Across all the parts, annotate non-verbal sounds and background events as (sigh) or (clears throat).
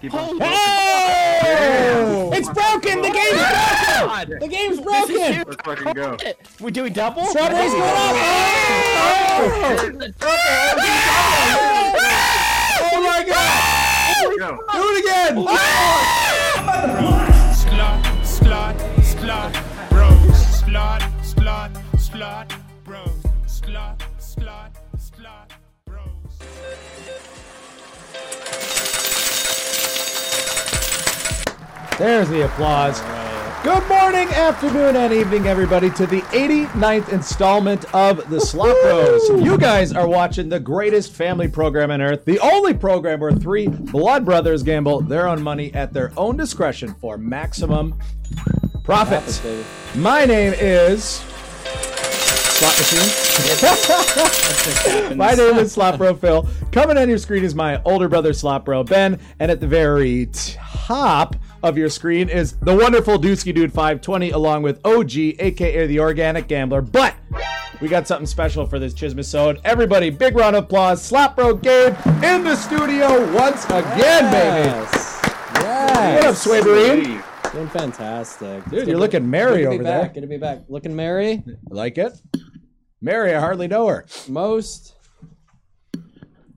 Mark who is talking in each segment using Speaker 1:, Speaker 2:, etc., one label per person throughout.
Speaker 1: Keep on.
Speaker 2: Hey! It's broken! The game's broken!
Speaker 3: God.
Speaker 2: The game's
Speaker 3: This is
Speaker 2: broken!
Speaker 3: huge.
Speaker 1: Let's fucking go.
Speaker 3: We're doing double?
Speaker 2: Strawberry's going up! Oh!
Speaker 4: Oh my god!
Speaker 1: Go.
Speaker 4: Do it again!
Speaker 5: Slot, slot, slot, bro. Slot, slot, slot, bro. Slot, slot, slot, bros.
Speaker 4: There's the applause. Good morning, afternoon, and evening, everybody, to the 89th installment of the Slop Bros. You guys are watching the greatest family program on earth, the only program where three blood brothers gamble their own money at their own discretion for maximum profits.
Speaker 2: baby.
Speaker 4: My name is. Slot Machine. My name is Slop Bro Phil. Coming on your screen is my older brother Slop Bro Ben, and at the very top of your screen is the wonderful Dusky Dude 520, along with OG, aka the Organic Gambler. But we got something special for this Chismisode. Everybody, big round of applause! Slop Bro Gabe in the studio once again, baby.
Speaker 2: Yes! Yes!
Speaker 4: What up, Sway Marine?
Speaker 2: Doing fantastic.
Speaker 4: Dude, you're looking
Speaker 2: Good
Speaker 4: merry
Speaker 2: to be
Speaker 4: over there.
Speaker 2: back. Good to be back. Looking merry.
Speaker 4: Like it? Mary, I hardly know her.
Speaker 2: Most.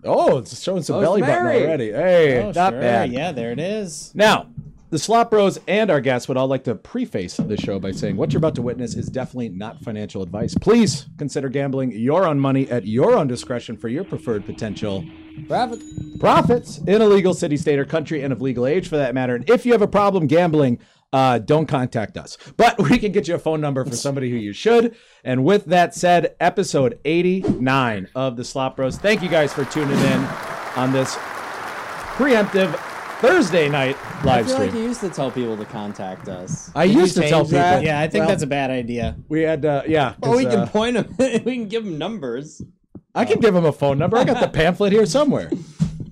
Speaker 4: Oh, it's showing some
Speaker 2: Oh, it's
Speaker 4: belly
Speaker 2: Mary.
Speaker 4: button already. Hey,
Speaker 3: Oh,
Speaker 4: not
Speaker 3: sure.
Speaker 4: bad.
Speaker 3: Yeah, there it is.
Speaker 4: Now, the Slop Bros and our guests would all like to preface the show by saying what you're about to witness is definitely not financial advice. Please consider gambling your own money at your own discretion for your preferred potential
Speaker 2: Traffic.
Speaker 4: profits in a legal city, state, or country, and of legal age for that matter. And if you have a problem gambling, uh, don't contact us. But we can get you a phone number for somebody who you should. And with that said, episode 89 of the Slop Bros. Thank you guys for tuning in on this preemptive Thursday night
Speaker 2: I
Speaker 4: live
Speaker 2: feel
Speaker 4: stream.
Speaker 2: like you used to tell people to contact us.
Speaker 4: I
Speaker 2: you
Speaker 4: used to tell
Speaker 2: change that?
Speaker 4: people.
Speaker 3: Yeah, I think
Speaker 4: Well,
Speaker 3: that's a bad idea.
Speaker 4: we had. Uh, yeah,
Speaker 2: Or Oh, we
Speaker 4: it's,
Speaker 2: can
Speaker 4: uh,
Speaker 2: point them. (laughs) we can give them numbers.
Speaker 4: I can give him a phone number. I got
Speaker 2: (laughs)
Speaker 4: the pamphlet here somewhere.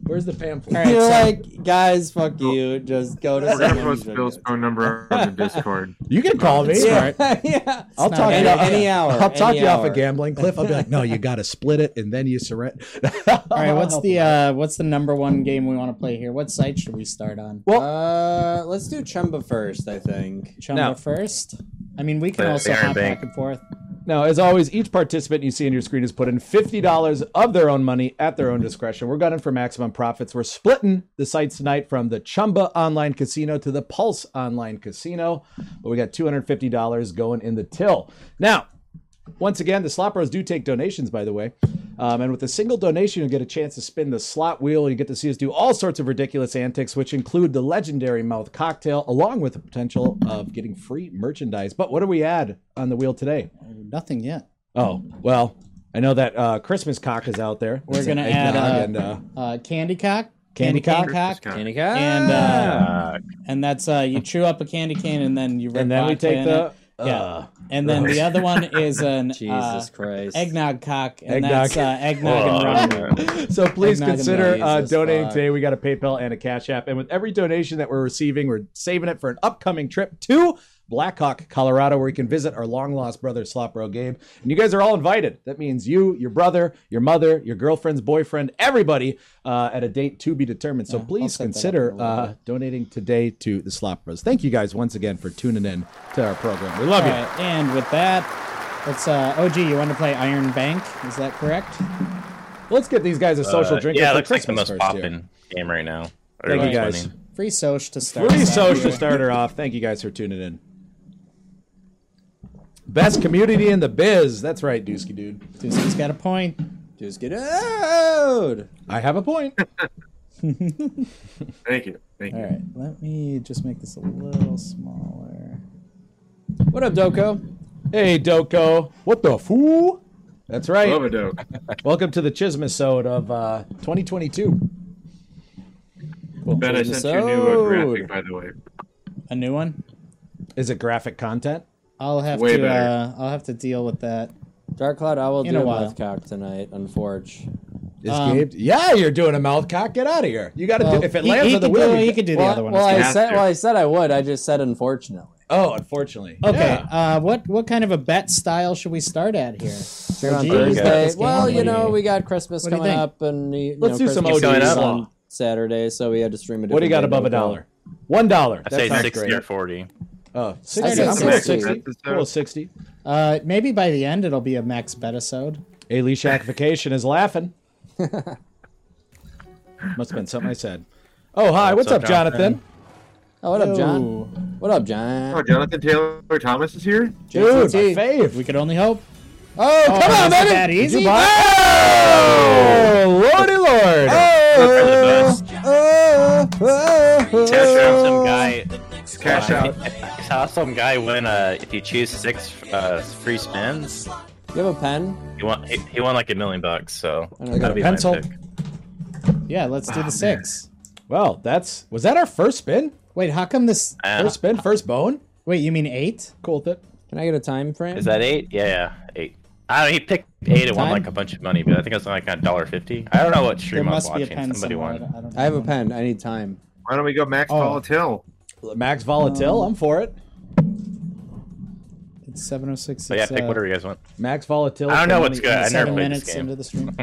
Speaker 4: Where's the pamphlet?
Speaker 2: You're like, guys, fuck you. Just go to.
Speaker 1: We're gonna
Speaker 2: someone's
Speaker 1: post Bill's
Speaker 2: video."
Speaker 1: phone number
Speaker 3: (laughs)
Speaker 1: on the Discord.
Speaker 4: You can call me.
Speaker 2: Yeah,
Speaker 4: (laughs)
Speaker 2: yeah.
Speaker 4: I'll
Speaker 3: not
Speaker 4: talk
Speaker 3: bad.
Speaker 4: you
Speaker 2: Any- any hour,
Speaker 4: I'll talk
Speaker 2: any
Speaker 4: you off a
Speaker 2: hour.
Speaker 4: gambling cliff. I'll be like, no, you got to split it and then you surrender.
Speaker 3: All right, what's the uh, what's the number one game we want to play here? What site should we start on?
Speaker 4: Well,
Speaker 2: Uh, let's do Chumba first. I think.
Speaker 3: Chumba
Speaker 4: now-
Speaker 3: first. I mean, we can
Speaker 1: The
Speaker 3: also
Speaker 1: Iron
Speaker 3: hop
Speaker 1: Bank.
Speaker 3: back and forth.
Speaker 4: now as always, each participant you see on your screen has put in fifty dollars of their own money at their own discretion. We're gunning for maximum profits. We're splitting the sites tonight from the Chumba Online Casino to the Pulse Online Casino, but we got two hundred fifty dollars going in the till. Now, Once again, the slot bros do take donations, by the way. Um, and with a single donation, you get a chance to spin the slot wheel. You get to see us do all sorts of ridiculous antics, which include the legendary mouth cocktail, along with the potential of getting free merchandise. But what do we add on the wheel today?
Speaker 3: Nothing yet.
Speaker 4: Oh, well, I know that uh, Christmas cock is out there.
Speaker 3: We're gonna
Speaker 4: It's an
Speaker 3: add,
Speaker 4: eggnog
Speaker 3: uh,
Speaker 4: and, uh,
Speaker 3: Uh, candy cock.
Speaker 4: Candy cock?
Speaker 1: Christmas
Speaker 2: Any
Speaker 3: And uh, and that's uh, you chew up a candy cane and then you rip
Speaker 4: and then we
Speaker 3: vodka
Speaker 4: take
Speaker 3: in
Speaker 4: the.
Speaker 3: it. yeah.
Speaker 4: uh,
Speaker 3: and then the other
Speaker 4: (laughs)
Speaker 3: one is an
Speaker 2: Jesus
Speaker 3: uh,
Speaker 2: Christ.
Speaker 3: eggnog cock, and
Speaker 4: Eggnog.
Speaker 3: that's uh, eggnog and rum.
Speaker 4: So please
Speaker 3: Eggnog and
Speaker 4: consider
Speaker 2: brownies,
Speaker 4: uh,
Speaker 2: that's
Speaker 4: donating
Speaker 2: fine.
Speaker 4: today. We got a PayPal and a Cash App, and with every donation that we're receiving, we're saving it for an upcoming trip to Blackhawk, Colorado, where you can visit our long lost brother Slop Row Gabe. And you guys are all invited. That means you, your brother, your mother, your girlfriend's boyfriend, everybody uh, at a date to be determined. So please
Speaker 2: set that up
Speaker 4: consider
Speaker 2: in a little
Speaker 4: uh, donating today to the Slop Bros. Thank you guys once again for tuning in to our program. We love
Speaker 3: All
Speaker 4: you.
Speaker 3: right, and with that, it's uh, OG. You want to play Iron Bank? Is that correct?
Speaker 4: Let's get these guys a social
Speaker 6: Uh,
Speaker 4: drink.
Speaker 6: Yeah,
Speaker 4: for
Speaker 6: looks like the
Speaker 4: Christmas
Speaker 6: most
Speaker 4: first here.
Speaker 6: poppin' game right now.
Speaker 4: Thank you
Speaker 6: Everyone's
Speaker 4: guys.
Speaker 6: winning.
Speaker 3: Free Soch to start.
Speaker 4: Free
Speaker 3: us off
Speaker 4: social
Speaker 3: here.
Speaker 4: starter off. Thank you guys for tuning in. Best community in the biz. That's right, Dusky dude.
Speaker 3: Deucey's got a point.
Speaker 2: Just get out.
Speaker 4: I have a point.
Speaker 1: Thank you. Thank
Speaker 3: All
Speaker 1: you.
Speaker 3: right, let me just make this a little smaller.
Speaker 2: What up, Doko?
Speaker 4: hey, Doko. What the fool? That's
Speaker 1: Love
Speaker 4: right.
Speaker 1: a dope.
Speaker 4: Welcome to the Chismisode of uh, 2022.
Speaker 1: Ben, I sent you a new uh, graphic, by the way.
Speaker 3: A new one.
Speaker 4: Is it graphic content?
Speaker 3: I'll have
Speaker 1: Way
Speaker 3: to.
Speaker 1: better.
Speaker 3: Uh, I'll have to deal with that.
Speaker 2: (laughs) Dark Cloud, I will
Speaker 3: In
Speaker 2: do
Speaker 3: a
Speaker 2: a
Speaker 3: while.
Speaker 2: mouth cock tonight, unforge.
Speaker 4: Is
Speaker 3: Um,
Speaker 4: Gabe? Yeah, you're doing a mouth cock. Get out of here. You got to
Speaker 3: Well,
Speaker 4: do. If it
Speaker 3: he-
Speaker 4: lands
Speaker 3: he
Speaker 4: on the
Speaker 3: could do-
Speaker 4: wheel,
Speaker 3: he
Speaker 4: you
Speaker 3: could do the
Speaker 2: Well,
Speaker 3: other one.
Speaker 2: well,
Speaker 3: It's
Speaker 2: I
Speaker 1: fine.
Speaker 2: said,
Speaker 1: Yeah.
Speaker 2: well, I said I would. I just said unfortunately.
Speaker 4: Oh, unfortunately.
Speaker 3: Okay.
Speaker 4: Yeah.
Speaker 3: Uh, what what kind of a bet style should we start at here?
Speaker 2: Turn on
Speaker 3: geez,
Speaker 2: Thursday.
Speaker 3: this game
Speaker 2: Well, you
Speaker 3: already.
Speaker 2: know, we got Christmas
Speaker 3: What do you
Speaker 2: coming
Speaker 3: think?
Speaker 2: up, and you
Speaker 4: Let's
Speaker 2: know,
Speaker 4: do some
Speaker 2: Christmas
Speaker 4: OG
Speaker 6: going
Speaker 2: is
Speaker 6: up.
Speaker 2: on
Speaker 6: Saturday, so we had to stream it.
Speaker 4: What do you got above a dollar? One dollar.
Speaker 7: I say
Speaker 4: sounds
Speaker 7: 60 or 40.
Speaker 4: Oh,
Speaker 3: said
Speaker 4: 60.
Speaker 1: 60.
Speaker 4: Cool, 60.
Speaker 3: Uh, maybe by the end it'll be a max betisode.
Speaker 4: Ailey Shackification is (laughs) laughing. Must have been something I said. Oh, hi. What's,
Speaker 7: What's
Speaker 4: up,
Speaker 7: up,
Speaker 4: Jonathan?
Speaker 6: Oh, what up, John?
Speaker 3: Ooh.
Speaker 6: What up,
Speaker 1: Oh,
Speaker 6: John?
Speaker 1: Jonathan Taylor Thomas is here.
Speaker 4: Dude, my
Speaker 3: JCT.
Speaker 4: fave.
Speaker 3: We could only hope.
Speaker 6: Oh,
Speaker 3: Oh,
Speaker 6: come on,
Speaker 3: wasn't
Speaker 6: baby!
Speaker 3: that easy?
Speaker 4: you buy- Oh, lordy lord.
Speaker 7: You're the best.
Speaker 6: Oh, oh, oh.
Speaker 7: I saw some guy. (laughs)
Speaker 1: Cash out.
Speaker 7: I saw some guy win. Uh, if you choose six uh, free spins,
Speaker 6: You have a pen?
Speaker 7: he won. He, he won like a million bucks. So
Speaker 6: I got
Speaker 7: that'd
Speaker 6: a
Speaker 7: be my
Speaker 4: pencil.
Speaker 7: pick.
Speaker 3: Yeah, let's do the six.
Speaker 4: Well, that's. Was that our first spin?
Speaker 3: Wait, how come this?
Speaker 7: Uh,
Speaker 4: First spin, first bone?
Speaker 3: Wait, you mean eight?
Speaker 4: Cool with it.
Speaker 6: Can I get a time frame?
Speaker 7: Is that eight? Yeah, yeah, eight. I don't know, he picked eight and won
Speaker 3: Time?
Speaker 7: like a bunch of money, but I think it was like a dollar fifty. I don't know what
Speaker 3: There
Speaker 7: stream I was
Speaker 3: must be a
Speaker 7: watching.
Speaker 3: pen
Speaker 7: Somebody
Speaker 3: somewhere. I
Speaker 7: won.
Speaker 3: don't- I don't
Speaker 6: I have a pen.
Speaker 3: remember.
Speaker 6: I need time.
Speaker 1: Why don't we go Max
Speaker 3: Oh.
Speaker 1: Volatile?
Speaker 4: Max Volatil. I'm for it.
Speaker 3: It's seven oh six.
Speaker 7: So yeah, pick whatever you guys want.
Speaker 4: Max Volatil.
Speaker 7: I don't know what's good. I never
Speaker 3: Seven
Speaker 7: played
Speaker 3: minutes
Speaker 7: this game.
Speaker 3: into the stream.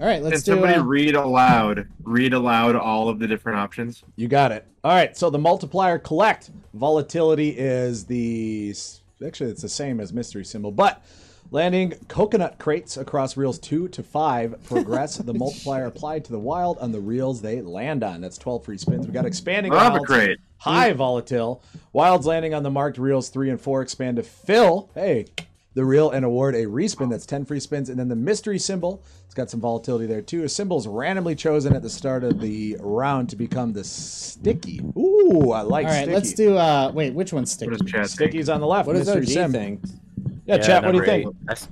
Speaker 3: All right,
Speaker 1: Can
Speaker 3: let's do.
Speaker 1: somebody
Speaker 3: Uh,
Speaker 1: read aloud? Read aloud all of the different options.
Speaker 4: You got it. All right. So the multiplier collect volatility is the actually it's the same as mystery symbol, but landing coconut crates across reels two
Speaker 1: (laughs)
Speaker 4: to five progress the multiplier applied to the wild on the reels they land on. That's twelve free spins. We got expanding
Speaker 1: Love a
Speaker 4: wilds,
Speaker 1: crate.
Speaker 4: high volatile wilds landing on the marked reels three and four expand to fill. Hey. The reel and award a respin that's 10 free spins, and then the mystery symbol. It's got some volatility there too. A symbol is randomly chosen at the start of the round to become the sticky. Ooh, I like
Speaker 3: all right,
Speaker 4: sticky.
Speaker 3: let's do. Uh, wait, which one's sticky?
Speaker 1: What does Chad think?
Speaker 4: Sticky's on the left.
Speaker 6: What does
Speaker 4: mystery
Speaker 6: OG
Speaker 4: sim.
Speaker 6: think?
Speaker 4: Yeah, chat, what do you
Speaker 7: number
Speaker 4: think?
Speaker 7: eight. I s-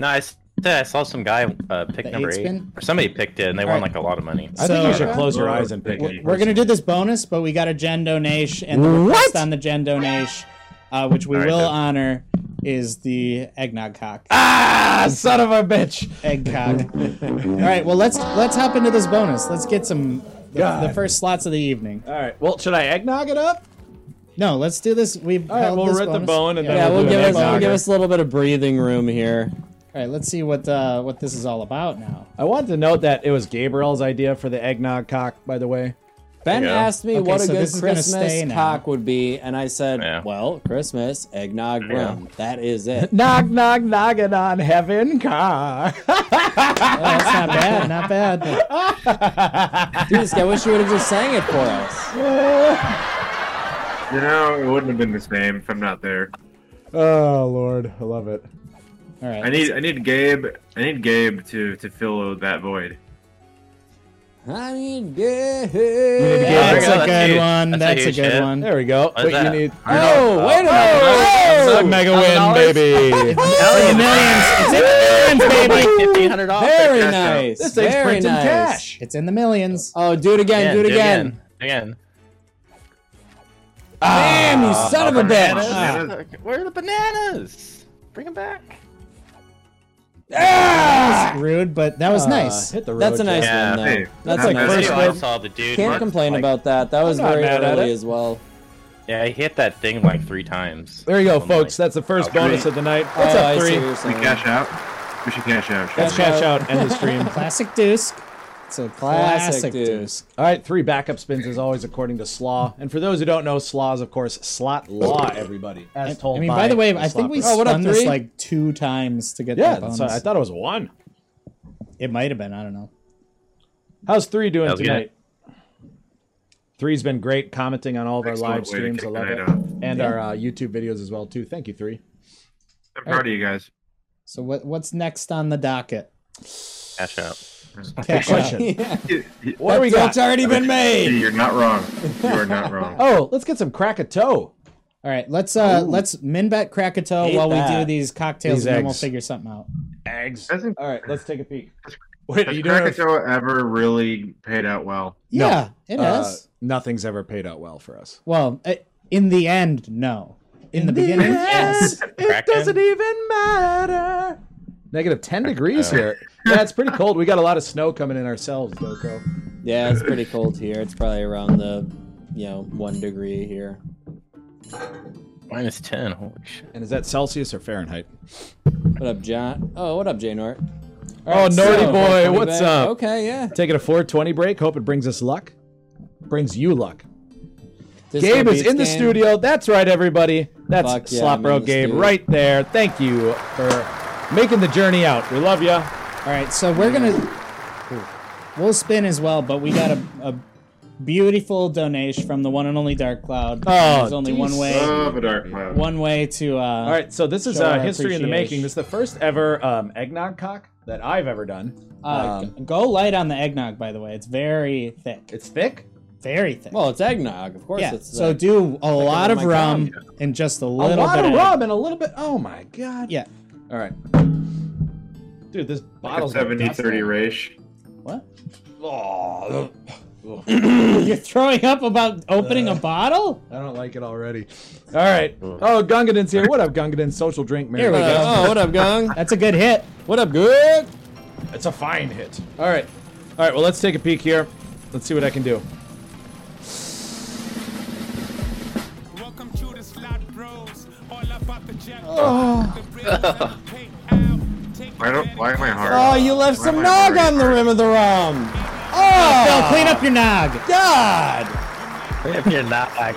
Speaker 7: no, I s- I saw some guy uh, pick
Speaker 3: The
Speaker 7: number
Speaker 3: eight
Speaker 7: eight.
Speaker 3: spin?
Speaker 7: Or somebody picked it, and they
Speaker 3: All
Speaker 7: won
Speaker 3: right.
Speaker 7: like a lot of money.
Speaker 4: I think
Speaker 3: So-
Speaker 4: you should close your
Speaker 1: Or
Speaker 4: eyes and pick
Speaker 1: sticky.
Speaker 4: it.
Speaker 3: We're gonna do this bonus, but we got a gen donation, and the request
Speaker 4: What?
Speaker 3: on the gen donation, uh, which we
Speaker 7: All right,
Speaker 3: will
Speaker 7: then.
Speaker 3: honor, is the eggnog cock.
Speaker 4: Ah, son of a bitch.
Speaker 3: Egg cock. All right, well let's let's hop into this bonus. Let's get some the,
Speaker 4: God.
Speaker 3: the first slots of the evening.
Speaker 4: All right. Well, should I eggnog it up?
Speaker 3: No, let's do this. We've
Speaker 4: right,
Speaker 3: held
Speaker 4: we'll
Speaker 3: this
Speaker 4: rip the
Speaker 3: bonus.
Speaker 4: bone and
Speaker 3: yeah.
Speaker 4: then
Speaker 6: Yeah,
Speaker 4: We'll
Speaker 6: we'll
Speaker 4: do
Speaker 6: give
Speaker 4: an
Speaker 6: us
Speaker 4: eggnog.
Speaker 6: we'll give us a little bit of breathing room here.
Speaker 3: All right, let's see what uh, what this is all about now. Oh,
Speaker 4: I wanted to note that it was Gabriel's idea for the eggnog cock, by the way.
Speaker 6: Ben
Speaker 7: Yeah.
Speaker 6: asked me
Speaker 3: Okay,
Speaker 6: what a
Speaker 3: so
Speaker 6: good
Speaker 3: this is gonna stay
Speaker 6: Christmas
Speaker 3: now.
Speaker 6: cock would be, and I said,
Speaker 7: Yeah.
Speaker 6: "Well, Christmas eggnog
Speaker 7: Yeah.
Speaker 6: rum. That is it." (laughs)
Speaker 4: Knock, knock, knocking on heaven cock.
Speaker 3: Oh, that's not bad. Not bad.
Speaker 6: Dude, this guy wish you would have just sang it for us.
Speaker 1: You know, it wouldn't have been the same if I'm not there.
Speaker 4: (laughs) oh, Lord. I love it.
Speaker 3: All right.
Speaker 1: I need, I need Gabe, I need Gabe to to fill that void.
Speaker 6: I need
Speaker 4: Yeah,
Speaker 6: good.
Speaker 3: that's
Speaker 7: there you go.
Speaker 3: a
Speaker 7: That's
Speaker 3: good
Speaker 7: you.
Speaker 3: one.
Speaker 7: That's
Speaker 3: That's
Speaker 7: you,
Speaker 3: a good
Speaker 7: Chad.
Speaker 3: one.
Speaker 4: There we go. Wait,
Speaker 7: is
Speaker 4: you
Speaker 7: that?
Speaker 4: need.
Speaker 6: Oh, wait a minute!
Speaker 4: It's a mega win, (laughs) baby.
Speaker 7: Million
Speaker 3: It's in the millions, baby.
Speaker 4: Uh,
Speaker 7: Fifteen hundred dollars.
Speaker 6: Very
Speaker 1: That's how-
Speaker 6: nice.
Speaker 4: This thing's
Speaker 6: Very
Speaker 4: printing
Speaker 6: nice.
Speaker 4: cash.
Speaker 3: It's in the millions.
Speaker 6: Oh, do it again! Do it again!
Speaker 7: Again.
Speaker 6: Damn, you son of a bitch!
Speaker 3: uh.
Speaker 1: Bananas.
Speaker 7: Where are the bananas? Bring them back.
Speaker 6: Ah!
Speaker 3: Rude, but that was
Speaker 4: Uh,
Speaker 3: nice.
Speaker 4: Hit the road.
Speaker 6: That's a nice
Speaker 7: Yeah.
Speaker 6: one,
Speaker 1: Hey,
Speaker 6: though. That's
Speaker 1: that's
Speaker 6: a
Speaker 1: like
Speaker 6: nice
Speaker 1: first
Speaker 6: one.
Speaker 7: I
Speaker 1: win.
Speaker 7: saw the dude.
Speaker 6: Can't
Speaker 7: mark,
Speaker 6: complain
Speaker 7: like-
Speaker 6: about that. That was
Speaker 4: I'm not
Speaker 6: very
Speaker 4: mad at
Speaker 6: early
Speaker 4: it.
Speaker 6: as well.
Speaker 7: Yeah, he hit that thing like three times.
Speaker 4: There you go,
Speaker 7: I'm
Speaker 4: folks.
Speaker 7: like,
Speaker 4: That's the first
Speaker 7: Okay.
Speaker 4: bonus of the night. What's
Speaker 6: oh,
Speaker 4: up,
Speaker 6: I see what
Speaker 4: three?
Speaker 6: you're
Speaker 1: We
Speaker 6: saying.
Speaker 1: cash out. We should cash out. Sean.
Speaker 4: Let's cash out. End the stream. (laughs)
Speaker 3: (laughs) Classic Deuce. It's a
Speaker 6: Classic,
Speaker 3: classic, Deuce.
Speaker 6: dudes.
Speaker 4: All right, three backup spins as always, according to Slaw. And for those who don't know, Slaw is, of course, slot law. Everybody, as told
Speaker 3: I mean, by, the way, I think we
Speaker 4: Slopper.
Speaker 6: Oh, what up,
Speaker 3: spun this
Speaker 6: three?
Speaker 3: like two times to get
Speaker 4: yeah.
Speaker 3: that bonus.
Speaker 4: so I thought it was one.
Speaker 3: it might have been. I don't know.
Speaker 4: How's three doing
Speaker 7: How's it
Speaker 4: tonight? Three's been great commenting on all of our
Speaker 1: Excellent
Speaker 4: live
Speaker 1: way to
Speaker 4: streams. I
Speaker 1: kick
Speaker 4: love
Speaker 1: the
Speaker 4: it,
Speaker 1: night off.
Speaker 4: and our uh, YouTube videos as well too. Thank you, three.
Speaker 1: I'm proud of you guys.
Speaker 3: So what what's next on the docket?
Speaker 7: Cash out.
Speaker 3: Cash
Speaker 4: question.
Speaker 3: (laughs) out.
Speaker 6: Yeah.
Speaker 1: You- you-
Speaker 4: What do we
Speaker 6: That's
Speaker 4: got?
Speaker 6: already been made.
Speaker 1: You're not wrong. You are not wrong.
Speaker 4: (laughs) Oh, let's get some crack a toe.
Speaker 3: All right, let's uh let's min bet Krakatoa
Speaker 6: Hate
Speaker 3: while we
Speaker 6: that.
Speaker 3: do these cocktails,
Speaker 4: These
Speaker 3: and then we'll
Speaker 4: eggs.
Speaker 3: figure something out.
Speaker 4: Eggs.
Speaker 1: Hasn't-
Speaker 4: All right, let's take a peek. Wait, are
Speaker 1: Has
Speaker 4: you doing? a-
Speaker 1: Krakatoa ever really paid out well?
Speaker 4: No.
Speaker 3: Yeah, it
Speaker 4: Uh,
Speaker 3: has.
Speaker 4: nothing's ever paid out well for us.
Speaker 3: Well, uh, in the end, no. In, the, beginning, yes.
Speaker 7: Kraken?
Speaker 4: even matter. Negative 10 degrees
Speaker 1: (laughs)
Speaker 4: here. Yeah, it's pretty cold. We got a lot of snow coming in ourselves, Doko.
Speaker 6: Yeah, it's pretty cold here. It's probably around the, you know, one degree here.
Speaker 7: Minus ten. Holy shit. (laughs)
Speaker 4: And is that Celsius or Fahrenheit?
Speaker 6: What up, John? Oh, what up, Jay Nort?
Speaker 4: Oh, Nordy boy, what's up?
Speaker 6: Okay, yeah.
Speaker 4: Taking a 420 break. Hope it brings us luck. Brings you luck.
Speaker 6: This
Speaker 4: Gabe is
Speaker 6: beats
Speaker 4: in the
Speaker 6: game.
Speaker 4: studio. That's right, everybody. That's
Speaker 6: Fuck yeah,
Speaker 4: Slop
Speaker 6: I'm
Speaker 4: Bro
Speaker 6: in the
Speaker 4: Gabe
Speaker 6: studio.
Speaker 4: right there. Thank you for making the journey out. We love you.
Speaker 3: All right, so we're gonna we'll spin as well, but we got a, a beautiful donation from the one and only Dark Cloud.
Speaker 4: Oh,
Speaker 3: There's only one way,
Speaker 1: Love a dark cloud.
Speaker 3: one way to. Uh,
Speaker 4: All right, so this is
Speaker 3: Show
Speaker 4: uh,
Speaker 3: our
Speaker 4: history in the
Speaker 3: appreciation.
Speaker 4: making. This is the first ever um, eggnog cock that I've ever done.
Speaker 3: uh,
Speaker 4: Um,
Speaker 3: g- go light on the eggnog, by the way. It's very thick,
Speaker 4: it's thick.
Speaker 3: very thick.
Speaker 6: Well, it's eggnog, of course.
Speaker 3: yeah.
Speaker 6: It's
Speaker 3: So
Speaker 6: uh,
Speaker 3: do a lot
Speaker 6: than
Speaker 3: of
Speaker 6: my
Speaker 3: rum and just
Speaker 4: A
Speaker 3: a little
Speaker 4: lot
Speaker 3: bit
Speaker 4: of
Speaker 3: of
Speaker 4: rum and a little bit. Oh my god.
Speaker 3: Yeah.
Speaker 4: All right. Dude, this
Speaker 1: Like a
Speaker 4: bottle's
Speaker 1: 70
Speaker 4: dusty.
Speaker 1: 30 race.
Speaker 3: What?
Speaker 4: Oh,
Speaker 3: (laughs) You're throwing up about opening a bottle?
Speaker 4: I don't like it already. All right. Oh, Gungadin's here. What up, Gungadin? Social drink, man. Um,
Speaker 3: Here we
Speaker 6: Uh,
Speaker 3: go.
Speaker 6: oh, what up,
Speaker 3: (laughs)
Speaker 6: Gong?
Speaker 3: That's a good hit.
Speaker 6: what up, good?
Speaker 4: It's a fine hit. All right. All right. Well, let's take a peek here. Let's see what I can do.
Speaker 5: Welcome to the slot bros. All about the jack. Oh.
Speaker 1: (laughs) Why don't? Why am I hard?
Speaker 6: Oh, you left
Speaker 1: Why
Speaker 6: some
Speaker 1: am I
Speaker 6: nog on the
Speaker 1: hard?
Speaker 6: rim of the rum. Oh,
Speaker 3: Phil, clean up your nog.
Speaker 6: God,
Speaker 7: If you're not like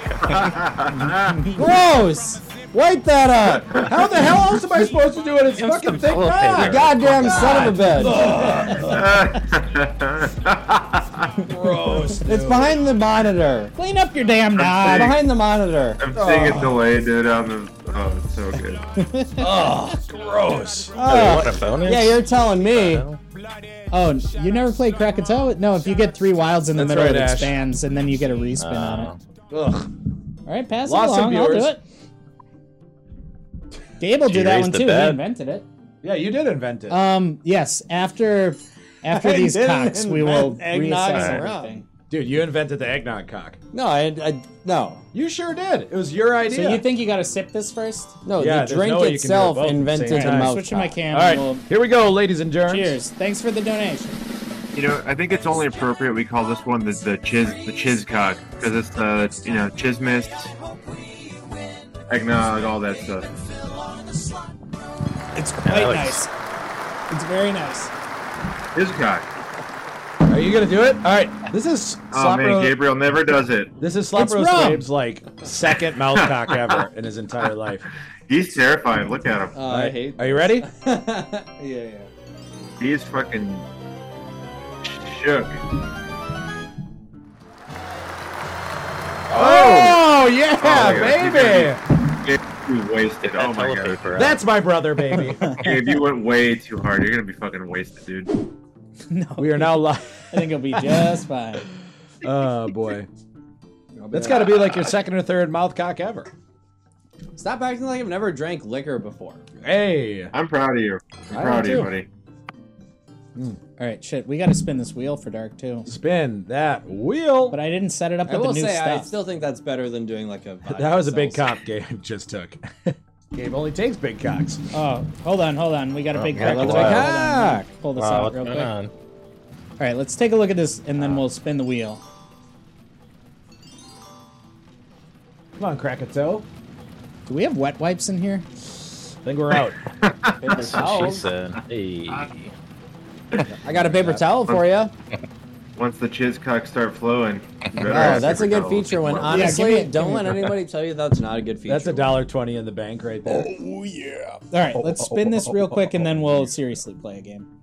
Speaker 6: gross. Wipe that up.
Speaker 4: How the hell else am I supposed to do it? It's fucking thick.
Speaker 7: toilet
Speaker 4: nog.
Speaker 7: paper.
Speaker 6: Goddamn
Speaker 4: Oh,
Speaker 6: son of a bitch.
Speaker 4: Gross.
Speaker 6: It's behind the monitor.
Speaker 3: Clean up your damn
Speaker 1: sorry.
Speaker 3: nog.
Speaker 6: Behind the monitor.
Speaker 1: (laughs) I'm seeing
Speaker 4: Oh.
Speaker 1: a delay, dude. On the. Oh, it's so
Speaker 4: (laughs)
Speaker 1: good.
Speaker 4: Gross.
Speaker 3: Uh,
Speaker 6: Oh.
Speaker 7: what a bonus.
Speaker 6: Yeah, you're telling me.
Speaker 3: Oh, you never played Krakatoa? No, if you get three wilds in the
Speaker 4: That's
Speaker 3: middle,
Speaker 4: right,
Speaker 3: it
Speaker 4: Ash.
Speaker 3: expands, and then you get a
Speaker 7: Uh,
Speaker 3: respin on it.
Speaker 4: Ugh.
Speaker 3: All right, pass it
Speaker 4: Lost some
Speaker 3: along. I'll do
Speaker 4: viewers.
Speaker 3: it. Gabe will
Speaker 7: Did you
Speaker 3: do that
Speaker 7: raise
Speaker 3: one
Speaker 7: the
Speaker 3: too. He
Speaker 7: bet?
Speaker 3: invented it.
Speaker 4: Yeah, you did invent it.
Speaker 3: Um, yes. After
Speaker 6: (laughs)
Speaker 3: after
Speaker 6: I
Speaker 3: these
Speaker 6: didn't
Speaker 3: cocks, we will
Speaker 6: invent eggnog
Speaker 3: reassess
Speaker 6: and rum.
Speaker 3: everything.
Speaker 4: Dude, you invented the eggnog cock.
Speaker 6: No, I, I no,
Speaker 4: You sure did. It was your idea.
Speaker 3: So you think you got to sip this first?
Speaker 6: no.
Speaker 4: Yeah,
Speaker 6: the
Speaker 4: there's
Speaker 6: drink
Speaker 4: no way you can do
Speaker 6: itself
Speaker 4: both at the
Speaker 6: invented
Speaker 4: same
Speaker 6: the
Speaker 4: time.
Speaker 3: I'm
Speaker 6: mouth.
Speaker 3: switching my
Speaker 6: cock.
Speaker 3: cam.
Speaker 4: All right,
Speaker 3: and we'll-
Speaker 4: here we go, ladies and germs.
Speaker 3: Cheers. Thanks for the donation.
Speaker 1: You know, I think it's only appropriate we call this one the the chiz the chizcock because it's the you know chismis, eggnog, all that stuff.
Speaker 3: It's quite
Speaker 7: Alex.
Speaker 3: nice. It's very nice.
Speaker 1: Chizcock.
Speaker 4: Are you gonna do it? All right. This is
Speaker 1: Oh
Speaker 4: Slop
Speaker 1: man,
Speaker 4: Roast-
Speaker 1: Gabriel never does it.
Speaker 4: This is Slop
Speaker 3: It's
Speaker 4: Roast
Speaker 3: rum.
Speaker 4: Gabe's like second
Speaker 1: (laughs)
Speaker 4: mouth cock ever in his entire life.
Speaker 1: He's terrifying. Look at him.
Speaker 6: Uh, I hate.
Speaker 4: Are you ready?
Speaker 6: yeah, yeah.
Speaker 1: He's fucking shook.
Speaker 4: Oh, yeah,
Speaker 1: (laughs) Oh, yeah.
Speaker 4: baby.
Speaker 1: You wasted.
Speaker 7: that
Speaker 1: Oh my
Speaker 7: toilet
Speaker 1: god.
Speaker 7: paper up.
Speaker 4: That's my brother, baby.
Speaker 1: Gabe, you went way too hard. You're gonna be fucking wasted, dude.
Speaker 3: No,
Speaker 4: we are now live.
Speaker 3: (laughs) I think it'll be just fine.
Speaker 4: Oh boy. That's got to be like your second or third mouth cock ever.
Speaker 6: (laughs) Stop acting like I've never drank liquor before.
Speaker 4: Hey.
Speaker 1: I'm proud of you. I'm
Speaker 4: I am
Speaker 1: proud of you,
Speaker 4: too.
Speaker 1: buddy.
Speaker 3: All right, shit. We got to spin this wheel for dark too.
Speaker 4: Spin that wheel.
Speaker 3: But I didn't set it up
Speaker 6: I
Speaker 3: with the
Speaker 6: will
Speaker 3: new
Speaker 6: say, I
Speaker 3: stuff.
Speaker 6: still think that's better than doing like a. vodka
Speaker 4: (laughs) That was a big
Speaker 6: seltzer.
Speaker 4: cock Gabe just took. (laughs) Gabe only takes big cocks.
Speaker 3: Oh, hold on, hold on. We got a big
Speaker 7: yeah,
Speaker 3: crack.
Speaker 7: let's
Speaker 3: Hold on,
Speaker 7: go.
Speaker 3: hold on.
Speaker 6: Cock.
Speaker 3: Pull this
Speaker 7: Wow,
Speaker 3: out
Speaker 7: what's
Speaker 3: real
Speaker 7: going
Speaker 3: quick.
Speaker 7: on?
Speaker 3: All right, let's take a look at this, and then we'll spin the wheel.
Speaker 4: Come on, crack a toe.
Speaker 3: Do we have wet wipes in here?
Speaker 4: I think we're out.
Speaker 7: That's what she said. Hey.
Speaker 6: I got a paper towel for you.
Speaker 1: Once the chizcock start flowing. Oh,
Speaker 6: Oh, that's a good feature. When
Speaker 3: me-
Speaker 6: honestly,
Speaker 3: give me-
Speaker 6: don't let anybody tell you that's not a good feature.
Speaker 4: That's a dollar twenty in the bank right there.
Speaker 3: All right, let's spin this real quick, and then we'll seriously play a game.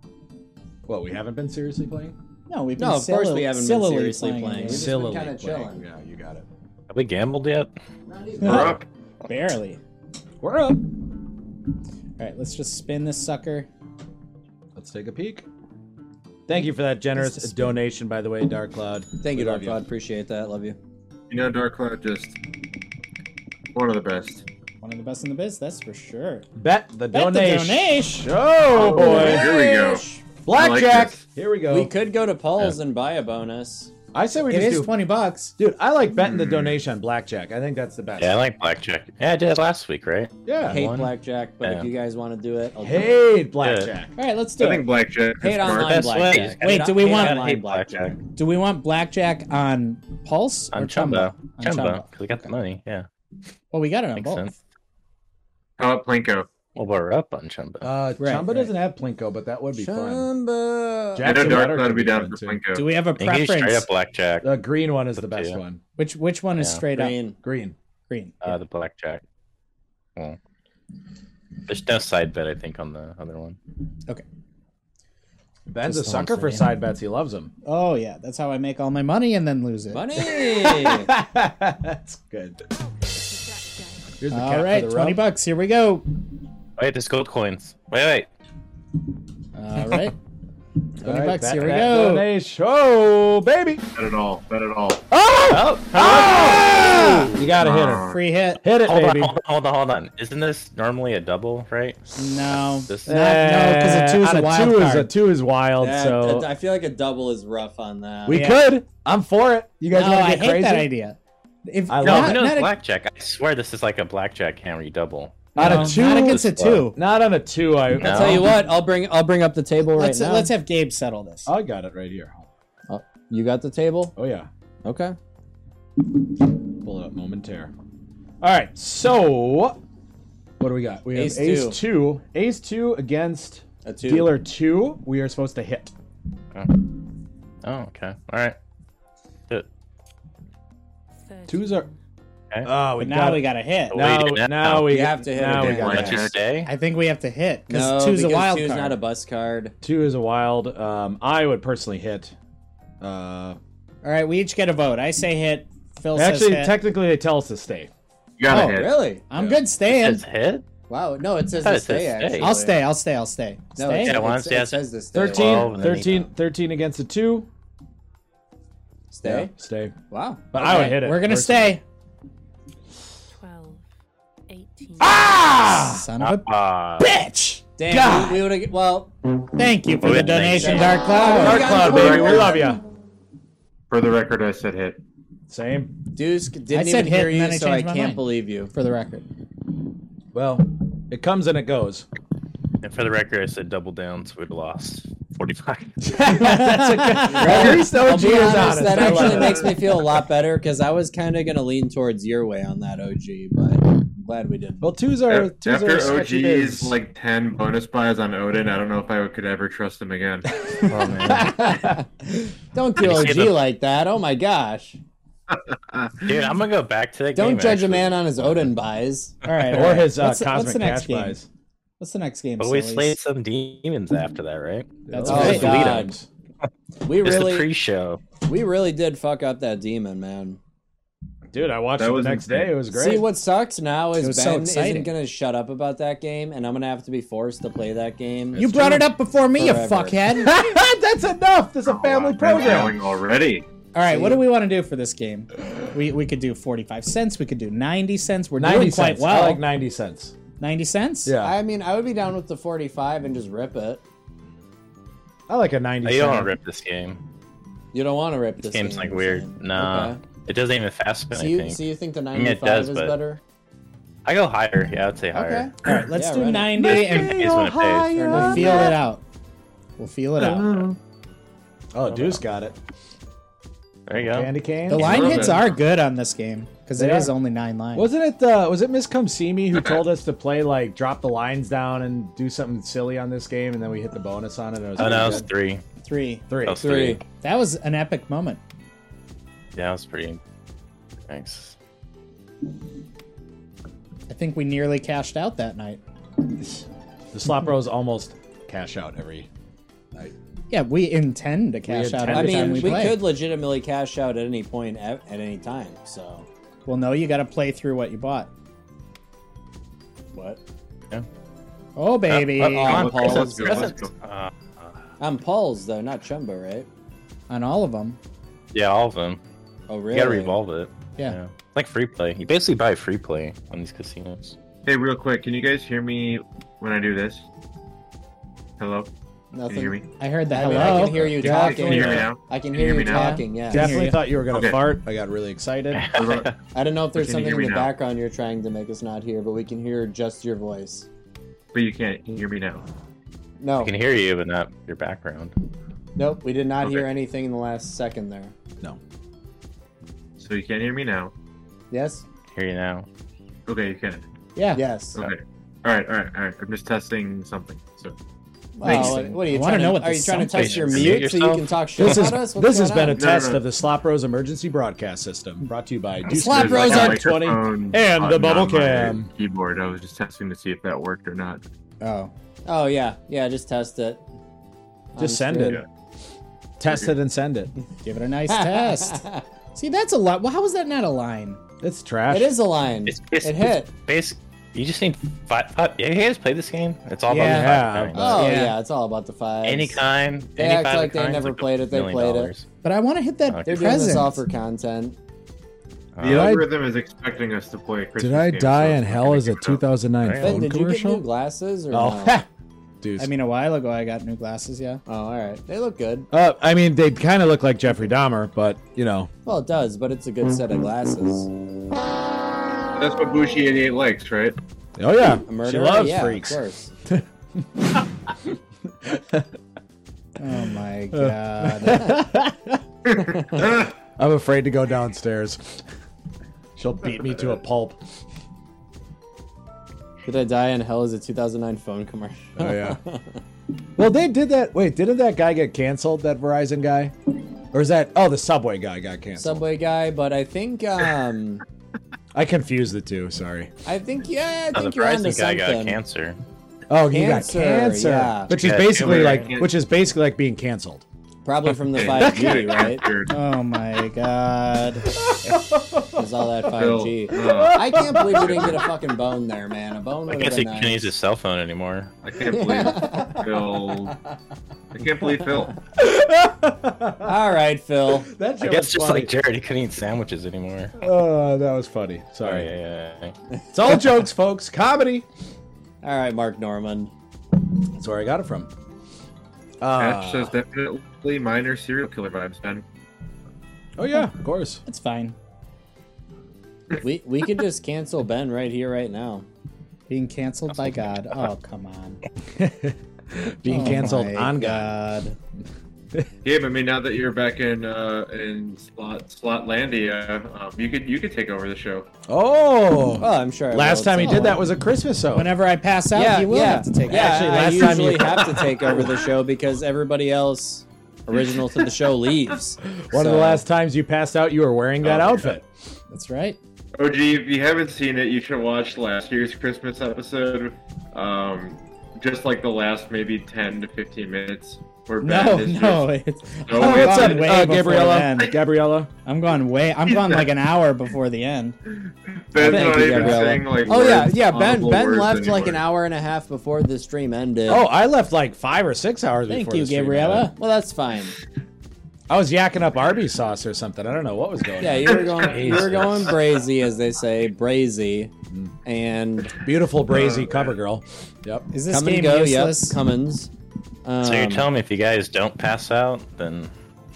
Speaker 4: What? We haven't been seriously playing.
Speaker 3: No, we've been
Speaker 6: No, of course
Speaker 3: silly-
Speaker 6: we haven't been
Speaker 3: sillily
Speaker 6: seriously playing.
Speaker 3: playing. games.
Speaker 6: just been
Speaker 3: (laughs)
Speaker 4: Sillily
Speaker 6: kinda
Speaker 4: playing.
Speaker 6: chilling.
Speaker 4: Yeah, you got it.
Speaker 7: Have we gambled yet?
Speaker 1: We're up.
Speaker 3: Barely.
Speaker 4: We're up.
Speaker 3: All right, let's just spin this sucker.
Speaker 4: Let's take a peek. Thank you for that generous
Speaker 3: Just a spin.
Speaker 4: donation, by the way, Dark Cloud.
Speaker 6: Thank
Speaker 4: We
Speaker 6: you,
Speaker 4: love
Speaker 6: Dark Cloud. Appreciate that. Love you.
Speaker 1: You know, Dark Cloud just one of the best.
Speaker 3: One of the best in the biz, that's for sure.
Speaker 4: Bet the
Speaker 3: Bet the
Speaker 4: donation.
Speaker 3: donation.
Speaker 4: Oh boy,
Speaker 1: Here we go. I like
Speaker 4: blackjack.
Speaker 1: this.
Speaker 4: Here we go.
Speaker 6: We could go to Paul's and buy a bonus.
Speaker 4: I say we
Speaker 3: It
Speaker 4: just
Speaker 3: is
Speaker 4: do.
Speaker 3: twenty bucks.
Speaker 4: Dude, I like betting the donation on blackjack. I think that's the best.
Speaker 7: Yeah, I like blackjack. Yeah, I did last week, right?
Speaker 4: Yeah.
Speaker 6: Hate
Speaker 7: one.
Speaker 6: blackjack, but if
Speaker 7: Yeah.
Speaker 6: you guys want to do it, I'll do it.
Speaker 4: Hate blackjack.
Speaker 3: All right, let's do
Speaker 1: I
Speaker 3: it.
Speaker 1: think Blackjack.
Speaker 6: Hate
Speaker 1: is
Speaker 6: online
Speaker 1: smart.
Speaker 7: Best
Speaker 6: blackjack.
Speaker 7: way.
Speaker 3: Wait, do we want-
Speaker 7: I hate
Speaker 6: Online blackjack.
Speaker 7: blackjack.
Speaker 3: Do we want blackjack on Pulse or
Speaker 7: On Chumbo.
Speaker 3: On
Speaker 7: Chumbo.
Speaker 3: Chumbo.
Speaker 7: Because we got the money. Yeah.
Speaker 3: Well, we got it on
Speaker 7: Makes
Speaker 3: both.
Speaker 7: sense.
Speaker 1: Call it Plinko.
Speaker 7: Well, we're up on Chumba.
Speaker 4: Uh,
Speaker 3: Right,
Speaker 4: Chumba
Speaker 3: right.
Speaker 4: doesn't have Plinko, but that would be fun.
Speaker 6: Chumba.
Speaker 1: I know
Speaker 4: Jackson
Speaker 1: Dark
Speaker 4: Letter
Speaker 1: Side
Speaker 4: could
Speaker 1: would be down
Speaker 4: fun,
Speaker 1: for
Speaker 4: too.
Speaker 1: Plinko.
Speaker 3: Do we have a
Speaker 7: I think he's straight up
Speaker 3: preference?
Speaker 7: blackjack.
Speaker 4: The green one is the best
Speaker 7: you.
Speaker 4: one.
Speaker 3: Which which one is
Speaker 7: Yeah.
Speaker 3: straight up?
Speaker 6: Green.
Speaker 4: Green.
Speaker 3: Green.
Speaker 7: Uh, the blackjack. Well, there's no side bet, I think, on the other one.
Speaker 4: Ben's a
Speaker 6: Just the one
Speaker 4: sucker for
Speaker 6: saying.
Speaker 4: side bets. He loves them.
Speaker 3: Oh yeah, that's how I make all my money and then lose it. (laughs)
Speaker 6: Money.
Speaker 4: (laughs) That's good. Here's the
Speaker 3: All
Speaker 4: cat
Speaker 3: right,
Speaker 4: for the
Speaker 3: twenty
Speaker 4: rub.
Speaker 3: bucks. Here we go.
Speaker 7: Wait, there's gold coins. Wait, wait.
Speaker 3: All
Speaker 4: (laughs)
Speaker 3: right,
Speaker 4: All
Speaker 3: twenty
Speaker 4: right,
Speaker 3: bucks.
Speaker 4: that-
Speaker 3: Here we
Speaker 4: that
Speaker 3: go.
Speaker 4: donation. Oh, baby.
Speaker 1: Bet it all. Bet it all.
Speaker 7: Oh,
Speaker 4: You got to hit her.
Speaker 3: Free hit.
Speaker 4: Hit it,
Speaker 7: hold on,
Speaker 4: baby.
Speaker 7: hold on, hold on, hold on. Isn't this normally a double, right?
Speaker 3: No,
Speaker 7: This
Speaker 3: Mm, Not- no, 'cause a
Speaker 4: Eh,
Speaker 3: two is
Speaker 4: on
Speaker 3: a wild
Speaker 4: two Is
Speaker 3: card.
Speaker 4: a two is wild,
Speaker 6: That-
Speaker 4: so
Speaker 6: I feel like a double is rough on that.
Speaker 4: we
Speaker 3: Yeah.
Speaker 4: could. I'm for it. You guys
Speaker 3: no,
Speaker 4: want
Speaker 3: I
Speaker 4: to get
Speaker 3: hate
Speaker 4: crazy?
Speaker 3: that idea. If
Speaker 4: I
Speaker 7: No,
Speaker 4: love
Speaker 7: no,
Speaker 4: it.
Speaker 3: not, not,
Speaker 7: it's
Speaker 3: a-
Speaker 7: blackjack. I swear this is like a blackjack hammer double.
Speaker 4: Not
Speaker 3: no,
Speaker 4: a two.
Speaker 3: not against a two.
Speaker 4: Not on a two. I.
Speaker 7: No.
Speaker 6: I'll tell you what. I'll bring. I'll bring up the table
Speaker 3: Let's
Speaker 6: right now.
Speaker 3: let's have Gabe settle this.
Speaker 4: I got it right here.
Speaker 6: Oh, you got the table.
Speaker 4: Oh yeah.
Speaker 6: Okay.
Speaker 4: Pull it up momentarily. All right. So, what do we got? We have ace,
Speaker 6: Ace
Speaker 4: two.
Speaker 6: two.
Speaker 4: Ace two against
Speaker 6: A two.
Speaker 4: dealer two. We are supposed to hit.
Speaker 7: Oh, okay. All right. Do it.
Speaker 4: Twos are.
Speaker 7: Okay.
Speaker 4: Oh, we
Speaker 3: But now
Speaker 4: got.
Speaker 3: we got a hit.
Speaker 7: Oh.
Speaker 4: now,
Speaker 7: we do
Speaker 4: now,
Speaker 7: now.
Speaker 4: we
Speaker 6: You have to hit
Speaker 4: Now
Speaker 6: it
Speaker 4: we
Speaker 6: again.
Speaker 4: got
Speaker 7: Let you stay.
Speaker 3: I think we have to hit
Speaker 6: No,
Speaker 3: because two's a
Speaker 6: because
Speaker 3: wild
Speaker 6: two's
Speaker 3: card.
Speaker 6: not a bus card.
Speaker 4: two is a wild. Um, I would personally hit. Uh,
Speaker 3: All right, we each get a vote. I say hit. Phil
Speaker 4: actually,
Speaker 3: says hit.
Speaker 4: technically, they tell us to stay.
Speaker 1: You gotta
Speaker 4: Oh,
Speaker 1: hit.
Speaker 6: really?
Speaker 3: Oh, I'm good staying.
Speaker 7: It's hit.
Speaker 6: Wow. No, it says
Speaker 7: I thought
Speaker 6: to
Speaker 7: it says
Speaker 6: stay.
Speaker 7: stay.
Speaker 6: Actually.
Speaker 3: I'll stay. I'll stay. I'll stay.
Speaker 6: No,
Speaker 3: stay.
Speaker 6: it,
Speaker 7: Yeah,
Speaker 6: says-
Speaker 7: one
Speaker 6: it
Speaker 7: says-
Speaker 6: says to stay.
Speaker 4: 13,
Speaker 7: and then
Speaker 4: 13, 13 against a two.
Speaker 6: Stay.
Speaker 4: Yeah, stay.
Speaker 6: Wow.
Speaker 4: But I would
Speaker 3: Okay,
Speaker 4: hit it.
Speaker 3: We're gonna
Speaker 4: personally.
Speaker 3: stay.
Speaker 8: 12, 18. Ah!
Speaker 3: Son of a (laughs)
Speaker 7: Uh,
Speaker 4: Ah.
Speaker 3: bitch.
Speaker 6: Damn. We, would have. Well.
Speaker 3: Thank you for
Speaker 7: We
Speaker 3: the
Speaker 7: had
Speaker 3: donation,
Speaker 7: nineteen.
Speaker 3: Dark Cloud.
Speaker 4: Dark cloud, baby. We love you.
Speaker 1: For the record, I said hit.
Speaker 4: Same.
Speaker 6: Deuce didn't
Speaker 3: I
Speaker 6: even
Speaker 3: said hit
Speaker 6: hear
Speaker 3: and
Speaker 6: you,
Speaker 3: then I
Speaker 6: so I
Speaker 3: changed my
Speaker 6: can't
Speaker 3: mind.
Speaker 6: believe you.
Speaker 3: For the record.
Speaker 4: (laughs) Well, it comes and it goes.
Speaker 7: and for the record, I said double downs. We'd have lost 45.
Speaker 4: That's a
Speaker 3: (laughs)
Speaker 4: good. At least
Speaker 6: I'll
Speaker 4: OG
Speaker 6: be
Speaker 4: is
Speaker 6: honest,
Speaker 4: honest.
Speaker 6: that
Speaker 4: I love
Speaker 6: actually
Speaker 4: it.
Speaker 6: makes me feel a lot better because I was kind of gonna lean towards your way on that OG, but I'm glad we did.
Speaker 4: Well, twos are twos are
Speaker 1: After
Speaker 4: sketchy
Speaker 1: OG's
Speaker 4: biz.
Speaker 1: like 10 bonus buys on Odin, I don't know if I could ever trust him again.
Speaker 7: oh,
Speaker 4: (laughs)
Speaker 7: man.
Speaker 6: (laughs) Don't do
Speaker 7: You see
Speaker 6: OG
Speaker 7: the-
Speaker 6: like that. Oh my gosh!
Speaker 7: Dude, I'm going to go back to that game.
Speaker 6: Don't judge a
Speaker 7: actually.
Speaker 6: man on his Odin buys.
Speaker 3: All right. all
Speaker 4: or
Speaker 3: right.
Speaker 4: his uh,
Speaker 3: What's the-
Speaker 4: cosmic
Speaker 3: what's the next
Speaker 4: cash
Speaker 3: game?
Speaker 4: buys.
Speaker 3: What's the next game?
Speaker 7: But we
Speaker 3: sillies?
Speaker 7: slayed some demons after that, right?
Speaker 3: That's
Speaker 6: Oh,
Speaker 3: right.
Speaker 6: God. We
Speaker 7: It's
Speaker 6: really,
Speaker 7: the pre-show.
Speaker 6: we really did fuck up that demon, man.
Speaker 4: Dude, I watched
Speaker 1: That
Speaker 4: it
Speaker 1: was
Speaker 4: the next
Speaker 1: insane.
Speaker 4: day. It was great.
Speaker 6: See, what sucks now
Speaker 3: It
Speaker 6: is
Speaker 3: was so
Speaker 6: Ben
Speaker 3: exciting.
Speaker 6: isn't gonna shut up about that game, and I'm gonna have to be forced to play that game.
Speaker 3: You brought it up before me, you
Speaker 6: Forever.
Speaker 3: fuckhead.
Speaker 4: (laughs) (laughs) That's enough. This is
Speaker 1: Oh,
Speaker 4: a (laughs) family
Speaker 1: I've been
Speaker 4: program.
Speaker 1: going already.
Speaker 3: All right, what do we want to do for this game? We we could do 45 cents, we could do 90 cents. We're
Speaker 4: Ninety
Speaker 3: doing quite
Speaker 4: cents.
Speaker 3: well.
Speaker 4: I like ninety cents.
Speaker 3: 90 cents?
Speaker 4: Yeah,
Speaker 6: I mean, I would be down with the 45 and just rip it.
Speaker 4: I like a ninety.
Speaker 7: Oh, you don't want
Speaker 4: cent.
Speaker 7: to rip this game.
Speaker 6: You don't want to rip this.
Speaker 7: This game's
Speaker 6: game,
Speaker 7: like
Speaker 6: I'm
Speaker 7: weird.
Speaker 6: saying.
Speaker 7: Nah.
Speaker 6: Okay.
Speaker 7: It doesn't even fast spin,
Speaker 6: So
Speaker 7: I
Speaker 6: you,
Speaker 7: think.
Speaker 6: so you think the
Speaker 7: mean,
Speaker 6: 95
Speaker 7: it does,
Speaker 6: is
Speaker 7: but-
Speaker 6: better?
Speaker 7: I go higher. Yeah, I'd say higher.
Speaker 3: All right, let's
Speaker 6: Yeah,
Speaker 3: do
Speaker 6: right.
Speaker 3: 90 and
Speaker 7: Pays when it pays.
Speaker 3: and we'll feel it out. We'll feel it out.
Speaker 4: Oh, Deuce got it.
Speaker 7: There you go.
Speaker 4: Candy cane.
Speaker 3: The line
Speaker 1: love
Speaker 3: hits
Speaker 1: it.
Speaker 3: are good on this game because it
Speaker 4: They
Speaker 3: is
Speaker 4: are.
Speaker 3: only nine lines.
Speaker 4: Wasn't it uh was it Miss Come See Me
Speaker 1: (laughs)
Speaker 4: who told us to play like drop the lines down and do something silly on this game and then we hit the bonus on it and it was
Speaker 7: Oh, no, it
Speaker 4: really
Speaker 7: was
Speaker 4: good?
Speaker 7: three.
Speaker 3: three?
Speaker 4: three.
Speaker 7: That was
Speaker 6: Three.
Speaker 7: three.
Speaker 3: That was an epic moment.
Speaker 7: Yeah, that was pretty. Thanks.
Speaker 3: I think we nearly cashed out that night.
Speaker 4: The slop rolls almost cash out every night.
Speaker 3: Yeah, we intend to cash out
Speaker 4: intend
Speaker 3: every
Speaker 6: I
Speaker 4: Every
Speaker 3: time
Speaker 6: mean,
Speaker 3: we,
Speaker 6: we,
Speaker 3: play.
Speaker 6: could legitimately cash out at any point e, at, at any time. So
Speaker 3: Well, no, you got to play through what you bought.
Speaker 6: what?
Speaker 3: Oh, baby.
Speaker 7: Up, up,
Speaker 6: on
Speaker 7: up,
Speaker 6: Paul.
Speaker 7: Uh,
Speaker 1: Let's
Speaker 7: presents,
Speaker 1: go, let's
Speaker 7: presents. Uh,
Speaker 6: I'm Paul's though, not Chumba, right?
Speaker 3: on all of them.
Speaker 7: yeah, all of them.
Speaker 6: Oh
Speaker 7: You
Speaker 6: really?
Speaker 7: gotta revolve it.
Speaker 3: Yeah.
Speaker 7: It's Like free play. You basically buy free play on these casinos.
Speaker 1: Hey, real quick, can you guys hear me when I do this? Hello? Can
Speaker 6: Nothing.
Speaker 1: you hear me?
Speaker 3: I heard the
Speaker 6: I, mean,
Speaker 3: hello.
Speaker 6: I can hear you talking.
Speaker 1: Can you hear me now?
Speaker 6: I can
Speaker 1: Can
Speaker 6: hear
Speaker 1: you hear
Speaker 6: you
Speaker 1: me now?
Speaker 6: talking. Yeah.
Speaker 4: Definitely
Speaker 3: you.
Speaker 4: thought you were gonna
Speaker 1: Okay.
Speaker 4: fart. I got
Speaker 1: (laughs)
Speaker 4: really excited.
Speaker 1: What about-
Speaker 6: I don't know if there's
Speaker 1: Can you
Speaker 6: something
Speaker 1: hear
Speaker 6: in the
Speaker 1: me now?
Speaker 6: background you're trying to make us not hear, but we can hear just your voice.
Speaker 1: but you can't. Can you hear me now?
Speaker 6: No,
Speaker 7: (laughs) I can hear you, but not your background.
Speaker 6: nope, we did not hear
Speaker 1: Okay.
Speaker 6: anything in the last second there.
Speaker 4: no.
Speaker 1: So you can't hear me now?
Speaker 6: Yes,
Speaker 7: Hear you now.
Speaker 1: Okay, you can.
Speaker 3: Yeah.
Speaker 6: yes.
Speaker 1: Okay. All right, all right, all right. I'm just testing something. So
Speaker 6: Wow, what, what are you
Speaker 3: I wanna
Speaker 6: trying to
Speaker 3: know what
Speaker 6: Are you
Speaker 3: this
Speaker 6: trying to
Speaker 3: sound
Speaker 6: test your
Speaker 7: is.
Speaker 6: mute
Speaker 7: Mute
Speaker 6: so you
Speaker 7: yourself.
Speaker 6: can talk shit
Speaker 4: This is
Speaker 6: about us? What's
Speaker 4: this has
Speaker 6: going
Speaker 4: been a
Speaker 6: on?
Speaker 1: No, no,
Speaker 4: test
Speaker 1: no.
Speaker 4: of the Slop Rose Emergency Broadcast System, brought to you by Deuce
Speaker 3: Slop
Speaker 1: There's,
Speaker 4: Grizzly
Speaker 3: Rose
Speaker 1: a
Speaker 3: on
Speaker 4: Cat 20
Speaker 1: microphone
Speaker 4: and the
Speaker 1: button on
Speaker 4: bubble
Speaker 1: my
Speaker 4: cam.
Speaker 1: keyboard. I was just testing to see if that worked or not.
Speaker 3: Oh.
Speaker 6: Oh yeah, yeah. Just test it.
Speaker 4: Just send
Speaker 6: Honestly. (laughs)
Speaker 4: it. Test it and send it.
Speaker 3: Give it a
Speaker 6: (laughs)
Speaker 3: nice test. See, that's a lot. Well, how is that not a line?
Speaker 4: It's trash.
Speaker 6: It is a line.
Speaker 7: It's, it's,
Speaker 6: it hit.
Speaker 7: It's basic. You just need five. five you guys play this game? It's all
Speaker 3: Yeah.
Speaker 7: about the five.
Speaker 4: Yeah.
Speaker 7: pounds.
Speaker 6: Oh
Speaker 3: Yeah.
Speaker 6: yeah. it's all about the five.
Speaker 7: Uh, any kind.
Speaker 6: They
Speaker 7: any
Speaker 6: act
Speaker 7: five
Speaker 6: like they
Speaker 7: kinds,
Speaker 6: never
Speaker 7: like a
Speaker 6: played it, they
Speaker 7: million
Speaker 6: played it.
Speaker 7: dollars.
Speaker 3: But I want to hit that
Speaker 7: Okay.
Speaker 6: They're doing this
Speaker 3: present.
Speaker 6: all for content.
Speaker 1: The
Speaker 7: Uh,
Speaker 4: I-
Speaker 1: algorithm is expecting us to play. a Christmas
Speaker 4: Did I
Speaker 1: game,
Speaker 4: die
Speaker 1: so
Speaker 4: in
Speaker 1: it's
Speaker 4: hell
Speaker 1: gonna
Speaker 4: as a
Speaker 1: give it up.
Speaker 7: Right.
Speaker 4: 2009
Speaker 6: Ben,
Speaker 4: phone
Speaker 6: did you get
Speaker 4: commercial?
Speaker 6: new glasses or
Speaker 4: oh, (laughs)
Speaker 6: no?
Speaker 4: Deuce.
Speaker 3: I mean, a while ago I got new glasses. Yeah.
Speaker 6: Oh, all right. They look good.
Speaker 4: uh, I mean, they kind of look like Jeffrey Dahmer, but you know,
Speaker 6: Well, it does, but it's a good set of glasses.
Speaker 1: That's what Bushi 88 likes, right?
Speaker 4: oh yeah,
Speaker 6: A murderer?
Speaker 4: she loves
Speaker 6: yeah,
Speaker 4: freaks.
Speaker 6: Of course.
Speaker 3: Oh my god.
Speaker 4: I'm afraid to go downstairs. She'll beat me to a pulp.
Speaker 6: Did I die in hell is a 2009 phone commercial?
Speaker 4: Oh
Speaker 6: (laughs)
Speaker 4: yeah. well, they did that. Wait, didn't that guy get canceled? That Verizon guy, or is that? Oh, the Subway guy got canceled.
Speaker 6: Subway guy, but I think um
Speaker 4: I confused the two. Sorry.
Speaker 6: I think yeah, I
Speaker 7: Oh, the
Speaker 6: think you're onto
Speaker 7: Verizon guy
Speaker 6: something.
Speaker 7: got cancer.
Speaker 4: Oh, he
Speaker 6: Cancer,
Speaker 4: got cancer,
Speaker 6: yeah.
Speaker 4: which is
Speaker 7: Yeah,
Speaker 4: basically
Speaker 7: yeah.
Speaker 4: like, which is basically like being canceled.
Speaker 6: Probably from
Speaker 7: (laughs)
Speaker 6: the
Speaker 1: (laughs)
Speaker 6: 5G, right?
Speaker 1: Weird.
Speaker 3: Oh my god.
Speaker 6: It's all that
Speaker 1: Bill,
Speaker 6: 5G.
Speaker 1: uh,
Speaker 6: I can't believe you didn't get a fucking bone there, man. A bone
Speaker 7: I
Speaker 6: would
Speaker 7: guess
Speaker 6: have
Speaker 7: he
Speaker 6: been
Speaker 7: can't use
Speaker 6: nice.
Speaker 7: his cell phone anymore.
Speaker 1: I
Speaker 4: (laughs)
Speaker 1: can't believe Phil. I can't believe Phil.
Speaker 6: All right, Phil.
Speaker 4: That
Speaker 7: I guess just like Jared, he couldn't eat sandwiches anymore.
Speaker 4: Oh, that was funny.
Speaker 7: Oh,
Speaker 4: Sorry.
Speaker 7: yeah, yeah, yeah.
Speaker 4: It's all jokes, folks. Comedy.
Speaker 6: All right, Mark Norman.
Speaker 4: That's where I got it from.
Speaker 1: Ash
Speaker 4: Uh,
Speaker 1: says definitely minor serial killer vibes, man.
Speaker 4: oh yeah, of course.
Speaker 3: It's fine.
Speaker 6: We we could just cancel Ben right here, right now.
Speaker 3: Being canceled by God. Oh come on.
Speaker 4: Being
Speaker 3: Oh
Speaker 4: canceled
Speaker 3: my
Speaker 4: on God.
Speaker 3: God.
Speaker 1: Yeah, but I mean, now that you're back in uh, in slot Slotlandia, um, you could you could take over the show.
Speaker 4: Oh.
Speaker 6: Well, I'm sure. I
Speaker 4: Last
Speaker 6: will.
Speaker 4: time he
Speaker 6: It's
Speaker 4: did
Speaker 6: all-
Speaker 4: that was a Christmas show.
Speaker 3: Whenever I pass out,
Speaker 6: yeah,
Speaker 3: you will
Speaker 6: yeah.
Speaker 3: have to take
Speaker 6: yeah,
Speaker 3: action.
Speaker 4: Actually, last
Speaker 6: I
Speaker 4: time you- (laughs)
Speaker 6: usually have to take over the show because everybody else original to the show leaves.
Speaker 4: One of the
Speaker 6: So-
Speaker 4: last times you passed out, you were wearing that
Speaker 1: Oh, yeah.
Speaker 4: outfit.
Speaker 3: That's right.
Speaker 1: OG, if you haven't seen it, you should watch last year's Christmas episode. Um, just like the last maybe ten to fifteen minutes, where
Speaker 3: No,
Speaker 1: Ben is
Speaker 3: no.
Speaker 1: just
Speaker 3: It's,
Speaker 1: so
Speaker 3: Oh,
Speaker 4: What's
Speaker 1: excited.
Speaker 4: up,
Speaker 3: God, way
Speaker 4: uh,
Speaker 3: before
Speaker 4: Gabriella?
Speaker 3: then.
Speaker 4: Gabriella.
Speaker 3: I'm going way. I'm going like an hour before the end.
Speaker 1: Ben's
Speaker 6: Thank
Speaker 1: not
Speaker 6: you,
Speaker 1: even
Speaker 6: Gabriella.
Speaker 1: saying like.
Speaker 6: Oh yeah,
Speaker 1: words-
Speaker 6: yeah. Ben
Speaker 1: audible
Speaker 6: Ben
Speaker 1: words
Speaker 6: left like an
Speaker 1: anymore.
Speaker 6: hour and a half before the stream ended.
Speaker 4: Oh, I left like five or six hours
Speaker 3: Thank
Speaker 4: before
Speaker 3: you,
Speaker 4: the stream
Speaker 3: Gabriella.
Speaker 4: ended.
Speaker 6: well, that's fine.
Speaker 4: I was yakking up Arby's sauce or something. I don't know what was going (laughs)
Speaker 6: Yeah,
Speaker 4: on.
Speaker 6: you were going you were going brazy, as they say, brazy, and
Speaker 4: Beautiful, brazy cover girl. Yep.
Speaker 3: Is this
Speaker 6: come and
Speaker 3: game
Speaker 6: go. Yep,
Speaker 3: useless?
Speaker 6: Cummins. Um,
Speaker 7: So you're telling me if you guys don't pass out, then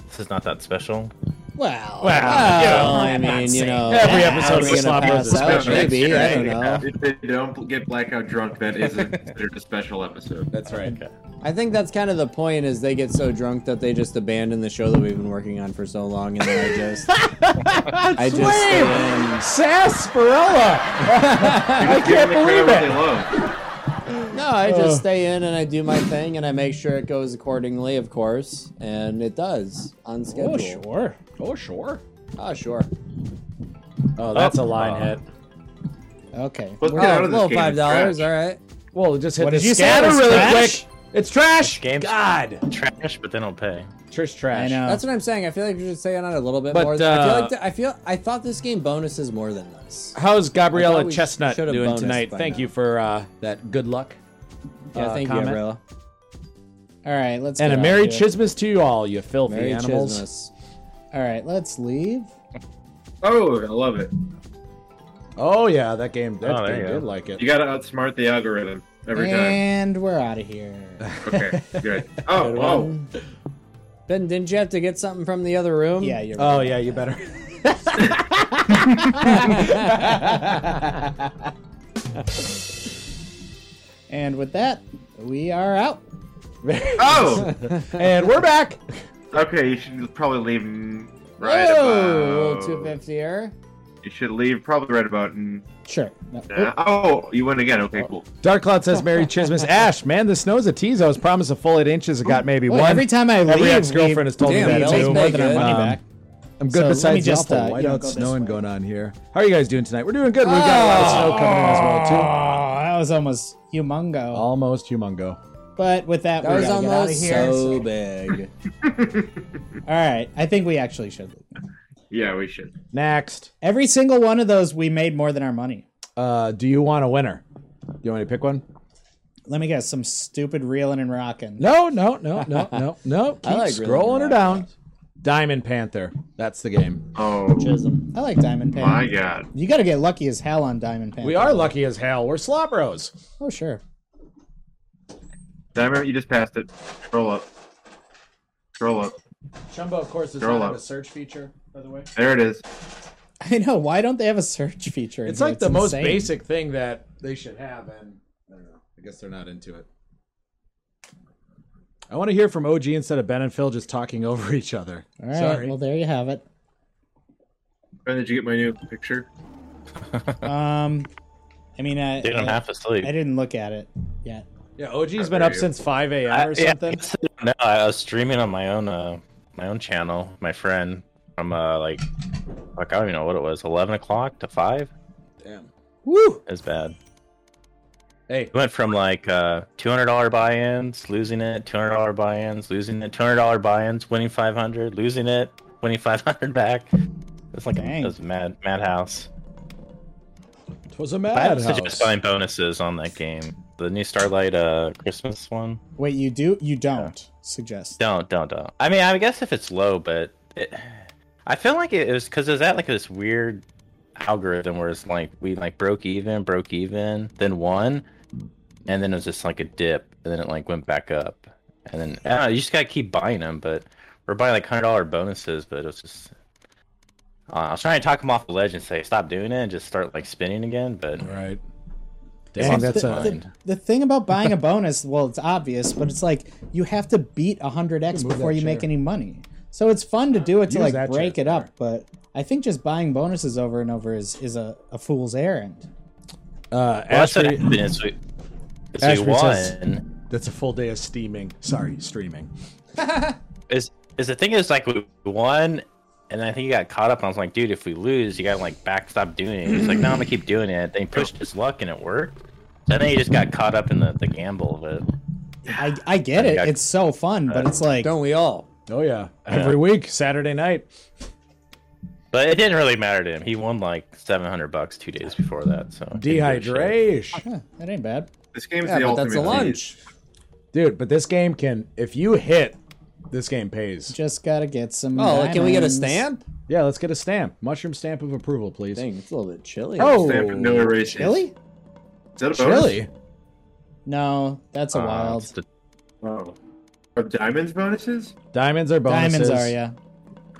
Speaker 7: this is not that special?
Speaker 6: well,
Speaker 4: Well,
Speaker 6: well,
Speaker 4: you know,
Speaker 6: I
Speaker 3: I'm not
Speaker 6: mean, you
Speaker 3: saying
Speaker 6: know,
Speaker 4: that. Every
Speaker 6: are
Speaker 4: episode
Speaker 6: we
Speaker 4: of
Speaker 6: gonna
Speaker 4: Slop House
Speaker 6: pass
Speaker 4: is
Speaker 6: out?
Speaker 4: special.
Speaker 6: Maybe I don't
Speaker 1: Right.
Speaker 6: know.
Speaker 1: If they don't get blackout drunk, that
Speaker 6: (laughs)
Speaker 1: isn't considered a special episode.
Speaker 4: That's right.
Speaker 6: I think that's kind of the point is they get so drunk that they just abandon the show that we've been working on for so long and then I just I just stay in.
Speaker 4: Sarsaparilla. I can't believe it.
Speaker 6: No, I just
Speaker 4: Uh.
Speaker 6: stay in and I do my thing and I make sure it goes accordingly, of course, and it does on schedule.
Speaker 4: Oh sure. Oh sure.
Speaker 6: Oh, sure.
Speaker 4: Oh, that's a
Speaker 7: Oh.
Speaker 4: line hit.
Speaker 3: Okay.
Speaker 1: Let's get
Speaker 6: Oh,
Speaker 1: out of this
Speaker 6: well,
Speaker 1: game.
Speaker 6: five dollars,
Speaker 1: It's
Speaker 6: all right.
Speaker 4: Well, just hit
Speaker 3: What
Speaker 4: the
Speaker 3: did you say?
Speaker 4: scatter
Speaker 3: It was
Speaker 4: really
Speaker 3: trash?
Speaker 4: quick. It's trash.
Speaker 7: Game's-
Speaker 4: God.
Speaker 7: Trash, but they don't pay.
Speaker 4: Trish trash.
Speaker 3: I know.
Speaker 6: That's what I'm saying. I feel like we should stay on it a little bit
Speaker 4: But,
Speaker 6: more. I feel
Speaker 4: uh,
Speaker 6: like th- I feel I thought this game bonuses more than this.
Speaker 4: How's
Speaker 6: I thought
Speaker 4: Gabriella
Speaker 6: we
Speaker 4: Chestnut
Speaker 6: should've
Speaker 4: doing
Speaker 6: bonused
Speaker 4: tonight?
Speaker 6: by
Speaker 4: Thank
Speaker 6: now.
Speaker 4: you for uh, that good luck.
Speaker 6: Yeah,
Speaker 4: Uh,
Speaker 6: thank
Speaker 4: comment?
Speaker 6: you, Gabriella.
Speaker 3: All right. Let's.
Speaker 4: And a
Speaker 3: get out
Speaker 4: merry
Speaker 3: of here.
Speaker 4: Chismas to you all, you filthy
Speaker 6: Merry
Speaker 4: animals.
Speaker 6: Christmas.
Speaker 3: All right. Let's leave.
Speaker 1: Oh, I love it.
Speaker 4: Oh yeah, that game. That
Speaker 7: Oh, there
Speaker 4: game
Speaker 7: you
Speaker 4: did
Speaker 7: go.
Speaker 4: like it.
Speaker 1: You gotta outsmart the algorithm every time.
Speaker 3: And we're out
Speaker 4: (laughs)
Speaker 3: of here.
Speaker 1: Okay,
Speaker 6: (laughs)
Speaker 1: good. Oh,
Speaker 6: Eh. Good
Speaker 1: whoa.
Speaker 6: one. Ben, didn't you have to get something from the other room?
Speaker 3: Yeah, you're right.
Speaker 4: Oh yeah, you better.
Speaker 3: And with that, we are out.
Speaker 1: Oh!
Speaker 4: and we're back.
Speaker 1: Okay, you should probably leave n- right
Speaker 6: Oh,
Speaker 1: about...
Speaker 6: 250 er
Speaker 1: You should leave probably right about. n-
Speaker 3: Sure. No.
Speaker 1: Nah. Oh, you went again. Okay, cool.
Speaker 4: Dark Cloud says, Mary (laughs) Chismas, Ash, man, the snow's a tease. I was promised a full eight inches. I got maybe
Speaker 3: Well,
Speaker 4: one.
Speaker 3: every time I
Speaker 4: Oh, Every
Speaker 3: leave,
Speaker 4: ex-girlfriend
Speaker 3: we-
Speaker 4: has told me
Speaker 6: Damn,
Speaker 4: that
Speaker 6: that
Speaker 3: we
Speaker 6: was
Speaker 4: too.
Speaker 3: take more than our
Speaker 6: good.
Speaker 3: money
Speaker 4: Um,
Speaker 3: back.
Speaker 4: I'm
Speaker 3: So
Speaker 4: good
Speaker 3: let me
Speaker 4: besides
Speaker 3: just,
Speaker 4: just,
Speaker 3: uh,
Speaker 4: Why
Speaker 3: you know,
Speaker 4: not
Speaker 3: go this
Speaker 4: snowing
Speaker 3: way.
Speaker 4: going on here? How are you guys doing tonight? We're doing good. We've got a lot of snow coming in as well, too.
Speaker 3: Oh, that was almost humongo.
Speaker 4: Almost humongo.
Speaker 3: But with that,
Speaker 6: That
Speaker 3: we
Speaker 6: was
Speaker 3: gotta get out of
Speaker 6: almost
Speaker 3: here.
Speaker 6: so big.
Speaker 3: All right, I think we actually should.
Speaker 1: Yeah, we should.
Speaker 4: Next.
Speaker 3: Every single one of those, we made more than our money.
Speaker 4: Uh, do you want a winner? Do you want me to pick one?
Speaker 3: Let me guess, some stupid reeling and rocking.
Speaker 4: No, no, no, no, no, no. Keep
Speaker 6: I like really
Speaker 4: scrolling her
Speaker 6: rock
Speaker 4: down. Diamond Panther. That's the game.
Speaker 1: Oh
Speaker 6: Chisholm.
Speaker 3: I like Diamond Pan.
Speaker 1: my god.
Speaker 3: You got to get lucky as hell on Diamond Pan.
Speaker 4: We are lucky as hell. We're slop bros.
Speaker 3: Oh sure. (laughs)
Speaker 1: Diamond, you just passed it. Scroll up. Scroll up.
Speaker 4: Chumbo, of course, does
Speaker 1: Girl
Speaker 4: not have
Speaker 1: up.
Speaker 4: a search feature, by the way.
Speaker 1: There it is.
Speaker 3: I know. Why don't they have a search feature? in
Speaker 4: It's
Speaker 3: here?
Speaker 4: like the most
Speaker 3: insane.
Speaker 4: basic thing that they should have, and I don't know. I guess they're not into it. I want to hear from OG instead of Ben and Phil just talking (laughs) over each other.
Speaker 3: All right.
Speaker 4: Sorry.
Speaker 3: Well, there you have it.
Speaker 1: Ben, did you get my new picture?
Speaker 3: Um, I mean, I
Speaker 7: Dude, I'm
Speaker 3: I,
Speaker 7: half asleep.
Speaker 3: I didn't look at it yet.
Speaker 4: yeah, OG's
Speaker 1: How
Speaker 4: been
Speaker 1: dare
Speaker 4: up
Speaker 1: you.
Speaker 4: since 5
Speaker 7: I-
Speaker 4: a.m. or
Speaker 7: yeah,
Speaker 4: something.
Speaker 7: I- no, I was streaming on my own uh my own channel, my friend from uh like like I don't even know what it was, eleven o'clock to five.
Speaker 4: Damn.
Speaker 3: Woo!
Speaker 7: It's bad.
Speaker 4: Hey,
Speaker 7: It went from like uh two hundred dollar buy-ins, losing it, two hundred dollar buy-ins, losing it, two hundred dollar buy-ins, winning five hundred, losing it, winning five hundred back. It's like a,
Speaker 3: Dang.
Speaker 7: it was mad madhouse.
Speaker 4: it was a
Speaker 7: I
Speaker 4: mad
Speaker 7: would suggest buying bonuses on that game. The new Starlight uh Christmas one.
Speaker 3: Wait, you do? You don't suggest?
Speaker 7: Don't, don't, don't. I mean, I guess if it's low, but it, I feel like it, was because it was at like this weird algorithm where it's like we like broke even, broke even, then won, and then it was just like a dip, and then it like went back up, and then I don't know, you just gotta keep buying them. But we're buying like hundred dollar bonuses, but it was just. Uh, I was trying to talk him off the ledge and say stop doing it and just start like spinning again, but
Speaker 4: Right.
Speaker 7: Yeah,
Speaker 4: Dang, that's
Speaker 3: the,
Speaker 4: a.
Speaker 3: the, the thing about buying a bonus. Well, it's obvious, but it's like you have to beat hundred x
Speaker 4: move
Speaker 3: before
Speaker 4: that
Speaker 3: you make
Speaker 4: chair.
Speaker 3: any money. So it's fun to do it to
Speaker 4: Use
Speaker 3: like
Speaker 4: that
Speaker 3: break
Speaker 4: chair.
Speaker 3: it up, but I think just buying bonuses over and over is is a, a fool's errand.
Speaker 4: Uh,
Speaker 7: well, that's what
Speaker 4: Ashby-
Speaker 7: happened. is we, is we
Speaker 4: Ashby
Speaker 7: won.
Speaker 4: says- That's a full day of steaming. Sorry, streaming.
Speaker 7: is is the thing is like we won and I think he got caught up and I was like, dude, if we lose, you gotta like back stop doing it. He's like, No, I'm gonna keep doing it. Then he pushed his luck and it worked. So I think he just got caught up in the, the gamble of it.
Speaker 3: I I get it.
Speaker 7: Yeah.
Speaker 3: It's so fun, but it's like
Speaker 6: Don't we all?
Speaker 4: Oh yeah, every week Saturday night.
Speaker 7: But it didn't really matter to him. He won like seven hundred bucks two days before that. So it didn't do a shit.
Speaker 4: Dehydration,
Speaker 3: huh, that ain't bad.
Speaker 1: This game's
Speaker 6: Yeah,
Speaker 1: the
Speaker 6: but
Speaker 1: ultimate.
Speaker 6: that's a
Speaker 1: tease.
Speaker 6: lunch.
Speaker 4: dude. But this game can, if you hit, this game pays.
Speaker 3: Just gotta get some.
Speaker 6: Oh, like, can we get a
Speaker 3: diamonds.
Speaker 6: stamp?
Speaker 4: Yeah, let's get a stamp, mushroom stamp of approval, please.
Speaker 6: Dang, it's a little bit chilly.
Speaker 4: Oh,
Speaker 1: Stamp and no erasures.
Speaker 3: Really?
Speaker 1: Is that a bonus?
Speaker 4: chili.
Speaker 3: No, that's a
Speaker 7: Uh,
Speaker 3: wild.
Speaker 7: it's the-
Speaker 1: Oh. Are diamonds bonuses?
Speaker 4: Diamonds are bonuses.
Speaker 3: Diamonds are yeah.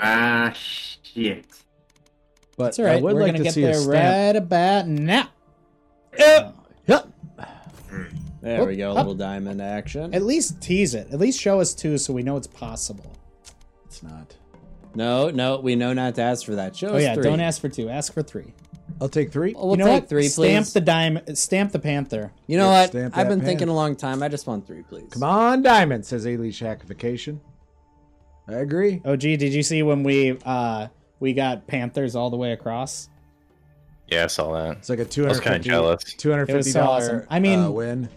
Speaker 1: Ah, shit.
Speaker 4: But
Speaker 3: That's all right.
Speaker 4: I would
Speaker 3: We're
Speaker 4: like
Speaker 3: gonna
Speaker 4: to
Speaker 3: get
Speaker 4: see a
Speaker 3: there
Speaker 4: stamp.
Speaker 3: right about now.
Speaker 4: Yep.
Speaker 6: There we go, a little diamond action.
Speaker 3: At least tease it. At least show us two, so we know it's possible.
Speaker 4: It's not.
Speaker 6: No, no, we know not to ask for that. Show
Speaker 3: Oh
Speaker 6: us
Speaker 3: yeah, do
Speaker 6: three.
Speaker 3: don't ask for two. Ask for three.
Speaker 4: I'll take three.
Speaker 6: Well, we'll
Speaker 3: you know
Speaker 6: take
Speaker 3: what?
Speaker 6: three,
Speaker 3: Stamp
Speaker 6: please.
Speaker 3: the diamond. Stamp the panther.
Speaker 6: you know
Speaker 4: Yeah,
Speaker 6: what?
Speaker 4: stamp
Speaker 6: I've
Speaker 4: that
Speaker 6: been
Speaker 4: pan.
Speaker 6: thinking a long time. I just want three, please.
Speaker 4: Come on, diamond says Ailey Shackification. I agree.
Speaker 3: Oh gee, did you see when we uh we got panthers all the way across?
Speaker 7: Yeah, I saw that.
Speaker 4: It's like a
Speaker 7: was kinda
Speaker 4: 250
Speaker 7: jealous.
Speaker 3: It was
Speaker 4: $250
Speaker 3: so awesome. I mean,
Speaker 4: uh, win.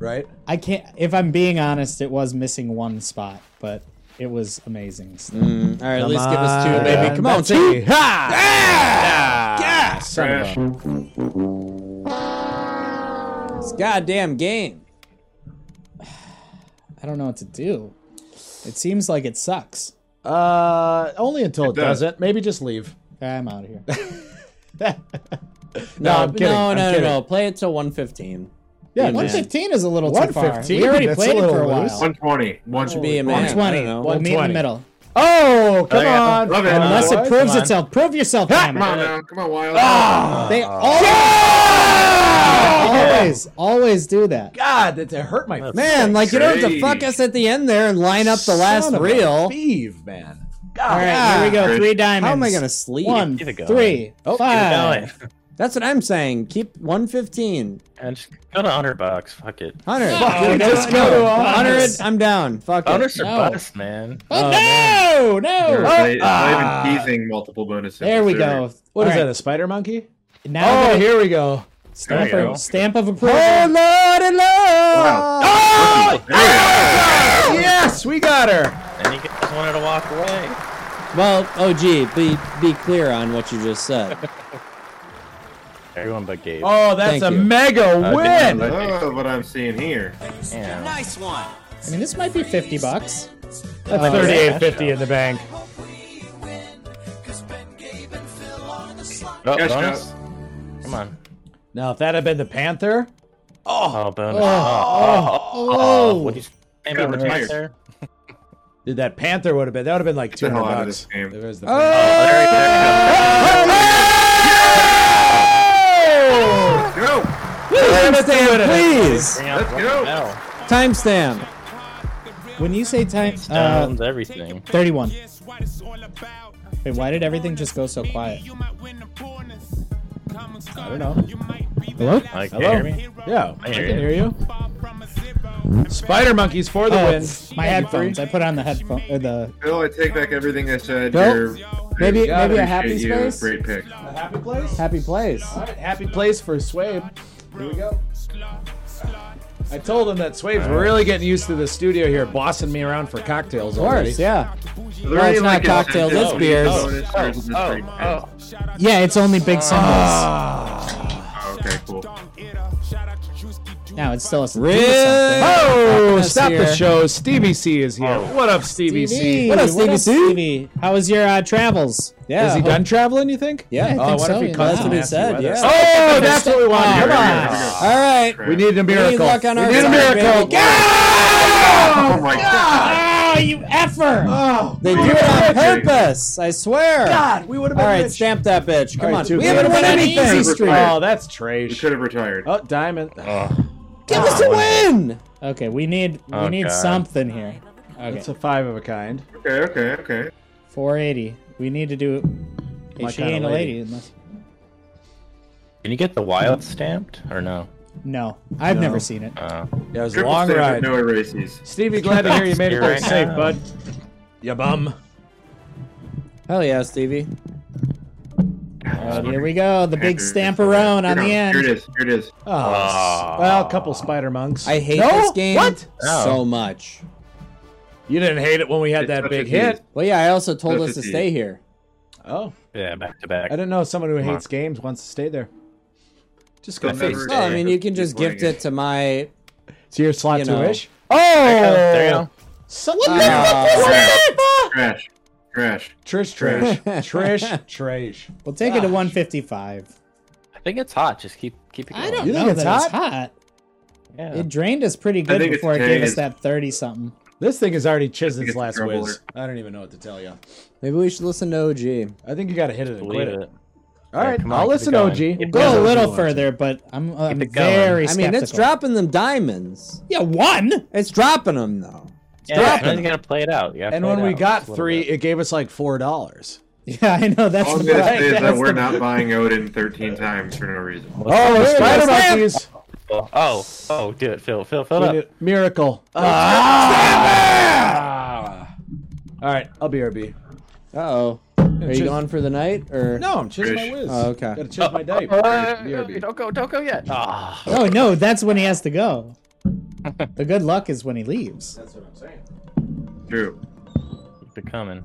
Speaker 4: Right?
Speaker 3: I can't. If I'm being honest, it was missing one spot, but it was amazing. still.
Speaker 6: Mm, all right, at least give us two, baby. Come on,
Speaker 4: Betsy.
Speaker 6: two.
Speaker 4: Ha! Yeah! Son of a-
Speaker 6: It's a goddamn game.
Speaker 3: I don't know what to do. It seems like it sucks.
Speaker 4: Uh, only until it,
Speaker 1: does.
Speaker 4: doesn't. Maybe just leave. (laughs)
Speaker 3: I'm out
Speaker 6: (laughs)
Speaker 3: of here.
Speaker 4: No, I'm kidding.
Speaker 6: no,
Speaker 4: I'm
Speaker 6: no,
Speaker 4: kidding.
Speaker 6: no, no. Play it till one fifteen.
Speaker 4: Yeah,
Speaker 6: man.
Speaker 3: One fifteen is a little too far.
Speaker 4: 115?
Speaker 3: We already
Speaker 4: That's a
Speaker 3: played it for a
Speaker 4: little
Speaker 3: while.
Speaker 4: loose.
Speaker 1: 120. 120.
Speaker 6: be a man.
Speaker 3: One
Speaker 6: I don't
Speaker 3: twenty.
Speaker 6: know. Uh,
Speaker 3: We'll meet in the
Speaker 4: 120.
Speaker 3: middle.
Speaker 4: Oh, come
Speaker 7: yeah.
Speaker 4: on.
Speaker 1: Love it.
Speaker 3: Unless
Speaker 1: Otherwise,
Speaker 3: it
Speaker 4: (laughs)
Speaker 3: proves itself. Prove yourself,
Speaker 1: Come on
Speaker 3: Cameron.
Speaker 1: now. Come on, Wild.
Speaker 6: Ah!
Speaker 4: Oh,
Speaker 3: They always, always, always do that.
Speaker 4: God, that, that hurt my
Speaker 6: Man, like you don't have to
Speaker 1: Great.
Speaker 6: fuck us at the end there and line up the last
Speaker 4: Son of a
Speaker 6: reel.
Speaker 4: Thieve, man.
Speaker 3: All right, here we go. Three diamonds.
Speaker 6: How am I gonna sleep?
Speaker 3: One,
Speaker 7: Keep it going.
Speaker 3: three,
Speaker 6: Oh,
Speaker 3: five.
Speaker 7: Keep it going.
Speaker 6: That's what I'm saying. Keep 115.
Speaker 7: (laughs) And just go to honor box. Fuck it.
Speaker 6: 100.
Speaker 3: it,
Speaker 4: Oh,
Speaker 6: no,
Speaker 3: let's
Speaker 6: no,
Speaker 3: go.
Speaker 6: 100. I'm down. Fuck it.
Speaker 7: Bonus or
Speaker 3: No.
Speaker 7: bust, man.
Speaker 3: Oh, no,
Speaker 1: They're
Speaker 3: no.
Speaker 1: not even- not even teasing multiple bonuses.
Speaker 3: There we
Speaker 1: They're-
Speaker 3: go.
Speaker 4: What is
Speaker 3: All
Speaker 4: that?
Speaker 3: right,
Speaker 4: A spider monkey?
Speaker 3: Now
Speaker 4: Oh,
Speaker 3: that
Speaker 4: here we go.
Speaker 1: There you
Speaker 3: I-
Speaker 1: go.
Speaker 3: stamp of approval.
Speaker 4: Lord, and
Speaker 1: Wow.
Speaker 4: Yes, we got her.
Speaker 7: And you guys wanted to walk away.
Speaker 6: Well, OG, be be clear on what you just said.
Speaker 7: Everyone but Gabe.
Speaker 4: Oh, that's
Speaker 6: Thank
Speaker 4: a
Speaker 6: you.
Speaker 4: mega
Speaker 7: Uh,
Speaker 4: win.
Speaker 7: did you-
Speaker 1: Oh, what I'm seeing here.
Speaker 7: Damn.
Speaker 3: I mean, this might be 50 bucks.
Speaker 4: That's
Speaker 3: Oh,
Speaker 4: thirty-eight fifty in the bank.
Speaker 7: Oh,
Speaker 1: Cash
Speaker 7: bonus? Come on.
Speaker 4: Now, if that had been the Panther,
Speaker 7: Oh, bonus. Oh, oh, oh, oh. What do you say about the
Speaker 1: Retired.
Speaker 7: Panther?
Speaker 4: dude, that Panther would have been. That would have been like two
Speaker 1: the hell
Speaker 4: hundred
Speaker 1: out of this
Speaker 4: bucks.
Speaker 1: game.
Speaker 4: There was the
Speaker 7: Oh,
Speaker 4: Panther.
Speaker 7: there you- there you go.
Speaker 1: Go!
Speaker 6: Timestamp, please.
Speaker 7: Bring out
Speaker 1: Let's
Speaker 7: one
Speaker 1: go.
Speaker 7: bell.
Speaker 6: Timestamp.
Speaker 3: When you say time, uh,
Speaker 7: Stones, everything.
Speaker 3: 31.
Speaker 5: Guess what it's all about.
Speaker 3: Wait, why did everything just go so quiet?
Speaker 5: You might win the bonus. Come and
Speaker 4: I don't know.
Speaker 5: you might be the
Speaker 4: Hello?
Speaker 7: Like, can you
Speaker 4: Hello.
Speaker 7: hear me?
Speaker 4: Yeah, I
Speaker 7: I hear
Speaker 4: can
Speaker 7: you.
Speaker 4: hear you.
Speaker 5: far from a zero.
Speaker 4: Spider monkeys for the
Speaker 3: Oh,
Speaker 4: win.
Speaker 3: my headphones. I put on the headphone or the.
Speaker 1: Bill, I take back everything I said.
Speaker 6: Nope.
Speaker 1: You're,
Speaker 6: Maybe-
Speaker 1: I
Speaker 6: maybe a
Speaker 1: appreciate
Speaker 6: happy
Speaker 1: you.
Speaker 6: space?
Speaker 1: Great pick.
Speaker 4: Happy place.
Speaker 6: Happy place.
Speaker 4: Happy place for Swabe. Here we go. I told him that Swabe's really getting used to the studio here, bossing me around for cocktails
Speaker 6: Of
Speaker 4: already.
Speaker 6: course, yeah.
Speaker 1: Are there
Speaker 6: Well,
Speaker 1: any,
Speaker 6: it's not
Speaker 1: like, Oh,
Speaker 6: cocktails,
Speaker 1: incentives
Speaker 6: it's
Speaker 1: for
Speaker 6: beers.
Speaker 1: bonus or is it just free pass?
Speaker 3: Yeah, it's only big symbols.
Speaker 1: Oh, okay, cool.
Speaker 3: now it's still a
Speaker 6: Really?
Speaker 4: Oh, stop the
Speaker 6: here.
Speaker 4: show. Stevie C is here. What up, Stevie C?
Speaker 3: What
Speaker 6: What up,
Speaker 3: up, Stevie?
Speaker 6: Stevie C?
Speaker 3: Stevie? How was your uh, travels?
Speaker 6: Yeah.
Speaker 4: Is he
Speaker 6: hope-
Speaker 4: done traveling, you think?
Speaker 6: Yeah.
Speaker 3: I
Speaker 4: Oh,
Speaker 3: think
Speaker 4: what if
Speaker 3: so,
Speaker 4: he
Speaker 3: yeah.
Speaker 4: comes
Speaker 6: That's
Speaker 4: from
Speaker 6: what he
Speaker 4: nasty
Speaker 6: said,
Speaker 4: weather?
Speaker 6: yeah.
Speaker 4: Oh, that's what we want.
Speaker 1: Here we
Speaker 4: Come
Speaker 1: go,
Speaker 4: on.
Speaker 1: here
Speaker 6: All right.
Speaker 1: we go.
Speaker 4: We need a miracle.
Speaker 6: luck on our
Speaker 4: we need a
Speaker 6: side,
Speaker 4: miracle.
Speaker 6: baby.
Speaker 1: Oh my god!
Speaker 3: Oh, you effer!
Speaker 4: Oh,
Speaker 6: They do it on purpose. I swear.
Speaker 4: God. We would have
Speaker 6: All
Speaker 4: been
Speaker 6: right,
Speaker 4: rich.
Speaker 6: stamp that bitch. Come
Speaker 4: All right,
Speaker 6: on.
Speaker 4: two
Speaker 6: We haven't
Speaker 4: grand.
Speaker 6: won
Speaker 3: Easy
Speaker 6: anything.
Speaker 1: street.
Speaker 4: Oh, that's
Speaker 1: You
Speaker 4: trash.
Speaker 1: should have retired.
Speaker 4: Oh, diamond.
Speaker 6: Give us a win.
Speaker 3: Okay, we need we
Speaker 7: Oh,
Speaker 3: need
Speaker 7: God.
Speaker 3: something here.
Speaker 4: It's
Speaker 3: Okay,
Speaker 4: a five of a kind.
Speaker 1: Okay, okay, okay.
Speaker 3: 480. We need to do. Hey,
Speaker 4: My
Speaker 3: she
Speaker 4: kinda
Speaker 3: ain't a
Speaker 4: lady.
Speaker 3: lady unless.
Speaker 7: Can you get the wild stamped or no?
Speaker 3: No, I've never seen it.
Speaker 7: Uh,
Speaker 4: Yeah, it was a
Speaker 1: Triple
Speaker 4: long
Speaker 1: standard,
Speaker 4: ride.
Speaker 1: no erases.
Speaker 4: Stevie, glad to hear you made it
Speaker 7: You're
Speaker 4: there
Speaker 7: right.
Speaker 4: safe, bud. Ya bum.
Speaker 6: Hell yeah, Stevie.
Speaker 3: Uh, here we go. The big stamperone on the
Speaker 1: Here it
Speaker 3: end.
Speaker 1: is. Ah. Here it is.
Speaker 4: Oh, s- well, a couple spider monks.
Speaker 6: I hate
Speaker 4: No?
Speaker 6: this game
Speaker 4: What?
Speaker 6: so much.
Speaker 4: You didn't hate it when we had
Speaker 1: It's
Speaker 4: that
Speaker 1: such
Speaker 4: big
Speaker 1: a
Speaker 4: hit.
Speaker 1: tease.
Speaker 6: Well, yeah, I also told
Speaker 1: That's
Speaker 6: us to
Speaker 1: a T.
Speaker 6: stay here.
Speaker 4: Oh,
Speaker 7: yeah, back to
Speaker 4: I
Speaker 7: back.
Speaker 4: didn't know someone who
Speaker 7: on.
Speaker 4: hates games wants to stay there. Just
Speaker 1: So
Speaker 4: gonna face.
Speaker 1: never-
Speaker 6: No, I mean, you can just
Speaker 1: Keep
Speaker 6: gift it to my.
Speaker 4: So your slot
Speaker 6: You
Speaker 4: to
Speaker 6: know.
Speaker 4: wish.
Speaker 7: There you
Speaker 4: Oh,
Speaker 7: go.
Speaker 4: so, look at
Speaker 6: Ah.
Speaker 4: that.
Speaker 1: Trash. Trash.
Speaker 4: Trish, Trish, Trish, Trish.
Speaker 3: We'll take it to 155.
Speaker 7: I think it's hot. Just keep keep it going.
Speaker 3: I don't
Speaker 4: You
Speaker 3: know
Speaker 4: think it's
Speaker 3: that it's hot.
Speaker 7: Yeah.
Speaker 3: It drained us pretty good
Speaker 1: think it's
Speaker 3: before it gave us
Speaker 1: tased.
Speaker 3: that 30 something.
Speaker 4: This thing is already
Speaker 1: think
Speaker 4: Chisholm's
Speaker 1: it's
Speaker 4: last
Speaker 1: trouble
Speaker 4: whiz.
Speaker 1: here.
Speaker 4: I don't even know what to tell you.
Speaker 6: Maybe we should listen to OG.
Speaker 4: I think you got to hit it and
Speaker 7: Believe
Speaker 4: quit it.
Speaker 7: it.
Speaker 4: All
Speaker 7: Yeah,
Speaker 4: right,
Speaker 7: come on,
Speaker 4: I'll
Speaker 7: keep it
Speaker 4: listen,
Speaker 7: going.
Speaker 4: OG.
Speaker 7: Keep
Speaker 4: We'll
Speaker 7: it
Speaker 3: Go a
Speaker 7: Yeah.
Speaker 3: little further, but I'm, I'm
Speaker 7: it going.
Speaker 3: very
Speaker 7: I
Speaker 6: I
Speaker 3: skeptical.
Speaker 6: mean, it's dropping them diamonds.
Speaker 3: Yeah, one. (laughs)
Speaker 6: It's dropping them though.
Speaker 7: Yeah, and then you gotta play it out. You gotta
Speaker 4: And
Speaker 7: play it
Speaker 4: when we
Speaker 7: out
Speaker 4: got
Speaker 7: just a little
Speaker 4: three,
Speaker 7: bit.
Speaker 4: it gave us like four dollars.
Speaker 3: Yeah, I know. That's
Speaker 1: All I'm
Speaker 3: the
Speaker 1: gonna say is
Speaker 3: that's
Speaker 1: that we're
Speaker 3: the-
Speaker 6: (laughs)
Speaker 1: not buying Odin 13 times for no reason.
Speaker 4: Oh, the spider monkeys!
Speaker 7: oh, oh, do it, Phil, Phil, Phil,
Speaker 4: We
Speaker 7: up.
Speaker 4: did- Miracle! Ah! All right, I'll be RB.
Speaker 6: Uh oh. Are you
Speaker 4: just-
Speaker 6: gone for the night or
Speaker 4: No, I'm choosing my
Speaker 1: Trish.
Speaker 4: whiz.
Speaker 6: Oh, okay.
Speaker 4: Gotta change my
Speaker 7: (laughs)
Speaker 4: diaper. BRB.
Speaker 7: don't go, don't go yet. Ah,
Speaker 3: Oh, no, that's when he has to go. The good luck is when he leaves.
Speaker 4: That's what I'm saying.
Speaker 1: True.
Speaker 7: keep it coming.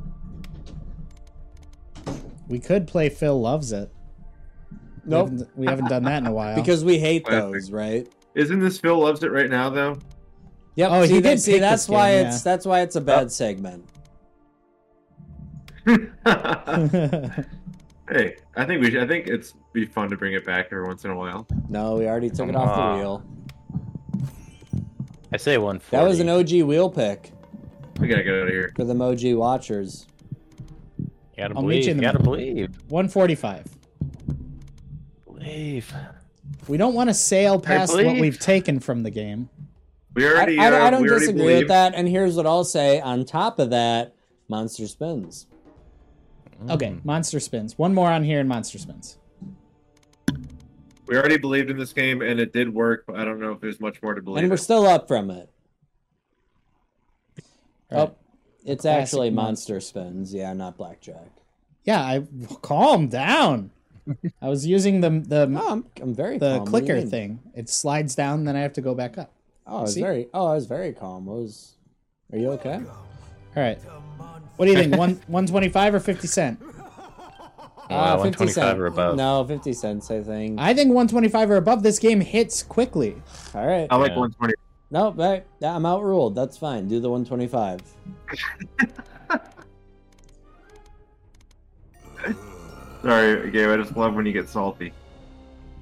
Speaker 3: We could play Phil Loves It.
Speaker 6: Nope.
Speaker 3: We haven't, we haven't done that in a while. (laughs)
Speaker 6: Because we hate
Speaker 1: Classic.
Speaker 6: those, right?
Speaker 1: Isn't this Phil loves it right now though? (laughs)
Speaker 6: Yep.
Speaker 3: Oh,
Speaker 6: see,
Speaker 3: he
Speaker 6: that-
Speaker 3: did
Speaker 6: see,
Speaker 3: pick
Speaker 6: that's
Speaker 3: this game,
Speaker 6: why
Speaker 3: yeah.
Speaker 6: it's that's why it's a bad segment.
Speaker 1: hey, I think we should, I think it's be fun to bring it back every once in a while.
Speaker 6: No, we already took it off
Speaker 7: Ah.
Speaker 6: the wheel.
Speaker 7: I say one forty.
Speaker 6: That was an OG wheel pick
Speaker 1: We gotta get out of here.
Speaker 6: for the OG watchers.
Speaker 7: You gotta
Speaker 3: I'll meet
Speaker 7: believe.
Speaker 3: you
Speaker 7: You,
Speaker 3: in the
Speaker 7: gotta believe.
Speaker 3: 145.
Speaker 7: Believe.
Speaker 3: We don't want to sail past what
Speaker 7: believe-
Speaker 3: we've taken from the game.
Speaker 1: We
Speaker 6: I,
Speaker 1: already.
Speaker 6: I-
Speaker 1: uh,
Speaker 6: I don't
Speaker 1: we already
Speaker 6: disagree
Speaker 1: believe-
Speaker 6: with that. And here's what I'll say: on top of that, Monster spins.
Speaker 3: Okay, monster spins. One more on here and monster spins.
Speaker 1: We already believed in this game and it did work, but I don't know if there's much more to believe.
Speaker 6: And we're
Speaker 1: in.
Speaker 6: still up from it.
Speaker 3: Alright.
Speaker 6: Oh, it's
Speaker 3: Classic
Speaker 6: actually
Speaker 3: mon-
Speaker 6: monster spins. Yeah, not blackjack.
Speaker 3: Yeah, I calm down. I was using the the
Speaker 6: Oh, I'm, I'm very
Speaker 3: the
Speaker 6: calm. What do you
Speaker 3: clicker
Speaker 6: mean?
Speaker 3: thing. It slides down, then I have to go back up.
Speaker 6: Oh, I was
Speaker 3: See?
Speaker 6: very. Oh, I was very calm. I was. Are you okay?
Speaker 7: Oh,
Speaker 3: All right. What do you think? One one twenty five or fifty cent?
Speaker 6: Ah,
Speaker 7: Wow, 125 or above.
Speaker 6: No, fifty cents. I think.
Speaker 3: I think one twenty five or above. This game hits quickly.
Speaker 6: All right.
Speaker 1: I like
Speaker 7: Yeah.
Speaker 1: 120.
Speaker 6: No, I, I'm outruled. That's fine. Do the one twenty-five.
Speaker 1: Sorry, Gabe. I just love when you get salty.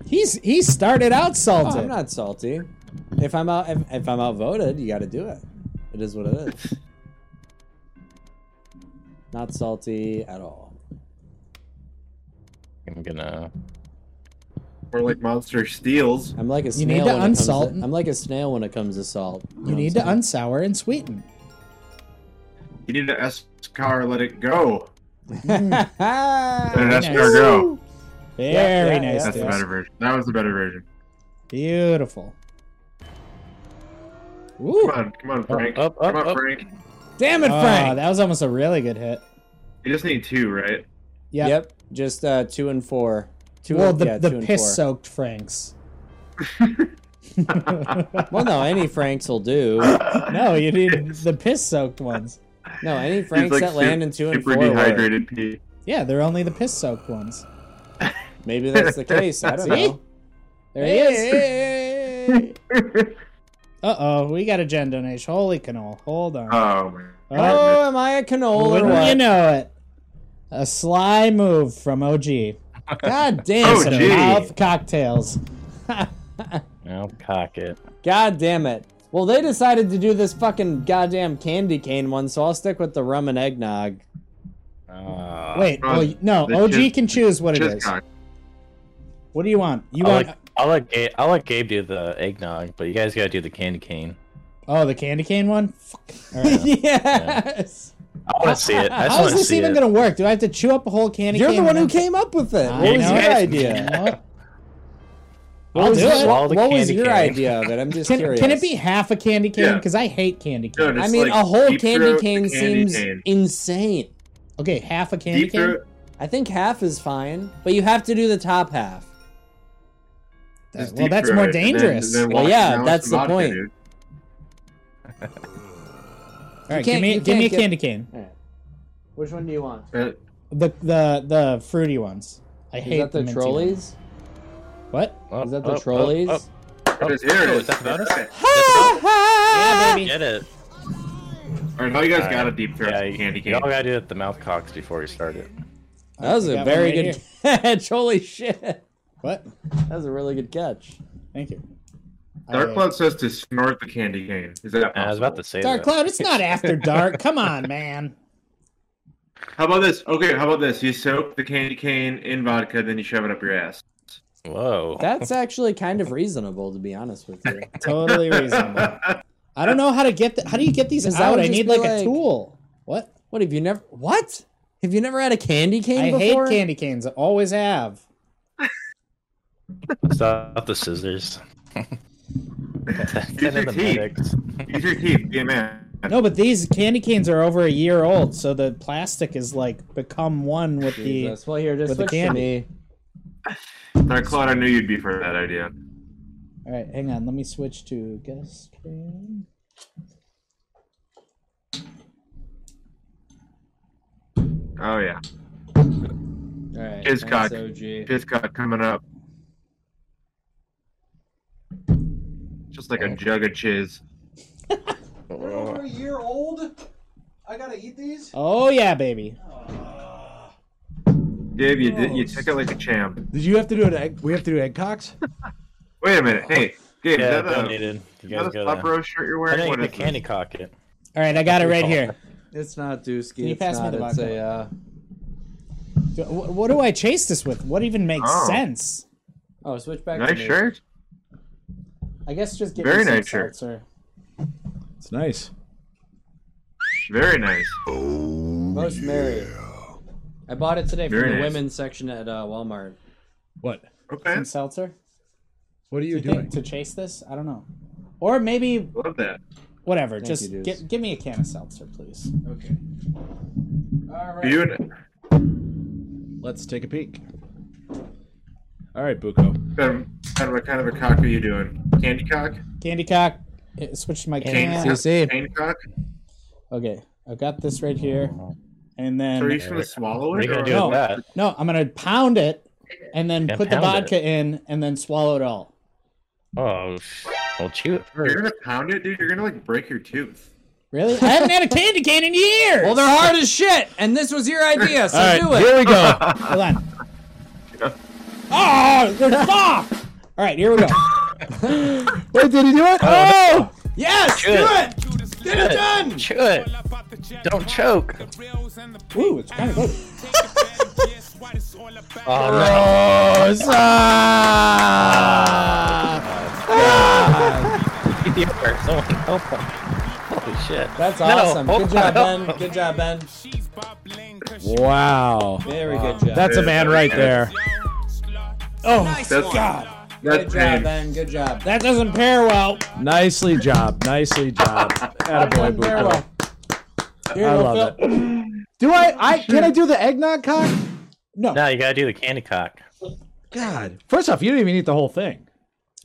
Speaker 3: He's he started out
Speaker 6: Oh,
Speaker 3: salted.
Speaker 6: I'm not salty. If I'm out, if, if I'm outvoted, you got to do it. It is what it
Speaker 3: (laughs)
Speaker 6: is. Not salty at all.
Speaker 7: I'm gonna.
Speaker 1: Or like Monster Steals.
Speaker 6: I'm like a
Speaker 3: You
Speaker 6: snail.
Speaker 3: need to
Speaker 6: when it comes
Speaker 3: unsalt.
Speaker 6: to- I'm like a snail when it comes to salt.
Speaker 3: you need to unsour and sweeten.
Speaker 1: You need to S car, let it
Speaker 6: (laughs)
Speaker 1: go.
Speaker 6: to.
Speaker 1: Let it
Speaker 3: Very
Speaker 1: S
Speaker 3: nice.
Speaker 1: car go.
Speaker 3: Very
Speaker 6: yeah,
Speaker 3: nice,
Speaker 6: yeah.
Speaker 1: That's the
Speaker 3: dude.
Speaker 1: better version. That was the better version.
Speaker 3: Beautiful.
Speaker 1: Come
Speaker 3: Ooh,
Speaker 1: on, come
Speaker 6: Uh,
Speaker 1: on, Frank.
Speaker 7: up, up,
Speaker 1: come on,
Speaker 7: up.
Speaker 1: Frank.
Speaker 6: Damn it,
Speaker 3: Ah,
Speaker 6: Frank.
Speaker 3: that was almost a really good hit.
Speaker 1: You just need two,
Speaker 7: (laughs)
Speaker 1: right?
Speaker 3: Yeah.
Speaker 6: Yep. Just uh, two and four. Two.
Speaker 3: Well,
Speaker 6: and,
Speaker 3: the,
Speaker 6: yeah,
Speaker 3: the
Speaker 6: two and
Speaker 3: piss
Speaker 6: four.
Speaker 1: (laughs)
Speaker 3: soaked Franks.
Speaker 6: Well, no, any Franks will do.
Speaker 3: (laughs) No, you need the piss soaked ones.
Speaker 6: No, any
Speaker 1: He's
Speaker 6: Franks
Speaker 1: like
Speaker 6: that land
Speaker 1: su-
Speaker 6: in two and
Speaker 1: super
Speaker 6: four. will.
Speaker 1: dehydrated pee. (laughs)
Speaker 3: Yeah, they're only the piss soaked ones.
Speaker 6: Maybe
Speaker 1: (laughs)
Speaker 6: that's the case. I don't
Speaker 3: See?
Speaker 6: know.
Speaker 3: There he is. uh oh, we got a gen donation. Holy canola. Hold on.
Speaker 1: Oh man.
Speaker 6: Oh, am I a canola or
Speaker 3: Wouldn't you
Speaker 6: what?
Speaker 3: know it? A sly move from
Speaker 1: (laughs)
Speaker 3: OG. God damn
Speaker 1: OG.
Speaker 3: some mouth cocktails.
Speaker 7: I'll cock it.
Speaker 6: God damn it. Well, they decided to do this fucking goddamn candy cane one, so I'll stick with the rum and eggnog.
Speaker 7: Ah.
Speaker 3: Wait,
Speaker 1: Uh,
Speaker 3: well, no,
Speaker 1: the
Speaker 3: OG
Speaker 1: chis-
Speaker 3: can choose what it
Speaker 1: Just
Speaker 3: is.
Speaker 1: cock.
Speaker 3: What do you want? You
Speaker 7: I'll
Speaker 3: want
Speaker 7: let, I'll, let Gabe, I'll let Gabe do the eggnog, but you guys gotta do the candy cane.
Speaker 3: Oh, the candy cane one? Fuck.
Speaker 1: (laughs)
Speaker 3: All right. (laughs)
Speaker 6: yes.
Speaker 7: I wanna see it. I
Speaker 3: How
Speaker 7: just
Speaker 3: is
Speaker 7: wanna
Speaker 3: this
Speaker 7: see
Speaker 3: even
Speaker 7: it.
Speaker 3: gonna work? Do I have to chew up a whole candy
Speaker 6: You're
Speaker 3: cane?
Speaker 6: the one who
Speaker 3: when I'm-
Speaker 6: came up with it.
Speaker 3: I
Speaker 6: What was
Speaker 3: know.
Speaker 6: your
Speaker 3: (laughs)
Speaker 6: idea?
Speaker 3: I'll
Speaker 6: What was
Speaker 3: do
Speaker 6: your-
Speaker 3: it.
Speaker 7: Swallow the
Speaker 6: What was
Speaker 7: candy
Speaker 6: your
Speaker 7: cane.
Speaker 6: idea of it? I'm just
Speaker 3: Can,
Speaker 6: curious.
Speaker 3: can it be half a candy cane?
Speaker 1: Yeah.
Speaker 3: Because I hate candy
Speaker 1: No,
Speaker 3: cane.
Speaker 1: just,
Speaker 6: I mean,
Speaker 1: like,
Speaker 6: a whole
Speaker 1: deep
Speaker 6: candy
Speaker 1: throat the
Speaker 6: cane seems
Speaker 1: cane.
Speaker 6: insane.
Speaker 3: Okay, half a candy
Speaker 1: Deep
Speaker 3: cane.
Speaker 1: throat.
Speaker 6: I think half is fine, but you have to do the top half.
Speaker 1: just
Speaker 3: well,
Speaker 1: deep
Speaker 3: that's more
Speaker 1: throat, and then-
Speaker 3: dangerous.
Speaker 1: and then
Speaker 6: Well,
Speaker 1: walk
Speaker 6: yeah,
Speaker 1: around with
Speaker 6: that's
Speaker 1: some
Speaker 6: the
Speaker 1: vodka,
Speaker 6: point.
Speaker 1: dude.
Speaker 3: All right, give
Speaker 6: can't-
Speaker 3: me
Speaker 6: you
Speaker 3: give me a
Speaker 6: can't get-
Speaker 3: candy cane.
Speaker 6: Which one do you want?
Speaker 1: That-
Speaker 3: The the the fruity ones. I
Speaker 6: Is
Speaker 3: hate
Speaker 6: that the
Speaker 3: minty ones.
Speaker 6: trolleys?
Speaker 3: What?
Speaker 7: Up,
Speaker 6: Is that
Speaker 7: up,
Speaker 6: the
Speaker 7: up,
Speaker 6: trolleys?
Speaker 7: up.
Speaker 1: I just hear
Speaker 7: Oh,
Speaker 1: it.
Speaker 7: is that the bonus?
Speaker 1: Okay.
Speaker 3: Yeah, baby.
Speaker 7: Get it.
Speaker 1: All right, now you guys
Speaker 7: All
Speaker 1: got a
Speaker 7: right.
Speaker 1: deep throat
Speaker 7: Yeah, you,
Speaker 1: candy
Speaker 7: you
Speaker 1: cane.
Speaker 7: all gotta do it the mouth cocks before you start it.
Speaker 6: That was
Speaker 3: I
Speaker 6: a
Speaker 3: got
Speaker 6: very
Speaker 3: one right
Speaker 6: good catch. (laughs) Holy shit. That
Speaker 3: What?
Speaker 6: was a really good catch.
Speaker 3: Thank you.
Speaker 1: Dark
Speaker 6: Oh.
Speaker 3: I-
Speaker 1: Cloud says to snort the candy cane. Is that
Speaker 7: I was about to
Speaker 1: possible?
Speaker 7: say
Speaker 3: Dark
Speaker 7: that.
Speaker 3: Cloud,
Speaker 1: (laughs)
Speaker 3: it's not after dark. Come on, man.
Speaker 1: How about this? Okay, how about this? You soak the candy cane in vodka, then you shove it up your ass.
Speaker 7: Whoa.
Speaker 6: That's actually kind of reasonable, to be honest with you.
Speaker 3: Totally reasonable.
Speaker 1: (laughs)
Speaker 3: I don't know how to get. The, how do you get these
Speaker 6: Because that
Speaker 3: out?
Speaker 6: would
Speaker 3: I
Speaker 6: just
Speaker 3: need
Speaker 6: be
Speaker 3: like, a
Speaker 6: like-
Speaker 3: tool. What?
Speaker 6: What have you never? What have you never had a candy cane
Speaker 3: I hate
Speaker 6: before?
Speaker 3: candy canes. I always have.
Speaker 7: Stop the (laughs) scissors.
Speaker 1: your
Speaker 7: Send in the
Speaker 1: teeth.
Speaker 7: medics.
Speaker 1: Use your teeth, be a man.
Speaker 3: No, but these candy canes are over a year old, so the plastic is like become one with
Speaker 6: Jesus. Well, here, just
Speaker 3: With the
Speaker 6: switch to
Speaker 3: candy.
Speaker 6: me.
Speaker 1: Dark Cloud, I knew you'd be for that idea.
Speaker 3: the. All right, hang on. Let me switch to guest screen.
Speaker 1: Oh yeah,
Speaker 6: All right.
Speaker 1: His cock.
Speaker 6: OG.
Speaker 1: Pithcot coming up. Just like a jug of chiz.
Speaker 9: Over a year old? I gotta eat these?
Speaker 3: Oh yeah, baby.
Speaker 1: Dave, you did, you took it like a champ.
Speaker 4: Did you have to do an egg? We have to do egg cocks?
Speaker 1: Wait a minute, hey, Dave,
Speaker 7: Yeah,
Speaker 1: is that a, is
Speaker 7: donated. You
Speaker 1: that
Speaker 7: guys
Speaker 1: a
Speaker 7: gotta.
Speaker 1: Slop Row shirt you're
Speaker 7: I
Speaker 1: wearing?
Speaker 7: think
Speaker 1: What
Speaker 7: the
Speaker 1: is this?
Speaker 7: candy cock it.
Speaker 3: All right, I got it right here.
Speaker 6: It's not Dooski.
Speaker 3: you
Speaker 6: it's
Speaker 3: pass me
Speaker 6: not,
Speaker 3: the
Speaker 6: it's
Speaker 3: vodka?
Speaker 6: a, uh,
Speaker 3: Do- wh- What do I chase this with? What even makes
Speaker 1: Oh.
Speaker 3: sense?
Speaker 6: Oh, switch back. to
Speaker 1: Nice
Speaker 6: me.
Speaker 1: shirt.
Speaker 3: I guess just get
Speaker 1: Very
Speaker 3: me some
Speaker 1: nice shirt.
Speaker 3: seltzer.
Speaker 4: It's nice.
Speaker 1: Very nice.
Speaker 6: Most merry. I bought it today from
Speaker 1: Very
Speaker 6: the
Speaker 1: nice.
Speaker 6: women's section at uh, Walmart.
Speaker 4: What?
Speaker 1: Okay,
Speaker 3: Some seltzer?
Speaker 4: What are you
Speaker 3: You
Speaker 4: doing?
Speaker 3: think to chase this? I don't know. Or maybe
Speaker 1: love that.
Speaker 3: whatever.
Speaker 6: you,
Speaker 3: just
Speaker 6: dudes.
Speaker 3: get, give me a can of seltzer, please.
Speaker 9: Okay. All right.
Speaker 1: You and
Speaker 4: Let's take a peek. All right, Buko.
Speaker 1: Ben, Ben, what um, kind of a cock are you doing? Candy cock?
Speaker 3: Candy cock. eh, Switch to my
Speaker 1: Cane
Speaker 3: can.
Speaker 1: cock?
Speaker 6: CC.
Speaker 1: Cane cock?
Speaker 3: Okay, I've got this right here, and
Speaker 1: So are you
Speaker 3: then
Speaker 1: just gonna swallow
Speaker 7: What are
Speaker 1: it?
Speaker 7: you gonna
Speaker 1: or-
Speaker 7: do
Speaker 3: No.
Speaker 7: with that?
Speaker 3: no, I'm gonna pound it, and then
Speaker 7: Yeah,
Speaker 3: put the
Speaker 7: pound it.
Speaker 3: vodka in, and then swallow it all.
Speaker 7: Oh, sh- well, chew it
Speaker 1: You're
Speaker 7: first.
Speaker 1: gonna pound it, dude. You're gonna like break your tooth.
Speaker 3: Really? I haven't had a candy cane in years.
Speaker 6: Well, they're hard as shit, and this was your idea, so
Speaker 4: All right,
Speaker 6: do it.
Speaker 4: here we go.
Speaker 3: Hold on. Oh,
Speaker 6: (laughs)
Speaker 3: they're soft. All right, here we go.
Speaker 4: Wait, did he do it? Oh!
Speaker 6: Yes,
Speaker 7: Chew
Speaker 6: do
Speaker 7: it.
Speaker 6: it. Get it done.
Speaker 7: Chew it. Don't choke.
Speaker 3: Ooh, it's kinda good.
Speaker 7: (laughs) Oh, no. Someone help him. Holy shit.
Speaker 6: That's
Speaker 7: No,
Speaker 6: awesome. Good
Speaker 7: hold
Speaker 6: (laughs) job,
Speaker 7: on.
Speaker 6: Ben. Good job, Ben.
Speaker 4: Wow.
Speaker 6: Very good job.
Speaker 4: That's a man right there.
Speaker 3: Oh,
Speaker 1: That's
Speaker 3: God.
Speaker 1: That's
Speaker 6: good job,
Speaker 1: pain.
Speaker 6: Ben. Good job.
Speaker 3: that doesn't pair well.
Speaker 4: Nicely job. Nicely job. Attaboy, Buko.
Speaker 3: Here,
Speaker 4: I
Speaker 3: go,
Speaker 4: love
Speaker 3: Phil.
Speaker 4: Do I, I, can I do the eggnog cock?
Speaker 7: No, you gotta do the candy cock.
Speaker 4: God. First off, you didn't even eat the whole thing.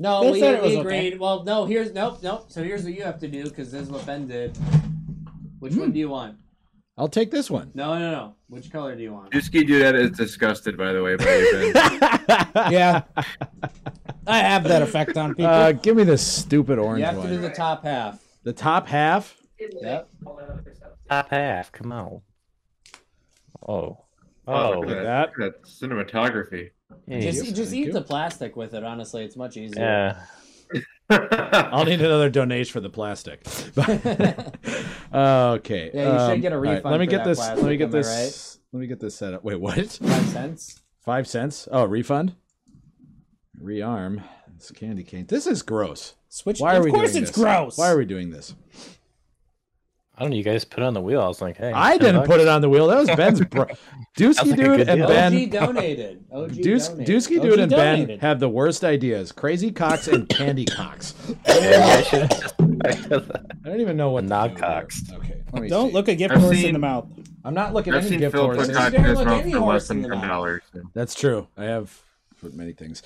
Speaker 6: No,
Speaker 3: They
Speaker 6: we,
Speaker 3: said it was
Speaker 6: we
Speaker 3: okay.
Speaker 6: agreed. Well, no, here's nope, nope. So here's what you have to do because this is what Ben did. Which one do you want?
Speaker 4: I'll take this one.
Speaker 6: No, no, no. Which color do you want?
Speaker 1: Dusky dude that is disgusted by the way by you,
Speaker 4: (laughs)
Speaker 1: Ben.
Speaker 3: Yeah. I have that effect on people.
Speaker 4: Uh, give me this stupid orange
Speaker 6: You have to
Speaker 4: one.
Speaker 6: do the top half.
Speaker 4: the top half.
Speaker 6: Yep.
Speaker 7: Top half. Come on. Oh.
Speaker 1: look
Speaker 7: Oh.
Speaker 1: at Look
Speaker 4: that.
Speaker 1: at that cinematography. (laughs)
Speaker 7: hey.
Speaker 6: Just, just
Speaker 4: thank
Speaker 6: eat
Speaker 4: you.
Speaker 6: the plastic with it. Honestly, it's much easier.
Speaker 7: Yeah.
Speaker 4: (laughs) I'll need another donation for the plastic. (laughs) okay.
Speaker 6: Yeah, you should get a
Speaker 4: all right,
Speaker 6: refund
Speaker 4: let me
Speaker 6: for
Speaker 4: get
Speaker 6: that
Speaker 4: this. let me
Speaker 6: plastic,
Speaker 4: get
Speaker 6: am I
Speaker 4: this. Let me get this set up. Wait, what?
Speaker 6: Five cents.
Speaker 4: Five cents? Oh, refund. Rearm. This candy cane. This is gross.
Speaker 3: Switch.
Speaker 4: Why are
Speaker 3: of
Speaker 4: we?
Speaker 3: course,
Speaker 4: doing
Speaker 3: it's
Speaker 4: this?
Speaker 3: gross.
Speaker 4: Why are we doing this?
Speaker 7: I don't know. You guys put it on the wheel. I was like, hey.
Speaker 4: I
Speaker 7: 10
Speaker 4: didn't
Speaker 7: bucks.
Speaker 4: put it on the wheel. That was Ben's
Speaker 7: (laughs)
Speaker 4: bro. Dusky
Speaker 7: Sounds like a
Speaker 4: dude
Speaker 7: good
Speaker 4: and
Speaker 7: deal.
Speaker 4: Ben.
Speaker 6: OG donated. Oh, OG
Speaker 4: Deuce,
Speaker 6: donated.
Speaker 4: Dusky dude
Speaker 3: he
Speaker 4: and Ben
Speaker 3: donated.
Speaker 4: have the worst ideas: crazy cocks and candy cocks.
Speaker 7: Yeah, I should've just-
Speaker 4: I don't even know what to
Speaker 7: Nog
Speaker 4: do here.
Speaker 7: cocks.
Speaker 4: Okay, let me
Speaker 3: Don't
Speaker 4: see.
Speaker 3: look a gift
Speaker 1: I've
Speaker 3: horse
Speaker 1: seen-
Speaker 3: in the mouth.
Speaker 4: I'm not looking at
Speaker 1: I've
Speaker 4: any
Speaker 1: seen
Speaker 4: gift
Speaker 1: Phil put
Speaker 4: horses.
Speaker 1: cock in
Speaker 6: Didn't
Speaker 1: his
Speaker 6: look
Speaker 1: mouth
Speaker 6: any
Speaker 1: for less
Speaker 6: horse
Speaker 1: than
Speaker 6: in the
Speaker 1: ten dollars.
Speaker 4: That's true. I have for many things.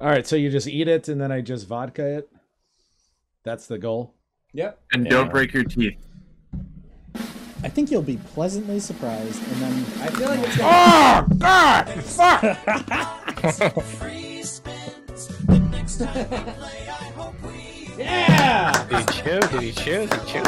Speaker 4: All right, so you just eat it and then I just vodka it. That's the goal.
Speaker 6: Yep.
Speaker 1: And don't break your teeth.
Speaker 3: I think you'll be pleasantly surprised, and then
Speaker 6: I feel like it's gonna. Yeah.
Speaker 7: (laughs) Did he chew? Did he chew? Did he chew?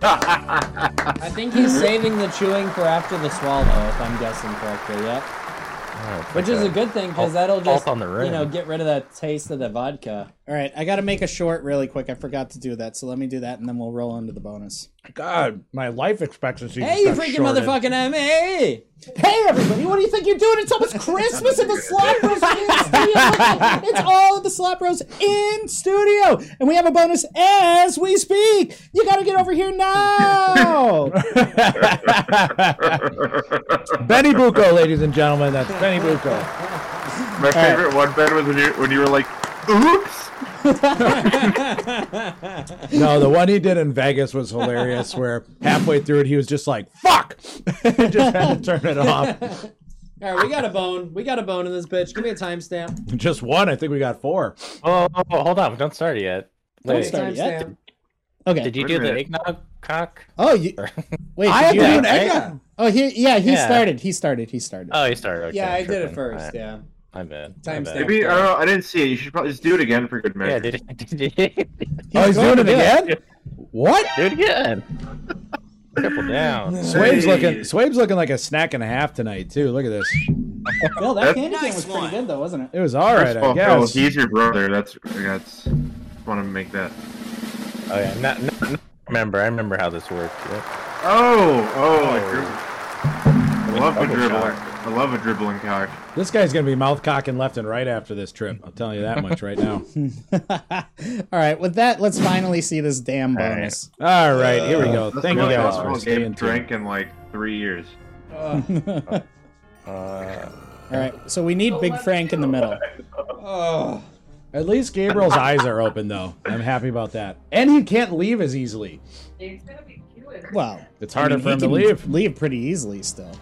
Speaker 6: I think he's saving the chewing for after the swallow, if I'm guessing correctly. Yep.
Speaker 7: Oh, it's
Speaker 6: Which
Speaker 7: like
Speaker 6: is a good thing because
Speaker 7: Halt-
Speaker 6: that'll
Speaker 7: halt
Speaker 6: just
Speaker 7: on the rim.
Speaker 6: you know get rid of that taste of the vodka.
Speaker 3: all right. I got to make a short really quick. I forgot to do that, so let me do that, and then we'll roll into the bonus.
Speaker 4: God, my life expectancy.
Speaker 6: Hey, you freaking motherfucking MA!
Speaker 3: Hey everybody, what do you think you're doing? It's almost Christmas in the Slop Bros studio. It's all of the Slop Bros in studio, and we have a bonus as we speak. You got to get over here (laughs) now.
Speaker 4: (laughs) Benny Bucco, ladies and gentlemen, that's Benny Bucco.
Speaker 1: My favorite one, Ben, was when you when you were like, "Oops."
Speaker 4: No, the one he did in Vegas was hilarious. Where halfway through it, he was just like, "Fuck," (laughs) and just had to turn it off.
Speaker 6: All right, we got a bone. We got a bone in this bitch. Give me a timestamp.
Speaker 4: Just one. I think we got four.
Speaker 7: Oh, oh, oh, hold on. Don't start yet. Wait,
Speaker 3: start. Sorry, yeah.
Speaker 6: Timestamp.
Speaker 3: Okay.
Speaker 7: Did you
Speaker 1: Wait a
Speaker 7: do the
Speaker 1: minute.
Speaker 7: eggnog cock?
Speaker 3: Oh, you, wait.
Speaker 4: I have
Speaker 3: did
Speaker 4: to
Speaker 3: you
Speaker 4: do
Speaker 3: have
Speaker 4: an eggnog.
Speaker 3: Oh, he, yeah, he
Speaker 7: Yeah.
Speaker 3: started. He started. He started.
Speaker 7: (laughs) Oh, you started. Okay,
Speaker 6: Yeah, I
Speaker 7: I'm
Speaker 6: did it
Speaker 7: tripping.
Speaker 6: first.
Speaker 7: Alright.
Speaker 6: Yeah.
Speaker 7: My bad.
Speaker 6: Timestamp.
Speaker 7: My bad.
Speaker 1: Maybe I don't know. I didn't see it. You should probably just do it again for good measure.
Speaker 7: Yeah, did it, (laughs) did it, do
Speaker 4: oh, he's
Speaker 3: going
Speaker 4: doing it
Speaker 3: to do
Speaker 4: again. What?
Speaker 7: it again. Triple down.
Speaker 4: Swabe's
Speaker 1: Hey.
Speaker 4: looking. Swabe's looking like a snack and a half tonight too. Look at this.
Speaker 3: Phil, that
Speaker 1: That's-
Speaker 3: candy cane was pretty good though, wasn't it?
Speaker 4: It was all right,
Speaker 1: First of all,
Speaker 4: I
Speaker 1: Phil,
Speaker 4: guess.
Speaker 1: he's your brother. That's that's. Want to make that?
Speaker 7: Oh yeah, not, not, not remember. I remember how this worked. Yep.
Speaker 1: Oh, oh! I dribble. I love a
Speaker 7: Double
Speaker 1: dribble.
Speaker 7: shot.
Speaker 1: I love a dribbling cock.
Speaker 4: This guy's gonna be mouth cocking left and right after this trip. I'll tell you that much right now.
Speaker 3: (laughs) All right, with that, let's finally see this damn
Speaker 4: (laughs)
Speaker 7: right.
Speaker 3: bonus.
Speaker 4: All right, here we go.
Speaker 1: That's
Speaker 4: Thank you
Speaker 1: really
Speaker 4: guys
Speaker 1: awesome.
Speaker 4: for
Speaker 1: Game
Speaker 4: staying tuned.
Speaker 1: drank in like three years.
Speaker 4: uh,
Speaker 3: All right, so we need Big Frank in the middle.
Speaker 4: At least Gabriel's eyes are open, though. I'm happy about that. And he can't leave as easily.
Speaker 3: Well,
Speaker 4: It's
Speaker 3: I
Speaker 4: harder
Speaker 3: mean,
Speaker 4: for
Speaker 3: he
Speaker 4: him to
Speaker 3: can
Speaker 4: leave.
Speaker 3: Leave pretty easily still.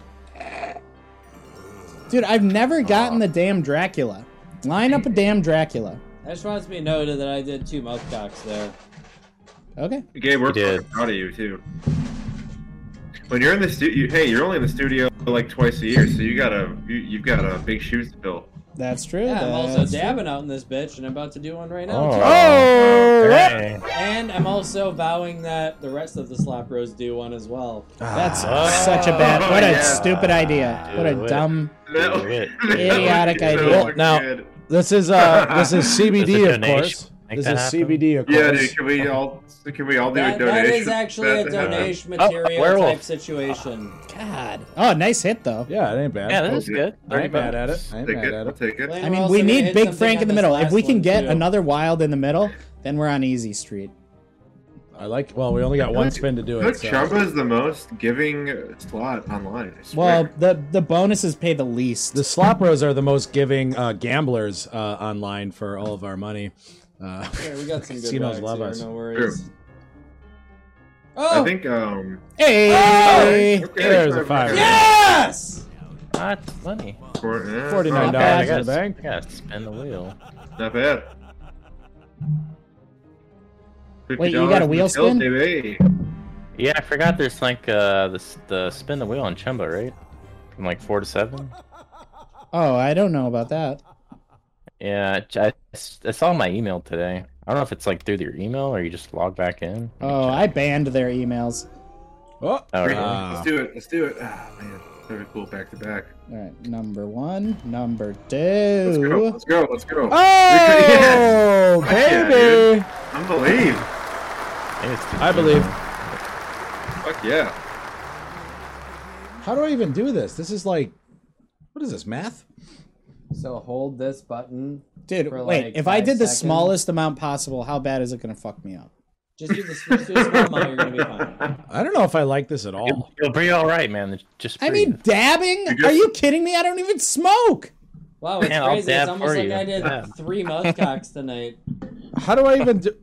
Speaker 3: Dude, I've never gotten the damn Dracula. Line up a damn Dracula.
Speaker 6: I just wants to be noted that I did two mouth cocks there.
Speaker 3: Okay.
Speaker 1: Gabe, we're
Speaker 7: You did.
Speaker 1: fucking proud of you too. When you're in the studio, hey, you're only in the studio like twice a year, so you gotta, you, you've got a big shoes to fill.
Speaker 3: That's true.
Speaker 6: Yeah, I'm also
Speaker 3: that's-
Speaker 6: dabbing out in this bitch, and I'm about to do one right now. too.
Speaker 7: Oh,
Speaker 6: And I'm also vowing that the rest of the slap rows do one as well.
Speaker 3: That's
Speaker 4: Ah.
Speaker 3: such a bad.
Speaker 4: Oh,
Speaker 3: What a
Speaker 1: yeah.
Speaker 3: stupid idea. What
Speaker 7: Do
Speaker 3: a
Speaker 7: it.
Speaker 3: dumb.
Speaker 1: That was-
Speaker 7: Great.
Speaker 1: that
Speaker 3: Idiotic
Speaker 1: was
Speaker 3: idea.
Speaker 1: good.
Speaker 4: Now- This
Speaker 1: (laughs)
Speaker 4: is uh, this is
Speaker 7: Is
Speaker 4: CBD,
Speaker 7: it
Speaker 4: of
Speaker 7: donation?
Speaker 4: course.
Speaker 7: Make
Speaker 4: This
Speaker 7: that
Speaker 4: is
Speaker 7: happen?
Speaker 4: CBD, of
Speaker 1: Yeah,
Speaker 4: course.
Speaker 1: dude, can we all, can we all do a
Speaker 6: That,
Speaker 1: donation?
Speaker 6: that is actually a
Speaker 1: That's-
Speaker 6: donation
Speaker 7: Oh,
Speaker 6: material
Speaker 7: werewolf.
Speaker 6: type situation.
Speaker 3: God. Oh, nice hit though.
Speaker 4: Yeah, it ain't bad.
Speaker 7: Yeah, this is good.
Speaker 4: I
Speaker 7: 30
Speaker 4: ain't mad at it.
Speaker 7: bucks.
Speaker 4: I ain't
Speaker 1: Take
Speaker 4: mad
Speaker 1: it,
Speaker 4: at
Speaker 1: I'll
Speaker 4: it.
Speaker 1: take it.
Speaker 3: I mean, we need Big Frank in the middle. If we can get
Speaker 6: another.
Speaker 3: another wild in the middle, then we're on easy street.
Speaker 4: I like. Well, we only got one spin to do
Speaker 1: Look,
Speaker 4: it. So.
Speaker 1: Chumba is the most giving slot online. I swear.
Speaker 3: Well, the the bonuses pay the least.
Speaker 4: The slop rows are the most giving uh, gamblers uh, online for all of our money. Uh,
Speaker 6: Yeah, we got some good
Speaker 4: Casinos
Speaker 6: racks
Speaker 4: love
Speaker 6: here,
Speaker 4: us.
Speaker 6: No worries.
Speaker 1: I
Speaker 6: Oh,
Speaker 1: think um.
Speaker 3: hey,
Speaker 4: there's a fiver.
Speaker 6: yes!
Speaker 7: Not funny.
Speaker 1: Forty
Speaker 4: Forty-nine
Speaker 3: bad.
Speaker 4: dollars in the bank.
Speaker 7: I gotta spin the wheel.
Speaker 1: Not bad.
Speaker 3: Wait, you got a wheel spin?
Speaker 1: Baby.
Speaker 7: Yeah, I forgot there's like uh the, the spin the wheel on Chumba, right? From like four to seven.
Speaker 3: Oh, I don't know about that.
Speaker 7: Yeah, I, I saw my email today. I don't know if it's like through your email or you just log back in.
Speaker 3: Oh, I banned their emails.
Speaker 1: (laughs)
Speaker 4: Oh,
Speaker 7: Oh, really?
Speaker 4: Ah.
Speaker 1: Let's do it. Let's do it. Ah, man. Very cool. Back to back.
Speaker 3: All right, number one, number
Speaker 1: Let's go.
Speaker 3: two.
Speaker 1: Let's go. Let's go.
Speaker 3: Oh!
Speaker 4: oh,
Speaker 1: Fuck yeah,
Speaker 4: baby!
Speaker 1: Unbelievable.
Speaker 7: Maybe it's too
Speaker 4: I believe.
Speaker 1: Fuck yeah.
Speaker 4: How do I even do this? This is like, what is this math?
Speaker 6: So hold this button.
Speaker 3: Dude,
Speaker 6: For
Speaker 3: wait.
Speaker 6: like
Speaker 3: If I
Speaker 6: five
Speaker 3: did the
Speaker 6: seconds.
Speaker 3: smallest amount possible, how bad is it gonna fuck me up?
Speaker 6: Just do this. Just do a small amount. You're gonna be fine.
Speaker 4: I don't know if I like this at
Speaker 7: You'll,
Speaker 4: all.
Speaker 7: you'll be all right, man. Just
Speaker 3: I mean,
Speaker 7: breathe.
Speaker 3: dabbing?
Speaker 1: just-
Speaker 3: Are you kidding me? I don't even smoke.
Speaker 6: Wow, it's
Speaker 7: Man, I'll
Speaker 6: crazy.
Speaker 7: dab
Speaker 6: It's almost
Speaker 7: for
Speaker 6: like
Speaker 7: you.
Speaker 6: I did
Speaker 7: Yeah.
Speaker 6: three mouth cocks tonight.
Speaker 4: How do I even do?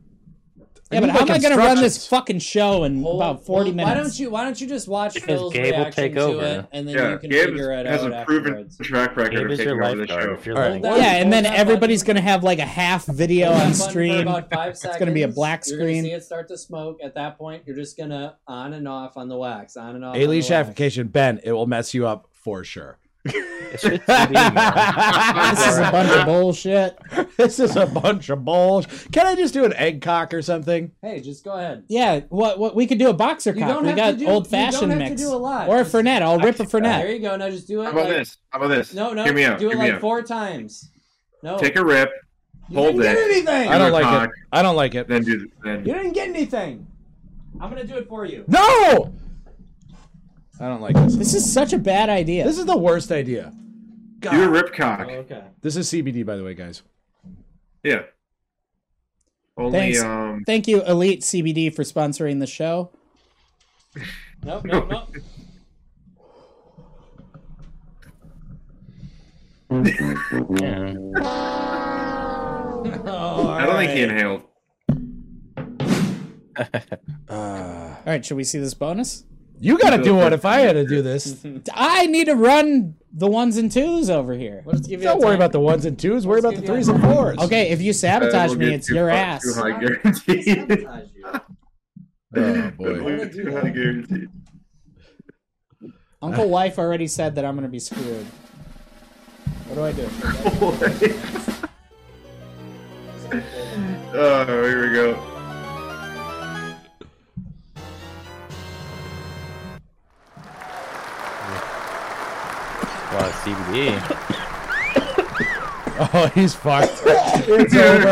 Speaker 3: Yeah, but
Speaker 4: need,
Speaker 3: how
Speaker 4: like,
Speaker 3: am I gonna run this
Speaker 4: instructions.
Speaker 3: fucking show in
Speaker 6: Hold-
Speaker 3: about forty
Speaker 6: hold-
Speaker 3: minutes?
Speaker 6: Why don't you? Why don't you just watch
Speaker 7: Because
Speaker 6: Phil's
Speaker 7: Gabe will
Speaker 6: reaction
Speaker 7: take
Speaker 6: to
Speaker 7: over.
Speaker 6: it, and then
Speaker 1: Yeah.
Speaker 6: you can
Speaker 1: Gabe
Speaker 6: figure it
Speaker 1: has
Speaker 6: out
Speaker 1: a proven (laughs)
Speaker 6: afterwards.
Speaker 1: track record
Speaker 7: Gabe
Speaker 1: of
Speaker 7: is
Speaker 1: taking
Speaker 7: your
Speaker 1: over the
Speaker 7: lifeguard.
Speaker 1: show.
Speaker 7: If you're
Speaker 4: All right.
Speaker 7: like,
Speaker 6: Well,
Speaker 3: Yeah, and then
Speaker 6: Hold that
Speaker 3: everybody's
Speaker 6: button.
Speaker 3: gonna have like a half video
Speaker 6: Hold that
Speaker 3: on
Speaker 6: button for
Speaker 3: stream.
Speaker 6: about five
Speaker 3: It's gonna be a
Speaker 6: seconds.
Speaker 3: black
Speaker 6: You're gonna
Speaker 3: screen.
Speaker 6: see it start to smoke. At that point, you're just gonna on and off on the wax, on and off. on the
Speaker 4: Alien
Speaker 3: Oh.
Speaker 6: wax.
Speaker 4: shaffication, Ben. It will mess you up for sure.
Speaker 7: it should be more.
Speaker 4: (laughs)
Speaker 3: This is a bunch of bullshit.
Speaker 4: This is a bunch of balls. Can I just do an egg cock or something?
Speaker 6: Hey, just go ahead.
Speaker 3: Yeah, what what we could do a boxer
Speaker 6: You
Speaker 3: cock.
Speaker 6: don't
Speaker 3: we
Speaker 6: have
Speaker 3: got
Speaker 6: to do-
Speaker 3: old
Speaker 6: you
Speaker 3: fashioned
Speaker 6: don't have to
Speaker 3: mix
Speaker 6: do a lot.
Speaker 3: or a
Speaker 6: Just-
Speaker 3: fernet. I'll rip a
Speaker 6: There
Speaker 3: fernet.
Speaker 6: you go. Now just do it.
Speaker 1: How about
Speaker 6: like,
Speaker 1: this? How about this?
Speaker 6: No, no.
Speaker 1: Hear me out.
Speaker 6: do it
Speaker 1: hear
Speaker 6: like
Speaker 1: me out.
Speaker 6: four times. No.
Speaker 1: Take a rip.
Speaker 6: you
Speaker 1: hold
Speaker 6: didn't get
Speaker 1: it.
Speaker 6: anything.
Speaker 4: I don't
Speaker 1: Egg
Speaker 4: like
Speaker 1: cock.
Speaker 4: it. I don't like it.
Speaker 1: Then do. Then.
Speaker 6: You didn't get anything. I'm gonna do it for you.
Speaker 4: No. I don't like this.
Speaker 3: This is such a bad idea.
Speaker 4: This is the worst idea.
Speaker 1: Do a rip cock.
Speaker 6: Oh, Okay.
Speaker 4: This is CBD, by the way, guys.
Speaker 1: Yeah. Only
Speaker 3: Thanks.
Speaker 1: um.
Speaker 3: Thank you, Elite CBD, for sponsoring the show.
Speaker 6: Nope. Nope. Nope.
Speaker 1: (laughs)
Speaker 7: (laughs) Yeah.
Speaker 1: I don't think he inhaled.
Speaker 3: All right, should we see this bonus?
Speaker 4: You gotta do one. If I had to do this,
Speaker 6: (laughs)
Speaker 3: I need to run the ones and twos over here.
Speaker 6: We'll just give you.
Speaker 4: don't
Speaker 6: a
Speaker 4: worry
Speaker 6: time.
Speaker 4: about the ones and twos. Worry about the
Speaker 6: give you
Speaker 4: threes
Speaker 6: a
Speaker 4: and
Speaker 6: time.
Speaker 4: fours.
Speaker 3: Okay, if you
Speaker 1: Uh,
Speaker 3: sabotage
Speaker 1: we'll
Speaker 3: me,
Speaker 1: get
Speaker 3: it's
Speaker 1: too
Speaker 3: your
Speaker 1: high-
Speaker 3: ass.
Speaker 1: Too high
Speaker 6: (laughs)
Speaker 1: guaranteed.
Speaker 6: Sabotage you.
Speaker 4: Oh
Speaker 1: We'll
Speaker 4: boy.
Speaker 1: get too high guaranteed.
Speaker 3: Uncle Life already said that I'm gonna be screwed. What do I do?
Speaker 1: (laughs) oh, here we go.
Speaker 7: Wow, CBD.
Speaker 4: (laughs) Oh, he's
Speaker 6: (laughs)
Speaker 4: fucked. it's over.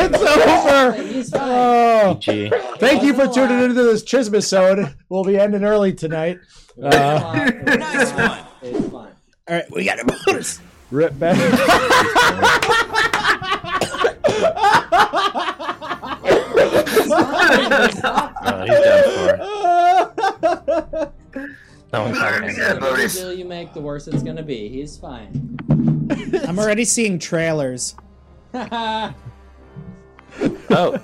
Speaker 4: it's over.
Speaker 6: He's fine.
Speaker 4: Oh.
Speaker 7: Gee.
Speaker 4: Thank you for tuning into this Chismisode. We'll be ending early tonight. Uh,
Speaker 6: nice one. It's
Speaker 1: (laughs)
Speaker 6: fine.
Speaker 3: All right, we got a bonus.
Speaker 4: rip (laughs) back.
Speaker 7: Oh, he's done for. No one's talking to me
Speaker 10: The
Speaker 7: yet.
Speaker 10: more deal you make, the worse it's gonna be. He's fine.
Speaker 3: I'm already seeing trailers.
Speaker 7: Oh,
Speaker 4: Uh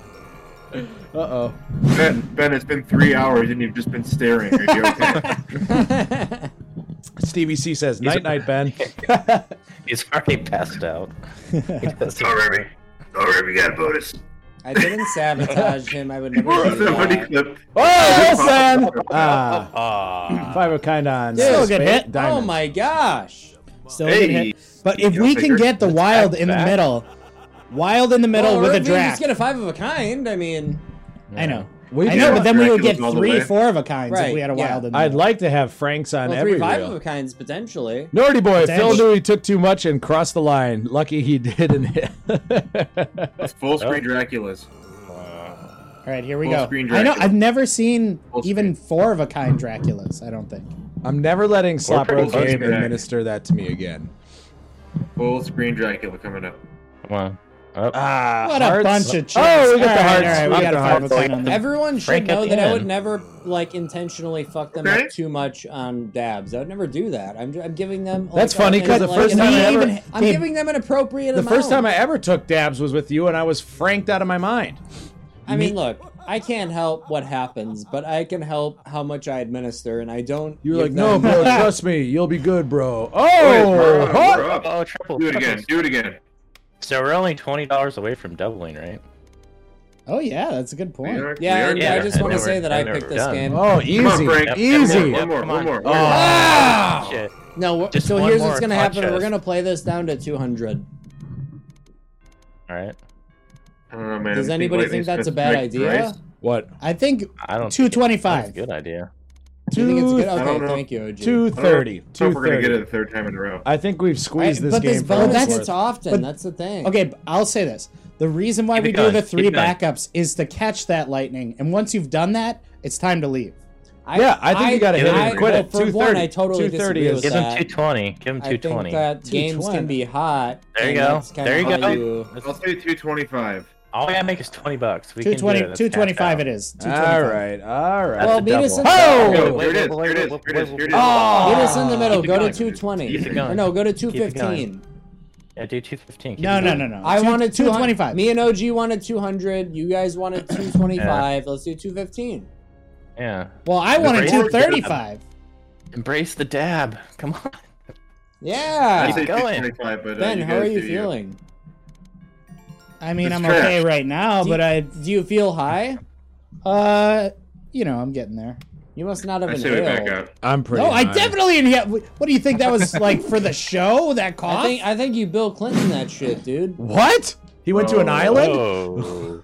Speaker 4: oh.
Speaker 1: Ben, ben, it's been three hours and you've just been staring. Are you okay?
Speaker 4: Stevie C says, night night, (laughs) Ben.
Speaker 7: he's already passed (laughs) out. He doesn't-
Speaker 10: Don't worry. Don't worry, we got a
Speaker 1: (laughs)
Speaker 10: bonus.
Speaker 6: I didn't sabotage him. I would never do
Speaker 1: Somebody
Speaker 6: that.
Speaker 1: clip.
Speaker 4: Oh, yes,
Speaker 1: (laughs)
Speaker 4: Ben!
Speaker 7: Oh,
Speaker 4: Ah,
Speaker 7: Aw.
Speaker 4: five of kind on. uh,
Speaker 3: Still a good hit.
Speaker 6: Oh
Speaker 4: Diamond.
Speaker 6: my gosh!
Speaker 3: Still a good
Speaker 1: Hey.
Speaker 3: hit. But if
Speaker 1: Yo,
Speaker 3: we can
Speaker 1: figure.
Speaker 3: get the wild in the
Speaker 7: back.
Speaker 3: middle, wild in the middle
Speaker 6: Well,
Speaker 3: with a
Speaker 6: Irving,
Speaker 3: draft.
Speaker 6: He's gonna five of a kind. I mean,
Speaker 3: I know.
Speaker 4: We
Speaker 3: I know,
Speaker 4: do-
Speaker 3: but then we would get
Speaker 1: Dracula's all the
Speaker 3: three,
Speaker 1: way.
Speaker 3: four of a kinds if
Speaker 6: Right,
Speaker 3: we had a
Speaker 6: yeah.
Speaker 3: wild in the
Speaker 4: I'd
Speaker 3: middle.
Speaker 4: like to have Franks on
Speaker 6: well,
Speaker 4: every
Speaker 6: three five
Speaker 4: reel.
Speaker 6: of a kinds potentially.
Speaker 4: Nerdy boy,
Speaker 3: Damn.
Speaker 4: Phil knew he took too much and crossed the line. Lucky he (laughs) didn't hit.
Speaker 1: It's full screen Draculas.
Speaker 3: All right, here we
Speaker 1: Full
Speaker 3: go.
Speaker 1: screen
Speaker 3: I know
Speaker 1: Dracula.
Speaker 3: I've never seen
Speaker 1: Full
Speaker 3: even four of a kind Draculas. I don't think.
Speaker 4: I'm never letting Slop
Speaker 7: pretty
Speaker 4: Road
Speaker 1: close
Speaker 4: Gabe
Speaker 1: to that.
Speaker 4: administer that to me again.
Speaker 1: Full screen Dracula coming up.
Speaker 7: Come on. Oh.
Speaker 4: Ah,
Speaker 3: What a
Speaker 4: hearts.
Speaker 3: bunch of chips.
Speaker 4: Oh, we got the
Speaker 3: All right,
Speaker 4: hearts.
Speaker 3: all right,
Speaker 4: we
Speaker 3: we got a
Speaker 4: the
Speaker 3: five
Speaker 4: hearts.
Speaker 3: of a kind on that.
Speaker 6: Everyone should
Speaker 7: Frank at
Speaker 6: know
Speaker 7: the
Speaker 6: that I
Speaker 7: end.
Speaker 6: would never like intentionally fuck them
Speaker 1: Okay.
Speaker 6: up too much on dabs. I would never do that. I'm, I'm giving them. Like,
Speaker 4: That's
Speaker 6: a-
Speaker 4: funny, 'cause the
Speaker 6: like,
Speaker 4: first
Speaker 6: an
Speaker 4: time I
Speaker 6: appropriate-
Speaker 4: ever-
Speaker 6: I'm
Speaker 3: Babe,
Speaker 6: giving them an appropriate
Speaker 4: The
Speaker 6: amount.
Speaker 4: first time I ever took dabs was with you, and I was franked out of my mind.
Speaker 6: I mean, look, I can't help what happens, but I can help how much I administer, and I don't.
Speaker 4: You were
Speaker 6: give
Speaker 4: like, no, bro,
Speaker 6: them-
Speaker 4: trust me. You'll be good, bro. Oh,
Speaker 1: We're up, we're
Speaker 4: oh.
Speaker 1: up.
Speaker 7: Oh, triple.
Speaker 1: Do it again. Do it again.
Speaker 7: So we're only twenty dollars away from doubling, right?
Speaker 3: Oh yeah, that's a good
Speaker 1: We
Speaker 3: point.
Speaker 1: are- (laughs) we
Speaker 6: Yeah,
Speaker 1: are
Speaker 6: and I
Speaker 1: doing it.
Speaker 6: just want to
Speaker 7: Never-
Speaker 6: say that I
Speaker 7: never
Speaker 6: picked this
Speaker 7: done.
Speaker 6: game.
Speaker 4: Oh,
Speaker 1: Come on,
Speaker 4: easy.
Speaker 1: Frank.
Speaker 4: easy. Oh.
Speaker 1: One more.
Speaker 7: Come
Speaker 1: One
Speaker 7: on.
Speaker 1: more. One more.
Speaker 7: Ah! Shit.
Speaker 6: No, we're-
Speaker 7: Just
Speaker 6: so
Speaker 7: one
Speaker 6: here's
Speaker 7: more
Speaker 6: what's gonna
Speaker 7: hot
Speaker 6: happen. We're
Speaker 7: chest.
Speaker 6: gonna play this down to 200.
Speaker 7: All right.
Speaker 1: I don't know, Oh, man.
Speaker 6: Does
Speaker 1: I
Speaker 6: anybody
Speaker 1: Lightning
Speaker 6: think that's a
Speaker 1: Smith's
Speaker 6: bad
Speaker 1: like
Speaker 6: idea?
Speaker 1: Christ.
Speaker 4: What?
Speaker 3: I think
Speaker 7: I don't.
Speaker 3: two
Speaker 7: think that's a
Speaker 3: twenty-five.
Speaker 7: good idea.
Speaker 6: you think it's
Speaker 4: Two,
Speaker 6: good?
Speaker 1: I don't
Speaker 6: Okay,
Speaker 1: know.
Speaker 6: thank you, OG.
Speaker 4: two
Speaker 1: I don't know
Speaker 4: thirty.
Speaker 1: if
Speaker 4: Two
Speaker 1: We're gonna get it
Speaker 4: thirty.
Speaker 1: the third time in a row.
Speaker 4: I think we've squeezed
Speaker 3: I-
Speaker 4: this
Speaker 3: but
Speaker 4: game.
Speaker 3: this
Speaker 4: for
Speaker 3: bonus-
Speaker 4: what
Speaker 6: But
Speaker 4: it's
Speaker 6: that's
Speaker 3: worth.
Speaker 6: it's often.
Speaker 3: But-
Speaker 6: that's the thing.
Speaker 3: Okay, but I'll say this: the reason why
Speaker 7: Keep
Speaker 3: we
Speaker 7: it going,
Speaker 3: do the
Speaker 7: keep
Speaker 3: three
Speaker 7: it going.
Speaker 3: backups is to catch that lightning, and once you've done that, it's time to leave.
Speaker 4: Yeah, I think you gotta
Speaker 7: hit it and
Speaker 4: quit it.
Speaker 6: For one,
Speaker 4: 230.
Speaker 6: I totally
Speaker 4: 230
Speaker 6: disagree
Speaker 4: is-
Speaker 6: with
Speaker 7: Give him
Speaker 6: that.
Speaker 7: two twenty. Give him
Speaker 6: I
Speaker 7: two
Speaker 6: think uh,
Speaker 7: twenty.
Speaker 6: that games
Speaker 4: 220.
Speaker 6: can be hot.
Speaker 7: There you
Speaker 6: and
Speaker 7: go.
Speaker 6: that's kinda
Speaker 7: There you
Speaker 6: how
Speaker 7: go.
Speaker 1: I'll say 225.
Speaker 7: All we gotta make is twenty bucks. We can
Speaker 3: Two
Speaker 7: do
Speaker 3: twenty,
Speaker 7: it. That's
Speaker 3: two twenty-five.
Speaker 7: cash
Speaker 3: It is.
Speaker 4: All
Speaker 3: 225.
Speaker 4: right, all right.
Speaker 6: Well,
Speaker 7: a
Speaker 6: beat us
Speaker 7: double.
Speaker 4: Oh!
Speaker 6: in the
Speaker 7: out.
Speaker 6: middle.
Speaker 1: Here it is,
Speaker 7: Wait, wait,
Speaker 1: here it is,
Speaker 7: wait,
Speaker 1: here it is,
Speaker 7: wait,
Speaker 1: here it is.
Speaker 7: wait.
Speaker 4: Oh!
Speaker 6: Beat us in the middle.
Speaker 7: Keep it
Speaker 6: Go to
Speaker 7: going.
Speaker 6: 220.
Speaker 7: Keep it
Speaker 6: Or
Speaker 7: going.
Speaker 6: no, go to
Speaker 7: Keep it going.
Speaker 6: 215.
Speaker 7: Yeah, do two fifteen.
Speaker 3: No, no, no, no.
Speaker 6: I
Speaker 3: Two-
Speaker 6: wanted
Speaker 3: 225.
Speaker 6: Me and OG wanted 200. You guys wanted 225. Let's do 215.
Speaker 7: Yeah.
Speaker 3: Well, I wanted
Speaker 7: raise-
Speaker 3: two thirty-five.
Speaker 7: Embrace the dab. Come on.
Speaker 1: I
Speaker 6: Yeah.
Speaker 1: say
Speaker 7: Keep going.
Speaker 1: 225, but uh,
Speaker 6: Ben,
Speaker 1: you
Speaker 6: how are
Speaker 1: guys
Speaker 6: you
Speaker 1: do
Speaker 6: feeling?
Speaker 3: I mean,
Speaker 1: It's
Speaker 3: I'm
Speaker 1: trash.
Speaker 3: okay right now,
Speaker 6: Do
Speaker 3: but I,
Speaker 6: Do you feel high?
Speaker 3: uh, you know, I'm getting there.
Speaker 6: You must not have
Speaker 1: I
Speaker 6: been
Speaker 1: say we back
Speaker 6: inhaled.
Speaker 1: up.
Speaker 4: I'm pretty.
Speaker 3: No, I
Speaker 4: high.
Speaker 3: definitely inhaled. What do you think that was like for the show? That cough?
Speaker 6: I think I think you Bill Clinton that shit, dude.
Speaker 4: What? He went to an
Speaker 1: Oh.
Speaker 4: island.
Speaker 3: (laughs)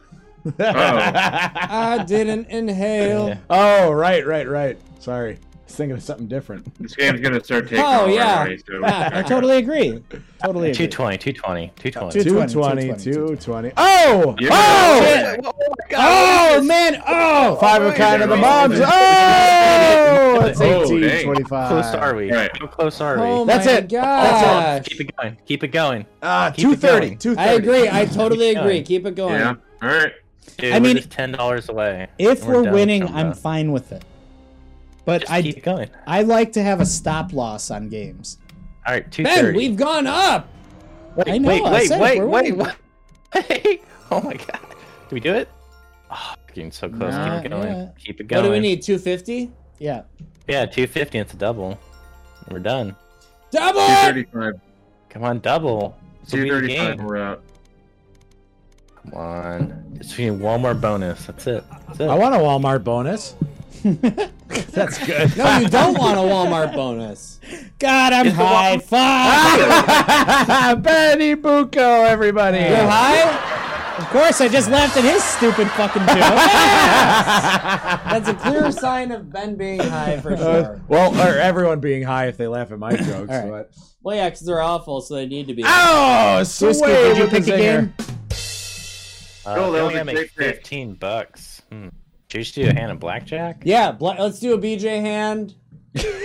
Speaker 7: Oh.
Speaker 6: I didn't inhale.
Speaker 7: (laughs) Yeah.
Speaker 4: (laughs) Oh, right, right, right. Sorry, I was thinking of something different.
Speaker 1: This game's gonna start taking
Speaker 6: Oh,
Speaker 1: all our
Speaker 6: yeah.
Speaker 1: money, so
Speaker 3: yeah,
Speaker 4: (laughs)
Speaker 3: I totally agree. Totally agree.
Speaker 7: 220, 220, 220.
Speaker 3: 220,
Speaker 4: 220,
Speaker 3: 220.
Speaker 4: 220. Oh,
Speaker 1: Yeah.
Speaker 4: oh, oh, man, oh, five of kind of the mobs. Oh, that's
Speaker 1: Oh, dang.
Speaker 4: 1825.
Speaker 7: How close are we?
Speaker 1: Right.
Speaker 7: How close are we?
Speaker 6: Oh
Speaker 4: That's
Speaker 6: my
Speaker 4: it.
Speaker 6: gosh.
Speaker 7: Keep it going. Keep it going.
Speaker 4: Ah,
Speaker 7: Keep it
Speaker 4: 230.
Speaker 7: going.
Speaker 4: 230.
Speaker 6: I agree. I totally
Speaker 7: Keep
Speaker 6: agree.
Speaker 7: going.
Speaker 6: Keep it going.
Speaker 1: (laughs) Yeah. All right.
Speaker 7: Dude,
Speaker 3: I
Speaker 7: I
Speaker 3: mean-
Speaker 7: mean, just ten dollars away.
Speaker 3: If
Speaker 7: And
Speaker 3: we're,
Speaker 7: done.
Speaker 3: winning,
Speaker 7: Come
Speaker 3: I'm
Speaker 7: on.
Speaker 3: fine with it. But
Speaker 7: Just
Speaker 3: I,
Speaker 7: keep going.
Speaker 3: I like to have a stop loss on games.
Speaker 7: All right, two
Speaker 6: Ben,
Speaker 7: thirty.
Speaker 6: we've gone up.
Speaker 7: wait,
Speaker 3: I know,
Speaker 7: wait,
Speaker 3: I
Speaker 7: wait,
Speaker 3: said it,
Speaker 7: wait,
Speaker 3: we're
Speaker 7: wait,
Speaker 3: winning.
Speaker 7: (laughs) wait, wait. Oh my god, do we do it? Oh, getting so close.
Speaker 3: Nah,
Speaker 7: keep it going.
Speaker 3: yeah.
Speaker 7: Keep it
Speaker 6: What
Speaker 7: going.
Speaker 6: do we need? 250?
Speaker 3: Yeah.
Speaker 7: Yeah, two fifty. It's a double. We're done.
Speaker 6: Double. it!
Speaker 1: 235.
Speaker 7: Come on, double. This will be the
Speaker 1: 235.
Speaker 7: game.
Speaker 1: We're out.
Speaker 7: Come on. Just we need one more bonus. That's it. That's it.
Speaker 4: I want a Walmart bonus. That's good.
Speaker 6: No, you don't want a Walmart bonus.
Speaker 3: God, I'm
Speaker 7: It's the
Speaker 3: high.
Speaker 7: one-
Speaker 4: Ah! (laughs)
Speaker 3: Fuck.
Speaker 4: Benny Bucco, everybody.
Speaker 6: You're high?
Speaker 3: of course, I just laughed at his stupid fucking joke.
Speaker 6: That's a clear sign of Ben being high for
Speaker 4: Uh,
Speaker 6: sure.
Speaker 4: well, or everyone being high if they laugh at (laughs) my jokes.
Speaker 3: All right.
Speaker 4: but-
Speaker 6: Well, yeah, because they're awful, so they need to be.
Speaker 4: Oh,
Speaker 3: Whiskey,
Speaker 4: sway
Speaker 3: did you
Speaker 4: with the
Speaker 3: pick a
Speaker 4: zinger.
Speaker 3: game?
Speaker 7: Uh,
Speaker 1: Joel, that was
Speaker 7: we only
Speaker 1: a
Speaker 7: make
Speaker 1: great pick.
Speaker 7: fifteen bucks. Hmm. Should we just do a hand of blackjack?
Speaker 6: Yeah, bl- let's do a BJ hand.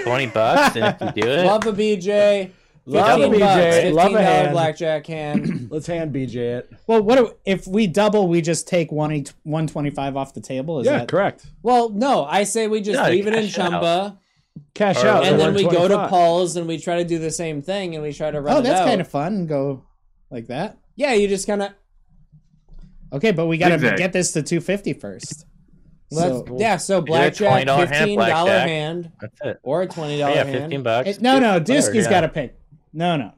Speaker 7: Twenty bucks, and if you do it,
Speaker 6: Love a BJ.
Speaker 4: Love a BJ,
Speaker 6: 15 Bucks,
Speaker 4: love a
Speaker 6: $15
Speaker 4: hand.
Speaker 6: blackjack hand. (clears throat)
Speaker 4: Let's hand BJ it.
Speaker 3: well, what do- if we double? We just take one eight- 125 off the table. Is
Speaker 4: yeah,
Speaker 3: that
Speaker 4: correct.
Speaker 6: well, no, I say we just
Speaker 7: No,
Speaker 6: leave it in
Speaker 7: cash it out.
Speaker 6: Chumba.
Speaker 4: Cash
Speaker 7: Or-
Speaker 4: out.
Speaker 6: and then we go to
Speaker 4: 125.
Speaker 6: Paul's and we try to do the same thing and we try to run
Speaker 3: Oh,
Speaker 6: it
Speaker 3: that's
Speaker 6: out.
Speaker 3: kind of fun. Go like that.
Speaker 6: yeah, you just kind of
Speaker 3: Okay, but we gotta
Speaker 1: Zigzag.
Speaker 3: get this to 250 first.
Speaker 6: let's
Speaker 3: So-
Speaker 6: yeah. So
Speaker 7: $20
Speaker 6: blackjack,
Speaker 7: hand,
Speaker 6: fifteen dollar
Speaker 7: blackjack.
Speaker 6: hand
Speaker 7: That's it.
Speaker 6: or a twenty dollar
Speaker 7: Yeah,
Speaker 6: hand.
Speaker 7: fifteen bucks.
Speaker 3: It- eh, no, no,
Speaker 7: Disc
Speaker 3: Disky's
Speaker 7: has
Speaker 3: got to pay. No, no.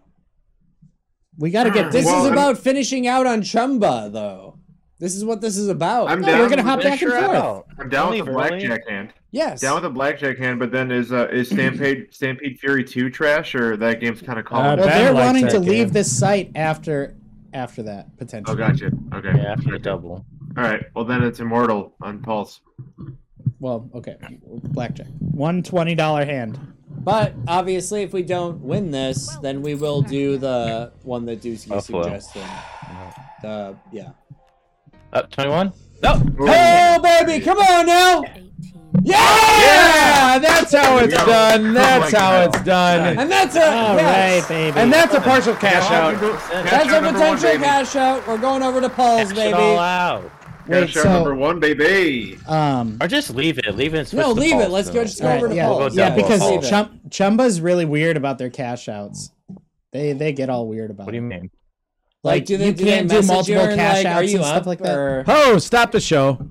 Speaker 3: We gotta get
Speaker 6: This
Speaker 3: this.
Speaker 1: Well,
Speaker 6: is
Speaker 1: I'm-
Speaker 6: about finishing out on Chumba, though. This is what this is about.
Speaker 1: I'm
Speaker 3: No,
Speaker 1: down.
Speaker 3: we're gonna hop
Speaker 1: with-
Speaker 3: back and
Speaker 7: Sure, I
Speaker 3: forth.
Speaker 7: don't.
Speaker 1: I'm down with
Speaker 7: Leave
Speaker 1: the
Speaker 7: early.
Speaker 1: blackjack hand.
Speaker 6: yes.
Speaker 1: Down with the blackjack hand, but then is uh,
Speaker 6: (clears throat)
Speaker 1: is Stampede Stampede Fury two trash or that game's kind of
Speaker 4: Uh,
Speaker 1: calm?
Speaker 3: Well,
Speaker 4: Ben
Speaker 3: they're
Speaker 4: likes
Speaker 3: wanting
Speaker 4: that
Speaker 3: to
Speaker 4: game.
Speaker 3: leave this site after after that
Speaker 1: oh,
Speaker 3: potentially.
Speaker 1: gotcha. Okay.
Speaker 7: Yeah, after the double.
Speaker 1: All right. Well, then it's immortal on Pulse.
Speaker 3: Well, okay, blackjack. One twenty dollar hand.
Speaker 6: But obviously, if we don't win this, then we will do the one that Deucey
Speaker 7: Buffalo.
Speaker 6: suggested. The yeah.
Speaker 7: Up twenty-one. No.
Speaker 6: Oh baby, come on now!
Speaker 8: Eighteen.
Speaker 6: Yeah!
Speaker 4: Yeah, that's how it's
Speaker 1: Yeah.
Speaker 4: done. That's
Speaker 1: Oh my
Speaker 4: how
Speaker 1: God.
Speaker 4: it's done.
Speaker 6: And that's a
Speaker 3: All right,
Speaker 6: yes.
Speaker 3: baby.
Speaker 4: And that's a partial cash out.
Speaker 6: That's a potential cash out. We're going over to Paul's,
Speaker 7: Cash it all
Speaker 6: baby.
Speaker 7: out.
Speaker 3: Wait,
Speaker 1: Cash out
Speaker 3: so-
Speaker 1: number one, baby.
Speaker 3: Um.
Speaker 7: Or just leave it. Leave it. And switch
Speaker 6: No,
Speaker 7: to
Speaker 6: leave it.
Speaker 7: Pulse,
Speaker 6: Let's go.
Speaker 7: though.
Speaker 6: Just go
Speaker 3: all right,
Speaker 6: over to
Speaker 3: yeah,
Speaker 6: Paul's.
Speaker 3: yeah,
Speaker 7: yeah,
Speaker 3: because
Speaker 7: Paul's.
Speaker 3: Chum- Chumba's really weird about their cash outs. They they get all weird about
Speaker 7: What do you
Speaker 3: it.
Speaker 7: mean?
Speaker 6: Like, do they
Speaker 3: you
Speaker 6: do they
Speaker 3: can't do
Speaker 6: message
Speaker 3: multiple
Speaker 6: you and,
Speaker 3: cash
Speaker 6: like,
Speaker 3: outs
Speaker 6: are you
Speaker 3: and
Speaker 6: up
Speaker 3: stuff like that.
Speaker 6: Or...
Speaker 4: Oh, stop the show.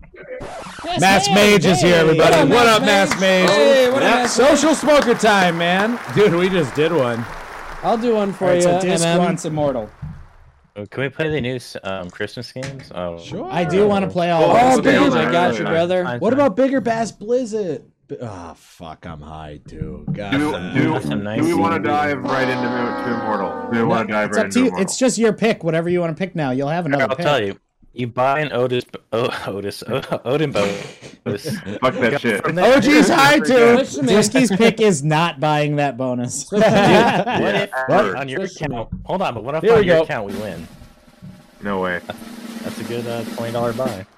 Speaker 4: Mass
Speaker 3: Hey,
Speaker 4: Mage is here,
Speaker 3: hey.
Speaker 4: everybody.
Speaker 6: What
Speaker 4: What
Speaker 6: up,
Speaker 4: up,
Speaker 6: Mass
Speaker 4: Mass Mage?
Speaker 6: Hey, what up,
Speaker 4: Yeah,
Speaker 6: Mass
Speaker 4: Social smoker time, man. Dude, we just did one.
Speaker 6: I'll do one for
Speaker 3: All right,
Speaker 6: you.
Speaker 3: so Disc
Speaker 6: MM.
Speaker 3: wants immortal.
Speaker 7: Oh, Can we play the new um, Christmas games? Oh,
Speaker 4: Sure.
Speaker 3: I do want to play all.
Speaker 1: Oh,
Speaker 3: of
Speaker 6: Oh,
Speaker 3: this.
Speaker 1: okay,
Speaker 6: dude,
Speaker 1: all right,
Speaker 6: I
Speaker 1: all
Speaker 6: got
Speaker 1: right,
Speaker 6: you,
Speaker 1: all right.
Speaker 6: brother.
Speaker 7: Fine,
Speaker 4: What
Speaker 7: fine.
Speaker 4: about Bigger Bass Blizzard? Oh, fuck, I'm high, too. God.
Speaker 1: Do,
Speaker 4: damn.
Speaker 1: do,
Speaker 7: That's a nice
Speaker 1: do we want
Speaker 7: movie.
Speaker 1: to dive right into to immortal? Do we want to dive
Speaker 3: It's
Speaker 1: right
Speaker 3: up
Speaker 1: into
Speaker 3: to you.
Speaker 1: immortal?
Speaker 3: It's just your pick. Whatever you want to pick now, you'll have another
Speaker 7: I'll
Speaker 3: pick.
Speaker 7: tell you. You buy an Otis, o- Otis, o- Odin bonus.
Speaker 1: Fuck that shit.
Speaker 7: From there-
Speaker 4: Oh, geez, high, too.
Speaker 6: Switch to me.
Speaker 3: Disky's pick is not buying
Speaker 6: (laughs)
Speaker 3: that bonus.
Speaker 6: Switch to me.
Speaker 7: What if
Speaker 1: What?
Speaker 7: on your
Speaker 6: Switch to
Speaker 7: account? Hold on, but what if
Speaker 4: Here
Speaker 7: on
Speaker 4: we
Speaker 7: your
Speaker 4: go.
Speaker 7: account we win?
Speaker 1: No way.
Speaker 7: That's a good uh, twenty dollar buy. (laughs)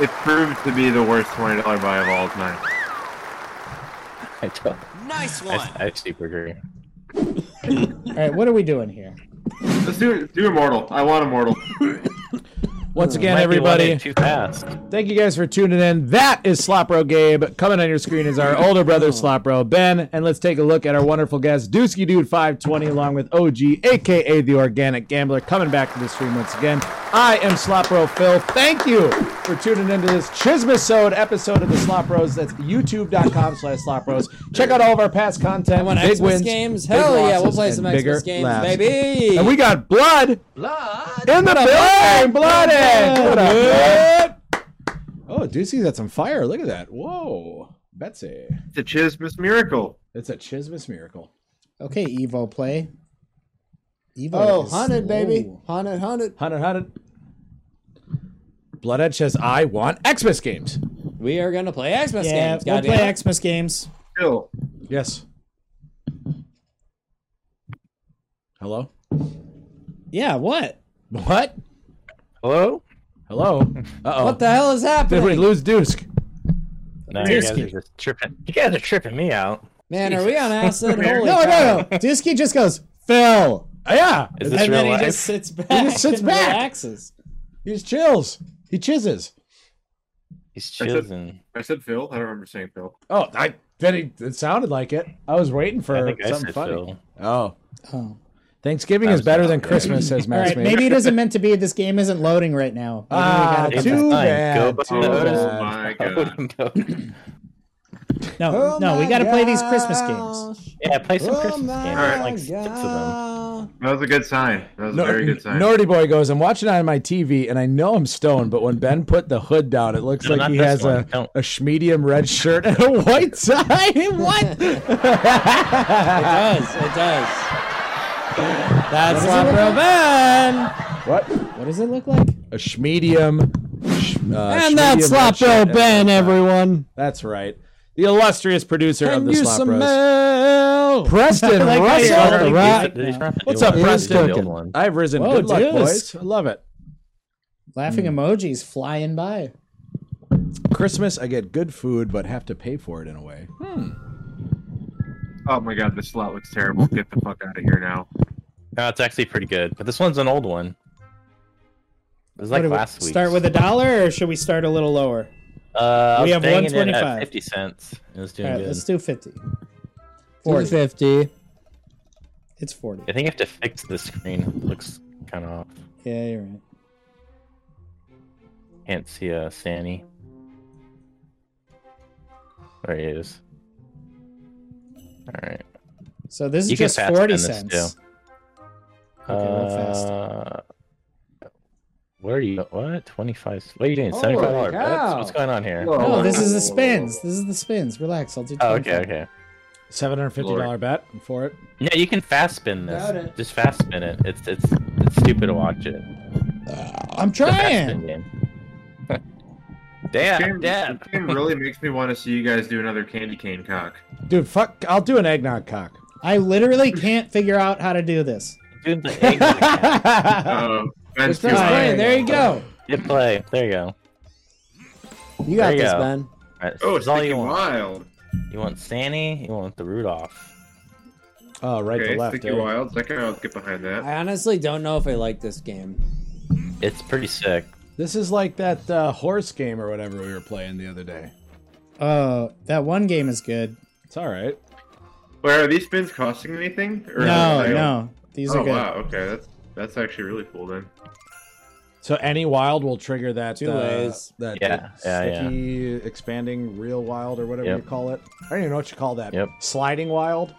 Speaker 1: It proved to be the worst twenty dollar buy of all time.
Speaker 7: I don't. Nice one. I, I super agree.
Speaker 3: All right, what are we doing here?
Speaker 1: Let's do do immortal. I want immortal.
Speaker 4: Once again,
Speaker 7: Might be one
Speaker 4: everybody.
Speaker 7: day Too fast.
Speaker 4: Thank you guys for tuning in. That is Slopro Gabe. Coming on your screen is our older brother, Slopro Ben. And let's take a look at our wonderful guest, Dusky Dude 520, along with OG, aka The Organic Gambler, coming back to the stream once again. I am Slopro Phil. Thank you for tuning into this Chismisode episode of the Slopros. That's youtube.com slash Slopros. Check out all of our past content.
Speaker 6: I want
Speaker 4: big
Speaker 6: Xmas
Speaker 4: wins,
Speaker 6: games.
Speaker 4: big
Speaker 6: Hell yeah,
Speaker 4: losses,
Speaker 6: we'll play
Speaker 4: and
Speaker 6: some
Speaker 4: bigger
Speaker 6: Xmas games,
Speaker 4: laughs.
Speaker 6: baby.
Speaker 4: And we got blood, blood in the building. Blooded. What up, blood? Oh, Deucey's got some fire. Look at that. Whoa, Betsy.
Speaker 1: It's a Chismas miracle.
Speaker 4: It's a Chismas miracle.
Speaker 3: Okay, Evo play. Evo.
Speaker 6: Oh,
Speaker 3: is
Speaker 6: haunted, baby.
Speaker 3: low.
Speaker 6: Haunted, haunted.
Speaker 4: Hundred, hundred. Bloodhead says, "I want Xmas games."
Speaker 6: We are gonna play Xmas
Speaker 3: Yeah,
Speaker 6: games.
Speaker 3: we'll
Speaker 6: goddamn
Speaker 3: play
Speaker 6: it.
Speaker 3: Xmas games.
Speaker 1: Still,
Speaker 4: Yes. Hello.
Speaker 3: Yeah, what?
Speaker 4: What?
Speaker 7: Hello.
Speaker 4: Hello. Uh oh.
Speaker 6: What the hell is happening?
Speaker 4: Did we lose Dusk?
Speaker 7: No, you guys are
Speaker 3: Risky.
Speaker 7: just tripping. You guys are tripping me out.
Speaker 6: Man, are we on acid? Holy
Speaker 3: No,
Speaker 6: cow.
Speaker 3: no, no.
Speaker 4: (laughs)
Speaker 3: Dusky just goes Phil,
Speaker 4: Oh, Yeah.
Speaker 7: Is this
Speaker 3: and
Speaker 7: real
Speaker 3: then he
Speaker 7: life?
Speaker 3: just sits back.
Speaker 4: just sits
Speaker 3: and
Speaker 4: back.
Speaker 3: Relaxes.
Speaker 4: He just chills. He chises.
Speaker 7: He's
Speaker 1: I said-
Speaker 7: choosing.
Speaker 1: I said Phil. I don't remember saying Phil.
Speaker 4: Oh, I then he, it sounded like it. I was waiting
Speaker 7: I
Speaker 4: for
Speaker 7: think I
Speaker 4: something
Speaker 7: said
Speaker 4: funny.
Speaker 7: Phil.
Speaker 4: Oh,
Speaker 3: Oh.
Speaker 4: Thanksgiving
Speaker 7: That
Speaker 4: is
Speaker 7: was
Speaker 4: better
Speaker 7: not
Speaker 4: than
Speaker 7: good.
Speaker 4: Christmas, says
Speaker 3: All
Speaker 4: Max.
Speaker 3: right, maybe it isn't meant to be. This game isn't loading right now. Maybe we
Speaker 4: Ah,
Speaker 3: gotta
Speaker 7: It's
Speaker 3: come
Speaker 4: too
Speaker 3: back.
Speaker 7: fine.
Speaker 4: bad,
Speaker 7: Go
Speaker 4: too
Speaker 7: by
Speaker 4: bad.
Speaker 7: Otis.
Speaker 1: Oh my god.
Speaker 7: Odin bonus.
Speaker 3: No,
Speaker 6: Oh
Speaker 3: no, we
Speaker 6: my
Speaker 3: gotta play these Christmas
Speaker 6: gosh.
Speaker 3: games.
Speaker 7: Yeah, play some
Speaker 6: Oh
Speaker 7: Christmas games.
Speaker 6: my
Speaker 7: There's Like six of them.
Speaker 6: God.
Speaker 1: That was a good sign. That was
Speaker 4: Nor-
Speaker 1: a very good sign.
Speaker 4: Nordy boy goes. I'm watching on my TV, and I know I'm stoned, but when Ben put the hood down, it looks
Speaker 7: No,
Speaker 4: like
Speaker 7: not
Speaker 4: he
Speaker 7: this
Speaker 4: has
Speaker 7: one.
Speaker 4: a
Speaker 7: Don't.
Speaker 4: a sh- medium red shirt and a white tie. (laughs) what?
Speaker 7: (laughs)
Speaker 6: It does. It does. That's
Speaker 4: What does it
Speaker 6: Slapro Ben.
Speaker 4: what?
Speaker 6: What does it look like?
Speaker 4: A schmedium. Sh- uh,
Speaker 6: and that's
Speaker 4: schmedium red shirt and
Speaker 6: Slapro
Speaker 4: a
Speaker 6: Ben,
Speaker 4: white tie.
Speaker 6: everyone.
Speaker 4: That's right. The illustrious producer of
Speaker 6: Can
Speaker 4: the
Speaker 6: you
Speaker 4: Slop Roast.
Speaker 6: smell?
Speaker 4: Preston
Speaker 3: Like I
Speaker 4: Russell.
Speaker 3: said,
Speaker 4: All right.
Speaker 3: like
Speaker 4: What's up,
Speaker 7: Preston?
Speaker 4: Preston? I've risen.
Speaker 3: Whoa,
Speaker 4: Good luck,
Speaker 3: Deuce.
Speaker 4: boys. I love it.
Speaker 3: Laughing
Speaker 6: Hmm.
Speaker 3: emojis flying by.
Speaker 4: Christmas, I get good food, but have to pay for it in a way.
Speaker 1: Oh my god, this slot looks terrible. Get the fuck out of here
Speaker 7: (laughs)
Speaker 1: now.
Speaker 7: No, it's actually pretty good, but this one's an old one. It was
Speaker 3: What
Speaker 7: like
Speaker 3: do we-
Speaker 7: last week.
Speaker 3: Start with a dollar, or should we start a little lower?
Speaker 7: Uh, I
Speaker 3: We
Speaker 7: was
Speaker 3: have
Speaker 7: banging it at
Speaker 3: 125.
Speaker 7: Fifty cents. It was doing
Speaker 3: All right,
Speaker 7: good.
Speaker 3: let's do 50. 40.
Speaker 6: 250.
Speaker 3: It's 40.
Speaker 7: I think I have to fix the screen. It looks kind of off.
Speaker 3: Yeah, you're right.
Speaker 7: Can't see uh Sanny. There he is. All right.
Speaker 3: So this is
Speaker 7: You can
Speaker 3: just
Speaker 7: fast
Speaker 3: 40
Speaker 7: spend
Speaker 3: cents.
Speaker 7: this
Speaker 3: Okay, we're fast.
Speaker 7: Uh, what are you? What? Twenty five? What are you doing?
Speaker 6: Holy
Speaker 7: Seventy five dollar bets?
Speaker 6: cow.
Speaker 7: What's going on here?
Speaker 1: Whoa.
Speaker 3: No, this is the
Speaker 1: Oh.
Speaker 3: spins. This is the spins. Relax. I'll do
Speaker 7: Oh, okay,
Speaker 3: 25.
Speaker 7: okay.
Speaker 4: Seven hundred fifty dollar
Speaker 7: Lord.
Speaker 4: bet. I'm for it.
Speaker 7: Yeah, you can fast spin
Speaker 10: Doubt
Speaker 7: this.
Speaker 10: it.
Speaker 7: Just fast spin it. It's it's it's stupid to watch it.
Speaker 3: I'm
Speaker 7: It's a fast
Speaker 3: trying.
Speaker 7: spin game. (laughs) Damn,
Speaker 1: Game,
Speaker 7: damn.
Speaker 1: this game really makes me want to see you guys do another candy cane cock.
Speaker 4: Dude, fuck. I'll do an eggnog cock.
Speaker 3: I literally can't figure out how to do this.
Speaker 7: Doing the egg Ah.
Speaker 1: Uh,
Speaker 6: It's
Speaker 1: Ben's too
Speaker 6: first
Speaker 1: high.
Speaker 6: play. There you go.
Speaker 7: (laughs) Good play. There you go.
Speaker 6: You got
Speaker 7: There you
Speaker 6: this,
Speaker 7: go.
Speaker 6: Ben.
Speaker 7: All right,
Speaker 1: Oh,
Speaker 7: this
Speaker 1: it's
Speaker 7: is all you
Speaker 1: thinking
Speaker 7: want.
Speaker 1: wild.
Speaker 7: You want Sanny? You want the Rudolph?
Speaker 4: Oh, right
Speaker 1: Okay,
Speaker 4: to left.
Speaker 1: sticky
Speaker 4: eh?
Speaker 1: wilds. I can get behind that.
Speaker 6: I honestly don't know if I like this game.
Speaker 7: It's pretty sick.
Speaker 4: This is like that uh, horse game or whatever we were playing the other day.
Speaker 3: Oh, that one game is good.
Speaker 4: It's all right.
Speaker 1: Wait, are these spins costing anything? Or
Speaker 3: No,
Speaker 1: are they-
Speaker 3: no. These
Speaker 1: oh
Speaker 3: are good.
Speaker 1: wow, okay, that's that's actually really cool then.
Speaker 4: So any wild will trigger that.
Speaker 6: Two
Speaker 4: uh,
Speaker 6: ways.
Speaker 4: That
Speaker 7: Yeah, yeah, yeah.
Speaker 4: sticky expanding real wild or whatever
Speaker 7: Yep.
Speaker 4: you call it. I don't even know what you call that.
Speaker 7: Yep.
Speaker 4: Sliding wild,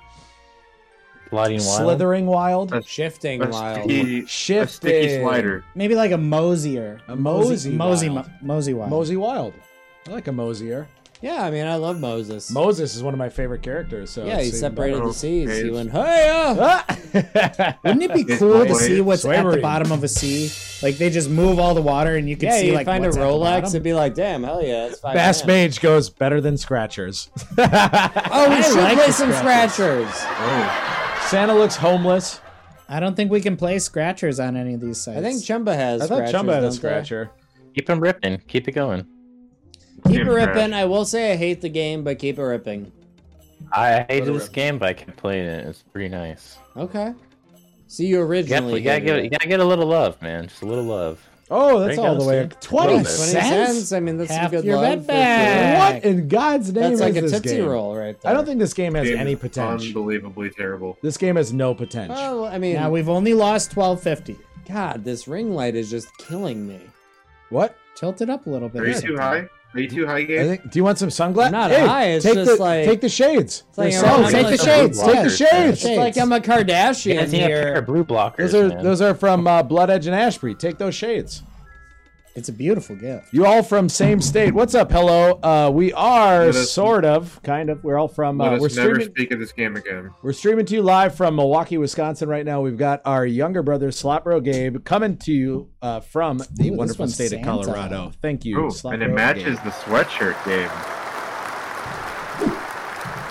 Speaker 7: Lighting wild.
Speaker 4: slithering wild,
Speaker 1: That's-
Speaker 6: Shifting
Speaker 1: A
Speaker 6: wild.
Speaker 1: sticky, a
Speaker 4: shifting,
Speaker 1: sticky slider.
Speaker 3: Maybe like a mosier.
Speaker 4: A mosey
Speaker 3: Mosey.
Speaker 4: wild.
Speaker 3: Mo- Mosey wild.
Speaker 4: mosey wild. I like a mosier.
Speaker 6: Yeah, I mean, I love Moses.
Speaker 4: Moses is one of my favorite characters. So
Speaker 6: yeah,
Speaker 4: it's
Speaker 6: he
Speaker 4: even
Speaker 6: separated
Speaker 1: better.
Speaker 6: the seas. He
Speaker 1: Okay.
Speaker 6: went, hey, oh,
Speaker 4: (laughs) better. Ah!
Speaker 3: (laughs) Wouldn't it be
Speaker 1: It's
Speaker 3: cool to
Speaker 1: like-
Speaker 3: see what's at the
Speaker 4: Swavery.
Speaker 3: bottom of a sea? Like they just move all the water and you can
Speaker 6: Yeah,
Speaker 3: see
Speaker 6: you
Speaker 3: like
Speaker 6: find a
Speaker 3: what's at the
Speaker 6: Rolex
Speaker 3: bottom.
Speaker 6: and be like, damn, hell yeah, that's five
Speaker 4: Bass
Speaker 6: grand."
Speaker 4: Mage goes better than (laughs) Scratchers.
Speaker 6: Oh, we
Speaker 3: I
Speaker 6: should
Speaker 3: like
Speaker 6: play
Speaker 3: the
Speaker 6: some Scratchers.
Speaker 1: Oh,
Speaker 4: Santa looks homeless.
Speaker 3: I don't think we can play scratchers on any of these sites.
Speaker 6: I think Chumba has
Speaker 4: I thought
Speaker 6: Scratchers.
Speaker 4: Chumba had
Speaker 6: don't
Speaker 4: a
Speaker 6: they?
Speaker 4: scratcher.
Speaker 7: Keep him ripping. Keep it going.
Speaker 6: Keep it
Speaker 1: Damn
Speaker 6: ripping.
Speaker 1: Scratch.
Speaker 6: I will say I hate the game, but keep it ripping.
Speaker 7: I hated
Speaker 4: Let it
Speaker 7: this
Speaker 4: rip.
Speaker 7: game, but I kept playing it. It's pretty nice.
Speaker 6: Okay. See, you
Speaker 7: You gotta,
Speaker 6: originally.
Speaker 7: you gotta
Speaker 6: hated
Speaker 7: give
Speaker 6: it.
Speaker 7: it. You gotta get a little love, man. Just a little love.
Speaker 4: Oh, that's
Speaker 7: There you
Speaker 4: all
Speaker 7: go,
Speaker 4: the way.
Speaker 7: Stan.
Speaker 4: Twenty
Speaker 7: Little bit.
Speaker 6: 20
Speaker 4: cents.
Speaker 6: cents? I mean, that's some
Speaker 3: Half
Speaker 6: good
Speaker 3: your
Speaker 6: love.
Speaker 3: bet
Speaker 6: for
Speaker 3: back.
Speaker 4: What
Speaker 6: sure.
Speaker 4: in God's name
Speaker 6: That's
Speaker 4: is
Speaker 6: like a
Speaker 4: this
Speaker 6: tootsie
Speaker 4: game?
Speaker 6: roll right there.
Speaker 4: I don't think this game has
Speaker 1: Game
Speaker 4: any
Speaker 1: is
Speaker 4: potential.
Speaker 1: Unbelievably terrible.
Speaker 4: This game has no potential.
Speaker 3: Oh.
Speaker 6: Well, I mean,
Speaker 3: now we've only lost twelve fifty.
Speaker 6: God, this ring light is just killing me.
Speaker 4: what?
Speaker 3: Tilt it up a little bit.
Speaker 1: Are
Speaker 3: or
Speaker 1: you
Speaker 3: something.
Speaker 1: too high? Are you too high,
Speaker 4: I
Speaker 1: Gabe?
Speaker 4: think, do you want some sunglasses?
Speaker 6: I'm not high, it's
Speaker 4: take the,
Speaker 6: just like-
Speaker 4: take the shades.
Speaker 6: It's like
Speaker 4: Yourself.
Speaker 6: I'm not
Speaker 4: take
Speaker 6: like
Speaker 4: the
Speaker 6: the
Speaker 4: shades.
Speaker 7: blue
Speaker 4: Take the
Speaker 7: blockers,
Speaker 4: shades.
Speaker 6: It's like I'm a
Speaker 7: You
Speaker 6: Kardashian
Speaker 7: guys need a pair of
Speaker 6: here.
Speaker 7: blue blockers.
Speaker 4: Those are
Speaker 7: man.
Speaker 4: those are from uh, Blood Edge and Ashbury. Take those shades.
Speaker 3: It's a beautiful gift.
Speaker 4: You all from same state. What's up? Hello. Uh, we are
Speaker 1: Let us-
Speaker 4: sort of, kind of. We're all from.
Speaker 1: Let
Speaker 4: Uh,
Speaker 1: us
Speaker 4: we're
Speaker 1: never
Speaker 4: streaming.
Speaker 1: speak of this game again.
Speaker 4: We're streaming to you live from Milwaukee, Wisconsin right now. We've got our younger brother, Slot Bro Gabe, coming to you uh, from the
Speaker 3: Ooh, this
Speaker 4: wonderful
Speaker 3: one's
Speaker 4: state of
Speaker 3: Santa.
Speaker 4: Colorado. Thank you,
Speaker 1: Ooh,
Speaker 4: Slot
Speaker 1: and it
Speaker 4: Bro
Speaker 1: matches
Speaker 4: Gabe.
Speaker 1: the sweatshirt game.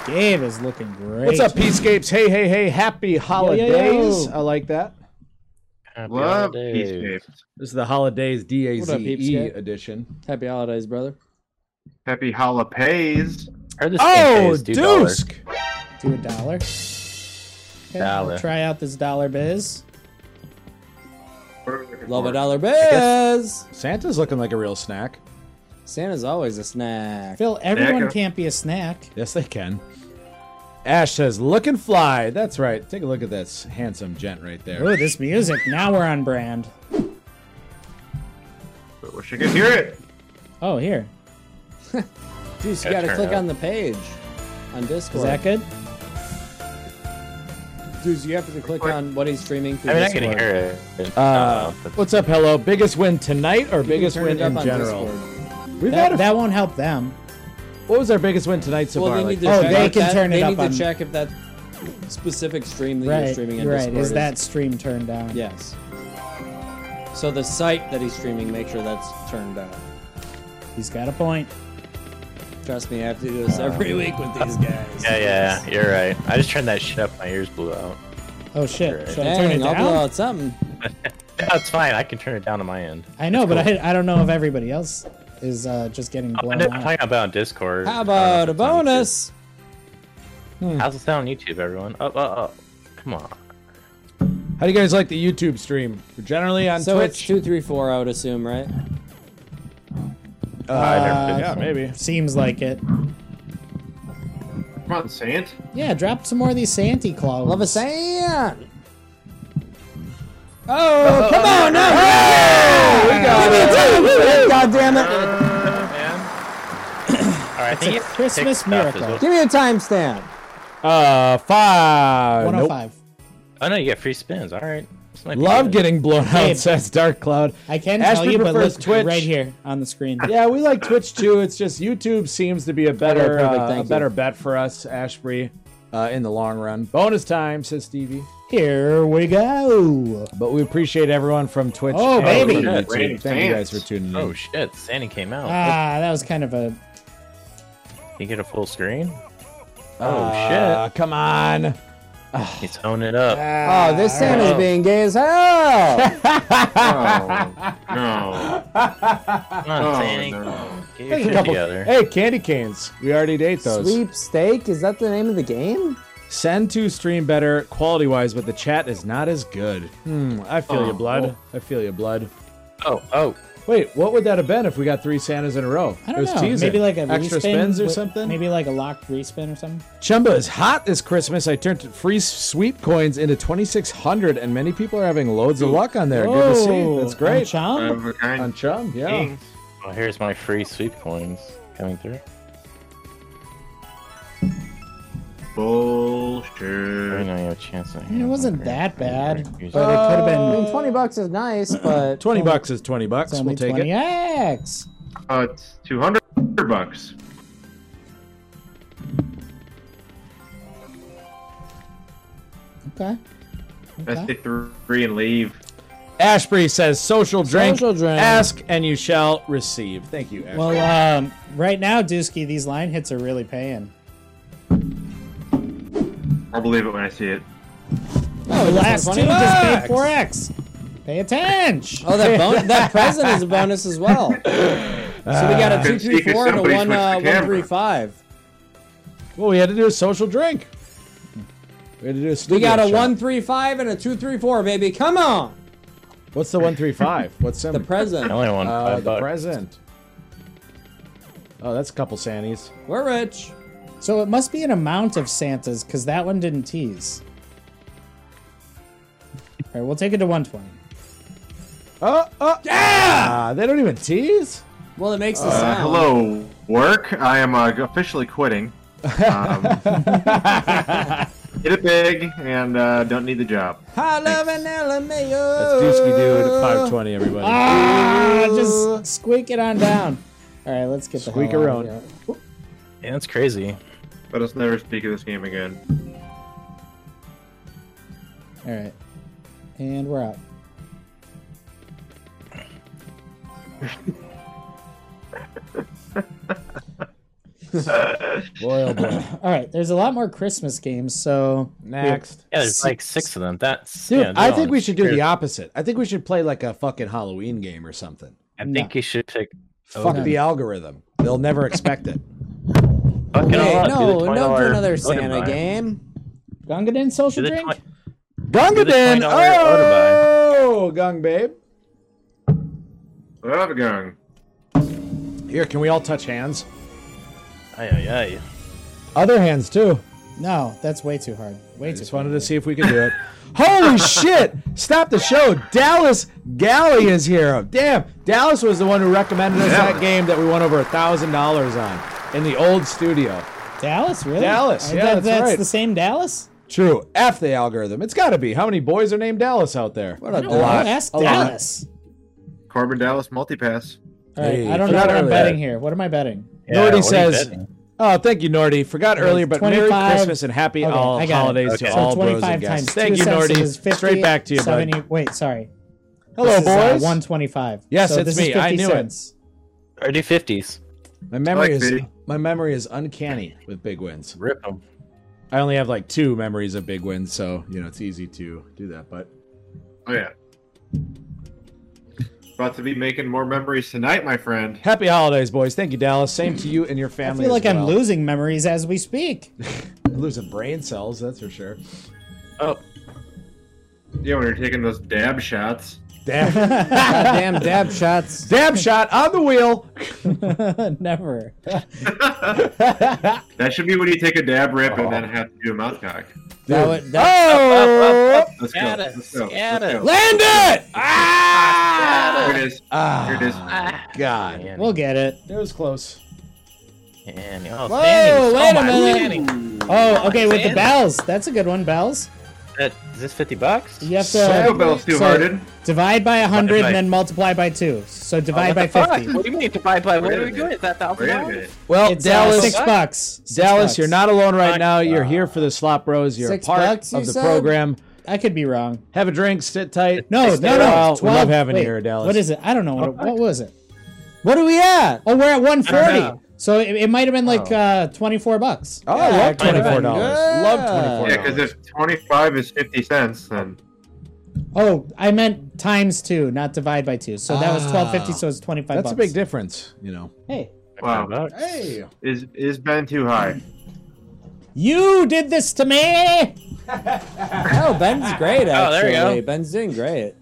Speaker 3: Gabe is looking great.
Speaker 4: What's up, Peacecapes? Hey, hey, hey. Happy holidays. I like that.
Speaker 7: Happy
Speaker 1: Love
Speaker 7: holidays.
Speaker 1: peace tapes.
Speaker 4: This is the holidays D A
Speaker 6: What up,
Speaker 4: Z E
Speaker 6: Peepscape?
Speaker 4: edition.
Speaker 6: Happy holidays, brother.
Speaker 1: Happy jalapenos.
Speaker 7: I heard this game
Speaker 4: Oh,
Speaker 7: pays $2.
Speaker 4: Deuce.
Speaker 3: Do a dollar. Okay, I'll
Speaker 7: Dollar.
Speaker 3: Try out this dollar biz.
Speaker 1: What are we looking
Speaker 6: Love
Speaker 1: for?
Speaker 6: a dollar biz.
Speaker 4: Santa's looking like a real snack.
Speaker 6: Santa's always a snack.
Speaker 3: Phil, everyone
Speaker 1: Snacker.
Speaker 3: can't be a snack.
Speaker 4: Yes, they can. Ash says, look and fly. That's right. Take a look at this handsome gent right there.
Speaker 3: Ooh, this music. Now we're on brand.
Speaker 1: I wish I could hear it.
Speaker 3: Oh, here.
Speaker 6: Dude, you
Speaker 7: Yeah,
Speaker 6: gotta
Speaker 7: turn
Speaker 6: click
Speaker 7: it up.
Speaker 6: on the page on
Speaker 3: Is
Speaker 6: Discord.
Speaker 3: that good?
Speaker 6: Dude, you have to click on what he's streaming through
Speaker 7: I mean, I
Speaker 6: Discord.
Speaker 7: can hear it.
Speaker 4: Uh,
Speaker 7: but-
Speaker 4: what's up, hello? Biggest win tonight or biggest
Speaker 6: Turn
Speaker 4: win
Speaker 6: it up
Speaker 4: in
Speaker 6: on
Speaker 4: general?
Speaker 6: Discord.
Speaker 4: We've had
Speaker 3: That,
Speaker 4: a,
Speaker 3: that won't help them.
Speaker 4: what was our biggest win tonight so
Speaker 6: Well,
Speaker 4: far?
Speaker 6: they
Speaker 4: Like,
Speaker 6: need to
Speaker 3: Oh,
Speaker 6: check
Speaker 3: they
Speaker 6: if
Speaker 3: can
Speaker 6: that,
Speaker 3: turn it
Speaker 6: they
Speaker 3: up
Speaker 6: need
Speaker 3: on-
Speaker 6: to check if that specific stream that you're
Speaker 3: Right.
Speaker 6: streaming in
Speaker 3: Right.
Speaker 6: Discord
Speaker 3: Is that stream turned down?
Speaker 6: Yes. So the site that he's streaming, make sure that's turned out.
Speaker 3: He's got a point.
Speaker 6: Trust me, I have to do this every week with these guys.
Speaker 7: Uh, yeah, yeah, you're right. I just turned that shit up. My ears blew out.
Speaker 3: Oh shit!
Speaker 7: Right.
Speaker 3: Should I turn it
Speaker 6: Dang, I'll
Speaker 3: down?
Speaker 6: blow out something.
Speaker 7: That's fine. I can turn it down to my end.
Speaker 3: I know, but I, I don't know if everybody else is uh, just getting
Speaker 4: Oh,
Speaker 7: I'm,
Speaker 3: blown
Speaker 7: not- I'm
Speaker 3: out.
Speaker 7: talking about Discord.
Speaker 6: How
Speaker 7: I don't know if
Speaker 6: about a
Speaker 7: it's on YouTube.
Speaker 6: bonus?
Speaker 7: How's it sound on YouTube, everyone? Oh, oh, oh. Come on.
Speaker 4: how do you guys like the YouTube stream? We're generally on
Speaker 6: So it's
Speaker 4: Twitch.
Speaker 6: two, three, four. I would assume, right?
Speaker 3: (coughs)
Speaker 7: never
Speaker 4: yeah, maybe.
Speaker 3: Uh, Seems like it.
Speaker 1: Come on,
Speaker 4: (laughs)
Speaker 1: Sant.
Speaker 3: Yeah, drop some more of these Santy clones.
Speaker 6: Love a sand.
Speaker 3: Oh, come on, no! Give me a two! God damn it!
Speaker 7: All right, I think
Speaker 3: a
Speaker 7: you have to
Speaker 3: Christmas
Speaker 7: pick stuff
Speaker 3: miracle.
Speaker 7: as well.
Speaker 6: Give me a timestamp.
Speaker 4: Uh, five. Nope.
Speaker 3: 105.
Speaker 7: Oh no, you get free spins. All right. This might be
Speaker 4: Love
Speaker 7: good.
Speaker 4: getting blown out,
Speaker 3: Babe.
Speaker 4: says Dark Cloud.
Speaker 3: I can
Speaker 4: Ashford
Speaker 3: tell you, but
Speaker 4: prefers
Speaker 3: look right here on
Speaker 4: (laughs)
Speaker 3: the screen.
Speaker 4: Yeah, we like Twitch too. It's just YouTube seems to be a better
Speaker 6: Okay, perfect.
Speaker 4: uh,
Speaker 6: Thank
Speaker 4: a
Speaker 6: you.
Speaker 4: better bet for us, Ashbury, uh, in the long run. Bonus time, says Stevie.
Speaker 3: Here we
Speaker 6: Oh,
Speaker 3: go.
Speaker 4: But we appreciate everyone from Twitch.
Speaker 3: Oh,
Speaker 4: and
Speaker 3: baby.
Speaker 4: from YouTube.
Speaker 1: Great
Speaker 4: Thank you guys
Speaker 1: fans.
Speaker 4: for tuning in.
Speaker 7: Oh shit! Sandy came out.
Speaker 3: Ah, that was kind of a.
Speaker 7: You get a full screen. Oh
Speaker 4: Uh, come on.
Speaker 7: shit! He's owning it up.
Speaker 3: Ah.
Speaker 6: Oh, this Santa's
Speaker 7: right.
Speaker 6: being gay as hell.
Speaker 1: Oh, no.
Speaker 7: Come on,
Speaker 1: Oh,
Speaker 4: (laughs)
Speaker 7: Sandy.
Speaker 1: no.
Speaker 7: Get your
Speaker 4: Hey, a
Speaker 7: shit
Speaker 4: couple-
Speaker 7: together.
Speaker 4: hey, candy canes. We already ate those.
Speaker 6: Sweepstake? Is that the name of the game?
Speaker 4: Send to stream better quality wise, but the chat is not as good. Hmm, I feel you, blood. I feel you, blood.
Speaker 7: Oh, oh.
Speaker 4: Wait, what would that have been if we got three Santas in a row?
Speaker 3: I
Speaker 4: it
Speaker 3: don't
Speaker 4: was
Speaker 3: know.
Speaker 4: teasing.
Speaker 3: Maybe like a
Speaker 4: extra
Speaker 3: respin
Speaker 4: spins or
Speaker 3: with-
Speaker 4: something.
Speaker 3: Maybe like a locked respin or something.
Speaker 4: Chumba is hot this Christmas. I turned free sweep coins into 2,600, and many people are having loads of luck on there. Good to see.
Speaker 3: Whoa,
Speaker 4: That's great. Um,
Speaker 3: on Oh, Chum?
Speaker 1: Of a kind.
Speaker 4: On Chum, yeah.
Speaker 7: Well, Oh, here's my free sweep coins coming through. I
Speaker 1: Bullshit.
Speaker 7: know you have a chance. I
Speaker 3: mean, it wasn't that bad,
Speaker 7: Music.
Speaker 3: but it could have
Speaker 6: I
Speaker 3: been
Speaker 6: mean, 20 bucks is
Speaker 3: (clears throat)
Speaker 6: nice, but
Speaker 4: 20 bucks is 20 bucks.
Speaker 3: it's only
Speaker 4: we'll take it.
Speaker 3: 20x.
Speaker 1: Uh, it's 200 bucks.
Speaker 3: Okay.
Speaker 1: Best
Speaker 3: Okay.
Speaker 1: take three and leave.
Speaker 4: Ashbury says social drink.
Speaker 6: Social drink.
Speaker 4: Ask and you shall receive. Thank you, Ashbury.
Speaker 3: Well, um, right now, Dusky, these line hits are really paying.
Speaker 1: I'll believe it when I see it.
Speaker 3: Oh, the last two
Speaker 6: 20
Speaker 3: just
Speaker 4: bucks.
Speaker 3: paid 4x. Pay attention.
Speaker 6: Oh,
Speaker 4: (laughs)
Speaker 6: that
Speaker 7: (laughs)
Speaker 6: bon- that present is a bonus as well. So we got a two
Speaker 1: Good
Speaker 6: three
Speaker 1: speaker,
Speaker 6: four and a
Speaker 1: somebody
Speaker 6: one
Speaker 1: switched the
Speaker 6: uh, one
Speaker 1: camera.
Speaker 6: three five.
Speaker 4: What we had to do is social drink. We had to do a
Speaker 6: We got a
Speaker 4: studio
Speaker 6: one
Speaker 4: shot.
Speaker 6: three five and a two three four, baby. Come on,
Speaker 4: What's the one three (laughs) five? What's
Speaker 6: the
Speaker 7: (laughs)
Speaker 4: symbol?
Speaker 7: I
Speaker 6: present.
Speaker 7: only won
Speaker 4: Uh,
Speaker 7: five
Speaker 4: the
Speaker 7: bucks.
Speaker 4: present. Oh, that's a couple sannies.
Speaker 6: We're rich.
Speaker 3: So it must be an amount of Santas because that one didn't tease. All right, we'll take it to 120.
Speaker 4: Oh, oh, yeah! they don't even tease.
Speaker 6: Well, it makes the
Speaker 1: Uh,
Speaker 6: sound.
Speaker 1: hello, work. I am uh, officially quitting. Um, hit it big and uh, don't need the job.
Speaker 6: Holla vanilla mayo.
Speaker 4: That's Dusky Dude at 520, everybody.
Speaker 3: Ah, just squeak it on down. All right, let's get the
Speaker 4: Squeak
Speaker 3: hell out
Speaker 4: around.
Speaker 3: Of here.
Speaker 7: Yeah, that's crazy.
Speaker 1: Let us never speak of this game again.
Speaker 3: All right. And we're out.
Speaker 4: Boy, oh (laughs) boy.
Speaker 3: All right, there's a lot more Christmas games, so
Speaker 4: Next.
Speaker 7: Yeah, there's like six of them. That's
Speaker 4: Dude,
Speaker 7: yeah,
Speaker 4: I
Speaker 7: they're
Speaker 4: think
Speaker 7: all-
Speaker 4: we should do the opposite. I think we should play like a fucking Halloween game or something.
Speaker 7: I think you should pick.
Speaker 4: Fuck the algorithm. They'll never expect (laughs) it.
Speaker 7: Fuck it all
Speaker 6: Hey,
Speaker 7: up, do the
Speaker 6: no, no
Speaker 7: $20
Speaker 6: for another
Speaker 7: voting
Speaker 6: Santa
Speaker 7: buy.
Speaker 6: game.
Speaker 3: Gungadin
Speaker 7: Do
Speaker 3: social
Speaker 7: the
Speaker 3: drink.
Speaker 7: twen- Do the
Speaker 4: Gungadin!
Speaker 7: $20
Speaker 4: Oh, Gung Babe.
Speaker 1: Love going.
Speaker 4: Here, can we all touch hands?
Speaker 7: Ay, ay, ay.
Speaker 4: Other hands, too.
Speaker 3: No, that's way too hard. Way too
Speaker 4: Just wanted
Speaker 3: (laughs)
Speaker 4: to see if we could do it. Holy shit! Stop the show. Dallas Galley is here. Damn, Dallas was the one who recommended us that
Speaker 1: Dallas.
Speaker 4: game that we won over a thousand dollars on in the old studio.
Speaker 3: Dallas, really?
Speaker 4: Dallas,
Speaker 3: Uh,
Speaker 4: yeah, that's right.
Speaker 3: the same Dallas.
Speaker 4: True. F the algorithm. It's got to be. How many boys are named Dallas out there?
Speaker 6: What a
Speaker 3: Oh,
Speaker 6: lot.
Speaker 3: that's
Speaker 4: a lot.
Speaker 3: Dallas.
Speaker 1: Corbin Dallas multipass.
Speaker 3: All right,
Speaker 4: Hey,
Speaker 3: I don't know
Speaker 4: forgot
Speaker 3: what I'm
Speaker 4: earlier.
Speaker 3: betting here. What am I betting?
Speaker 7: Yeah,
Speaker 4: Nordy
Speaker 7: what do you
Speaker 4: says,
Speaker 7: bet?
Speaker 4: "Oh, thank you, Nordy. Forgot earlier, but Merry
Speaker 3: 25
Speaker 4: Christmas and happy
Speaker 3: Okay,
Speaker 4: all
Speaker 3: I got it.
Speaker 4: holidays to
Speaker 7: Okay.
Speaker 4: all
Speaker 3: so
Speaker 4: bros
Speaker 3: 25
Speaker 4: and
Speaker 3: times
Speaker 4: guests." Thank
Speaker 3: two
Speaker 4: you,
Speaker 3: cents
Speaker 4: Nordy.
Speaker 3: is 50,
Speaker 4: Straight back to you,
Speaker 3: 70,
Speaker 4: bud.
Speaker 3: Wait, sorry.
Speaker 4: Hello,
Speaker 3: This is, uh,
Speaker 4: boys.
Speaker 3: 125.
Speaker 4: Yes,
Speaker 3: so
Speaker 4: it's
Speaker 3: this
Speaker 4: me.
Speaker 3: Is 50
Speaker 4: I knew it.
Speaker 3: cents.
Speaker 7: Or do fifties.
Speaker 4: my memory
Speaker 1: Like
Speaker 4: is
Speaker 1: Vinny.
Speaker 4: my memory is uncanny with big wins.
Speaker 7: Rip them.
Speaker 4: I only have like two memories of big wins, so you know it's easy to do that. But
Speaker 1: Oh yeah. About to be making more memories tonight, my friend.
Speaker 4: happy holidays, boys! Thank you, Dallas. Same to you and your
Speaker 3: I
Speaker 4: family.
Speaker 3: feel like
Speaker 4: as
Speaker 3: I'm
Speaker 4: well.
Speaker 3: losing memories as
Speaker 4: (laughs)
Speaker 3: we speak. (laughs)
Speaker 4: losing brain cells. That's for sure.
Speaker 7: Oh,
Speaker 1: Yeah, when you're taking those dab shots.
Speaker 4: (laughs) Dab,
Speaker 6: Goddamn dab shots.
Speaker 4: dab shot on the wheel.
Speaker 3: (laughs)
Speaker 4: (laughs)
Speaker 3: Never.
Speaker 1: That should be when you take a dab rip and then have to do a mouth cock.
Speaker 6: That would, that,
Speaker 4: Oh,
Speaker 1: Let's
Speaker 4: (laughs)
Speaker 1: go.
Speaker 7: Scatter,
Speaker 1: Let's go.
Speaker 7: scatter.
Speaker 1: Let's go.
Speaker 4: land it!
Speaker 1: There
Speaker 4: Ah!
Speaker 1: it is. There it is.
Speaker 4: Ah, God.
Speaker 7: Danny.
Speaker 3: We'll get it.
Speaker 4: It was close.
Speaker 7: Danny. Oh,
Speaker 3: Whoa,
Speaker 7: Danny was-
Speaker 3: wait
Speaker 7: oh
Speaker 3: a
Speaker 7: my
Speaker 3: minute.
Speaker 7: Danny.
Speaker 3: Oh, okay, with the
Speaker 7: Xander.
Speaker 3: bells. That's a good one, bells.
Speaker 7: That, is this 50 bucks?
Speaker 3: You have
Speaker 1: Taco
Speaker 3: to
Speaker 1: Bell's too
Speaker 3: so-
Speaker 1: hearted.
Speaker 3: divide by 100
Speaker 7: Divide.
Speaker 3: and then multiply by 2. So
Speaker 7: Oh, what
Speaker 3: divide by
Speaker 7: the fuck?
Speaker 3: 50.
Speaker 7: What do you mean divide by? What
Speaker 1: Wait
Speaker 7: are
Speaker 1: a
Speaker 7: we
Speaker 1: minute.
Speaker 7: doing? Is that thousand
Speaker 1: Wait a
Speaker 7: dollars?
Speaker 1: minute.
Speaker 4: Well,
Speaker 3: It's uh,
Speaker 4: Oh, Dallas,
Speaker 3: six bucks. Six
Speaker 4: Dallas,
Speaker 3: bucks.
Speaker 4: you're not alone right now. You're here for the slop bros. You're
Speaker 6: Six
Speaker 4: a part
Speaker 6: bucks, you
Speaker 4: of the
Speaker 6: said?
Speaker 4: program.
Speaker 3: I could be wrong.
Speaker 4: Have a drink. Sit tight.
Speaker 3: No,
Speaker 4: Stay
Speaker 3: no, no.
Speaker 4: wild. We
Speaker 3: 12
Speaker 4: love having
Speaker 3: wait,
Speaker 4: you here, Dallas.
Speaker 3: What is it? I don't know. What, what was it?
Speaker 6: what are we at?
Speaker 3: Oh, we're at
Speaker 1: I don't
Speaker 3: 140.
Speaker 1: know. Oh.
Speaker 3: So it, it might have been like uh, 24 bucks.
Speaker 4: Oh, I love
Speaker 7: Yeah,
Speaker 4: twenty four dollars.
Speaker 6: yeah.
Speaker 4: Love
Speaker 1: Yeah,
Speaker 4: twenty four
Speaker 1: because
Speaker 4: dollars.
Speaker 1: if 25 is 50 cents, then
Speaker 3: Oh, I meant times 2, not divide by 2. So that was
Speaker 6: Ah.
Speaker 3: 1250, so it's 25
Speaker 4: That's
Speaker 3: bucks.
Speaker 4: a big difference, you know.
Speaker 3: Hey,
Speaker 1: wow,
Speaker 7: bucks.
Speaker 4: Hey,
Speaker 1: is is Ben too high? (laughs)
Speaker 3: you did this
Speaker 4: (laughs)
Speaker 3: to me!
Speaker 6: Oh, Ben's great, actually.
Speaker 7: Oh, there you go.
Speaker 6: Ben's doing great.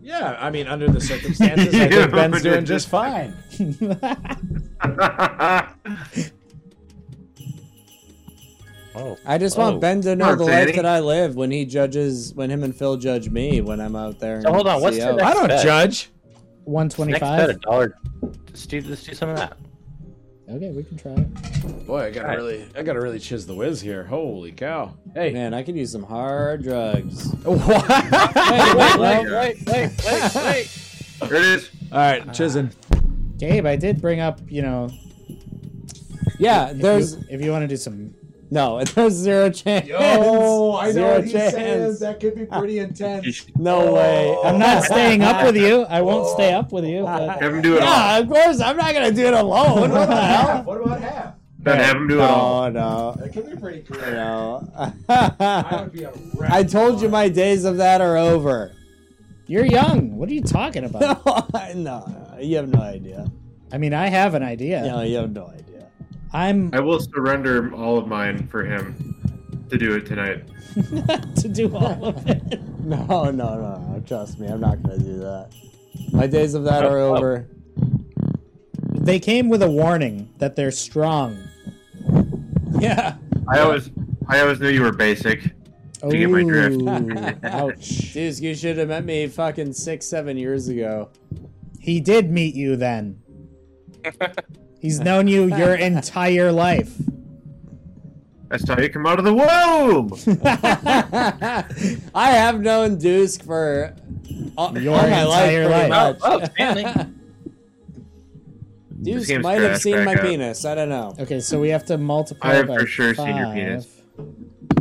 Speaker 4: yeah. I mean, under the circumstances, I think Ben's doing just fine.
Speaker 3: (laughs)
Speaker 7: Oh,
Speaker 6: I just
Speaker 7: Oh.
Speaker 6: want Ben to know
Speaker 1: Come on,
Speaker 6: the
Speaker 1: Danny.
Speaker 6: life that I live when he judges, when him and Phil judge me when I'm out there.
Speaker 7: So hold on, what's the
Speaker 4: I
Speaker 7: next-
Speaker 6: I,
Speaker 4: don't
Speaker 7: Bet.
Speaker 4: judge.
Speaker 7: next bet a
Speaker 3: 125.
Speaker 7: dollar. Let's do let's do some of that.
Speaker 3: Okay, we can try it.
Speaker 4: Boy, I gotta really, I gotta really chiz the whiz here. Holy cow! Hey, (laughs)
Speaker 6: Man, I could use some hard
Speaker 7: (laughs)
Speaker 6: drugs.
Speaker 4: what?
Speaker 6: Wait, wait, wait.
Speaker 7: wait, wait, wait, wait.
Speaker 1: There it is.
Speaker 4: All right, chisin.
Speaker 3: Gabe, I did bring up, you know,
Speaker 6: Yeah,
Speaker 3: if
Speaker 6: there's
Speaker 3: you, if you want to
Speaker 4: (laughs)
Speaker 3: do some.
Speaker 6: no, there's zero chance.
Speaker 9: Yo, I know
Speaker 6: Zero
Speaker 9: what he's
Speaker 6: chance.
Speaker 9: saying. That could be pretty
Speaker 4: (laughs)
Speaker 9: intense.
Speaker 6: No way.
Speaker 3: I'm not staying up with you. I won't stay up with you.
Speaker 4: (laughs)
Speaker 3: But
Speaker 1: Have him do it all.
Speaker 6: Yeah, of course. I'm not gonna do it alone. What the hell?
Speaker 9: Half. (laughs) What about half?
Speaker 1: Ben, have him do it all.
Speaker 6: No, no,
Speaker 9: That could be pretty cool. I
Speaker 6: no.
Speaker 9: would be
Speaker 6: (laughs)
Speaker 9: a wreck.
Speaker 6: I told you my days of that are over. (laughs)
Speaker 3: you're young. What are you talking about?
Speaker 6: No, I- no, you have no idea.
Speaker 3: I mean, I have an idea.
Speaker 6: No, you have no idea.
Speaker 3: I'm
Speaker 1: I will surrender all of mine for him to do it tonight.
Speaker 3: (laughs) to do all of it.
Speaker 6: No, no, no, no. Trust me, I'm not gonna do that. My days of
Speaker 1: (laughs)
Speaker 6: that are over.
Speaker 3: They came with a warning that they're strong.
Speaker 6: Yeah.
Speaker 1: I always I always knew you were basic.
Speaker 3: Oh,
Speaker 1: get my drift. (laughs)
Speaker 3: ouch.
Speaker 6: Dude, you should have met me fucking six, seven years ago. (laughs)
Speaker 3: He did meet you then. He's known you your entire life.
Speaker 1: That's how you come out of the womb.
Speaker 6: I have known Dusk for all,
Speaker 3: Your
Speaker 6: all my life.
Speaker 3: entire
Speaker 6: pretty
Speaker 3: life.
Speaker 6: much.
Speaker 7: Oh, Danny.
Speaker 6: (laughs)
Speaker 1: This
Speaker 6: Deuce
Speaker 1: game's
Speaker 6: might have
Speaker 1: trash
Speaker 6: seen my
Speaker 1: back up.
Speaker 6: penis. I don't know.
Speaker 3: Okay, so we have to multiply.
Speaker 1: I have
Speaker 3: by
Speaker 1: for sure seen your
Speaker 3: five.
Speaker 1: penis.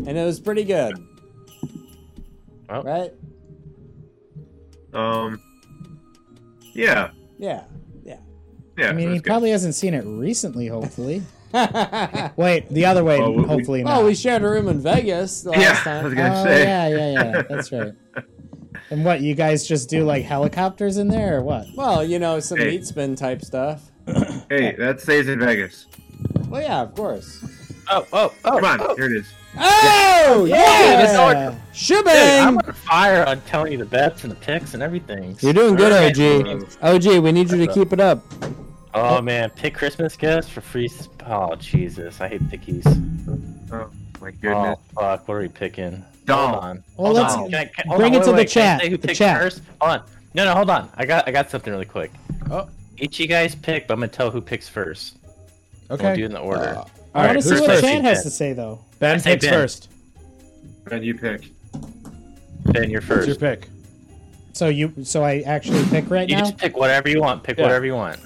Speaker 6: And it was pretty good.
Speaker 7: Well.
Speaker 6: Right?
Speaker 1: Um. Yeah.
Speaker 6: Yeah. Yeah.
Speaker 1: Yeah.
Speaker 3: I mean,
Speaker 1: that's
Speaker 3: he
Speaker 1: good.
Speaker 3: probably hasn't seen it recently. Hopefully,
Speaker 6: well,
Speaker 3: wait, the other way.
Speaker 1: Well, we-
Speaker 3: hopefully not.
Speaker 6: Oh, we shared a room in Vegas the last
Speaker 1: Yeah. I was
Speaker 6: time.
Speaker 1: gonna
Speaker 3: oh,
Speaker 1: say.
Speaker 3: yeah, yeah, yeah.
Speaker 1: (laughs)
Speaker 3: That's right. And what you guys just do like helicopters in there or what?
Speaker 6: Well, you know, some
Speaker 1: Hey.
Speaker 6: meat spin type stuff.
Speaker 1: Hey, that stays in Vegas.
Speaker 6: Well, yeah, of course.
Speaker 7: Oh, oh, oh.
Speaker 1: Come on, here it is.
Speaker 6: Oh,
Speaker 7: it's
Speaker 6: yeah!
Speaker 7: all- Dude, I'm
Speaker 6: Shebang!
Speaker 7: on fire on telling you the bets and the picks and everything.
Speaker 6: You're doing good,
Speaker 1: Alright.
Speaker 6: OG. OG, we need you to keep it up.
Speaker 7: Oh man, pick Christmas gifts for free. s- Oh Jesus, I hate pickies.
Speaker 1: Oh my goodness.
Speaker 7: Oh fuck, what are we picking?
Speaker 1: Doll.
Speaker 7: Hold on.
Speaker 3: Well,
Speaker 7: Hold
Speaker 3: let's-
Speaker 7: on. Can I- can-
Speaker 3: bring it
Speaker 7: wait,
Speaker 3: to the
Speaker 7: wait, can I
Speaker 3: chat,
Speaker 7: say who
Speaker 3: the
Speaker 7: picked
Speaker 3: chat.
Speaker 7: First? Hold on. No, no, hold on. I got, I got something really quick.
Speaker 4: Oh.
Speaker 7: Each you guys pick, but I'm gonna tell who picks first. We'll do it
Speaker 4: Okay,
Speaker 7: in the order.
Speaker 3: I want
Speaker 4: right,
Speaker 3: to
Speaker 4: who's
Speaker 3: see what
Speaker 4: first?
Speaker 3: Chan has
Speaker 7: Ben.
Speaker 3: to say though.
Speaker 4: Ben
Speaker 7: I say
Speaker 4: picks
Speaker 7: Ben.
Speaker 4: first.
Speaker 1: Ben, you pick.
Speaker 7: Ben, you're
Speaker 4: What's
Speaker 7: first.
Speaker 4: your pick?
Speaker 3: So you, so I actually pick right
Speaker 7: you
Speaker 3: now.
Speaker 7: just pick whatever you want. Pick
Speaker 4: Yeah.
Speaker 7: whatever you want.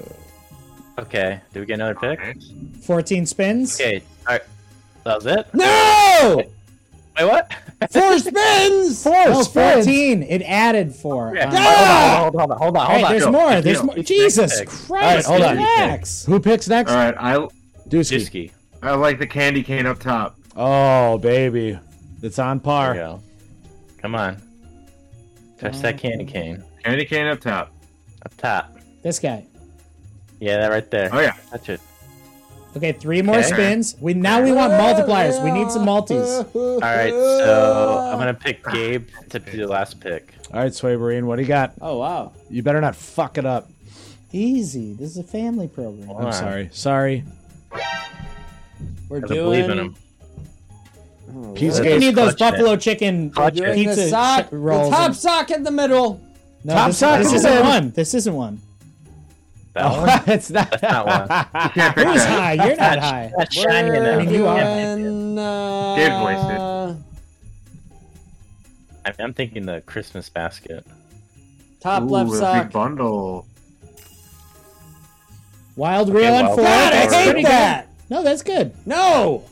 Speaker 3: Uh.
Speaker 7: Okay. Do we get another pick?
Speaker 1: Thanks.
Speaker 3: Fourteen spins.
Speaker 7: Okay. All right. That was it.
Speaker 6: No!
Speaker 7: Wait,
Speaker 3: (laughs)
Speaker 7: what?
Speaker 6: Four spins! Four
Speaker 3: No, Oh, fourteen. It added four.
Speaker 7: Yeah.
Speaker 3: Um,
Speaker 7: Hold on. Hold on. Hold
Speaker 3: all
Speaker 7: on. Hold
Speaker 3: right,
Speaker 7: on.
Speaker 3: there's
Speaker 7: Go.
Speaker 3: more.
Speaker 7: Good
Speaker 3: There's
Speaker 7: deal.
Speaker 3: more.
Speaker 7: Next
Speaker 3: Jesus
Speaker 7: pick. Uh,
Speaker 3: Christ!
Speaker 4: All right, hold on.
Speaker 3: relax.
Speaker 4: Who picks next?
Speaker 1: All right, I
Speaker 4: Dusky.
Speaker 7: Dusky.
Speaker 1: I like the candy cane up top.
Speaker 4: Oh, baby, it's on
Speaker 7: There
Speaker 4: par.
Speaker 7: we go. Come on. Touch that candy cane
Speaker 1: Candy cane up top.
Speaker 7: up top.
Speaker 3: This guy.
Speaker 7: Yeah, that right there.
Speaker 1: Oh yeah.
Speaker 7: Touch it.
Speaker 3: Okay, three more
Speaker 7: Okay.
Speaker 3: spins. We now
Speaker 6: (laughs)
Speaker 3: we want multipliers. We need some multis.
Speaker 7: All right, so I'm gonna pick
Speaker 1: Ah,
Speaker 7: Gabe to be the last pick.
Speaker 4: All right, Swaybreen, what do you got?
Speaker 6: Oh wow.
Speaker 4: You better not fuck it up.
Speaker 3: Easy. This is a family program.
Speaker 4: I'm
Speaker 7: Wow.
Speaker 4: sorry. Sorry.
Speaker 6: We're
Speaker 7: I
Speaker 6: doing.
Speaker 7: believe in him.
Speaker 6: Oh,
Speaker 4: Piece
Speaker 6: Lord.
Speaker 4: of
Speaker 3: We need those
Speaker 7: Clutch it.
Speaker 3: buffalo chicken
Speaker 7: Clutch it.
Speaker 6: Doing
Speaker 3: pizza
Speaker 6: the sock,
Speaker 3: sh-
Speaker 6: the
Speaker 3: rolls.
Speaker 6: top
Speaker 3: and-
Speaker 6: sock in the middle.
Speaker 3: no,
Speaker 4: Top
Speaker 3: this,
Speaker 4: sock
Speaker 3: this
Speaker 4: is
Speaker 3: isn't
Speaker 4: in.
Speaker 3: one. This isn't one.
Speaker 4: (laughs)
Speaker 7: That one?
Speaker 4: it's not.
Speaker 7: That's not one. (laughs)
Speaker 1: You can't pick
Speaker 3: Who's
Speaker 1: that.
Speaker 3: high? You're not
Speaker 7: That's-
Speaker 3: high.
Speaker 7: That's shiny enough.
Speaker 3: mean, you are.
Speaker 6: doing, uh,
Speaker 1: Dave voiced it.
Speaker 7: I am thinking the Christmas basket.
Speaker 6: Top
Speaker 1: Ooh,
Speaker 6: left
Speaker 1: a
Speaker 6: sock.
Speaker 1: Big bundle.
Speaker 3: Wild reel on
Speaker 7: wild
Speaker 3: four.
Speaker 7: reel. God, I
Speaker 3: That's
Speaker 7: hate
Speaker 3: pretty good. No, that's good.
Speaker 6: No,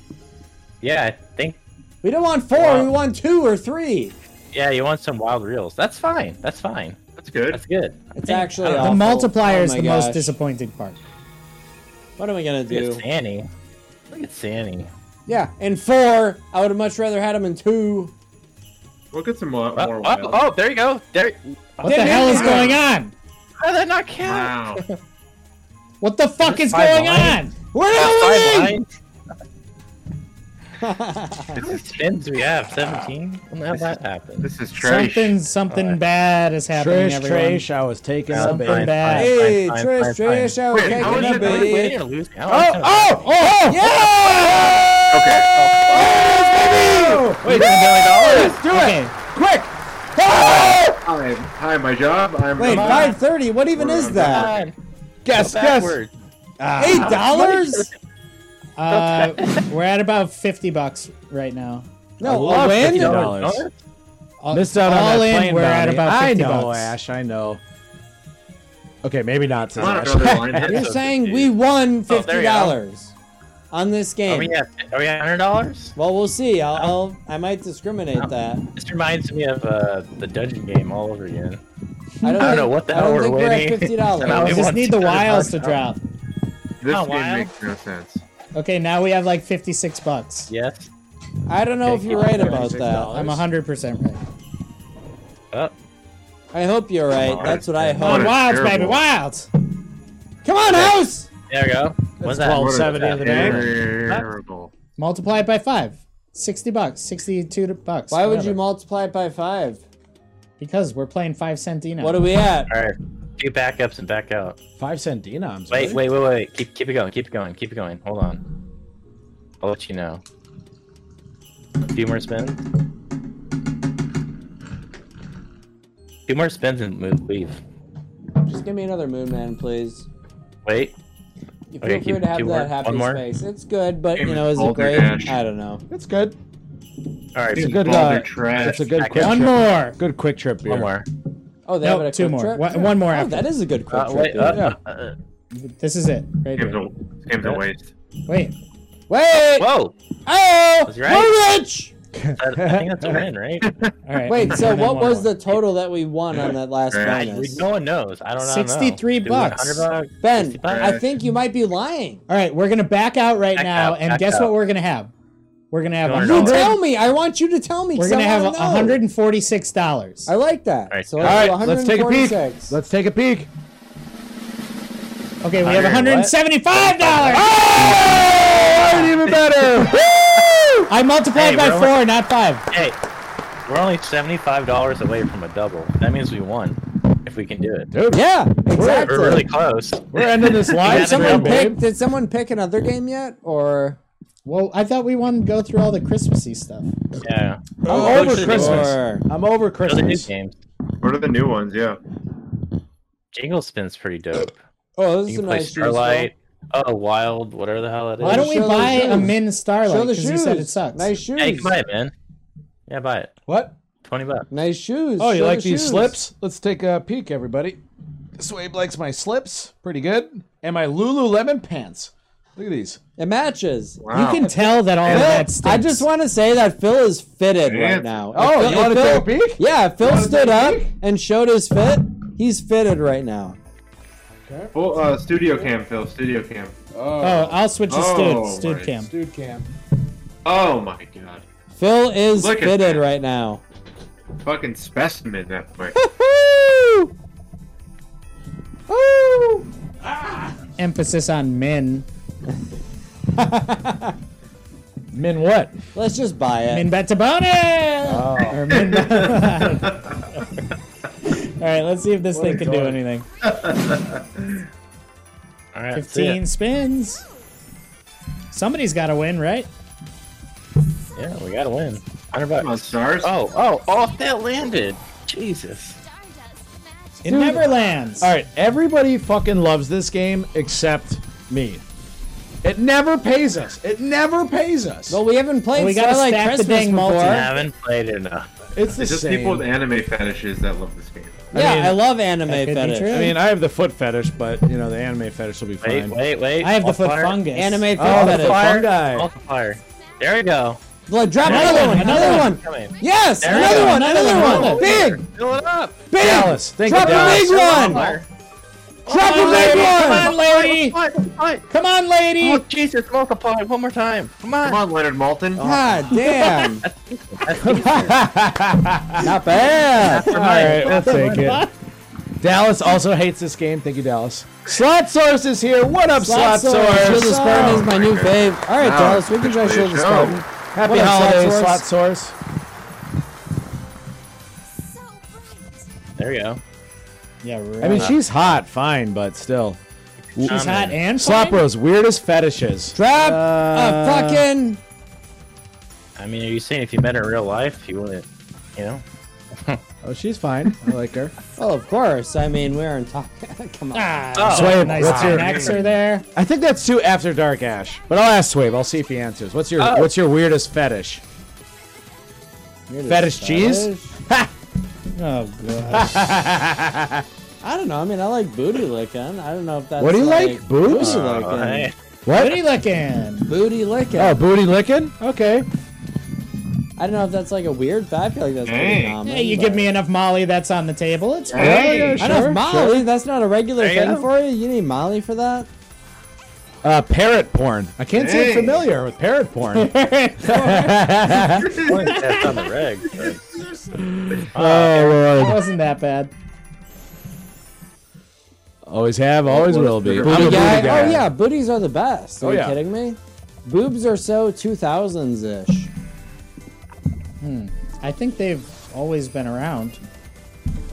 Speaker 7: Yeah, I think.
Speaker 6: we don't want four.
Speaker 7: Wow.
Speaker 6: We want two or three.
Speaker 7: Yeah, you want some wild reels. That's fine. That's fine.
Speaker 1: That's good.
Speaker 7: That's good. I
Speaker 6: It's
Speaker 7: think-
Speaker 6: actually
Speaker 7: I
Speaker 3: The
Speaker 7: don't
Speaker 6: awful.
Speaker 3: multiplier is
Speaker 6: Oh my
Speaker 3: the most
Speaker 6: gosh.
Speaker 3: disappointing part.
Speaker 6: What am I gonna
Speaker 7: Look
Speaker 6: do?
Speaker 7: at Sanny. Look at Sanny.
Speaker 6: Yeah, and four. I would have much rather had him in two.
Speaker 1: We'll get some more.
Speaker 7: Oh,
Speaker 1: more
Speaker 7: oh,
Speaker 1: wild.
Speaker 7: oh, there you go. There.
Speaker 3: What the hell is going on?
Speaker 7: How did that not count?
Speaker 1: Wow. (laughs)
Speaker 3: What the fuck is
Speaker 7: five
Speaker 3: going on?
Speaker 7: lines?
Speaker 3: We're
Speaker 7: That's
Speaker 3: not
Speaker 7: five
Speaker 3: winning.
Speaker 7: lines. How many spins we have? Seventeen. When did that happen?
Speaker 1: This is trash.
Speaker 3: Something something
Speaker 7: Alright.
Speaker 3: bad is happening.
Speaker 4: Trish,
Speaker 3: everyone.
Speaker 4: Trish, I was taking
Speaker 7: Yeah,
Speaker 4: the
Speaker 7: I'm fine.
Speaker 4: bait.
Speaker 3: bad.
Speaker 6: Hey,
Speaker 7: fine,
Speaker 6: Trish,
Speaker 7: fine,
Speaker 6: Trish, I
Speaker 7: fine.
Speaker 6: was
Speaker 1: Wait, how is
Speaker 6: taking a
Speaker 1: it- how
Speaker 6: bait.
Speaker 7: Wait, lose. Oh,
Speaker 4: Oh, oh, oh!
Speaker 6: Yeah!
Speaker 1: Okay.
Speaker 7: Wait, million dollars.
Speaker 4: Do
Speaker 3: Okay.
Speaker 4: it! Quick! Ah!
Speaker 1: Hi, hi, my job. I'm.
Speaker 6: Wait, five thirty. What even is that?
Speaker 4: Guess, guess.
Speaker 7: Backward.
Speaker 6: Eight dollars?
Speaker 3: Uh, we're at about fifty bucks right now.
Speaker 6: No,
Speaker 4: I
Speaker 6: a
Speaker 4: love
Speaker 6: win.
Speaker 4: $50.
Speaker 7: Dollars?
Speaker 3: All,
Speaker 4: Missed out on
Speaker 3: all
Speaker 4: that
Speaker 3: in,
Speaker 4: plane
Speaker 3: we're at
Speaker 4: bounty.
Speaker 3: about
Speaker 4: I
Speaker 3: fifty
Speaker 4: know,
Speaker 3: bucks.
Speaker 4: Ash. I know. Okay, maybe not. Says
Speaker 1: I'm on
Speaker 4: Ash. (laughs)
Speaker 1: another line.
Speaker 6: You're
Speaker 7: So
Speaker 6: saying we
Speaker 7: confused.
Speaker 6: won
Speaker 7: Oh, there
Speaker 6: fifty
Speaker 7: you go.
Speaker 6: dollars on this
Speaker 7: Are
Speaker 6: game.
Speaker 7: we at? Are we at hundred dollars?
Speaker 6: Well, we'll see. I'll, I'll I might discriminate that.
Speaker 7: This reminds me of uh, the dungeon game all over again.
Speaker 6: I don't,
Speaker 7: I don't
Speaker 6: think-
Speaker 7: know what the
Speaker 6: I
Speaker 7: hell
Speaker 6: don't
Speaker 7: we're
Speaker 6: think we're at
Speaker 7: winning.
Speaker 6: fifty dollars.
Speaker 7: No,
Speaker 3: We
Speaker 7: we
Speaker 3: just
Speaker 7: want
Speaker 3: need the
Speaker 7: $200
Speaker 3: wiles to
Speaker 7: now.
Speaker 3: drop.
Speaker 1: This
Speaker 7: Oh,
Speaker 1: game
Speaker 7: wow.
Speaker 1: makes no sense.
Speaker 3: Okay, now we have like fifty-six bucks.
Speaker 7: Yes.
Speaker 6: I don't know
Speaker 7: Okay,
Speaker 6: if you're
Speaker 7: keep
Speaker 6: right
Speaker 7: it at
Speaker 6: about that.
Speaker 3: I'm hundred percent right.
Speaker 7: Oh,
Speaker 6: I hope you're right.
Speaker 1: on.
Speaker 6: That's what I
Speaker 1: Come on.
Speaker 6: hope.
Speaker 1: is
Speaker 3: Wilds, baby,
Speaker 1: terrible.
Speaker 3: wilds.
Speaker 6: Come on, house.
Speaker 7: there we go. What's that?
Speaker 4: 12.70 of the day.
Speaker 1: Terrible.
Speaker 3: Multiply it by five. Sixty bucks. Sixty-two bucks.
Speaker 6: Why would you
Speaker 3: whatever.
Speaker 6: multiply it by five?
Speaker 3: Because we're playing five centino.
Speaker 6: What are we at?
Speaker 7: All right, two backups and back out.
Speaker 4: Five cent denoms. really?
Speaker 7: Wait, wait, wait, wait. Keep, keep it going. Keep it going. Keep it going. Hold on. I'll let you know. A few more spins. Two more spins and move. Leave.
Speaker 6: Just give me another moon man, please.
Speaker 7: Wait.
Speaker 6: You feel
Speaker 7: Okay,
Speaker 6: free
Speaker 7: keep-
Speaker 6: to have
Speaker 7: two
Speaker 6: that
Speaker 7: more-
Speaker 6: happy
Speaker 7: one more.
Speaker 6: space. It's good, but
Speaker 1: Game
Speaker 6: you
Speaker 1: is
Speaker 6: know, is it
Speaker 1: Boulder
Speaker 6: great?
Speaker 1: Dash.
Speaker 6: I don't know.
Speaker 4: That's good.
Speaker 7: All right.
Speaker 4: It's a good.
Speaker 1: balls
Speaker 4: Uh,
Speaker 1: are trash.
Speaker 4: It's a good
Speaker 7: Back
Speaker 4: quick
Speaker 7: up.
Speaker 3: One
Speaker 4: trip.
Speaker 3: more.
Speaker 4: Good quick trip beer.
Speaker 7: One more.
Speaker 6: Oh, they
Speaker 3: No,
Speaker 6: have it a
Speaker 3: two
Speaker 6: quick
Speaker 3: more.
Speaker 6: Trip?
Speaker 3: One- one more
Speaker 6: Oh,
Speaker 3: after.
Speaker 6: that is a good quick
Speaker 7: Uh,
Speaker 6: trip.
Speaker 7: wait.
Speaker 6: dude.
Speaker 7: (laughs) Uh, uh,
Speaker 3: This is it right
Speaker 1: Game's
Speaker 3: here.
Speaker 1: a, game's a waste.
Speaker 3: Wait.
Speaker 6: Wait.
Speaker 7: whoa.
Speaker 6: Oh,
Speaker 7: That's right.
Speaker 6: we're rich.
Speaker 7: I think that's a win, right?
Speaker 3: All right.
Speaker 6: Wait, so
Speaker 3: And then
Speaker 6: what
Speaker 3: one
Speaker 6: was
Speaker 3: more.
Speaker 6: the total that we won on that last
Speaker 1: Yeah.
Speaker 6: bonus?
Speaker 7: No one knows. I don't know.
Speaker 3: 63 bucks.
Speaker 7: Hundred bucks.
Speaker 6: Ben,
Speaker 7: 65?
Speaker 6: I think you might be lying.
Speaker 3: All right, we're gonna back out right
Speaker 7: Back
Speaker 3: now,
Speaker 7: out,
Speaker 3: and
Speaker 7: back
Speaker 3: guess
Speaker 7: out.
Speaker 3: what we're gonna have? We're gonna have a
Speaker 7: $200.
Speaker 6: You
Speaker 7: Alright.
Speaker 6: tell
Speaker 3: hundred.
Speaker 6: me. I want you to tell me.
Speaker 3: We're
Speaker 6: 'cause I
Speaker 3: gonna have
Speaker 6: wanna know.
Speaker 3: hundred and forty-six dollars.
Speaker 6: I like that.
Speaker 7: Alright.
Speaker 6: So
Speaker 4: All
Speaker 6: let's do
Speaker 4: right, let's take a peek.
Speaker 6: 146.
Speaker 4: Let's take a peek.
Speaker 3: Okay, we have one hundred
Speaker 7: Hundred
Speaker 3: and
Speaker 7: what?
Speaker 3: seventy-five dollars.
Speaker 6: Ah!
Speaker 4: All right, even better.
Speaker 3: I multiplied
Speaker 7: Hey,
Speaker 3: by
Speaker 7: we're-
Speaker 3: four, not five.
Speaker 7: Hey, we're only seventy-five dollars away from a double. That means we won if we can do it.
Speaker 4: Dude,
Speaker 6: Yeah, exactly.
Speaker 7: We're really close.
Speaker 4: we're ending
Speaker 7: (laughs)
Speaker 4: this live
Speaker 6: Did someone
Speaker 4: stream,
Speaker 6: pick?
Speaker 4: babe.
Speaker 6: Did someone pick another game yet? Or
Speaker 3: Well, I thought we wanted to go through all the Christmassy stuff.
Speaker 7: Yeah.
Speaker 4: I'm over
Speaker 7: sure.
Speaker 4: Christmas. I'm over
Speaker 7: Those are new
Speaker 4: Christmas.
Speaker 7: games.
Speaker 1: What are the new ones? Yeah.
Speaker 7: Jingle Spin's pretty dope.
Speaker 6: Oh, this is
Speaker 7: You
Speaker 6: a
Speaker 7: can play
Speaker 6: nice
Speaker 7: Starlight. Oh, Wild, whatever the hell it is.
Speaker 3: Why don't we
Speaker 6: show the
Speaker 3: buy a
Speaker 6: shoes.
Speaker 3: min
Speaker 6: Show
Speaker 3: Starlight?
Speaker 6: the
Speaker 3: Because
Speaker 6: shoes.
Speaker 3: you said it sucks.
Speaker 6: Nice shoes.
Speaker 7: Yeah, you can buy it, man. Yeah, buy it.
Speaker 4: What?
Speaker 7: Twenty bucks.
Speaker 6: Nice shoes.
Speaker 4: Oh, you
Speaker 6: Show
Speaker 4: like
Speaker 6: the
Speaker 4: these
Speaker 6: shoes.
Speaker 4: slips? Let's take a peek, everybody. Swabe likes my slips. Pretty good. And my Lululemon pants. Look at these.
Speaker 6: It matches.
Speaker 3: You
Speaker 1: Wow.
Speaker 3: can tell that all of
Speaker 4: Yeah.
Speaker 3: that stinks.
Speaker 6: I just want to say that Phil is fitted
Speaker 1: Yeah.
Speaker 6: right now.
Speaker 4: Oh,
Speaker 6: If
Speaker 4: you
Speaker 6: Phil-
Speaker 4: want to
Speaker 6: if
Speaker 4: take a
Speaker 6: Phil-
Speaker 4: peek?
Speaker 6: Yeah, if Phil
Speaker 4: wanna take
Speaker 6: stood
Speaker 4: a
Speaker 6: up
Speaker 4: peek?
Speaker 6: and showed his fit. He's fitted right now.
Speaker 1: Well, uh, studio cam, Phil. Studio cam.
Speaker 3: Oh, I'll switch to Stud,
Speaker 1: Oh,
Speaker 3: Stud
Speaker 1: my
Speaker 3: Cam.
Speaker 4: Dude, Cam.
Speaker 1: Oh my god.
Speaker 6: Phil is
Speaker 1: Look at
Speaker 6: fitted
Speaker 1: that.
Speaker 6: right now.
Speaker 1: Fucking specimen that way.
Speaker 6: Woo! Woo!
Speaker 3: (laughs) Emphasis on min.
Speaker 4: Min what?
Speaker 6: Let's just buy it.
Speaker 3: Min Betabone!
Speaker 4: Oh.
Speaker 3: Or min- All right, let's see if this thing can do anything.
Speaker 7: All right, see ya.
Speaker 3: 15 spins. Somebody's got to win, right?
Speaker 7: Yeah, we gotta win. Hundred bucks.
Speaker 1: Come on,
Speaker 3: (laughs)
Speaker 1: stars.
Speaker 7: Oh, oh, off that landed. Jesus.
Speaker 3: It never lands.
Speaker 4: All right, everybody fucking loves this game except me. It never pays us. It never pays us.
Speaker 6: Well, we haven't played
Speaker 3: We gotta
Speaker 6: Starlight
Speaker 3: stack the
Speaker 6: Christmas
Speaker 3: dang multi.
Speaker 6: before.
Speaker 7: I
Speaker 6: Yeah,
Speaker 7: haven't played enough.
Speaker 4: it's the
Speaker 1: It's just
Speaker 4: same.
Speaker 1: people with anime fetishes that love this game.
Speaker 4: mean,
Speaker 6: I love anime
Speaker 3: could be true.
Speaker 6: fetish.
Speaker 4: I mean, I have the foot fetish, but you know the anime fetish will be
Speaker 7: Wait,
Speaker 4: fine.
Speaker 7: wait, wait.
Speaker 3: I have the
Speaker 7: Off
Speaker 3: foot
Speaker 7: fire.
Speaker 3: fungus.
Speaker 6: Anime fetish.
Speaker 4: Oh, the
Speaker 6: fetish.
Speaker 4: fun
Speaker 7: Off
Speaker 4: guy.
Speaker 7: the fire. There we go.
Speaker 6: Look, drop
Speaker 3: Another
Speaker 6: another one,
Speaker 3: one,
Speaker 6: another
Speaker 3: another
Speaker 6: one.
Speaker 7: Come in.
Speaker 6: Yes,
Speaker 7: There we
Speaker 6: another
Speaker 7: go.
Speaker 6: one, another
Speaker 3: Another
Speaker 6: one.
Speaker 3: one.
Speaker 6: Big,
Speaker 7: Fill it up.
Speaker 6: big.
Speaker 4: Dallas, thank
Speaker 6: Drop
Speaker 4: you,
Speaker 6: a
Speaker 4: Dallas.
Speaker 6: big one.
Speaker 7: Fire.
Speaker 6: Drop a
Speaker 3: Come on,
Speaker 6: big
Speaker 3: lady. Oh, Come
Speaker 6: one.
Speaker 3: on, lady.
Speaker 7: What? What?
Speaker 3: Come on, lady.
Speaker 7: Oh, Jesus, multiply one more time. Come on.
Speaker 1: Come on, Leonard Malton.
Speaker 3: Oh.
Speaker 6: God damn.
Speaker 4: Not bad. All right, we'll take
Speaker 3: What?
Speaker 4: it. Dallas also hates this game. Thank you, Dallas. Slot Source is here. What up, Slot, Source?
Speaker 6: Shield of Spartan is my new fave. All right,
Speaker 1: Now,
Speaker 6: Dallas, we can try
Speaker 1: officially
Speaker 6: Shield
Speaker 1: a
Speaker 6: of
Speaker 1: show.
Speaker 6: Spartan.
Speaker 4: Happy
Speaker 6: What up, Slot
Speaker 4: holidays,
Speaker 6: Source?
Speaker 4: Slot Source.
Speaker 7: There we go.
Speaker 3: Yeah, right.
Speaker 4: I mean, she's hot, fine, but still.
Speaker 3: she's hot and
Speaker 4: Slot
Speaker 3: fine?
Speaker 4: Bros, weirdest fetishes.
Speaker 6: Drop
Speaker 4: Uh,
Speaker 6: a fucking.
Speaker 7: I mean, are you saying if you met her in real life, you wouldn't, you know?
Speaker 4: Oh, she's fine. I like her.
Speaker 6: Oh, of course. I mean, we aren't talking. (laughs) Come on.
Speaker 3: Ah,
Speaker 7: Oh.
Speaker 4: Swabe,
Speaker 3: nice
Speaker 4: what's your?
Speaker 3: connects are there.
Speaker 4: I think that's too after dark, Ash. But I'll ask Swabe. I'll see if he answers. What's your
Speaker 7: Oh.
Speaker 4: What's your weirdest fetish?
Speaker 6: You're just
Speaker 4: Fetish cheese?
Speaker 6: (laughs) fetish.
Speaker 3: Oh gosh.
Speaker 6: I don't know. I mean, I like booty licking. I don't know if that's.
Speaker 4: What do you like? Boobs?
Speaker 6: Booty
Speaker 7: Oh,
Speaker 6: licking.
Speaker 7: hey. (laughs)
Speaker 3: what
Speaker 4: What?
Speaker 3: are you looking?
Speaker 6: Booty uh, licking.
Speaker 4: Oh, booty licking? Okay.
Speaker 6: I don't know if that's like a weird. fa- I feel like that's pretty
Speaker 1: Hey.
Speaker 6: common.
Speaker 3: Hey, you
Speaker 6: but-
Speaker 3: give me enough Molly that's on the table. It's fine.
Speaker 4: Yeah, yeah,
Speaker 6: I don't know
Speaker 4: sure,
Speaker 6: if Molly.
Speaker 4: sure.
Speaker 6: That's not a regular
Speaker 7: There you
Speaker 6: thing
Speaker 7: go.
Speaker 6: for you. You need Molly for that.
Speaker 4: Uh, parrot porn. I can't say
Speaker 1: Hey.
Speaker 4: I'm familiar with parrot porn.
Speaker 7: That's on the reg. but-
Speaker 4: oh,
Speaker 3: It
Speaker 4: Lord.
Speaker 3: wasn't that bad.
Speaker 4: Always have, always will be.
Speaker 1: Booty
Speaker 4: I'm a booty
Speaker 6: guy-
Speaker 4: guy.
Speaker 6: Oh yeah, booties are the best. Are
Speaker 4: Oh,
Speaker 6: you
Speaker 4: yeah.
Speaker 6: kidding me? Boobs are so 2000s ish.
Speaker 3: I think they've always been around.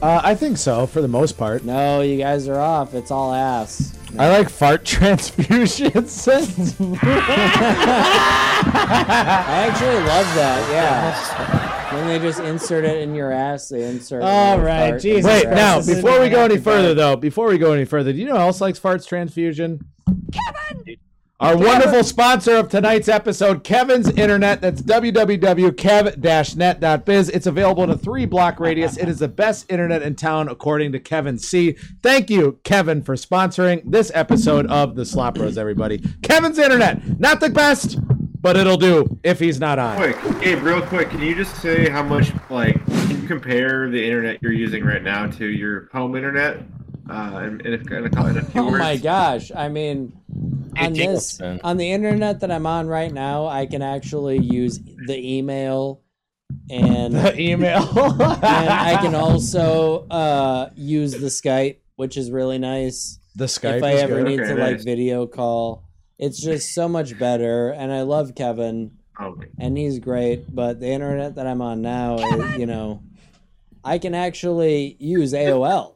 Speaker 4: Uh, I think so, for the most part.
Speaker 6: No, you guys are off. It's all ass.
Speaker 4: I like fart (laughs) transfusions.
Speaker 6: I actually love that. Yeah.
Speaker 3: (laughs)
Speaker 6: When they just insert it in your ass, they insert.
Speaker 3: All
Speaker 6: another
Speaker 3: right,
Speaker 6: fart in
Speaker 3: Jesus
Speaker 6: your
Speaker 4: Wait,
Speaker 3: Christ,
Speaker 6: ass.
Speaker 4: now
Speaker 3: this is
Speaker 4: before we go any
Speaker 3: interactive,
Speaker 4: further,
Speaker 3: guys.
Speaker 4: though, before we go any further, do you know who else likes farts transfusion? Our wonderful sponsor of tonight's episode, Kevin's Internet. That's www.kev-net.biz. It's available in a three-block radius. It is the best internet in town, according to Kevin C. Thank you, Kevin, for sponsoring this episode of the Slop Bros. Everybody, Kevin's Internet, not the best, but it'll do if he's not on.
Speaker 1: Quick, Gabe, real quick, can you just say how much, like, can you compare the internet you're using right now to your home internet? Uh, in, in, a, in, a, in a few
Speaker 6: Oh
Speaker 1: words.
Speaker 6: my gosh! I mean, on this,
Speaker 7: Jingleton.
Speaker 6: on the internet that I'm on right now, I can actually use the email, and
Speaker 4: The email.
Speaker 6: (laughs) and I
Speaker 4: (laughs)
Speaker 6: can also uh, use the Skype, which is really nice.
Speaker 4: the Skype.
Speaker 6: if I
Speaker 4: is
Speaker 6: ever
Speaker 4: good.
Speaker 6: need
Speaker 1: Okay,
Speaker 6: to like
Speaker 1: nice.
Speaker 6: video call, it's just so much better. And I love Kevin,
Speaker 1: Oh my-
Speaker 6: and he's great. But the internet that I'm on now, is, you know, I can actually use
Speaker 4: (laughs)
Speaker 6: AOL.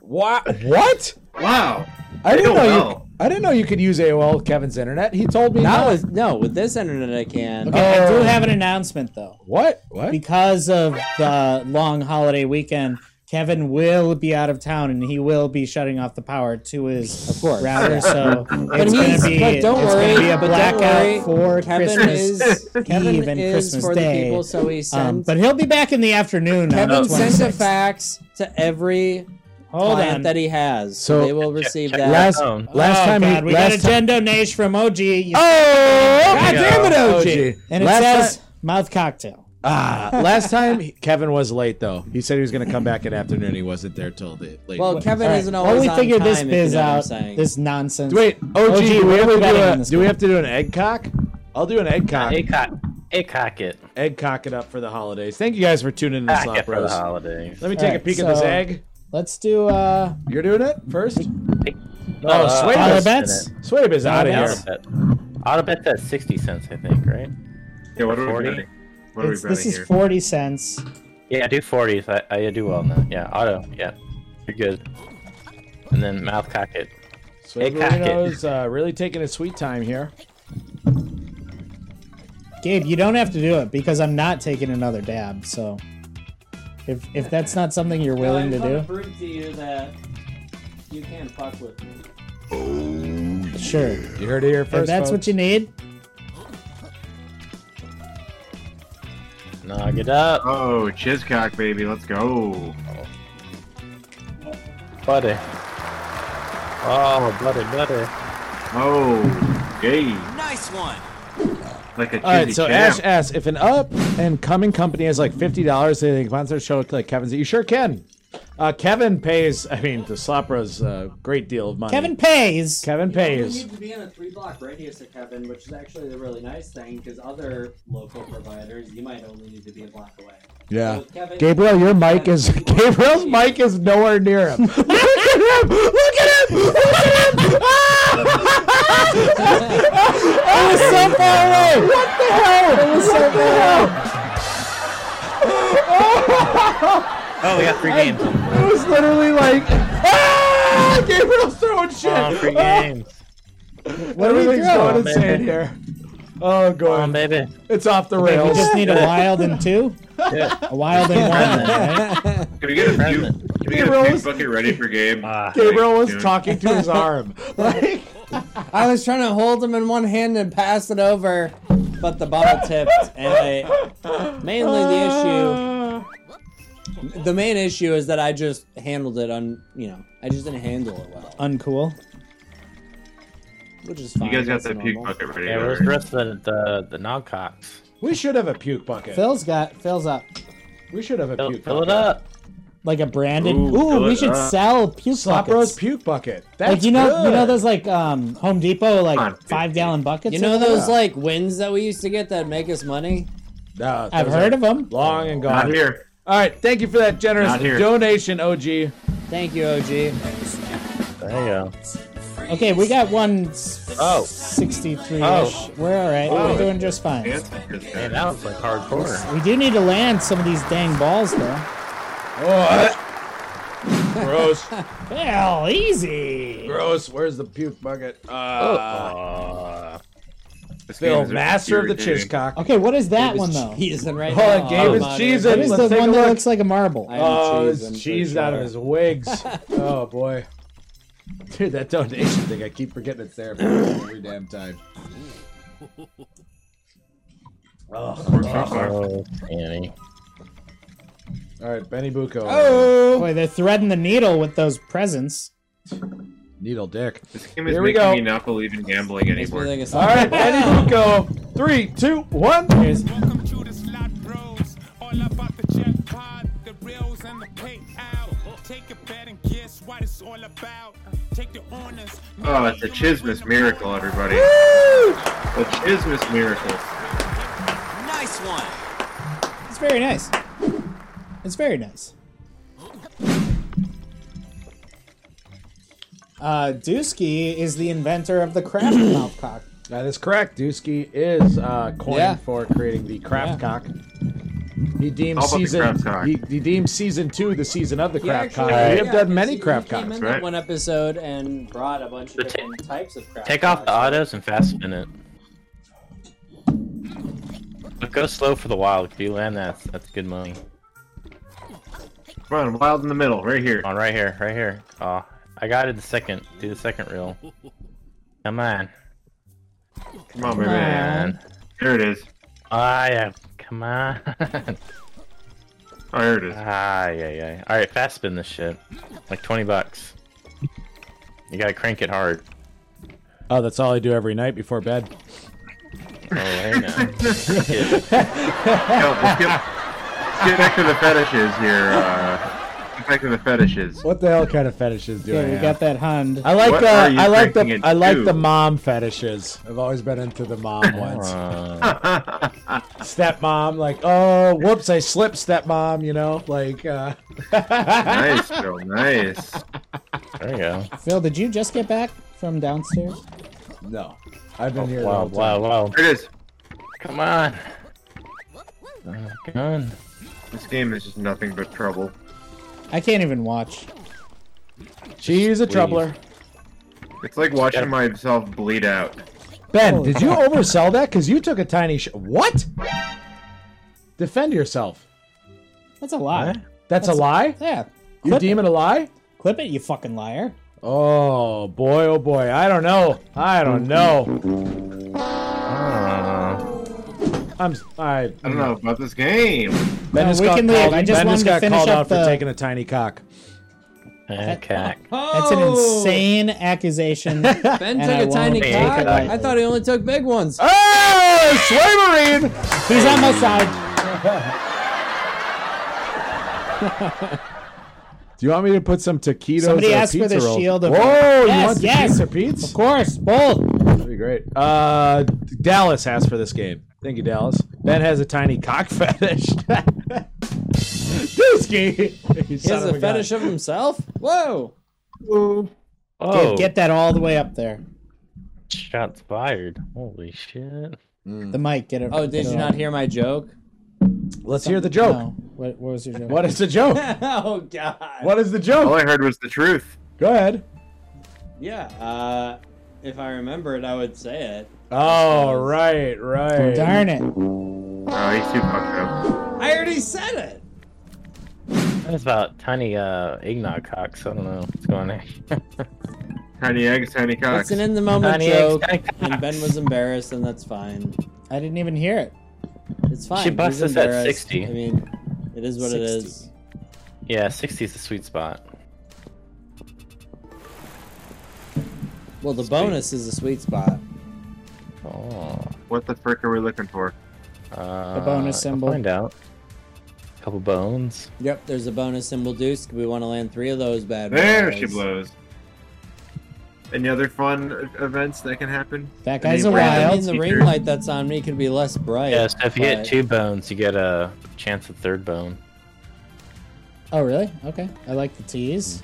Speaker 4: Wha- what?
Speaker 1: Wow.
Speaker 4: I didn't know
Speaker 1: don't
Speaker 4: you.
Speaker 1: know.
Speaker 4: I didn't know you could use AOL with Kevin's internet. He told me
Speaker 6: Now
Speaker 4: not.
Speaker 6: is no with this internet I can.
Speaker 3: Okay, I do
Speaker 4: Oh.
Speaker 3: have an announcement though.
Speaker 4: What? What?
Speaker 3: Because of the long holiday weekend, Kevin will be out of town and he will be shutting off the power to his
Speaker 6: Of course.
Speaker 3: router. So it's going
Speaker 6: he's-
Speaker 3: to
Speaker 6: (laughs)
Speaker 3: be
Speaker 6: but don't
Speaker 3: it's gonna
Speaker 6: worry,
Speaker 3: be a
Speaker 6: but don't
Speaker 3: blackout for
Speaker 6: worry, Kevin
Speaker 3: Christmas
Speaker 6: is- (laughs) Kevin
Speaker 3: Eve and
Speaker 6: is
Speaker 3: Christmas
Speaker 6: for the
Speaker 3: Day.
Speaker 6: people, so he
Speaker 3: um,
Speaker 6: sends-
Speaker 3: but he'll be back in the afternoon. on
Speaker 6: Kevin
Speaker 3: the
Speaker 6: sends a
Speaker 3: 26th.
Speaker 6: fax to every
Speaker 3: Hold
Speaker 6: client
Speaker 3: on.
Speaker 6: that he has.
Speaker 4: So-
Speaker 6: So they will receive that.
Speaker 4: Last
Speaker 7: Oh.
Speaker 4: last
Speaker 3: oh,
Speaker 4: time he
Speaker 3: God, we
Speaker 4: last
Speaker 3: got
Speaker 4: time,
Speaker 3: a Gendo Nash from OG, you-
Speaker 4: Oh,
Speaker 7: God damn it,
Speaker 4: OG.
Speaker 3: and it
Speaker 4: last
Speaker 3: says
Speaker 4: time,
Speaker 3: mouth cocktail.
Speaker 4: ah, last time he- Kevin was late though. He said he was going to come back in afternoon. He wasn't there till the late.
Speaker 6: well,
Speaker 4: morning.
Speaker 6: Kevin
Speaker 3: All right,
Speaker 6: isn't
Speaker 3: While
Speaker 6: always
Speaker 3: we
Speaker 6: on
Speaker 3: figure
Speaker 6: time.
Speaker 3: this
Speaker 6: if you
Speaker 3: biz
Speaker 6: know what I'm
Speaker 3: out,
Speaker 6: saying.
Speaker 3: this nonsense.
Speaker 4: wait, OG,
Speaker 3: OG,
Speaker 4: do we
Speaker 3: what are
Speaker 4: have
Speaker 3: we
Speaker 4: to do
Speaker 3: betting on
Speaker 4: a,
Speaker 3: this
Speaker 4: do we
Speaker 3: game?
Speaker 4: have to do an egg cock? I'll do an egg cock.
Speaker 7: Hey, cock. Hey, cock it.
Speaker 4: Egg cock it up for the holidays. Thank you guys for tuning in to
Speaker 7: Cock it
Speaker 4: Slop
Speaker 7: Ah, for the
Speaker 4: Bros.
Speaker 7: holidays.
Speaker 4: Let me take a
Speaker 3: Alright,
Speaker 4: peek at this
Speaker 3: so-
Speaker 4: egg.
Speaker 3: Let's do uh,
Speaker 4: You're doing it first.
Speaker 7: Uh,
Speaker 4: Swabe
Speaker 3: dollar
Speaker 4: is-
Speaker 3: bets.
Speaker 4: Swabe is out of
Speaker 3: Dollar
Speaker 4: here.
Speaker 3: bets.
Speaker 7: I'll Auto bet that's sixty cents, I think, right?
Speaker 1: Yeah, what are we
Speaker 7: 40?
Speaker 1: betting? What are we
Speaker 3: It's-
Speaker 1: betting
Speaker 3: this is
Speaker 1: here?
Speaker 3: 40 cents.
Speaker 7: Yeah, do forties. I, I do well in that. Yeah, auto. Yeah, you're good. And then mouth cock it.
Speaker 4: So
Speaker 7: Hey, cock it.
Speaker 4: Bruno's uh, really taking his sweet time here.
Speaker 3: Gabe, you don't have to do it because I'm not taking another dab. So, if if that's not something you're willing to
Speaker 10: I'm gonna
Speaker 3: do,
Speaker 10: prove to you that you can fuck with me.
Speaker 3: sure.
Speaker 4: You heard it here first.
Speaker 3: If that's what you need,
Speaker 7: Knock it up,
Speaker 1: Oh, Chizcock, baby, let's go.
Speaker 7: buddy. Oh, buddy, buddy.
Speaker 1: Oh, gay.
Speaker 11: Nice one.
Speaker 1: Like a
Speaker 4: All right,
Speaker 1: chizzy
Speaker 4: so
Speaker 1: champ.
Speaker 4: Ash asks if an up and coming company has like fifty dollars, they can sponsor a show like Kevin's. You sure can. Uh, Kevin pays. I mean, the Slapra's a great deal of money.
Speaker 3: Kevin pays.
Speaker 4: Kevin
Speaker 10: You
Speaker 4: pays.
Speaker 10: need to be in a three block radius of Kevin, which is actually the really nice thing because other local providers, you might only need to be a block away.
Speaker 4: Yeah.
Speaker 10: So, Kevin,
Speaker 4: Gabriel, your mic is Gabriel's mic is nowhere near him. Look at him! Look at him! Look at him! Ah! it was so far away. What the hell? It was so far away.
Speaker 7: Oh, we got three games.
Speaker 4: (laughs) It was literally like ah! Gabriel's throwing shit. Ah!
Speaker 7: Oh, three games.
Speaker 3: what do we
Speaker 4: Everything's
Speaker 3: throw?
Speaker 4: going insane here. Oh,
Speaker 7: Come on,
Speaker 4: Gordon,
Speaker 7: baby.
Speaker 4: it's off the
Speaker 3: Wait, we
Speaker 4: rails.
Speaker 3: just need a wild and two, a wild and
Speaker 4: (laughs)
Speaker 3: one. Right?
Speaker 1: Can we get a puke?
Speaker 7: Present.
Speaker 1: Can we get a
Speaker 4: Gabriel's-
Speaker 1: puke bucket ready for Gabe?
Speaker 7: Ah.
Speaker 4: (laughs) Gabriel was
Speaker 1: Dude.
Speaker 4: talking to his arm. Like,
Speaker 6: I was trying to hold him in one hand and pass it over, but the bottle tipped. And I, mainly the
Speaker 4: ah!
Speaker 6: issue, the main issue is that I just handled it on, you know, I just didn't handle it well,
Speaker 3: Uncool.
Speaker 6: which is fine.
Speaker 1: You guys got
Speaker 6: that's
Speaker 1: that puke
Speaker 6: normal.
Speaker 1: bucket ready.
Speaker 7: Yeah, where's the rest of the the, the nog cocks?
Speaker 4: we should have a puke bucket.
Speaker 3: Phil's got Phil's up
Speaker 4: We should have a
Speaker 7: Fill,
Speaker 4: puke
Speaker 7: fill
Speaker 4: bucket.
Speaker 7: it up.
Speaker 3: like a branded. Ooh,
Speaker 1: Ooh, fill
Speaker 3: we
Speaker 1: it
Speaker 3: should
Speaker 1: up.
Speaker 3: sell puke
Speaker 4: Slop Rose
Speaker 3: buckets.
Speaker 4: puke bucket. That's
Speaker 3: Like you know,
Speaker 4: good.
Speaker 3: you know those like um Home Depot like
Speaker 1: Come on,
Speaker 3: five gallon buckets.
Speaker 6: You know
Speaker 3: over there?
Speaker 6: those like wins that we used to get that make us money?
Speaker 4: No,
Speaker 3: I've
Speaker 4: those
Speaker 3: heard
Speaker 4: are
Speaker 3: of them.
Speaker 4: Long and
Speaker 1: Not
Speaker 4: gone.
Speaker 1: here.
Speaker 4: All right, thank you for that generous
Speaker 1: Not here.
Speaker 4: donation,
Speaker 1: (laughs)
Speaker 4: OG.
Speaker 6: Thank you, OG.
Speaker 7: There you go.
Speaker 3: Okay, we got one s-
Speaker 7: Oh.
Speaker 3: 63 ish.
Speaker 7: Oh.
Speaker 3: We're all right.
Speaker 1: Oh.
Speaker 3: We're doing just fine.
Speaker 1: It's Chizcock.
Speaker 7: Man, that was like hardcore.
Speaker 3: We do need to land some of these dang balls, though.
Speaker 4: Oh, gross,
Speaker 3: Well, easy.
Speaker 4: gross. Where's the puke bucket? Uh,
Speaker 3: Oh.
Speaker 7: Uh,
Speaker 1: This game
Speaker 4: Phil,
Speaker 1: is
Speaker 4: master of the
Speaker 1: irritating.
Speaker 4: chizcock.
Speaker 3: Okay, what is that one, though?
Speaker 4: (laughs)
Speaker 6: Cheesing right
Speaker 4: Oh,
Speaker 6: now.
Speaker 4: Gabe is
Speaker 6: I'm outta
Speaker 4: cheesing.
Speaker 6: here.
Speaker 3: What is
Speaker 4: Let's
Speaker 3: the
Speaker 4: take a
Speaker 3: one that
Speaker 4: look.
Speaker 3: looks like a marble?
Speaker 6: I am
Speaker 4: Oh,
Speaker 6: cheesing
Speaker 4: it's
Speaker 6: for
Speaker 4: cheese out of
Speaker 6: sure.
Speaker 4: his wigs.
Speaker 3: (laughs)
Speaker 4: oh boy, dude, that donation thing. I keep forgetting it's there every damn time.
Speaker 7: oh, Annie.
Speaker 4: All right, Benny Bucco,
Speaker 3: Boy, they're threading the needle with those presents.
Speaker 4: needle dick.
Speaker 1: This game is
Speaker 4: Here we
Speaker 1: making
Speaker 4: go.
Speaker 1: me not believe in gambling
Speaker 6: Makes me
Speaker 1: anymore.
Speaker 6: think of
Speaker 4: All right,
Speaker 6: something. (laughs)
Speaker 3: (laughs)
Speaker 4: Benny Bucco. Three, two, one.
Speaker 5: Welcome to the slot bros. All about the jackpot, the reels and the payout. Take a bet and guess what it's all about. Take the honors.
Speaker 1: Oh, it's a Chismas miracle, everybody. A Chismas miracle.
Speaker 11: Nice one.
Speaker 3: It's very nice. It's very nice. Uh, Dusky is the inventor of
Speaker 4: (coughs)
Speaker 3: the craft mouthcock.
Speaker 4: That is correct. Dusky is uh, coined
Speaker 6: Yeah.
Speaker 4: for creating the craft
Speaker 6: Yeah.
Speaker 4: cock. He deemed
Speaker 1: How about the
Speaker 4: season
Speaker 1: craft cock?
Speaker 4: he, he deemed season two the season of the craft cock.
Speaker 7: actually-
Speaker 4: we have done
Speaker 6: yeah, because
Speaker 4: many
Speaker 6: you- you
Speaker 4: craft
Speaker 6: came
Speaker 4: cocks.
Speaker 6: in that
Speaker 1: right?
Speaker 6: One episode and brought a bunch of
Speaker 7: But ta-
Speaker 6: different types of crap.
Speaker 7: Take off the autos and fast spin it. But go slow for the wild. If you land that, that's good money.
Speaker 1: Run wild in the middle, right here.
Speaker 7: On right here, right here. Oh, I got it the second. Do the second reel. Come on.
Speaker 1: Come on,
Speaker 7: Come
Speaker 1: baby.
Speaker 7: on.
Speaker 1: There it is.
Speaker 7: Ah, yeah. Come on. (laughs)
Speaker 1: Oh, there it is.
Speaker 7: ah, yeah, yeah. All right, fast spin this shit. Like 20 bucks. You gotta crank it hard.
Speaker 4: Oh, that's all I do every night before bed.
Speaker 7: Oh, hang on. Yeah.
Speaker 1: Yo, let's, get, let's get back to the fetishes here. Uh, get back to the fetishes.
Speaker 4: What the hell kind of fetishes do I
Speaker 3: Yeah, we
Speaker 4: have?
Speaker 3: got that Hund.
Speaker 4: I like
Speaker 1: What
Speaker 4: uh,
Speaker 1: are you
Speaker 4: I like
Speaker 1: drinking
Speaker 4: the
Speaker 1: it
Speaker 4: I like the
Speaker 1: to?
Speaker 4: mom fetishes. I've always been into
Speaker 1: (laughs)
Speaker 4: the mom ones.
Speaker 7: Uh,
Speaker 4: stepmom, like oh whoops, I slipped stepmom. You know, like uh, (laughs)
Speaker 1: Nice, Phil. Nice.
Speaker 7: there you go.
Speaker 3: Phil, did you just get back from downstairs?
Speaker 4: no. I've
Speaker 1: Oh,
Speaker 4: been here. the
Speaker 7: Wow,
Speaker 4: whole
Speaker 7: wow,
Speaker 4: time.
Speaker 7: wow.
Speaker 1: There it is.
Speaker 7: Come on. Gun.
Speaker 1: This game is just nothing but trouble.
Speaker 3: I can't even watch.
Speaker 4: She's a
Speaker 7: Please.
Speaker 4: troubler.
Speaker 1: It's like watching myself bleed out.
Speaker 4: Ben, did you oversell that? Because you took a tiny sh- What? Defend yourself.
Speaker 3: That's a lie.
Speaker 4: That's, a lie?
Speaker 3: Yeah.
Speaker 4: You
Speaker 3: Clip
Speaker 4: deem it a lie?
Speaker 3: Clip it, you fucking liar.
Speaker 4: Oh, boy, oh, boy. I don't know. I don't know.
Speaker 3: Uh.
Speaker 4: I'm. s- I.
Speaker 1: I don't know about this game.
Speaker 4: Ben
Speaker 3: No,
Speaker 4: just
Speaker 3: we
Speaker 4: got
Speaker 3: can leave.
Speaker 4: called,
Speaker 3: I just
Speaker 4: ben
Speaker 3: wanted
Speaker 4: just
Speaker 3: to
Speaker 4: got
Speaker 3: finish
Speaker 4: called
Speaker 3: up
Speaker 4: out
Speaker 3: the-
Speaker 4: for taking a tiny cock.
Speaker 7: Okay.
Speaker 3: That's an
Speaker 4: (laughs)
Speaker 3: insane accusation. ben
Speaker 6: Ben took a tiny cock. I thought he only took big ones.
Speaker 4: Oh, Sway Marine!
Speaker 3: He's on my side.
Speaker 4: Do you want me to put some taquitos
Speaker 3: Somebody
Speaker 4: or
Speaker 3: asked for
Speaker 4: pizza
Speaker 3: the
Speaker 4: rolls?
Speaker 3: shield of-
Speaker 4: Whoa, you
Speaker 3: Yes,
Speaker 4: want
Speaker 3: yes.
Speaker 4: the pizza
Speaker 3: Of
Speaker 4: or
Speaker 3: course, bold.
Speaker 4: That'd be great. Uh, Dallas asked for this game. Thank you, Dallas. Ben has a tiny cock (laughs) fetish. this game. You
Speaker 6: He
Speaker 4: son
Speaker 6: has
Speaker 4: of
Speaker 6: a
Speaker 4: gun.
Speaker 6: fetish of himself. Whoa.
Speaker 7: Oh,
Speaker 3: Get that all the way up there.
Speaker 7: shots fired. Holy shit.
Speaker 3: The mic, get it.
Speaker 6: Oh, did
Speaker 3: get
Speaker 6: you
Speaker 3: it
Speaker 6: not
Speaker 3: all.
Speaker 6: hear my joke? (laughs)
Speaker 4: Let's hear the joke.
Speaker 3: No. What, what was your joke?
Speaker 4: What is the joke?
Speaker 3: (laughs)
Speaker 6: oh God.
Speaker 4: What is the
Speaker 1: All
Speaker 7: Oh,
Speaker 4: joke?
Speaker 1: I heard was the truth.
Speaker 4: Go ahead.
Speaker 6: Yeah. Uh, if I remember it, I would say it.
Speaker 4: Oh, right, right.
Speaker 3: Darn it.
Speaker 1: Oh, he's too fucked up.
Speaker 6: I already said it.
Speaker 7: That is about tiny uh eggnog cocks. I don't know what's going on. (laughs)
Speaker 1: Tiny eggs, tiny cocks.
Speaker 6: It's an in the moment
Speaker 7: Tiny
Speaker 6: joke,
Speaker 7: eggs, tiny
Speaker 6: and Ben was embarrassed, and that's fine.
Speaker 3: I didn't even hear it.
Speaker 6: It's fine.
Speaker 7: She busts
Speaker 6: He's
Speaker 7: us at
Speaker 6: embarrassed.
Speaker 7: 60.
Speaker 6: I mean, it is what it
Speaker 3: 60.
Speaker 6: is.
Speaker 7: yeah, 60 is the sweet spot.
Speaker 6: Well, the bonus is a sweet spot.
Speaker 7: Oh.
Speaker 1: What the frick are we looking for?
Speaker 7: Uh,
Speaker 3: bonus
Speaker 7: I'll
Speaker 3: symbol.
Speaker 7: Find out. Couple bones.
Speaker 6: Yep, there's a bonus symbol deuce. We want to land three of those bad
Speaker 1: There
Speaker 6: boys.
Speaker 1: she blows. Any other fun e- events that can happen?
Speaker 3: That guy's a
Speaker 1: Any
Speaker 6: I
Speaker 1: random
Speaker 6: mean,
Speaker 3: wild.
Speaker 6: the
Speaker 1: teacher?
Speaker 6: ring light that's on me could be less bright.
Speaker 7: Yeah, so if you
Speaker 6: but-
Speaker 7: hit two bones, you get a chance of third bone.
Speaker 3: Oh, really? Okay. I like the tease.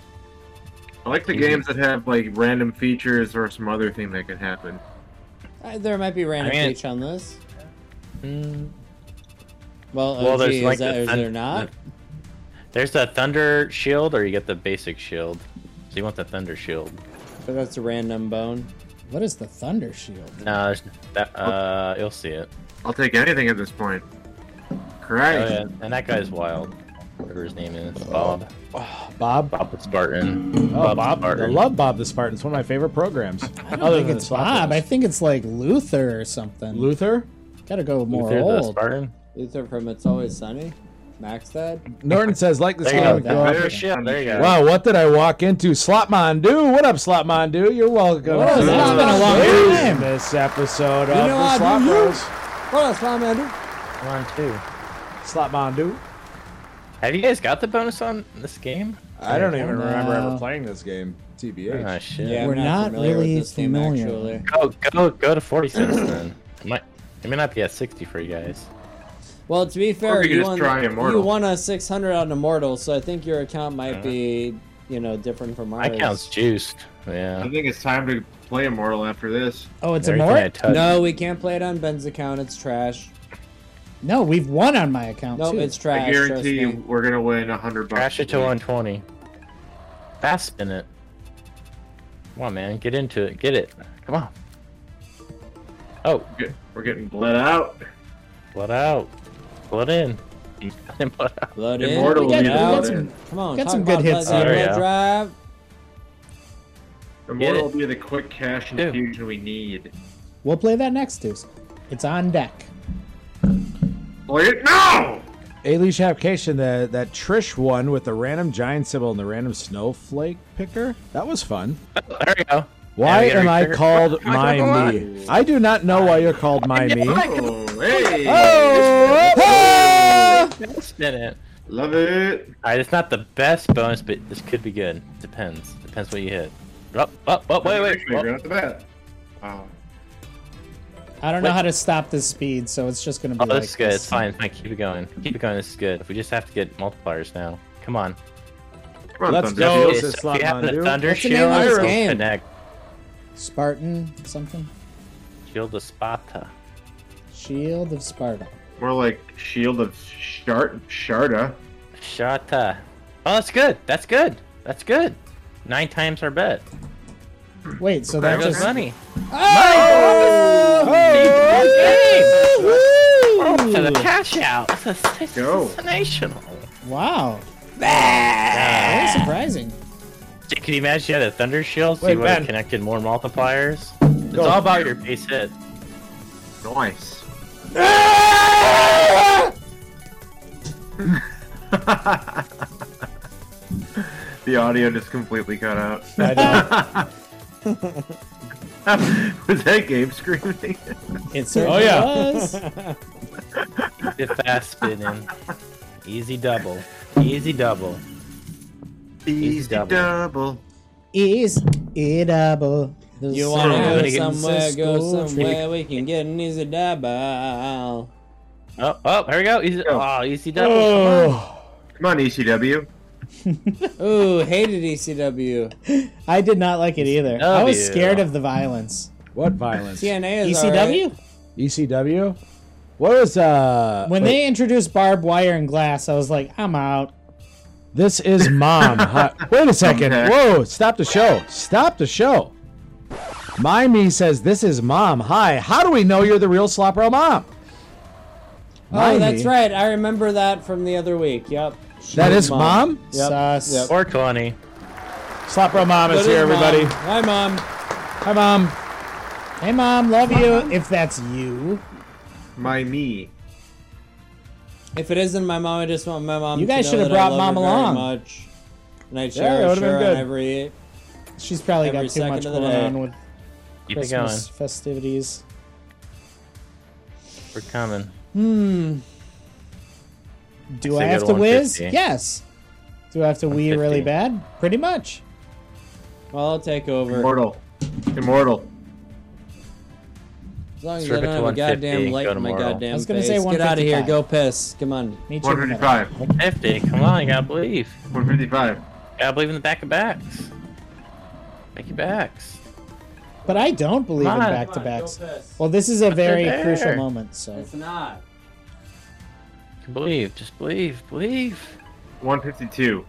Speaker 1: I like the games that have like random features or some other thing that can happen.
Speaker 6: Uh, there might be random
Speaker 7: I mean-
Speaker 6: glitch on this.
Speaker 7: Mm,
Speaker 6: Well,
Speaker 7: Well,
Speaker 6: OG,
Speaker 7: there's
Speaker 6: is,
Speaker 7: like
Speaker 6: that,
Speaker 7: the
Speaker 6: is
Speaker 7: thun-
Speaker 6: there not?
Speaker 7: There's the thunder shield, or you get the basic shield. So you want the thunder shield.
Speaker 6: But that's a random bone.
Speaker 7: Mm.
Speaker 3: What is the thunder shield?
Speaker 7: No, there's that. Uh, you'll see it.
Speaker 1: I'll take anything at this point.
Speaker 7: Oh
Speaker 1: Christ.
Speaker 7: yeah, and that guy's wild. Whatever his name is, Bob.
Speaker 4: Bob.
Speaker 7: Bob the Spartan.
Speaker 4: Oh,
Speaker 7: the
Speaker 4: Bob. I
Speaker 7: Spartan.
Speaker 4: love Bob the Spartan. It's one of my favorite programs.
Speaker 3: I don't think it's Bob. I think it's like Luther or something.
Speaker 4: Luther?
Speaker 3: Gotta go more
Speaker 7: Luther the
Speaker 3: old.
Speaker 7: Spartan.
Speaker 6: Luther from It's Always Sunny. Max dad.
Speaker 4: Norton says, like this
Speaker 7: There you
Speaker 4: game.
Speaker 7: go.
Speaker 3: Oh, that-
Speaker 4: Go
Speaker 7: Thunder shield. There you go.
Speaker 4: Wow, what did I walk into? Slot Mondu. What up, Slot Mondu? You're welcome.
Speaker 6: What up,
Speaker 4: to
Speaker 6: Slot
Speaker 3: Mondu?
Speaker 4: Mondu? This episode of
Speaker 6: know
Speaker 4: the
Speaker 6: I
Speaker 4: Slot
Speaker 6: do you.
Speaker 4: Bros.
Speaker 6: What else, Mom, Andrew?
Speaker 7: One, two.
Speaker 4: Slot Mondu.
Speaker 7: Have you guys got the bonus on this game?
Speaker 4: I don't even remember
Speaker 3: know.
Speaker 4: ever playing this game. TBH.
Speaker 7: Oh shit.
Speaker 6: Yeah,
Speaker 3: We're
Speaker 6: I'm
Speaker 3: not
Speaker 6: familiar
Speaker 3: really
Speaker 6: with this game,
Speaker 3: familiar.
Speaker 6: actually.
Speaker 7: Go go go to forty cents then. It might it may not be at sixty for you guys.
Speaker 6: Well, to be
Speaker 1: Or
Speaker 6: fair,
Speaker 1: we could
Speaker 6: you
Speaker 1: just
Speaker 6: won,
Speaker 1: try Immortal.
Speaker 6: you won a 600 on Immortal, so I think your account
Speaker 3: Uh-huh.
Speaker 6: might be, you know, different from
Speaker 7: My
Speaker 6: ours.
Speaker 7: account's juiced.
Speaker 1: I
Speaker 7: Yeah.
Speaker 1: think it's time to play Immortal after this.
Speaker 3: Oh, it's a
Speaker 7: Everything I
Speaker 3: more?
Speaker 7: touch-
Speaker 6: No, we can't play it on Ben's account. It's trash.
Speaker 3: No, we've won on my account
Speaker 6: No,
Speaker 3: too.
Speaker 6: it's
Speaker 1: I
Speaker 6: trash. trust
Speaker 1: guarantee you
Speaker 6: me.
Speaker 1: we're gonna win a hundred bucks.
Speaker 7: Crash it to one twenty. Fast spin it. Come on man, get into it. Get it. Come on. Oh,
Speaker 1: Get- We're getting bled out.
Speaker 7: blood out. Blood in. (laughs) Blood out.
Speaker 6: Blood in.
Speaker 1: Immortal
Speaker 3: got-
Speaker 1: will be
Speaker 3: we got
Speaker 1: blood
Speaker 3: some-
Speaker 1: in.
Speaker 6: Come on,
Speaker 3: Got
Speaker 6: talk
Speaker 3: some good
Speaker 6: about
Speaker 3: hits
Speaker 6: Blood
Speaker 7: in.
Speaker 6: Blood
Speaker 7: Oh, yeah.
Speaker 6: Drive.
Speaker 1: Immortal
Speaker 7: Get
Speaker 1: will be the quick cash
Speaker 7: Dude.
Speaker 1: infusion we need.
Speaker 3: We'll play that next, Deuce. It's on deck.
Speaker 1: Play it now!
Speaker 4: Alish application that that Trish won with the random giant symbol and the random snowflake picker. That was fun.
Speaker 7: There you go.
Speaker 4: Why
Speaker 7: Yeah, we
Speaker 4: am
Speaker 7: gotta
Speaker 4: I
Speaker 7: figure-
Speaker 4: called
Speaker 7: Come on,
Speaker 4: my
Speaker 7: come on.
Speaker 4: me? I do not know why you're called my me.
Speaker 1: (laughs) Oh, hey!
Speaker 4: Oh, oh.
Speaker 7: Fast spin it.
Speaker 1: Love it!
Speaker 7: All right, it's not the best bonus, but this could be good. Depends. Depends what you hit. Up, up, up. Wait, wait.
Speaker 1: Actually, right off the bat. Wow.
Speaker 3: I don't know
Speaker 7: Wait.
Speaker 3: how to stop this speed, so it's just gonna be
Speaker 7: Oh,
Speaker 3: like
Speaker 7: this is good. It's
Speaker 3: this.
Speaker 7: fine. Fine. Keep it going. Keep it going. This is good. We just have to get multipliers now. Come on.
Speaker 1: Come on,
Speaker 4: Let's
Speaker 1: Thunder
Speaker 4: go.
Speaker 1: Shield.
Speaker 4: This is
Speaker 7: If you
Speaker 4: Slot
Speaker 7: have the
Speaker 4: Mondu.
Speaker 7: thunder
Speaker 6: What's the name
Speaker 7: shield,
Speaker 6: of this
Speaker 7: it'll
Speaker 6: game?
Speaker 7: connect.
Speaker 3: Spartan something.
Speaker 7: Shield of Sparta.
Speaker 3: Shield of Sparta.
Speaker 1: More like Shield of Shart Sharda.
Speaker 7: Shata. Oh, that's good. That's good. That's good. Nine times our bet.
Speaker 3: Wait, so that
Speaker 7: There goes
Speaker 3: just
Speaker 7: money.
Speaker 3: Oh!
Speaker 7: Woo! We're off to the
Speaker 3: Woo!
Speaker 7: cash out. This is this is
Speaker 1: Go.
Speaker 7: sensational.
Speaker 3: Wow. Very surprising.
Speaker 7: Ah. Can you imagine you had a Thunder Shield? so
Speaker 4: Wait,
Speaker 7: you would have
Speaker 4: Ben.
Speaker 7: connected more multipliers? It's
Speaker 4: Go.
Speaker 7: all about your base hit.
Speaker 1: Nice. (laughs) the audio just completely cut out.
Speaker 4: I
Speaker 1: (laughs) Was that game screaming?
Speaker 3: (laughs) It
Speaker 4: Oh,
Speaker 3: certainly
Speaker 4: yeah.
Speaker 7: (laughs)
Speaker 3: was.
Speaker 7: Get fast spinning. Easy double. Easy double.
Speaker 1: Easy
Speaker 7: double.
Speaker 1: double.
Speaker 3: Is eatable. The
Speaker 6: You want
Speaker 3: sun
Speaker 6: to go
Speaker 3: is a
Speaker 6: somewhere, go
Speaker 3: school
Speaker 6: somewhere we can get an easy double.
Speaker 7: Oh, oh, here we go. Easy,
Speaker 1: Go.
Speaker 7: oh, easy double.
Speaker 4: Oh.
Speaker 1: Come on, E ECW.
Speaker 6: Ooh, hated E ECW.
Speaker 3: trip. (laughs) I did not like it either. I was
Speaker 7: ECW.
Speaker 3: scared of the violence. E
Speaker 4: What violence?
Speaker 6: TNA is
Speaker 3: ECW?
Speaker 4: ECW? E What was uh
Speaker 3: When they introduced barbed wire and glass, I was like, I'm out.
Speaker 4: This is mom. Hi- Wait a second.
Speaker 1: Okay.
Speaker 4: Whoa, stop the show. Stop the show. My me says this is mom. Hi. How do we know you're the real Slopro mom? My
Speaker 6: Oh, that's
Speaker 4: me.
Speaker 6: right. I remember that from the other week. Yep.
Speaker 4: That is mom?
Speaker 6: Yep.
Speaker 3: Sus.
Speaker 6: Yep.
Speaker 7: Or 20.
Speaker 4: Slopro mom is
Speaker 6: That is
Speaker 4: here, everybody.
Speaker 6: Mom. Hi, mom.
Speaker 4: Hi mom.
Speaker 3: Hey, mom, love you. If that's you,
Speaker 1: My me.
Speaker 6: If it isn't my mom, I just want my mom.
Speaker 3: You
Speaker 6: to
Speaker 3: guys
Speaker 6: know
Speaker 3: should've
Speaker 6: that I
Speaker 3: brought
Speaker 6: love
Speaker 3: mom
Speaker 6: her very
Speaker 3: along.
Speaker 6: Much. And I
Speaker 4: it
Speaker 6: cherish
Speaker 4: would've been
Speaker 6: her
Speaker 4: good.
Speaker 6: on every.
Speaker 3: she's probably
Speaker 6: Every
Speaker 3: got too
Speaker 6: second
Speaker 3: much
Speaker 6: of the
Speaker 3: going
Speaker 6: day.
Speaker 3: on with
Speaker 7: Keep it going.
Speaker 3: Christmas festivities.
Speaker 7: We're coming.
Speaker 3: Do
Speaker 7: Say
Speaker 3: I
Speaker 7: you
Speaker 3: have
Speaker 7: got
Speaker 3: to
Speaker 7: a
Speaker 3: whiz?
Speaker 7: 150.
Speaker 3: Yes. Do I have to wee really
Speaker 7: 150.
Speaker 3: bad? Pretty much.
Speaker 6: Well, I'll take over.
Speaker 1: Immortal. Immortal.
Speaker 6: As long as I
Speaker 7: Circa
Speaker 6: don't have a
Speaker 7: 150,
Speaker 6: goddamn light
Speaker 7: go
Speaker 6: in my
Speaker 7: tomorrow.
Speaker 6: goddamn
Speaker 3: I was gonna
Speaker 6: face.
Speaker 3: say
Speaker 6: Get out of here.
Speaker 3: 155.
Speaker 6: Go piss. Come on.
Speaker 3: Meet you in the middle.
Speaker 1: 155.
Speaker 7: 50. Come on, you gotta believe.
Speaker 1: 155.
Speaker 7: Gotta believe in the back of backs. Back your backs.
Speaker 3: But I don't believe in
Speaker 7: Come on.
Speaker 3: back to
Speaker 10: Come on, go
Speaker 3: backs.
Speaker 10: piss.
Speaker 3: Well, this is a very
Speaker 7: there.
Speaker 3: crucial moment, so.
Speaker 10: It's not.
Speaker 7: Believe. Just believe. Believe.
Speaker 1: 152.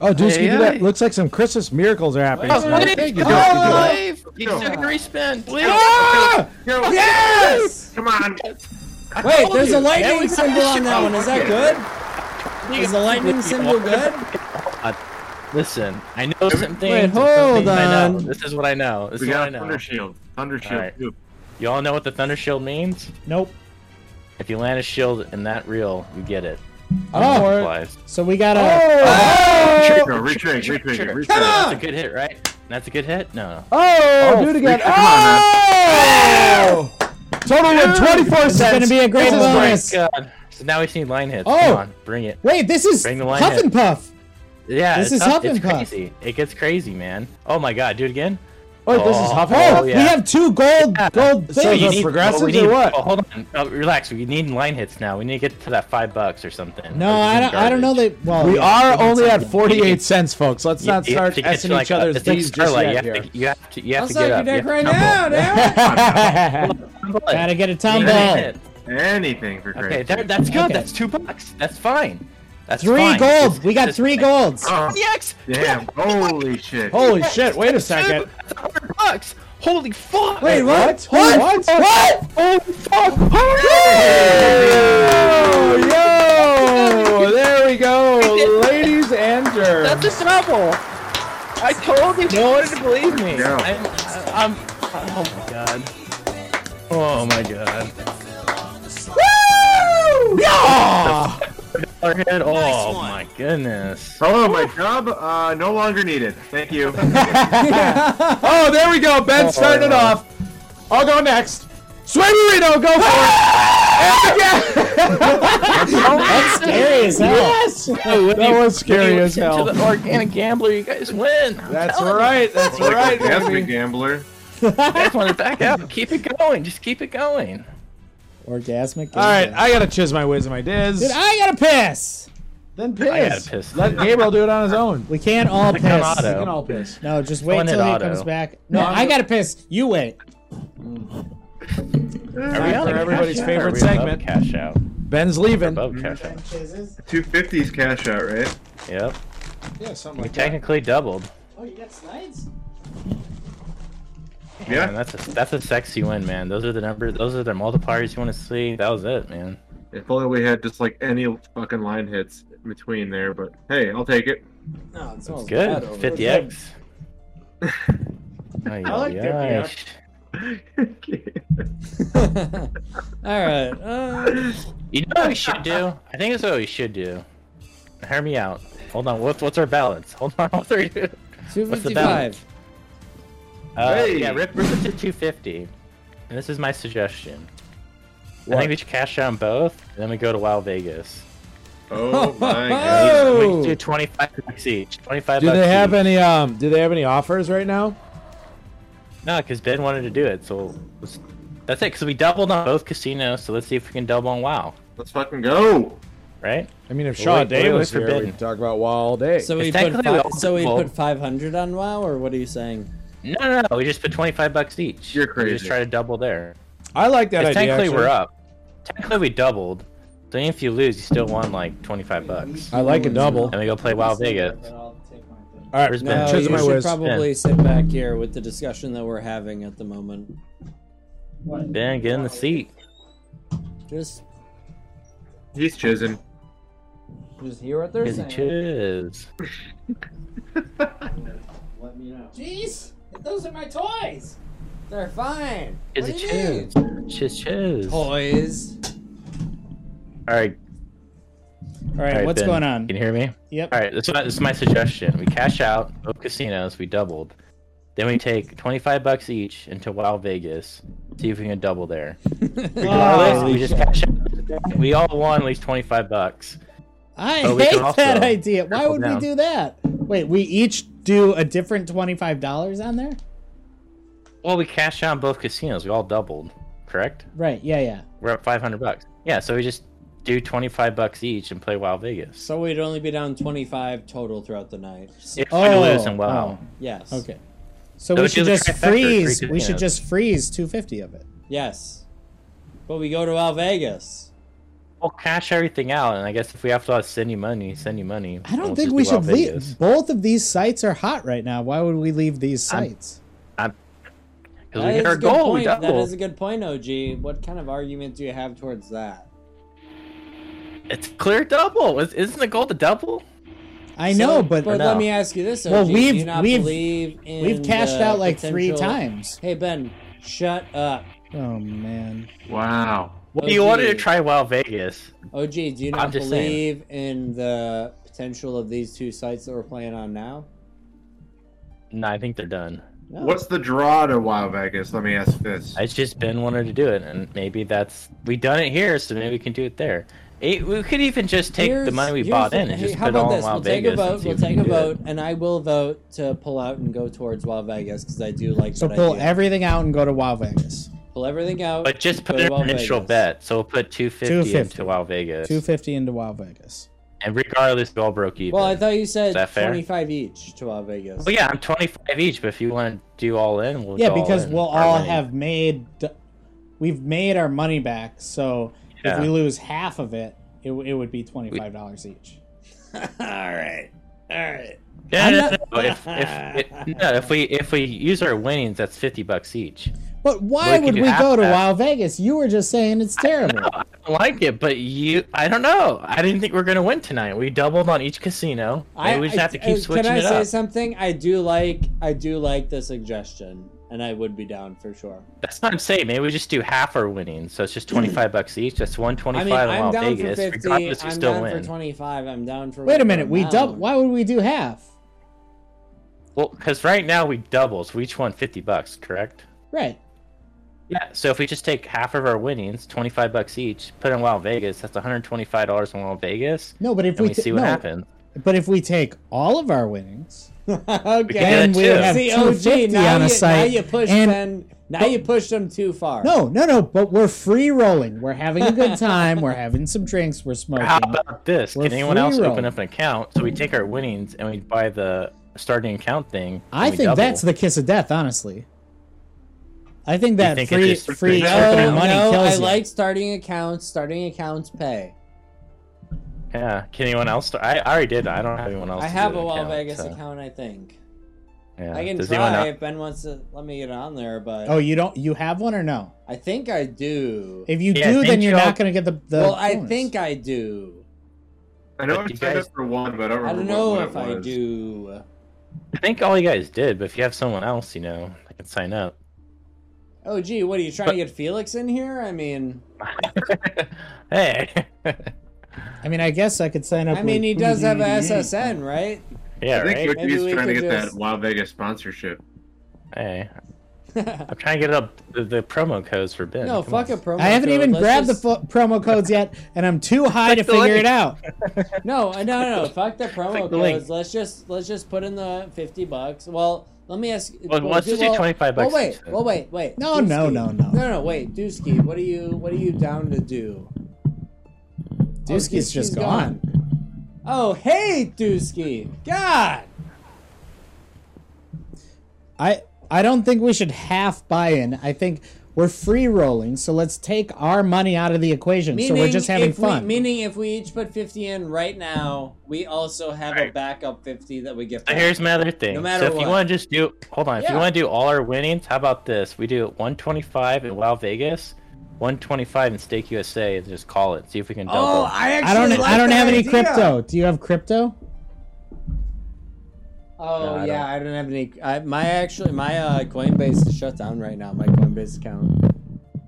Speaker 4: Oh, Deuce, can you do
Speaker 7: Aye, aye.
Speaker 4: that? Looks like some Christmas miracles are happening.
Speaker 7: Oh,
Speaker 4: tonight.
Speaker 7: believe!
Speaker 4: Thank you, Deuce.
Speaker 1: Joe.
Speaker 7: Oh, believe! You
Speaker 1: Joe.
Speaker 7: second respin. Believe!
Speaker 4: Ah!
Speaker 1: Go.
Speaker 6: Yes.
Speaker 1: Come on.
Speaker 6: Wait, there's a lightning symbol on that one. Is that good? Is the lightning symbol good?
Speaker 7: Listen, I know some things.
Speaker 6: Wait,
Speaker 7: and some
Speaker 6: hold
Speaker 7: things I know.
Speaker 6: on.
Speaker 7: This is what I know. This
Speaker 1: We
Speaker 7: is what I
Speaker 1: got
Speaker 7: know.
Speaker 1: Thunder Shield. Thunder Shield.
Speaker 7: Alright.
Speaker 1: too.
Speaker 7: You all know what the Thunder Shield means?
Speaker 3: Nope.
Speaker 7: If you land a shield in that reel, you get it.
Speaker 4: I'm for it.
Speaker 7: Lives.
Speaker 3: So we
Speaker 4: oh,
Speaker 3: got a.
Speaker 1: Retrigger, retrigger, retrigger, retrigger.
Speaker 7: That's a good hit, right? That's a good hit? No. no.
Speaker 4: Oh,
Speaker 1: Oh,
Speaker 4: do it again.
Speaker 1: come on,
Speaker 4: Oh! Total win 24
Speaker 3: This
Speaker 4: cents.
Speaker 3: is gonna be a great
Speaker 4: This is
Speaker 3: bonus.
Speaker 4: great.
Speaker 7: Thank Oh God. So now we see line hits.
Speaker 4: Oh!
Speaker 7: Come on, bring it.
Speaker 3: Wait, this is
Speaker 7: Bring the line
Speaker 3: Huff
Speaker 7: in.
Speaker 3: and Puff.
Speaker 7: Yeah,
Speaker 3: This
Speaker 7: it's,
Speaker 3: is
Speaker 7: up-
Speaker 3: Huff
Speaker 7: it's
Speaker 3: and Puff.
Speaker 7: crazy. It gets crazy, man. Oh my God, do it again.
Speaker 4: Wait, this is
Speaker 7: Oh,
Speaker 4: Huff
Speaker 7: oh,
Speaker 4: and Puff?
Speaker 7: yeah.
Speaker 3: We have two gold gold
Speaker 4: So
Speaker 3: things.
Speaker 4: you need-
Speaker 7: we
Speaker 4: progressives
Speaker 7: need,
Speaker 4: or what?
Speaker 7: Oh, hold on. Oh, relax. We need line hits now. We need to get to that five bucks or something.
Speaker 3: no, I don't. I don't know that. Well,
Speaker 4: We
Speaker 3: yeah,
Speaker 4: are
Speaker 3: that's
Speaker 4: only at
Speaker 3: something.
Speaker 4: 48 cents, folks. Let's not
Speaker 7: you have
Speaker 4: start
Speaker 7: to get to,
Speaker 4: s
Speaker 7: like,
Speaker 4: each other's
Speaker 7: a- it's like
Speaker 4: D's just
Speaker 7: Starlight.
Speaker 4: yet
Speaker 7: You
Speaker 4: here.
Speaker 7: have to, you have to, you have
Speaker 6: I'll
Speaker 7: to get
Speaker 6: suck your
Speaker 7: up. You
Speaker 6: dick
Speaker 7: have to
Speaker 6: right
Speaker 7: tumble.
Speaker 6: now, damn it!
Speaker 7: (laughs) Tumble it.
Speaker 3: Gotta get a
Speaker 7: You
Speaker 3: tumble.
Speaker 7: need it.
Speaker 1: Anything for
Speaker 7: Okay,
Speaker 1: Christ's
Speaker 7: there,
Speaker 1: sake.
Speaker 7: that's good.
Speaker 3: Okay.
Speaker 7: That's two bucks. That's fine. That's
Speaker 3: Three
Speaker 7: fine.
Speaker 3: gold.
Speaker 7: Just-
Speaker 3: We got
Speaker 7: just-
Speaker 3: three golds.
Speaker 1: Oh,
Speaker 7: Yes.
Speaker 1: damn. Holy shit.
Speaker 4: (laughs) Holy shit, wait a second.
Speaker 7: That's a hundred bucks. Holy fuck.
Speaker 4: Wait, what? What? What?
Speaker 7: Holy fuck.
Speaker 4: Oh, yo! There we go, ladies and germs.
Speaker 7: That's a double. I told you. No one to believe me.
Speaker 1: Yeah.
Speaker 7: I'm, I'm. Oh my god. Oh my god.
Speaker 4: Yeah!
Speaker 7: Our head. Oh
Speaker 11: Nice one.
Speaker 7: my goodness.
Speaker 1: Hello, Oh, my job. Uh, no longer needed. Thank you.
Speaker 4: Oh, there we go. Ben starting it off. I'll go next. Sway Marino, go for
Speaker 7: (laughs)
Speaker 4: it. And again.
Speaker 3: That's scary as hell.
Speaker 4: That was scary as
Speaker 7: To
Speaker 4: hell.
Speaker 7: the organic gambler, you guys win. I'm
Speaker 4: That's
Speaker 7: telling you.
Speaker 4: right. That's
Speaker 1: Like
Speaker 4: right.
Speaker 1: the Gatsby
Speaker 4: baby.
Speaker 1: gambler.
Speaker 7: I just want to back out. Keep it going. Just keep it going.
Speaker 3: Orgasmic.
Speaker 4: All right, I gotta chiz my whiz and my diz.
Speaker 3: Dude, I gotta piss.
Speaker 4: then
Speaker 7: I
Speaker 4: piss.
Speaker 7: gotta piss.
Speaker 4: Let Gabriel do it on his own.
Speaker 3: We can't all
Speaker 7: Click on
Speaker 3: piss.
Speaker 7: auto.
Speaker 4: We can all piss.
Speaker 3: No, just wait
Speaker 7: Someone
Speaker 3: till
Speaker 7: hit
Speaker 3: he
Speaker 7: auto.
Speaker 3: comes back. No, I gotta piss. You wait.
Speaker 4: Time for everybody's
Speaker 1: Cash out.
Speaker 4: favorite
Speaker 1: We love
Speaker 4: segment.
Speaker 7: Cash out.
Speaker 4: Ben's leaving.
Speaker 7: cash out.
Speaker 1: Two fifties cash out, right?
Speaker 7: Yep.
Speaker 4: Yeah, something
Speaker 7: We
Speaker 4: like that.
Speaker 7: technically doubled.
Speaker 10: Oh, you got slides?
Speaker 7: Yeah, man, that's a that's a sexy win, man. Those are the numbers. Those are the multipliers you want to see. That was it, man.
Speaker 1: If only we had just like any fucking line hits in between there, but hey, I'll take it. (laughs)
Speaker 6: No, it
Speaker 7: It's good. 50x. Ay,
Speaker 1: I like
Speaker 7: ay,
Speaker 1: that,
Speaker 7: ay.
Speaker 1: yeah.
Speaker 6: All right. Uh,
Speaker 7: You know what we should do? I think that's what we should do. Hear me out. Hold on. What's what's our balance? (laughs) Hold on. What's, our, what's the
Speaker 6: 255.
Speaker 7: balance? Uh,
Speaker 1: Hey.
Speaker 7: Yeah, rip, rip it to 250. And this is my suggestion. I think we should cash out on both, and then we go to Wild Vegas.
Speaker 1: Oh my god.
Speaker 7: And We, we
Speaker 4: Oh.
Speaker 7: do 25 bucks each. 25
Speaker 4: Do
Speaker 7: bucks
Speaker 4: they have
Speaker 7: each.
Speaker 4: any um? Do they have any offers right now?
Speaker 7: No, because Ben wanted to do it, so let's- that's it. Because we doubled on both casinos, so let's see if we can double on WoW,
Speaker 1: Let's fucking go.
Speaker 7: right?
Speaker 4: I mean, if
Speaker 7: Well,
Speaker 4: Shaw
Speaker 7: wait,
Speaker 4: Day
Speaker 7: wait,
Speaker 4: was
Speaker 7: wait for
Speaker 4: here,
Speaker 7: Ben.
Speaker 4: we'd talk about WoW all day.
Speaker 6: So
Speaker 7: It's
Speaker 6: we put
Speaker 7: technically
Speaker 6: five,
Speaker 7: all
Speaker 6: so we
Speaker 7: equal.
Speaker 6: put 500 on WoW, or what are you saying?
Speaker 7: No, no, no. We just put 25 bucks each.
Speaker 1: You're
Speaker 7: We just
Speaker 1: crazy.
Speaker 7: try to double there.
Speaker 4: I like that
Speaker 7: 'Cause
Speaker 4: idea.
Speaker 7: technically,
Speaker 4: actually.
Speaker 7: we're up. Technically, we doubled. So even if you lose, you still won like 25 bucks.
Speaker 4: I like a double.
Speaker 7: And we go play Wild Vegas.
Speaker 10: I'll take my thing.
Speaker 4: All right,
Speaker 7: Where's
Speaker 6: No,
Speaker 7: Ben?
Speaker 4: Chisholm,
Speaker 6: you
Speaker 4: I
Speaker 6: should
Speaker 4: whiz.
Speaker 6: probably sit back here with the discussion that we're having at the moment.
Speaker 10: What?
Speaker 7: Ben, get in the seat.
Speaker 6: Just,
Speaker 1: He's chiseling.
Speaker 6: just hear what they're
Speaker 7: Busy
Speaker 6: saying.
Speaker 7: chiz.
Speaker 10: Let me know.
Speaker 3: Jeez, those are my toys.
Speaker 6: They're fine.
Speaker 7: Busy
Speaker 6: What do you mean?
Speaker 7: chiz. Chiz chiz. All
Speaker 6: Toys.
Speaker 7: right.
Speaker 3: All right,
Speaker 7: All right,
Speaker 3: what's
Speaker 7: Ben,
Speaker 3: going on?
Speaker 7: Can you hear me?
Speaker 3: Yep.
Speaker 7: All right, this is, my, this is my suggestion. We cash out both casinos. We doubled. Then we take twenty-five bucks each into Wild Vegas. See if we can
Speaker 3: (laughs)
Speaker 7: double there. Regardless, we just cash out. We all won at least twenty-five bucks.
Speaker 3: I
Speaker 7: But we can
Speaker 3: hate
Speaker 7: also
Speaker 3: that idea. Why
Speaker 7: triple
Speaker 3: would we
Speaker 7: down.
Speaker 3: do that? Wait, we each do a different twenty-five dollars on there.
Speaker 7: Well, we cash out on both casinos. We all doubled, correct?
Speaker 3: Right? Yeah, yeah.
Speaker 7: We're up five hundred bucks. Yeah, so we just do twenty-five bucks each and play Wild Vegas.
Speaker 6: So we'd only be down 25 total throughout the night.
Speaker 7: If
Speaker 3: Oh,
Speaker 7: we lose in Wow,
Speaker 6: Yes.
Speaker 3: Okay. So
Speaker 7: So
Speaker 3: we
Speaker 7: do
Speaker 3: should
Speaker 7: the
Speaker 3: just
Speaker 7: trifecta, three
Speaker 3: freeze. We should
Speaker 7: casinos.
Speaker 3: just freeze two fifty of it.
Speaker 6: Yes. But we go to Al Vegas.
Speaker 7: we'll cash everything out, and I guess if we have to send you money, send you money.
Speaker 3: I don't
Speaker 7: We'll
Speaker 3: think
Speaker 7: just
Speaker 3: we
Speaker 7: do Wild
Speaker 3: should leave.
Speaker 7: Vegas.
Speaker 3: Both of these sites are hot right now. Why would we leave these
Speaker 7: I'm-
Speaker 3: sites?
Speaker 7: 'Cause
Speaker 6: That
Speaker 7: we
Speaker 6: is
Speaker 7: hit our
Speaker 6: a good
Speaker 7: goal. We
Speaker 6: Point. That
Speaker 7: doubled.
Speaker 6: is a good point, OG. What kind of argument do you have towards that?
Speaker 7: It's clear double. Is- Isn't the goal to double?
Speaker 3: I know,
Speaker 6: So-
Speaker 3: but,
Speaker 6: but
Speaker 7: no.
Speaker 6: let me ask you this: OG,
Speaker 3: Well,
Speaker 6: do
Speaker 3: we've-
Speaker 6: you not
Speaker 3: we've-
Speaker 6: believe in
Speaker 3: we've cashed
Speaker 6: the
Speaker 3: out like three
Speaker 6: potential-
Speaker 3: times.
Speaker 6: Hey Ben, shut up.
Speaker 3: Oh man.
Speaker 1: Wow.
Speaker 7: Well, you wanted to
Speaker 6: OG.
Speaker 7: try Wild Vegas.
Speaker 6: OG, do you
Speaker 7: I'm
Speaker 6: not
Speaker 7: just
Speaker 6: believe
Speaker 7: saying.
Speaker 6: in the potential of these two sites that we're playing on now?
Speaker 7: No, I think they're done.
Speaker 1: What's the draw to Wild Vegas? Let me ask this.
Speaker 7: It's just Ben wanted to do it, and maybe that's we done it here, so maybe we can do it there. It, we could even just take the
Speaker 6: Here's-
Speaker 7: money we
Speaker 6: here's
Speaker 7: bought
Speaker 6: the-
Speaker 7: in and
Speaker 6: hey,
Speaker 7: just
Speaker 6: how
Speaker 7: put it
Speaker 6: about
Speaker 7: all in
Speaker 6: this?
Speaker 7: Wild
Speaker 6: we'll
Speaker 7: Vegas.
Speaker 6: Take a
Speaker 7: and
Speaker 6: vote.
Speaker 7: see
Speaker 6: We'll
Speaker 7: if we
Speaker 6: take
Speaker 7: can
Speaker 6: a
Speaker 7: do it.
Speaker 6: vote, and I will vote to pull out and go towards Wild Vegas because I do like.
Speaker 3: So
Speaker 6: that
Speaker 3: pull
Speaker 6: idea.
Speaker 3: everything out and go to Wild Vegas.
Speaker 6: pull everything out.
Speaker 7: But just put
Speaker 6: go to
Speaker 7: an
Speaker 6: Wild
Speaker 7: initial
Speaker 6: Vegas.
Speaker 7: bet. So we'll put 250,
Speaker 3: 250.
Speaker 7: into Wild Vegas.
Speaker 3: Two fifty into Wild Vegas.
Speaker 7: And regardless, we all broke even.
Speaker 6: Well, I thought you said
Speaker 7: Is that fair?
Speaker 6: twenty-five each to Wild Vegas.
Speaker 7: Well, yeah, I'm 25 each, but if you want to do all in, we'll
Speaker 3: Yeah,
Speaker 7: go all
Speaker 3: because
Speaker 7: in.
Speaker 3: we'll
Speaker 7: Our
Speaker 3: all
Speaker 7: money.
Speaker 3: have made, we've made our money back. So if
Speaker 7: Yeah.
Speaker 3: we lose half of it, it, w- it would be twenty five dollars each.
Speaker 6: all right, all right.
Speaker 7: Yeah,
Speaker 3: I'm
Speaker 7: no,
Speaker 3: not-
Speaker 7: no, if, if, it, no, if we if we use our winnings, that's 50 bucks each.
Speaker 3: But why
Speaker 7: Well, we
Speaker 3: would
Speaker 7: could
Speaker 3: we
Speaker 7: do half
Speaker 3: go to
Speaker 7: that.
Speaker 3: Wild Vegas? You were just saying it's terrible.
Speaker 7: I like it, but you, I don't know. I didn't think we were gonna win tonight. We doubled on each casino. Maybe we just have to
Speaker 6: I- uh,
Speaker 7: keep switching
Speaker 6: Can I
Speaker 7: it
Speaker 6: say
Speaker 7: up.
Speaker 6: something? I do like I do like the suggestion, and I would be down for sure.
Speaker 7: That's what I'm saying. Maybe we just do half our winnings, so it's just 25 bucks each. That's
Speaker 6: Hmm. I
Speaker 7: 125
Speaker 6: mean,
Speaker 7: in
Speaker 6: I'm
Speaker 7: Las
Speaker 6: down
Speaker 7: Vegas.
Speaker 6: for fifty.
Speaker 7: Regardless, we
Speaker 6: I'm
Speaker 7: still
Speaker 6: down
Speaker 7: win.
Speaker 6: for twenty-five. I'm down for.
Speaker 3: Wait a
Speaker 6: whatever
Speaker 3: minute, we
Speaker 6: amount.
Speaker 3: double. Why would we do half?
Speaker 7: Well, because right now we double, so we each won 50 bucks, correct?
Speaker 3: Right.
Speaker 7: Yeah. So if we just take half of our winnings, 25 bucks each, put in Wild Vegas, that's 125 dollars in Wild Vegas,
Speaker 3: No, but if
Speaker 7: and
Speaker 3: we,
Speaker 7: we,
Speaker 3: ta-
Speaker 7: see what
Speaker 3: no,
Speaker 7: happens.
Speaker 3: But if we take all of our winnings,
Speaker 7: Yeah,
Speaker 6: okay.
Speaker 3: then
Speaker 7: that
Speaker 3: we
Speaker 7: too.
Speaker 3: have
Speaker 6: See,
Speaker 3: two
Speaker 6: OG,
Speaker 3: fifty
Speaker 6: now
Speaker 3: on
Speaker 6: you,
Speaker 3: a
Speaker 6: now
Speaker 3: site.
Speaker 6: you push
Speaker 3: and-
Speaker 6: them. Now you push them too far.
Speaker 3: No, no, no. But we're free rolling. We're having a
Speaker 7: (laughs)
Speaker 3: good time. we're having some drinks. We're smoking.
Speaker 7: How about this?
Speaker 3: We're
Speaker 7: Can anyone
Speaker 3: free
Speaker 7: else
Speaker 3: roam.
Speaker 7: open up an account? So we take our winnings and we buy the starting account thing. and
Speaker 3: I
Speaker 7: we
Speaker 3: think
Speaker 7: double.
Speaker 3: that's the kiss of death, honestly. I think that
Speaker 7: think it
Speaker 3: free
Speaker 7: just-
Speaker 3: free
Speaker 7: No,
Speaker 3: opening
Speaker 7: no,
Speaker 3: money
Speaker 6: no,
Speaker 3: kills
Speaker 6: I
Speaker 3: you.
Speaker 6: like starting accounts. Starting accounts pay.
Speaker 7: Yeah. Can anyone else? do- I, I already did. I don't have anyone else.
Speaker 6: I
Speaker 7: to
Speaker 6: have
Speaker 7: do
Speaker 6: a
Speaker 7: an
Speaker 6: Wild
Speaker 7: account,
Speaker 6: Vegas
Speaker 7: so,
Speaker 6: account, I think.
Speaker 7: Yeah.
Speaker 6: I can
Speaker 7: Does anyone
Speaker 6: try
Speaker 7: else-
Speaker 6: if Ben wants to let me get on there, but
Speaker 3: Oh, you don't. You have one or no?
Speaker 6: I think I do.
Speaker 3: If you
Speaker 7: Yeah,
Speaker 3: do, then
Speaker 7: didn't
Speaker 3: you're
Speaker 7: y'all-
Speaker 3: not going to get the. the
Speaker 6: well, I
Speaker 3: bonus.
Speaker 6: think I do.
Speaker 1: I know
Speaker 7: But
Speaker 1: I
Speaker 7: you
Speaker 1: signed
Speaker 7: guys-
Speaker 1: up for one, but I don't
Speaker 6: I
Speaker 1: remember
Speaker 6: don't know
Speaker 1: what
Speaker 6: if
Speaker 1: it
Speaker 6: I
Speaker 1: was.
Speaker 6: do.
Speaker 7: I think all you guys did, but if you have someone else, you know, I can sign up. (laughs)
Speaker 6: Oh, gee, what are you trying to get Felix in here? I mean,
Speaker 7: hey. (laughs)
Speaker 3: I mean, I guess I could sign up.
Speaker 6: I mean,
Speaker 3: with-
Speaker 6: he does have a SSN, right?
Speaker 1: I
Speaker 7: yeah.
Speaker 1: think
Speaker 7: Right.
Speaker 1: Ricky's
Speaker 6: Maybe we
Speaker 1: trying to
Speaker 6: could
Speaker 1: get
Speaker 6: just-
Speaker 1: that Wild Vegas sponsorship.
Speaker 6: (laughs)
Speaker 7: Hey. I'm trying to get up the, the promo codes for Ben.
Speaker 6: no,
Speaker 7: Come
Speaker 6: fuck
Speaker 7: on.
Speaker 6: a promo.
Speaker 3: I haven't
Speaker 6: code.
Speaker 3: even
Speaker 6: Let's
Speaker 3: grabbed
Speaker 6: just-
Speaker 3: the fo- promo codes yet, and I'm too high to
Speaker 7: Click the
Speaker 3: figure
Speaker 7: link.
Speaker 3: it
Speaker 7: (laughs)
Speaker 3: out.
Speaker 6: Oh, No, no, no! Fuck the promo
Speaker 7: Click the link.
Speaker 6: codes. Let's just let's just put in the fifty bucks. Well, let me ask.
Speaker 7: Well, let's just do 25 bucks
Speaker 6: Well, wait,
Speaker 7: instead.
Speaker 6: well, wait, wait.
Speaker 3: No, no, no, no.
Speaker 6: no, no. Wait, Dusky, what are you what are you down to do?
Speaker 3: Dusky's just gone.
Speaker 6: Oh, hey, Dusky. God.
Speaker 3: I I don't think we should half buy in. I think we're free rolling, so let's take our money out of the equation. so we're just having
Speaker 6: if
Speaker 3: fun.
Speaker 6: We, meaning, if we each put fifty in right now, we also have a
Speaker 7: Right.
Speaker 6: backup fifty that we get.
Speaker 7: So here's my other thing.
Speaker 6: No matter
Speaker 7: so if
Speaker 6: what.
Speaker 7: you want to just do, hold on. If you
Speaker 6: Yeah.
Speaker 7: want to do all our winnings, how about this? We do 125 in Wild Vegas, 125 in Stake USA, and just call it. See if we can double.
Speaker 6: Oh, I actually
Speaker 3: I don't
Speaker 6: like
Speaker 3: I don't
Speaker 6: that
Speaker 3: have any
Speaker 6: idea.
Speaker 3: crypto. Do you have crypto?
Speaker 6: Oh
Speaker 7: No, I
Speaker 6: yeah,
Speaker 7: don't.
Speaker 6: I don't have any. I, my actually, my uh, Coinbase is shut down right now. My Coinbase account.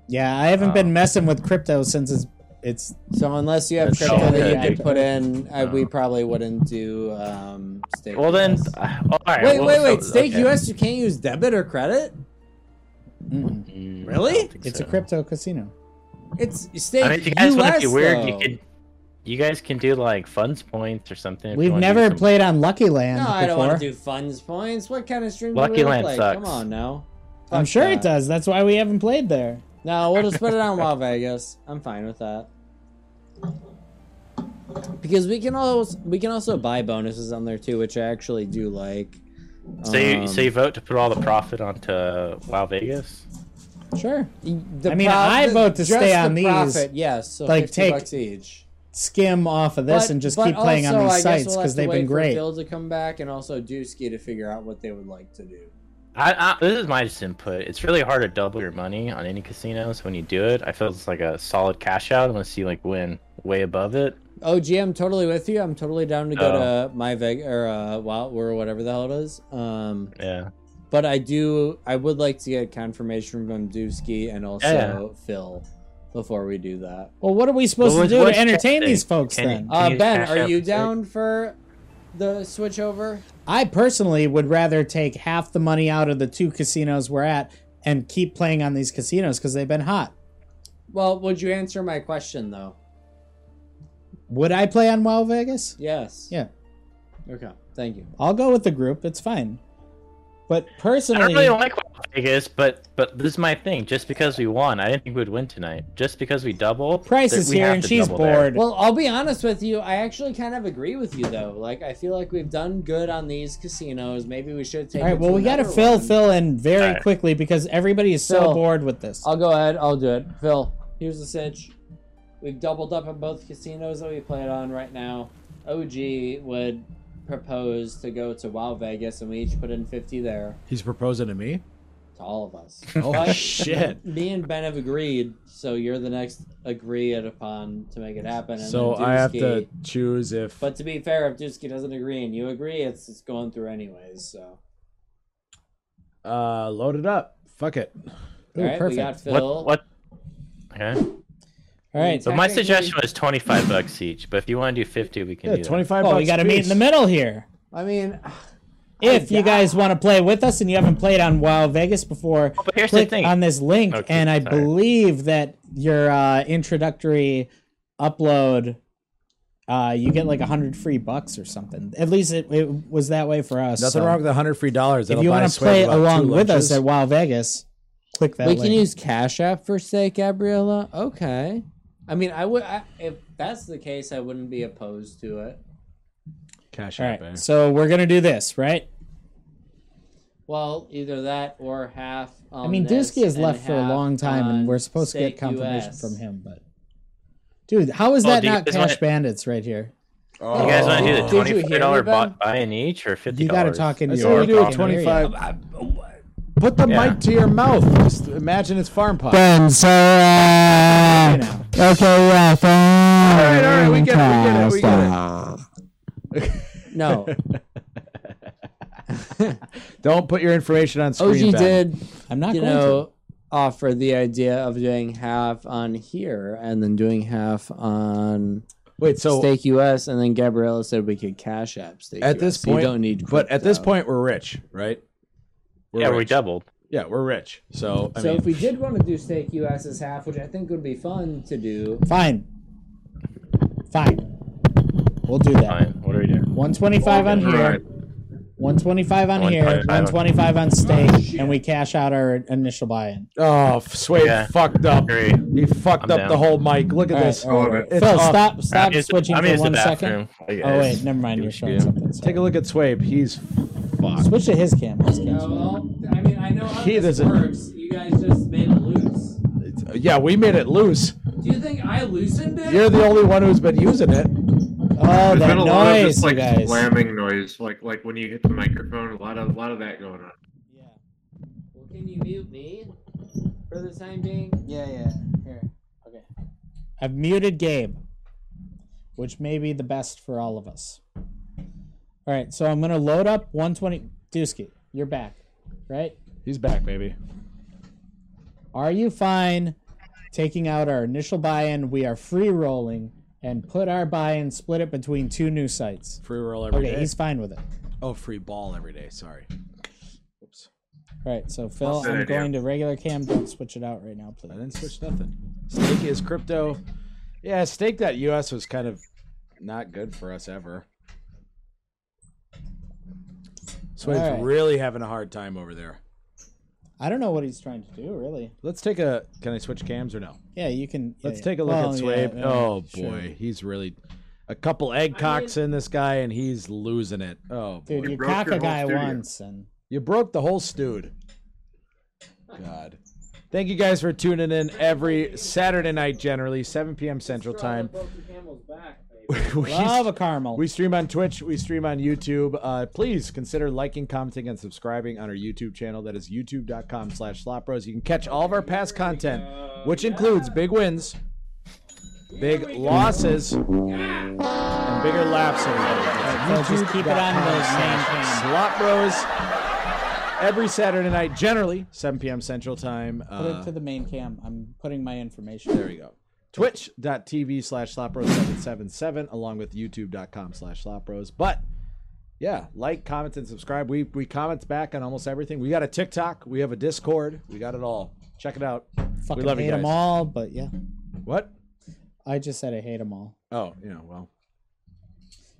Speaker 3: Yeah, I haven't been
Speaker 7: Uh,
Speaker 3: messing with crypto since it's it's
Speaker 6: So unless you have
Speaker 7: That's
Speaker 6: crypto
Speaker 7: all
Speaker 6: that you
Speaker 7: good.
Speaker 6: could put in, I, we
Speaker 7: No.
Speaker 6: probably wouldn't do um, stake.
Speaker 7: well then,
Speaker 6: US.
Speaker 7: uh, all right.
Speaker 6: wait,
Speaker 7: well,
Speaker 6: wait,
Speaker 7: so-
Speaker 6: wait. Stake
Speaker 7: okay.
Speaker 6: US, you can't use debit or credit.
Speaker 7: Mm, I
Speaker 6: Really?
Speaker 7: don't think
Speaker 3: it's
Speaker 7: so.
Speaker 3: a crypto casino.
Speaker 6: It's stake
Speaker 7: I mean, if you guys want
Speaker 6: US.
Speaker 7: to be weird,
Speaker 6: though.
Speaker 7: you could. You guys can do like funds points or something. if you
Speaker 3: We've
Speaker 7: wanna do
Speaker 3: never
Speaker 7: some-
Speaker 3: played on Lucky Land
Speaker 6: No, I don't
Speaker 3: before.
Speaker 6: want to do funds points. What kind of stream? do
Speaker 7: Lucky
Speaker 6: we look
Speaker 7: Land
Speaker 6: like?
Speaker 7: sucks.
Speaker 6: Come on now.
Speaker 3: I'm
Speaker 6: Fuck
Speaker 3: sure it
Speaker 6: that.
Speaker 3: does. That's why we haven't played there.
Speaker 6: No, we'll just put it
Speaker 7: (laughs)
Speaker 6: on Wild Vegas. I'm fine with that. Because we can also we can also buy bonuses on there too, which I actually do like.
Speaker 7: So you, so
Speaker 6: Um,
Speaker 7: you vote to put all the profit onto Wild Vegas?
Speaker 3: Sure.
Speaker 6: the
Speaker 3: I mean, I
Speaker 6: profit-
Speaker 3: vote to
Speaker 6: just
Speaker 3: stay on
Speaker 6: the
Speaker 3: these,
Speaker 6: Profit, yes, so
Speaker 3: like,
Speaker 6: 50
Speaker 3: take
Speaker 6: bucks each.
Speaker 3: Skim off of this
Speaker 6: But-
Speaker 3: and just
Speaker 6: but
Speaker 3: keep playing on
Speaker 6: also,
Speaker 3: these
Speaker 6: I guess
Speaker 3: sites
Speaker 6: we'll have
Speaker 3: because
Speaker 6: to
Speaker 3: they've
Speaker 6: wait
Speaker 3: been
Speaker 6: for
Speaker 3: great.
Speaker 6: Phil to come back and also Dusky to figure out what they would like to do.
Speaker 7: I, I, this is my just input. It's really hard to double your money on any casinos when you do it. I feel it's like a solid cash out unless you like win way above it.
Speaker 6: Oh, gee, I'm totally with you. I'm totally down to go
Speaker 7: Oh.
Speaker 6: to my Veg or uh, Wild or whatever the hell it is. Um,
Speaker 7: Yeah.
Speaker 6: But I do. I would like to get confirmation from Dusky and also
Speaker 7: Yeah.
Speaker 6: Phil before we do that.
Speaker 3: Well, what are we supposed to
Speaker 7: Well, what's-
Speaker 3: do to
Speaker 7: what's
Speaker 3: entertain
Speaker 7: Tuesday?
Speaker 3: these folks
Speaker 7: Can you-
Speaker 3: then?
Speaker 6: Uh,
Speaker 7: you
Speaker 6: ben,
Speaker 7: cash
Speaker 6: are
Speaker 7: out
Speaker 6: you
Speaker 7: the steak?
Speaker 6: down for the switch over?
Speaker 3: I personally would rather take half the money out of the two casinos we're at and keep playing on these casinos because they've been hot.
Speaker 6: Well, would you answer my question though?
Speaker 3: Would I play on Wild Vegas?
Speaker 6: Yes.
Speaker 3: Yeah.
Speaker 6: Okay. Thank you.
Speaker 3: I'll go with the group. It's fine. But
Speaker 7: I
Speaker 3: personally,
Speaker 7: don't really like Las Vegas, but but this is my thing. Just because we won, I didn't think we'd win tonight. Just because we doubled,
Speaker 3: Price
Speaker 7: that
Speaker 3: is
Speaker 7: we
Speaker 3: here
Speaker 7: have
Speaker 3: and
Speaker 7: to
Speaker 3: she's
Speaker 7: double there.
Speaker 3: bored.
Speaker 6: Well, I'll be honest with you. I actually kind of agree with you though. Like, I feel like we've done good on these casinos. Maybe we should take.
Speaker 3: All right.
Speaker 6: it
Speaker 3: Well,
Speaker 6: to
Speaker 3: we got to
Speaker 6: another
Speaker 3: fill
Speaker 6: one.
Speaker 3: Phil in very
Speaker 7: Alright.
Speaker 3: quickly because everybody is so
Speaker 6: Phil. Oh,
Speaker 3: bored with this.
Speaker 6: I'll go ahead. I'll do it. Phil, here's the cinch. We've doubled up on both casinos that we played on right now. OG would propose to go to Wild Vegas, and we each put in 50 there
Speaker 4: He's proposing to me.
Speaker 6: to all
Speaker 4: (laughs)
Speaker 6: of us.
Speaker 4: Oh
Speaker 6: But
Speaker 4: shit!
Speaker 6: Me and Ben have agreed, so you're the next agreed upon to make it happen. And
Speaker 4: So
Speaker 6: then
Speaker 4: I have
Speaker 6: Dusky-
Speaker 4: to choose if.
Speaker 6: But to be fair, if Dusky doesn't agree and you agree, it's it's going through anyways. So
Speaker 4: Uh, load it up. Fuck it.
Speaker 3: Ooh,
Speaker 6: all right, we
Speaker 3: perfect.
Speaker 6: got Phil.
Speaker 7: What what? Okay.
Speaker 3: (laughs) All right.
Speaker 7: But my
Speaker 6: Technically-
Speaker 7: suggestion was twenty five bucks each. But if you want to do fifty, we can
Speaker 4: Yeah,
Speaker 7: do that.
Speaker 4: twenty five.
Speaker 3: Well, we got to Oh, meet in the middle here.
Speaker 6: I mean,
Speaker 3: If you guys want to play with us and you haven't played on Wild Vegas before,
Speaker 7: but here's the
Speaker 3: click
Speaker 7: thing.
Speaker 3: on this link,
Speaker 7: Okay,
Speaker 3: and I
Speaker 7: sorry.
Speaker 3: believe that your uh, introductory upload, uh, you get like a hundred free bucks or something. At least it, it was that way for us.
Speaker 4: Nothing
Speaker 3: so
Speaker 4: wrong with the hundred free dollars.
Speaker 3: If you want to play along with us at Wild Vegas, click that
Speaker 6: we
Speaker 3: link.
Speaker 6: can use Cash App for say Gabriella. Okay. I mean, I would I, if that's the case, I wouldn't be opposed to it.
Speaker 4: cash
Speaker 3: All
Speaker 4: app, eh?
Speaker 3: right, so we're gonna do this, right?
Speaker 6: Well, either that or half. On
Speaker 3: I mean,
Speaker 6: this
Speaker 3: Dusky has
Speaker 6: and uh,
Speaker 3: left for a
Speaker 6: half
Speaker 3: long time,
Speaker 6: on
Speaker 3: and we're supposed to get
Speaker 6: state
Speaker 3: confirmation
Speaker 6: US.
Speaker 3: from him. But dude, how is
Speaker 7: Oh,
Speaker 3: that
Speaker 7: do you
Speaker 3: not
Speaker 7: guys
Speaker 3: Cash
Speaker 7: wanna-
Speaker 3: Bandits right here?
Speaker 7: You guys want to do the
Speaker 3: Oh. Did you hear me,
Speaker 7: twenty-five dollar
Speaker 3: Ben?
Speaker 7: buy-in each or fifty?
Speaker 3: You gotta talk into
Speaker 4: That's
Speaker 3: your
Speaker 4: what we do with
Speaker 3: fucking area.
Speaker 4: 25. Put the
Speaker 7: Yeah.
Speaker 4: mic to your mouth. Just imagine it's farm pot.
Speaker 2: Ben,
Speaker 3: (laughs)
Speaker 2: so, uh, okay, yeah, uh, fine. All
Speaker 4: right, all right, we get it, we get it, we
Speaker 2: get
Speaker 3: (laughs)
Speaker 6: No.
Speaker 4: Don't put your information on screen.
Speaker 6: OG
Speaker 4: Ben.
Speaker 6: did.
Speaker 3: I'm not
Speaker 6: you
Speaker 4: going
Speaker 6: know, offer the idea of doing half on here and then doing half on
Speaker 4: Wait, so
Speaker 6: Stake US, and then Gabriella said we could cash app Stake
Speaker 4: at
Speaker 6: US.
Speaker 4: this
Speaker 6: So you
Speaker 4: point,
Speaker 6: don't need.
Speaker 4: But at this
Speaker 6: crypto.
Speaker 4: point, we're rich, right? We're
Speaker 7: Yeah, we
Speaker 4: rich.
Speaker 7: doubled.
Speaker 4: Yeah, we're rich. So, I
Speaker 6: so
Speaker 4: mean,
Speaker 6: if we did want to do Stake US as half, which I think would be fun to do,
Speaker 3: Fine, fine. We'll do that.
Speaker 7: Fine. What are we doing?
Speaker 3: 125 on here. 125 on here.
Speaker 7: 125.
Speaker 3: 125 on stake, and we cash out our initial buy-in.
Speaker 4: oh, Sway
Speaker 7: Yeah.
Speaker 4: fucked up.
Speaker 7: Agree.
Speaker 4: He fucked
Speaker 7: I'm
Speaker 4: up
Speaker 7: down.
Speaker 4: the whole mic. Look at
Speaker 3: All right,
Speaker 4: this.
Speaker 3: all
Speaker 1: right.
Speaker 4: It's
Speaker 3: Phil,
Speaker 4: off.
Speaker 3: stop, stop
Speaker 7: I'm
Speaker 3: switching
Speaker 7: I'm
Speaker 3: for
Speaker 7: using
Speaker 3: one
Speaker 7: the
Speaker 3: second.
Speaker 7: bathroom. I guess.
Speaker 3: Oh wait, never mind. You're showing something.
Speaker 4: Take
Speaker 3: Sorry.
Speaker 4: a look at Swabe. He's fucked.
Speaker 3: Switch to his camera. His camera's
Speaker 10: No, well, I mean, I know how
Speaker 4: He
Speaker 10: this
Speaker 4: doesn't-
Speaker 10: works. You guys just made it loose.
Speaker 4: Yeah, we made it loose.
Speaker 10: Do you think I loosened it?
Speaker 4: You're the only one who's been using it.
Speaker 3: Oh,
Speaker 1: There's
Speaker 3: that
Speaker 1: been a lot of
Speaker 3: noise,
Speaker 1: just
Speaker 3: you
Speaker 1: like
Speaker 3: guys.
Speaker 1: slamming noise, like like when you hit the microphone. A lot of a lot of that going on.
Speaker 10: Well, can you mute me for the time being?
Speaker 6: yeah, yeah, here.
Speaker 3: I've muted Gabe, which may be the best for all of us. All right, so I'm gonna load up 120. Dusky, you're back, right?
Speaker 4: He's back, baby.
Speaker 3: Are you fine taking out our initial buy-in? We are free rolling and put our buy-in split it between two new sites.
Speaker 4: Free roll every day.
Speaker 3: Okay, he's fine with it.
Speaker 4: Oh, free ball every day. Sorry. Oops.
Speaker 3: All right, so Phil,
Speaker 1: Good
Speaker 3: I'm
Speaker 1: idea.
Speaker 3: going to regular cam. Don't switch it out right now,
Speaker 4: I
Speaker 3: please.
Speaker 4: didn't switch nothing. Stake is crypto. Yeah, stake.us was kind of not good for us ever. Swabe's
Speaker 3: All right.
Speaker 4: really having a hard time over there.
Speaker 3: I don't know what he's trying to do, really.
Speaker 4: Let's take a. Can I switch cams or no?
Speaker 3: Yeah, you can. yeah,
Speaker 4: Let's
Speaker 3: yeah.
Speaker 4: take a look
Speaker 3: Well,
Speaker 4: at
Speaker 3: yeah,
Speaker 4: Swabe.
Speaker 3: yeah,
Speaker 4: oh
Speaker 3: sure.
Speaker 4: boy, he's really a couple egg cocks in this guy, and he's losing it. Oh boy,
Speaker 3: Dude, you
Speaker 1: broke
Speaker 3: cock
Speaker 1: your
Speaker 3: a
Speaker 1: whole
Speaker 3: guy
Speaker 1: studio.
Speaker 3: once, and
Speaker 4: you broke the whole stewed. God. Thank you guys for tuning in every Saturday night, generally 7 p.m. Central Time. (laughs) We
Speaker 3: love a caramel.
Speaker 4: We stream on Twitch. We stream on YouTube. Uh, please consider liking, commenting, and subscribing on our YouTube channel. That is youtube.com slash slopros. You can catch all of our past content, which includes big wins, big losses, and bigger laughs.
Speaker 3: so just keep it on the same cam.
Speaker 4: Slop Bros. Every Saturday night, generally 7 p.m. Central Time.
Speaker 3: Put
Speaker 4: Uh,
Speaker 3: it to the main cam. I'm putting my information.
Speaker 4: there we go. Twitch.tv slash slopros777 along with youtube.com slash slopros. But yeah, like, comment, and subscribe. We we comment back on almost everything. We got a TikTok. We have a Discord. We got it all. Check it out.
Speaker 3: Fucking
Speaker 4: love you
Speaker 3: hate them
Speaker 4: guys.
Speaker 3: all, but yeah,
Speaker 4: What?
Speaker 3: I just said I hate them all.
Speaker 4: Oh, you know, well.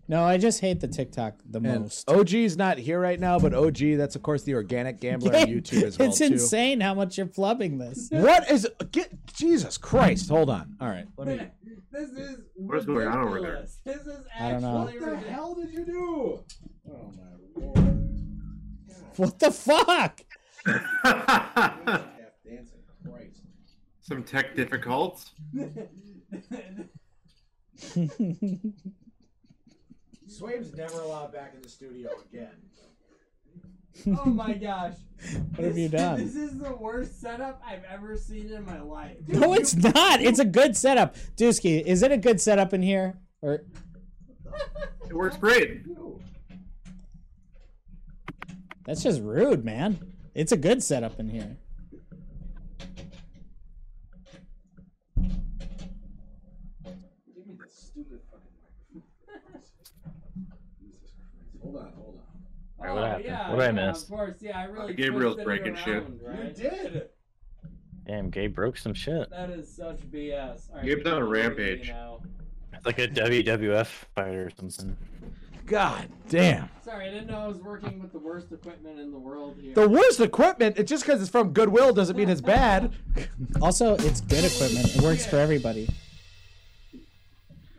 Speaker 3: No, I just hate the TikTok the
Speaker 4: And oh,
Speaker 3: most.
Speaker 4: OG's not here right now, but OG, that's of course the organic gambler
Speaker 3: (laughs)
Speaker 4: on YouTube as well.
Speaker 3: it's
Speaker 4: too.
Speaker 3: insane how much you're flubbing this.
Speaker 4: What is get, Jesus Christ? Hold on. All right. Let me
Speaker 10: This is
Speaker 1: What is going on over there?
Speaker 10: ridiculous. This is
Speaker 3: I don't know.
Speaker 10: actually ridiculous.
Speaker 9: hell did you do? Oh my lord.
Speaker 3: What the fuck?
Speaker 9: Tap dancing, Christ.
Speaker 1: (laughs) Some tech difficulties.
Speaker 9: Swabe's never allowed back in the studio again.
Speaker 10: Oh
Speaker 4: (laughs)
Speaker 10: my gosh.
Speaker 3: What have you done?
Speaker 10: This is the worst setup I've ever seen in my life.
Speaker 3: No, it's not. It's a good setup. Dusky, is it a good setup in here? Or
Speaker 1: It works great.
Speaker 3: that's just rude, man. It's a good setup in here.
Speaker 9: Give me the stupid fucking microphone. Jesus Christ. Hold on, hold on.
Speaker 7: Alright, what
Speaker 10: Oh,
Speaker 7: happened?
Speaker 10: yeah,
Speaker 7: what did I
Speaker 10: yeah,
Speaker 7: miss?
Speaker 10: Of course, yeah, I really
Speaker 1: Gabriel's
Speaker 10: twisted it
Speaker 1: breaking shit.
Speaker 10: around, right?
Speaker 9: did.
Speaker 7: Damn, Gabe broke some shit.
Speaker 10: That is such BS. All right,
Speaker 1: Gabe's on a
Speaker 10: we can leave
Speaker 1: rampage.
Speaker 10: now.
Speaker 7: It's like a WWF fighter or something.
Speaker 4: God damn.
Speaker 10: Sorry, I didn't know I was working with the worst equipment in the world here.
Speaker 4: The worst equipment, it's just because it's from Goodwill doesn't mean it's bad.
Speaker 3: Also, it's good equipment. It works for everybody.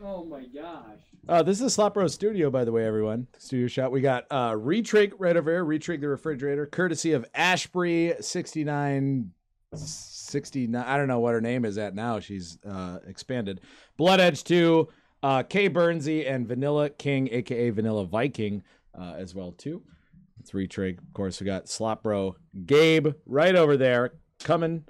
Speaker 10: oh my gosh.
Speaker 4: Uh, this is Slop Roast Studio, by the way, everyone. Studio shot. We got uh, Retrig right over here. Retrig the refrigerator, courtesy of Ashbury sixty nine. 69 i don't know what her name is at now she's uh expanded blood edge 2 uh k burnsy and vanilla king aka vanilla viking uh as well too three trig of course we got slop bro gabe right over there coming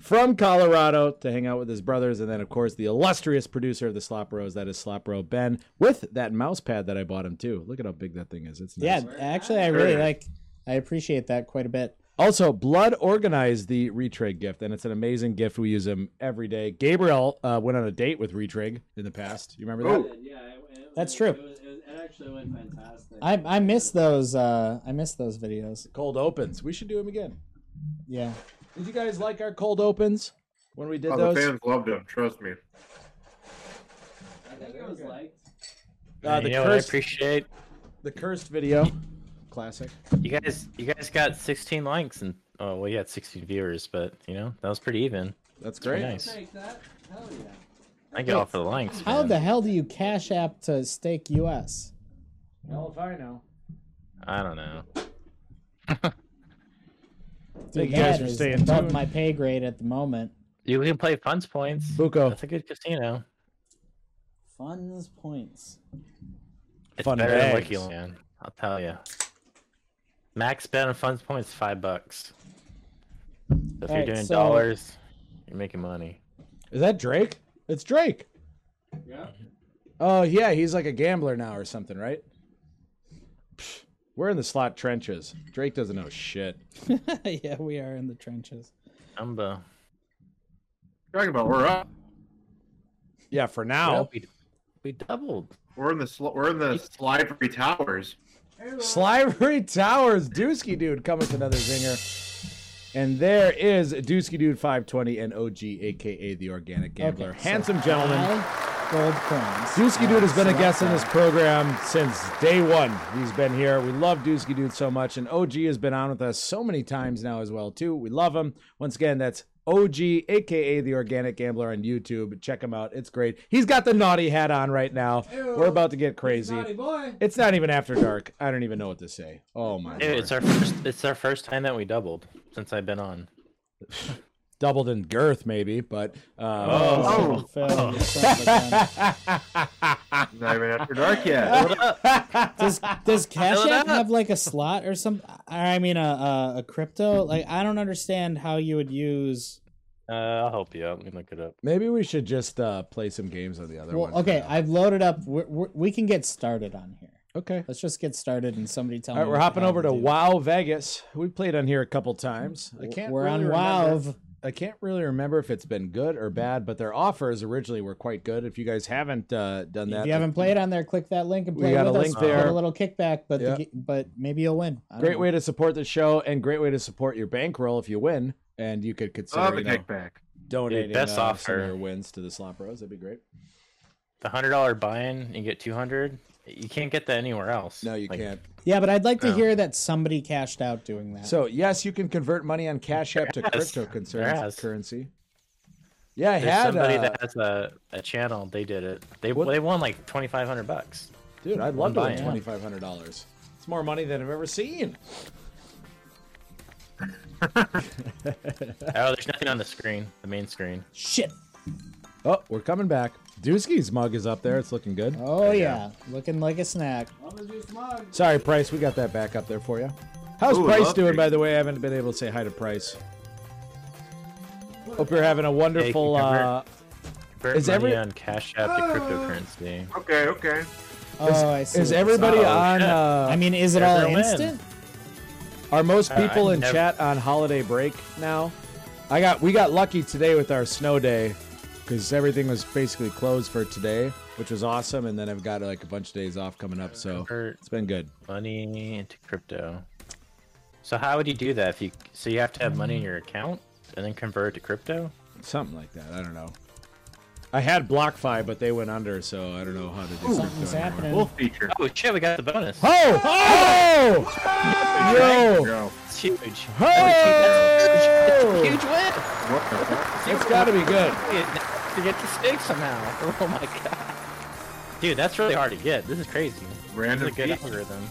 Speaker 4: from colorado to hang out with his brothers and then of course the illustrious producer of the slop bros that is slop bro ben with that mouse pad that i bought him too look at how big that thing is it's
Speaker 3: Yeah,
Speaker 4: nice.
Speaker 3: actually, I really
Speaker 4: Sure.
Speaker 3: like. I appreciate that quite a bit.
Speaker 4: Also, Blood organized the Retrig gift, and it's an amazing gift. We use them every day. Gabriel uh, went on a date with Retrig in the past. You remember
Speaker 1: Oh.
Speaker 4: that?
Speaker 10: Yeah, it, it,
Speaker 3: That's
Speaker 10: It,
Speaker 3: true.
Speaker 10: was, it, was, it actually went fantastic.
Speaker 3: I I miss those. Uh, I miss those videos.
Speaker 4: Cold opens. We should do them again.
Speaker 3: Yeah.
Speaker 4: Did you guys like our cold opens when we did
Speaker 1: Oh,
Speaker 4: those?
Speaker 1: the fans loved him. Trust me.
Speaker 10: I think it was liked.
Speaker 4: Uh,
Speaker 7: you
Speaker 4: the,
Speaker 7: know what I
Speaker 4: cursed,
Speaker 7: appreciate?
Speaker 4: the cursed video, classic.
Speaker 7: You guys, you guys got 16 likes and oh, well, you had 16 viewers, but you know that was pretty even.
Speaker 4: That's
Speaker 7: Very
Speaker 4: great.
Speaker 7: nice.
Speaker 10: Take that. Hell yeah.
Speaker 7: Thank you all for the likes.
Speaker 3: How
Speaker 7: man.
Speaker 3: the hell do you cash app to Stake US?
Speaker 4: Hell if I know.
Speaker 7: I don't know.
Speaker 4: Thank
Speaker 3: Dude,
Speaker 4: you guys
Speaker 3: that
Speaker 4: for
Speaker 3: is
Speaker 4: staying
Speaker 3: above
Speaker 4: tuned.
Speaker 3: my pay grade at the moment.
Speaker 7: You can play Funds Points.
Speaker 4: Buko,
Speaker 7: That's a good casino.
Speaker 3: Funds points. (laughs)
Speaker 7: It's
Speaker 4: Fun
Speaker 7: better than
Speaker 4: bags.
Speaker 7: Lucky Land. I'll tell you. Max bet on Funds Points five bucks. So if
Speaker 3: Alright,
Speaker 7: you're doing
Speaker 3: so-
Speaker 7: dollars, you're making money.
Speaker 4: is that Drake? It's Drake.
Speaker 10: Yeah.
Speaker 4: Oh yeah, he's like a gambler now or something, right? Pfft, we're in the slot trenches. Drake doesn't know shit.
Speaker 3: yeah, we are in the trenches.
Speaker 7: Umbo.
Speaker 1: Talking about we're up.
Speaker 4: Yeah, for now.
Speaker 7: We, we doubled.
Speaker 1: We're in the sl- we're in the Slivery Towers.
Speaker 4: Slivery Towers, Dusky Dude coming with another zinger. And there is Dusky Dude 520 and OG, aka the Organic Gambler.
Speaker 3: Okay, so
Speaker 4: Handsome gentleman.
Speaker 3: five Gold coins.
Speaker 4: Dusky Dude has been a
Speaker 3: Select
Speaker 4: guest in
Speaker 3: that.
Speaker 4: this program since day one. He's been here. We love Dusky Dude so much. And OG has been on with us so many times now as well, too. We love him. Once again, that's OG, aka the Organic Gambler on YouTube. Check him out. It's great. He's got the naughty hat on right now. We're about to get crazy.
Speaker 10: Naughty boy.
Speaker 4: It's not even after dark. I don't even know what to say. Oh my
Speaker 7: Dude,
Speaker 4: lord.
Speaker 7: it's our first. It's our first time that we doubled since I've been on.
Speaker 4: Doubled in girth, maybe, but uh,
Speaker 1: Oh.
Speaker 3: Oh, Phil, you son of a gun.
Speaker 1: Not even after
Speaker 4: (laughs)
Speaker 1: dark yet.
Speaker 3: does does Cash
Speaker 7: it
Speaker 3: App
Speaker 7: up.
Speaker 3: have like a slot or some? I mean, a, a a crypto. Like I don't understand how you would use.
Speaker 7: Uh, I'll help you out. Let me look it up.
Speaker 4: (laughs) maybe we should just uh, play some games on the other
Speaker 3: Well,
Speaker 4: one.
Speaker 3: okay, I've loaded up. We're, we're, we can get started on here.
Speaker 4: Okay.
Speaker 3: Let's just get started and somebody tell
Speaker 4: All right,
Speaker 3: me.
Speaker 4: we're hopping
Speaker 3: how
Speaker 4: over to
Speaker 3: do it.
Speaker 4: WoW Vegas. We played on here a couple times. I can't.
Speaker 3: We're
Speaker 4: really
Speaker 3: on
Speaker 4: remember-
Speaker 3: WoW.
Speaker 4: I can't really remember if it's been good or bad, but their offers originally were quite good. If you guys haven't uh, done that,
Speaker 3: If you haven't played on there, click that link and
Speaker 4: We
Speaker 3: play
Speaker 4: got
Speaker 3: with
Speaker 4: a
Speaker 3: us.
Speaker 4: link
Speaker 3: We'll get
Speaker 4: there.
Speaker 3: A little kickback, but the
Speaker 4: Yeah.
Speaker 3: ga- but maybe you'll win. I don't
Speaker 4: great
Speaker 3: know.
Speaker 4: way to support the show and great way to support your bankroll if you win. And you could consider
Speaker 1: Love the
Speaker 4: you know,
Speaker 1: kickback.
Speaker 4: donating
Speaker 7: Dude, best
Speaker 4: uh, some of
Speaker 7: offer.
Speaker 4: your wins to the Slop Bros. That'd be great.
Speaker 7: The hundred dollar buy-in, you get two hundred. You can't get that anywhere else.
Speaker 4: No, you
Speaker 7: Like,
Speaker 4: can't.
Speaker 3: Yeah, but I'd like to
Speaker 7: Yeah.
Speaker 3: hear that somebody cashed out doing that.
Speaker 4: So yes, you can convert money on Cash App to
Speaker 7: Yes.
Speaker 4: crypto
Speaker 7: Yes.
Speaker 4: concerns, currency. Yeah, I
Speaker 7: There's
Speaker 4: had
Speaker 7: somebody
Speaker 4: uh,
Speaker 7: that has a, a channel. They did it. They
Speaker 4: What-
Speaker 7: they won like twenty five hundred bucks.
Speaker 4: dude. I'd love to
Speaker 7: Buy
Speaker 4: win
Speaker 7: it.
Speaker 4: twenty five hundred dollars. It's more money than I've ever seen.
Speaker 7: Oh, there's nothing on the screen, the main screen.
Speaker 3: shit.
Speaker 4: Oh, we're coming back. Dusky's mug is up there. It's looking good.
Speaker 3: Oh yeah, looking like a snack.
Speaker 10: I'm gonna be smug.
Speaker 4: Sorry, Price. We got that back up there for you. How's
Speaker 1: Ooh,
Speaker 4: Price
Speaker 1: lovely.
Speaker 4: doing, by the way? I haven't been able to say hi to Price. Hope you're having a wonderful.
Speaker 7: convert.
Speaker 4: uh,
Speaker 7: Convert
Speaker 4: Is
Speaker 7: money
Speaker 4: every- Ah.
Speaker 7: on Cash App to cryptocurrency.
Speaker 1: Okay, okay.
Speaker 3: Oh, I see.
Speaker 4: is
Speaker 3: what you're saying.
Speaker 4: everybody
Speaker 7: Oh,
Speaker 4: on?
Speaker 7: shit.
Speaker 4: Uh,
Speaker 3: I mean, is it all
Speaker 7: Everyone.
Speaker 3: instant?
Speaker 4: Are most
Speaker 7: Uh,
Speaker 4: people
Speaker 7: I
Speaker 4: in
Speaker 7: nev-
Speaker 4: chat on holiday break now? I got we got lucky today with our snow day because everything was basically closed for today, which was awesome. And then I've got like a bunch of days off coming up, so
Speaker 7: Convert
Speaker 4: it's been good.
Speaker 7: money into crypto. So how would you do that? If you so you have to have money in your account and then convert it to crypto.
Speaker 4: Something like that. I don't know. I had BlockFi, but they went under, so I don't know how to do crypto
Speaker 3: Something's
Speaker 4: anymore.
Speaker 3: happening.
Speaker 1: Full feature.
Speaker 7: Oh shit, we got the bonus.
Speaker 4: Oh! Oh! Yo!
Speaker 1: Go.
Speaker 7: It's huge.
Speaker 4: Oh!
Speaker 7: Huge win.
Speaker 1: What
Speaker 7: (laughs)
Speaker 1: the fuck?
Speaker 4: It's gotta be good.
Speaker 7: To get the stakes somehow. Oh my god. Dude, that's really hard to get. This is crazy.
Speaker 1: Random
Speaker 7: This is a good
Speaker 1: feat.
Speaker 7: algorithm.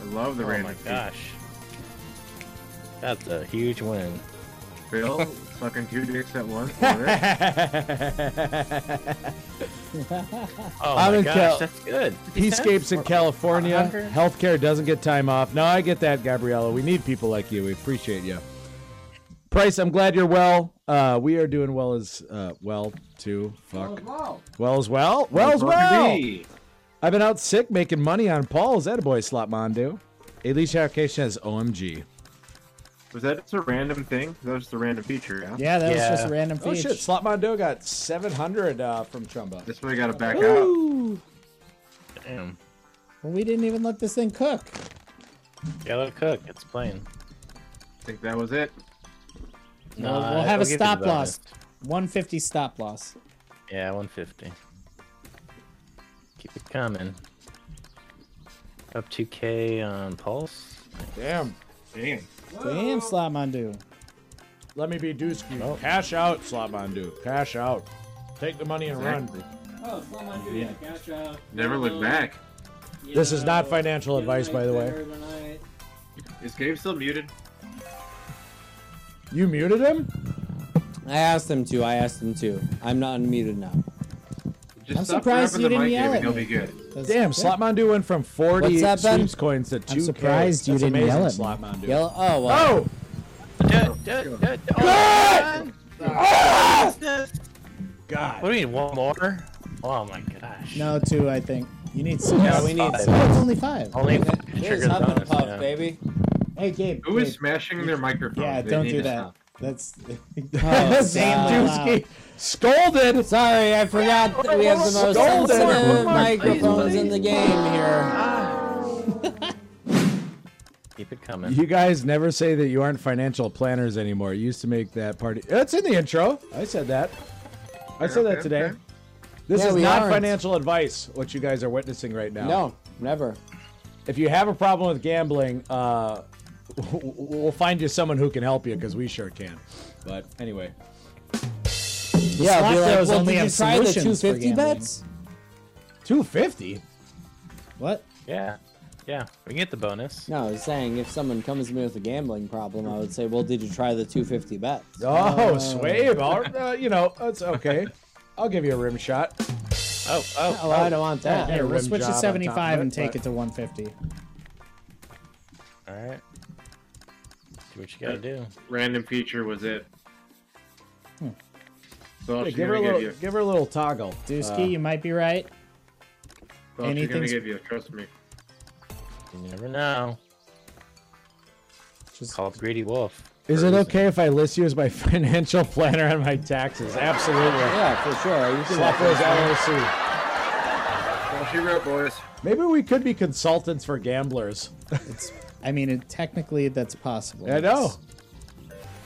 Speaker 1: I love the
Speaker 7: oh
Speaker 1: random
Speaker 7: my
Speaker 1: feat.
Speaker 7: gosh. That's a huge win.
Speaker 3: (laughs)
Speaker 1: Bill, fucking two dicks at once.
Speaker 7: (laughs) Oh
Speaker 4: I'm
Speaker 7: my
Speaker 4: in
Speaker 7: gosh,
Speaker 4: Cal-
Speaker 7: that's good.
Speaker 4: Peacecape's in California. Healthcare doesn't get time off. No, I get that, Gabriella. We need people like you. We appreciate you. Price, I'm glad you're well. Uh, we are doing well as uh, well too. Fuck.
Speaker 10: Wow.
Speaker 4: Well as well. Well as well.
Speaker 1: Burgundy.
Speaker 4: I've been out sick making money on Paul's. That a boy, Slot Mondu. Alicia Arcation says, "OMG."
Speaker 1: Was that just a random thing? That was just a random feature, yeah?
Speaker 3: Yeah, that was just a random
Speaker 4: Oh
Speaker 3: feature.
Speaker 4: shit! Slot Mondo got 700 uh, from Chumba.
Speaker 1: That's why I gotta back out.
Speaker 3: Ooh.
Speaker 7: Damn.
Speaker 3: Well, we didn't even let this thing cook.
Speaker 7: Yellow Cook, it's playing.
Speaker 1: I think that was it.
Speaker 3: We'll-
Speaker 7: Nah,
Speaker 3: we'll have
Speaker 7: I'll
Speaker 3: a
Speaker 7: give you
Speaker 3: stop
Speaker 7: the
Speaker 3: loss.
Speaker 7: bonus.
Speaker 3: 150 stop loss.
Speaker 7: Yeah, 150. Keep it coming. Up 2k on Pulse.
Speaker 4: Damn.
Speaker 1: Damn.
Speaker 3: Damn, Slot Mondu.
Speaker 4: Let me be Dusky. Cash out, Slot Mondo. Cash out. Take the money and
Speaker 1: Exactly.
Speaker 4: run.
Speaker 10: Oh, slow my dude. Yeah. Gotcha.
Speaker 1: Never look
Speaker 10: Um,
Speaker 1: back.
Speaker 10: you
Speaker 4: This is not
Speaker 10: know,
Speaker 4: financial
Speaker 10: you
Speaker 4: advice,
Speaker 10: like
Speaker 4: by the way.
Speaker 10: better than I-
Speaker 1: Is Gabe still muted?
Speaker 4: You muted him?
Speaker 6: I asked him to. I asked him to. I'm not unmuted now.
Speaker 1: Just
Speaker 3: I'm
Speaker 1: stop
Speaker 3: surprised
Speaker 1: grabbing the
Speaker 3: you didn't
Speaker 1: mic,
Speaker 3: yell
Speaker 1: Gabe,
Speaker 3: at
Speaker 1: and He'll
Speaker 3: me.
Speaker 1: be good.
Speaker 3: That's
Speaker 4: Damn,
Speaker 3: good.
Speaker 4: Slot Mondo went from 40
Speaker 6: What's that, Ben?
Speaker 4: sweeps coins to 2
Speaker 3: surprised you
Speaker 4: That's
Speaker 3: didn't
Speaker 4: amazing,
Speaker 3: yell at me.
Speaker 4: Slot Mondo.
Speaker 6: Yellow. Oh, well.
Speaker 4: Oh!
Speaker 7: Duh, duh, duh, duh. Oh, God!
Speaker 4: God. (laughs)
Speaker 7: What do you mean, one more? Oh my gosh.
Speaker 3: No, two, I think. You need six.
Speaker 7: No, we need
Speaker 3: Oh,
Speaker 7: six.
Speaker 3: it's only five.
Speaker 7: Only
Speaker 6: Here's
Speaker 7: trigger the
Speaker 6: Huff and
Speaker 7: bonus.
Speaker 6: Puff,
Speaker 7: yeah.
Speaker 6: baby.
Speaker 3: Hey, Gabe.
Speaker 1: Who is
Speaker 3: Gabe.
Speaker 1: smashing their microphone?
Speaker 3: Yeah,
Speaker 1: They
Speaker 3: don't
Speaker 1: need
Speaker 3: do
Speaker 1: to
Speaker 3: that.
Speaker 1: stop.
Speaker 3: That's. (laughs)
Speaker 6: Oh,
Speaker 4: Sam
Speaker 6: God.
Speaker 4: Dusky scolded!
Speaker 6: Sorry, I forgot that we have the most
Speaker 4: Golden.
Speaker 6: sensitive
Speaker 4: Please,
Speaker 6: microphones in the game here.
Speaker 7: Keep it coming.
Speaker 4: You guys never say that you aren't financial planners anymore. You used to make that party. That's in the intro. I said that. I said that
Speaker 1: Okay,
Speaker 4: today.
Speaker 1: okay.
Speaker 4: This
Speaker 6: Yeah,
Speaker 4: is
Speaker 6: we
Speaker 4: not
Speaker 6: aren't.
Speaker 4: financial advice, what you guys are witnessing right now.
Speaker 6: No, never.
Speaker 4: If you have a problem with gambling, uh, we'll find you someone who can help you because we sure can. But anyway,
Speaker 6: Yeah,
Speaker 3: slot
Speaker 6: be like,
Speaker 3: throws
Speaker 6: well,
Speaker 3: only
Speaker 6: did you
Speaker 3: have
Speaker 6: try the
Speaker 3: solutions for
Speaker 6: 250
Speaker 3: gambling.
Speaker 6: bets?
Speaker 4: 250?
Speaker 3: What?
Speaker 7: Yeah. Yeah. We can get the bonus.
Speaker 6: No, I was saying if someone comes to me with a gambling problem, I would say, well, did you try the 250 bets?
Speaker 4: Oh, Swabe. I'll- uh, you know, that's okay. I'll give you a rim shot.
Speaker 7: Oh, oh,
Speaker 6: Oh, I don't want that.
Speaker 4: Yeah.
Speaker 3: Here, we'll
Speaker 4: rim
Speaker 3: switch
Speaker 4: job
Speaker 3: to
Speaker 4: on top
Speaker 3: 75
Speaker 4: of
Speaker 3: and
Speaker 4: it,
Speaker 3: take
Speaker 4: but-
Speaker 3: it to 150.
Speaker 7: Alright. Do what you gotta do.
Speaker 1: Random feature was it.
Speaker 3: Hmm.
Speaker 1: So all
Speaker 6: Oh,
Speaker 4: Hey,
Speaker 1: she's
Speaker 4: give, her a
Speaker 1: gonna
Speaker 4: little,
Speaker 1: give you.
Speaker 4: give her a little toggle. Uh,
Speaker 6: Uh.
Speaker 3: Dusky, you might be right.
Speaker 1: That's all she's gonna
Speaker 3: anything's-
Speaker 1: give you. Trust me.
Speaker 7: You never know.
Speaker 3: Just-
Speaker 7: Just called Greedy Wolf.
Speaker 4: Is it okay if I list you as my (laughs) financial planner on my taxes? Absolutely.
Speaker 6: Yeah, for sure. You can
Speaker 4: Slapros LLC.
Speaker 1: That's all she wrote, boys.
Speaker 4: Maybe we could be consultants for gamblers.
Speaker 3: It's, I mean, it, technically, that's possible.
Speaker 4: I know.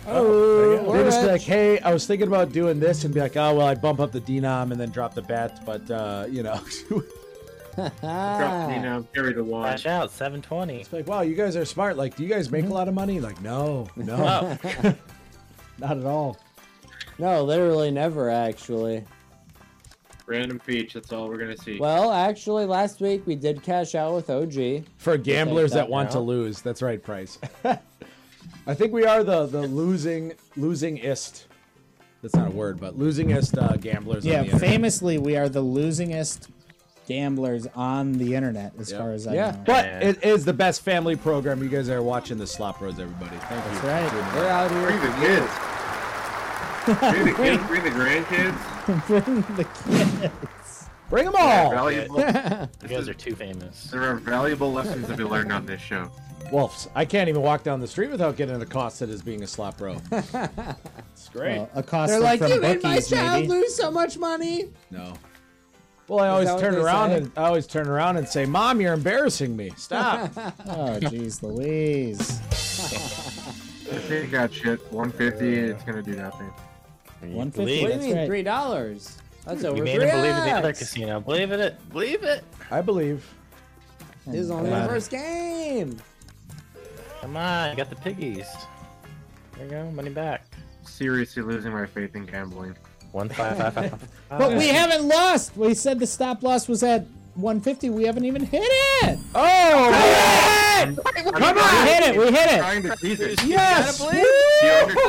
Speaker 6: Oh,
Speaker 4: They'd just be like, hey, I was thinking about doing this and be like, oh, well, I bump up the denom and then drop the bet, but, uh, you know. (laughs) it's
Speaker 3: Ah.
Speaker 1: Trust me now. Carry the wand.
Speaker 7: Watch out, 720.
Speaker 4: like, wow, you guys are smart. Like, do you guys make a lot of money? Like, no, no, (laughs)
Speaker 7: Oh,
Speaker 4: not at all.
Speaker 6: No, literally never, actually.
Speaker 1: Random feature. That's all we're gonna see.
Speaker 6: Well, actually, last week we did cash out with OG.
Speaker 4: For gamblers
Speaker 6: that
Speaker 4: that want to
Speaker 6: now.
Speaker 4: lose, that's right, Price. (laughs) I think we are the the losing losingist. That's not a word, but losingist uh, gamblers. on the
Speaker 3: Yeah,
Speaker 4: internet.
Speaker 3: famously, we are the losingest gamblers on the internet, as
Speaker 4: Yep.
Speaker 3: far as I
Speaker 4: yeah,
Speaker 6: (laughs)
Speaker 3: know.
Speaker 4: but it is the best family program. You guys are watching the Slop Roads, everybody. Thank you.
Speaker 3: That's right.
Speaker 6: We're out
Speaker 1: Bring
Speaker 6: here.
Speaker 1: the
Speaker 3: (laughs)
Speaker 1: kids. Bring the kids. Bring the grandkids.
Speaker 3: the kids.
Speaker 4: Bring them
Speaker 3: Oh,
Speaker 4: all.
Speaker 1: Valuable.
Speaker 7: you guys are too famous.
Speaker 1: There are valuable lessons to be learned on this show.
Speaker 4: Wolves. I can't even walk down the street without getting accosted as being a slop
Speaker 6: (laughs)
Speaker 4: row. it's great.
Speaker 3: Well, Acosta
Speaker 6: They're like,
Speaker 3: from
Speaker 6: you made my
Speaker 3: Bucky's,
Speaker 6: child
Speaker 3: maybe.
Speaker 6: lose so much money.
Speaker 4: no. Well, I
Speaker 6: that
Speaker 4: always
Speaker 6: what
Speaker 4: turn
Speaker 6: they
Speaker 4: around
Speaker 6: say?
Speaker 4: and I always turn around and say, "Mom, you're embarrassing me.
Speaker 6: (laughs)
Speaker 4: Stop."
Speaker 3: Oh, jeez Louise.
Speaker 1: They got shit. 150. It's gonna do nothing.
Speaker 3: 150.
Speaker 7: You believe
Speaker 6: What do you
Speaker 3: That's
Speaker 6: mean,
Speaker 3: right.
Speaker 6: three dollars? That's over
Speaker 7: We made him believe in the other casino. Believe in it. Believe it.
Speaker 4: I believe.
Speaker 6: This is only
Speaker 3: Wow.
Speaker 6: the first game.
Speaker 7: Come on, you got the piggies. There you go, money back.
Speaker 1: Seriously, losing my faith in gambling.
Speaker 7: One five five five.
Speaker 3: But we haven't lost. We said the stop loss was at 150. We haven't even hit it.
Speaker 4: Oh!
Speaker 3: Come on! We hit it. We hit it.
Speaker 1: Trying to tease it.
Speaker 3: Yes.
Speaker 1: Do you understand what I'm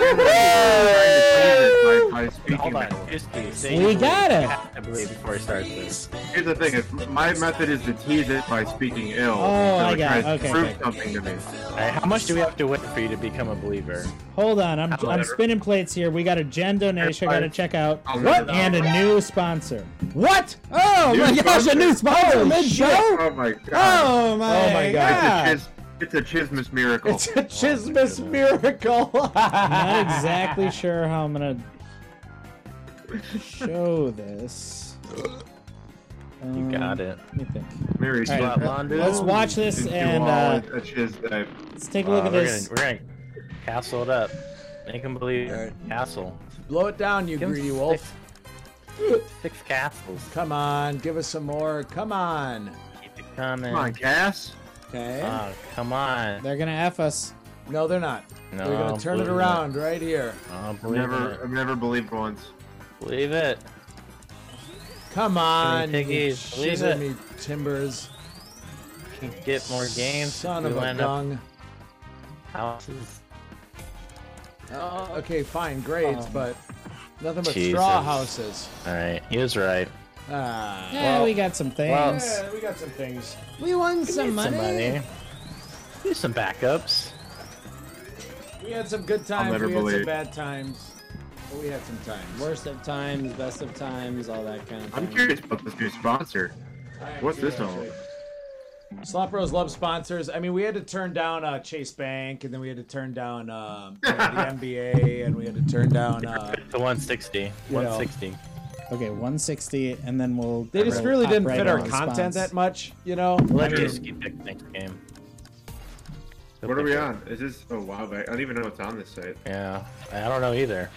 Speaker 1: trying to tease it by, by speaking?
Speaker 7: Hold
Speaker 1: that
Speaker 7: on, just do. say
Speaker 3: We
Speaker 7: you believe.
Speaker 3: got it.
Speaker 7: You have to believe before he starts this.
Speaker 1: Here's the thing: is my method is to tease it by speaking ill.
Speaker 3: Oh,
Speaker 1: so
Speaker 3: I
Speaker 1: it
Speaker 3: got
Speaker 1: tries
Speaker 3: it.
Speaker 1: to
Speaker 3: Okay,
Speaker 1: prove
Speaker 3: okay.
Speaker 1: something to me.
Speaker 7: Alright, how much do we have to wait for you to become a believer?
Speaker 3: Hold on. I'm, I'm
Speaker 1: However-
Speaker 3: spinning plates here. We got a Jen donation. I got to check out.
Speaker 1: I'll
Speaker 3: What?
Speaker 1: leave it
Speaker 3: And a new sponsor.
Speaker 4: What?
Speaker 6: Oh my gosh, a new sponsor mid show?
Speaker 1: Oh my god!
Speaker 6: Oh my,
Speaker 4: my God.
Speaker 6: God.
Speaker 1: It's, it's a chismus miracle.
Speaker 4: It's a Chismis
Speaker 6: (laughs)
Speaker 4: miracle.
Speaker 3: I'm not exactly sure how I'm gonna show this. Mm, Um,
Speaker 7: You got it.
Speaker 3: Let me think.
Speaker 1: Mary
Speaker 3: All right,
Speaker 1: Scott London.
Speaker 3: Let's watch this
Speaker 1: Did you
Speaker 3: and
Speaker 1: all
Speaker 3: uh,
Speaker 1: a chiz dive.
Speaker 3: let's take a look
Speaker 7: Wow,
Speaker 3: at
Speaker 7: we're
Speaker 3: this.
Speaker 7: Gonna, we're gonna castle it up. Make him believe. Castle.
Speaker 4: Blow it down, you
Speaker 7: Give him
Speaker 4: greedy
Speaker 7: six-
Speaker 4: wolf.
Speaker 7: Six castles.
Speaker 4: Come on, give us some more. Come on. Uh,
Speaker 7: Keep it coming.
Speaker 1: Come on, Cass.
Speaker 6: Okay.
Speaker 7: Oh, come on.
Speaker 3: They're gonna f us.
Speaker 4: No, they're not.
Speaker 7: No,
Speaker 4: they're gonna
Speaker 7: I'm
Speaker 4: turn it
Speaker 7: believing
Speaker 4: around right here.
Speaker 7: Oh, believe
Speaker 1: Never,
Speaker 7: it.
Speaker 1: I've never believed once.
Speaker 7: Believe it.
Speaker 4: Come on, you
Speaker 7: piggies, believe
Speaker 4: shiver
Speaker 7: it.
Speaker 4: me timbers.
Speaker 7: Can get more games.
Speaker 4: Son
Speaker 7: We
Speaker 4: of a
Speaker 7: line up
Speaker 4: gung.
Speaker 7: Houses.
Speaker 4: Oh, okay, fine, grades, but nothing but
Speaker 7: Jesus.
Speaker 4: straw houses.
Speaker 7: All right, he was right.
Speaker 4: Ah.
Speaker 3: Yeah, Eh, we got some things.
Speaker 7: well,
Speaker 4: Yeah, we got some things.
Speaker 6: We won some money.
Speaker 7: Somebody. Do some backups.
Speaker 4: We had some good times.
Speaker 1: never
Speaker 4: we had some
Speaker 1: believe.
Speaker 4: bad times. But we had some times.
Speaker 6: Worst of times, best of times, all that kind of
Speaker 1: I'm
Speaker 6: thing.
Speaker 1: curious about this new sponsor. What's this all?
Speaker 4: Slop Bros love sponsors. I mean, we had to turn down uh, Chase Bank, and then we had to turn down um, you know, the NBA, and we had to turn down. Uh,
Speaker 7: The 160.
Speaker 4: You know.
Speaker 7: 160.
Speaker 3: Okay, 160, and then we'll.
Speaker 4: they just
Speaker 3: we'll
Speaker 4: really
Speaker 3: hop
Speaker 4: didn't
Speaker 3: right
Speaker 4: fit our
Speaker 3: on
Speaker 4: content
Speaker 3: spons.
Speaker 4: that much, you know.
Speaker 7: Let
Speaker 4: I
Speaker 7: me
Speaker 4: mean,
Speaker 7: just keep pick next game.
Speaker 1: What are we on? Is this a while back? I don't even know what's on this site.
Speaker 7: Yeah, I don't know either.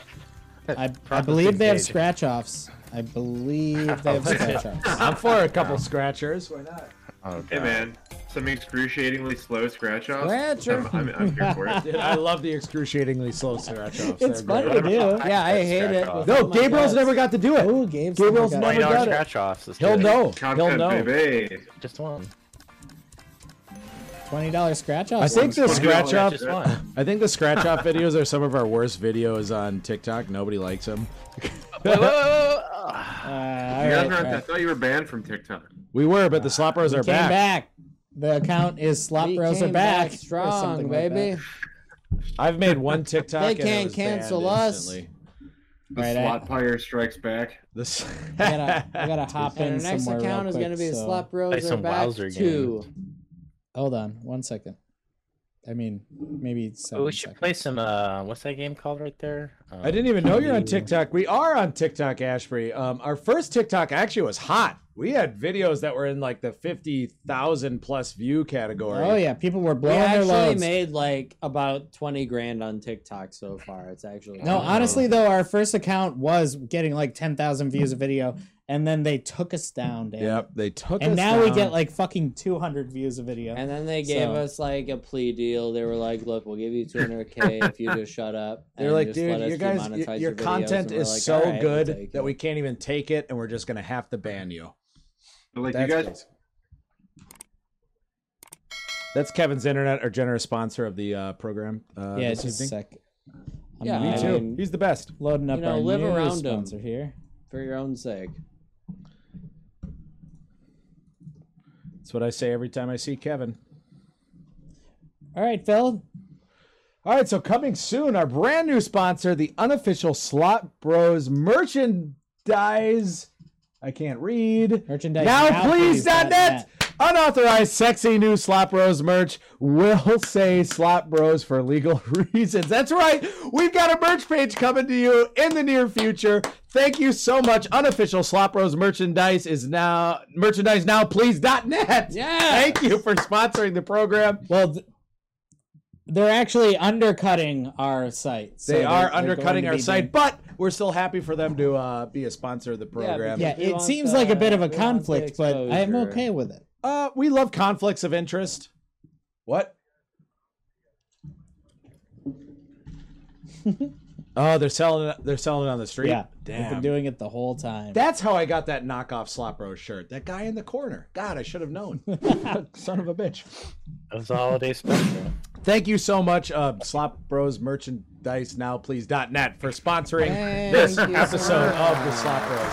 Speaker 3: I, I
Speaker 7: Processing
Speaker 3: believe they have
Speaker 7: page.
Speaker 3: scratch offs. I believe they have scratch offs.
Speaker 4: I'm for a couple scratchers. Why not?
Speaker 7: Oh,
Speaker 1: Hey
Speaker 7: God.
Speaker 1: man, some excruciatingly slow scratch offs.
Speaker 6: Scratcher.
Speaker 1: I'm, I'm, I'm here for it.
Speaker 4: Dude,
Speaker 3: (laughs)
Speaker 4: I love the excruciatingly slow scratch offs.
Speaker 3: It's funny to do.
Speaker 6: Yeah, I hate it.
Speaker 7: Scratch-off.
Speaker 6: with
Speaker 4: No,
Speaker 6: all my
Speaker 4: Gabriel's
Speaker 6: guts.
Speaker 4: never got to do it.
Speaker 3: Ooh, Gabe's
Speaker 4: Gabriel's
Speaker 3: never got
Speaker 4: never
Speaker 7: Why
Speaker 3: it.
Speaker 7: not
Speaker 4: got it.
Speaker 7: scratch offs? Let's do
Speaker 4: He'll
Speaker 7: it.
Speaker 4: know. He'll
Speaker 1: Content,
Speaker 4: know.
Speaker 1: baby.
Speaker 4: (laughs)
Speaker 7: Just one.
Speaker 3: Twenty dollars scratch offs.
Speaker 4: I think the
Speaker 1: Just
Speaker 4: scratch
Speaker 1: one.
Speaker 4: off.
Speaker 7: Just one.
Speaker 4: I think the scratch off videos are some of our worst videos on TikTok. Nobody likes them.
Speaker 7: Whoa, whoa, whoa, whoa.
Speaker 3: Uh, all
Speaker 1: You guys are
Speaker 3: right,
Speaker 1: on-
Speaker 3: all
Speaker 1: I
Speaker 3: right.
Speaker 1: thought you were banned from TikTok.
Speaker 4: We were, but the slop bros are
Speaker 3: Came back. The account is slop
Speaker 6: We
Speaker 3: bros are
Speaker 6: came
Speaker 3: back.
Speaker 6: back,
Speaker 3: or
Speaker 6: strong,
Speaker 3: something like
Speaker 6: baby.
Speaker 3: that.
Speaker 4: I've made one TikTok. and
Speaker 6: They
Speaker 4: it
Speaker 6: can't
Speaker 4: was banned
Speaker 6: cancel us.
Speaker 4: instantly.
Speaker 1: The
Speaker 3: Right, I-
Speaker 1: slot pyre strikes back.
Speaker 4: This.
Speaker 3: I
Speaker 4: (laughs)
Speaker 3: gotta, I gotta hop in
Speaker 6: And our next
Speaker 3: somewhere real
Speaker 6: account is
Speaker 3: quick,
Speaker 6: going to be
Speaker 3: so-
Speaker 6: Slop
Speaker 7: Play
Speaker 6: Rose or
Speaker 7: some
Speaker 6: Back
Speaker 7: Wowzer
Speaker 6: 2.
Speaker 3: Hold on, one second. I mean, maybe
Speaker 7: Oh,
Speaker 3: seven
Speaker 7: we should
Speaker 3: seconds.
Speaker 7: play some. Uh, what's that game called right there? Um,
Speaker 4: I didn't even know you're on TikTok. We are on TikTok, Ashbury. Um, our first TikTok actually was hot. We had videos that were in like the fifty thousand plus view category.
Speaker 3: Oh yeah, people were
Speaker 6: We
Speaker 3: blowing their
Speaker 6: actually
Speaker 3: loads.
Speaker 6: made like about 20 grand on TikTok so far. It's actually
Speaker 3: no, honestly though, our first account was getting like ten thousand views a video, and then they took us down, Dan.
Speaker 4: Yep, they took
Speaker 3: And
Speaker 4: us
Speaker 3: now we
Speaker 4: down.
Speaker 3: get like fucking two hundred views a video.
Speaker 6: And then they gave
Speaker 3: So-
Speaker 6: us like a plea deal. They were like, "Look, we'll give you 200k if you just
Speaker 4: (laughs)
Speaker 6: shut up."
Speaker 4: They're
Speaker 6: and
Speaker 4: like,
Speaker 6: just let
Speaker 4: dude,
Speaker 6: us
Speaker 4: you guys,
Speaker 6: demonetize
Speaker 4: your, your
Speaker 6: videos."
Speaker 4: content
Speaker 6: And we're
Speaker 4: is
Speaker 6: like,
Speaker 4: so
Speaker 6: "All right, we'll
Speaker 4: good
Speaker 6: take
Speaker 4: that
Speaker 6: it."
Speaker 4: we can't even take it, and we're just gonna have to ban you.
Speaker 1: But, like
Speaker 4: That's
Speaker 1: you guys,
Speaker 4: crazy. That's Kevin's internet, our generous sponsor of the uh, program. Uh,
Speaker 3: yeah,
Speaker 4: this
Speaker 3: just a
Speaker 4: evening.
Speaker 3: sec. I'm
Speaker 6: Yeah,
Speaker 4: Me
Speaker 6: I
Speaker 3: not
Speaker 4: too.
Speaker 6: mean-
Speaker 4: He's the best.
Speaker 3: Loading up
Speaker 6: You know,
Speaker 3: our
Speaker 6: live
Speaker 3: new
Speaker 6: around 'em.
Speaker 3: sponsor here.
Speaker 6: for your own sake.
Speaker 4: That's what I say every time I see Kevin.
Speaker 3: All right, Phil.
Speaker 4: All right, so coming soon, our brand new sponsor, the unofficial Slot Bros merchandise. I can't read.
Speaker 3: Merchandise
Speaker 4: Now,
Speaker 3: now, please
Speaker 4: please,
Speaker 3: dot
Speaker 4: dot net. Unauthorized, sexy new Slot Bros merch will say Slop Bros for legal (laughs) reasons. That's right. We've got a merch page coming to you in the near future. Thank you so much. Unofficial Slop Bros merchandise is now merchandise now. Please dot net.
Speaker 6: Yeah.
Speaker 4: Thank you for sponsoring the program.
Speaker 3: Well, th- they're actually undercutting our site. so
Speaker 4: they
Speaker 3: they're-
Speaker 4: are
Speaker 3: they're going
Speaker 4: undercutting
Speaker 3: to
Speaker 4: our
Speaker 3: be
Speaker 4: site,
Speaker 3: doing-
Speaker 4: but we're still happy for them to uh, be a sponsor of the program.
Speaker 3: Yeah,
Speaker 6: We
Speaker 3: it
Speaker 6: want
Speaker 3: seems
Speaker 6: the-
Speaker 3: like a bit of a
Speaker 6: we want the
Speaker 3: conflict, but I am
Speaker 6: exposure.
Speaker 3: okay with it.
Speaker 4: uh, we love conflicts of interest.
Speaker 3: (laughs)
Speaker 4: What? Oh, they're selling it. They're selling it on the street.
Speaker 3: Yeah, we've
Speaker 4: damn.
Speaker 3: been doing it the whole time.
Speaker 4: That's how I got that knockoff Slop Rose shirt. That guy in the corner. God, I should have
Speaker 3: (laughs)
Speaker 4: known. Son of a bitch.
Speaker 7: That was a holiday special.
Speaker 4: Thank you so much, uh, Slop Bros Merchandise Now Please .net for sponsoring
Speaker 6: Thank
Speaker 4: this
Speaker 6: you so
Speaker 4: episode of the
Speaker 6: much.
Speaker 4: Slop Bros.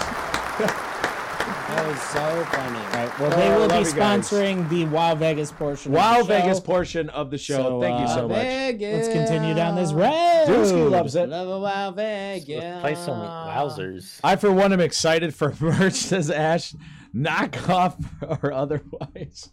Speaker 6: That was so funny.
Speaker 3: All right, well, they
Speaker 4: Oh, I
Speaker 3: will be
Speaker 4: love you guys.
Speaker 3: sponsoring the Wild Vegas portion.
Speaker 4: Wild
Speaker 3: of the show.
Speaker 4: Vegas portion of the show.
Speaker 3: So,
Speaker 4: Thank you
Speaker 3: uh,
Speaker 4: so much.
Speaker 3: Let's continue down this road.
Speaker 4: Dusky loves it.
Speaker 6: Love a wild
Speaker 7: Let's
Speaker 6: Vegas.
Speaker 7: play some wowzers.
Speaker 4: I, for one, am excited for (laughs) merch, says Ash. Knockoff or otherwise.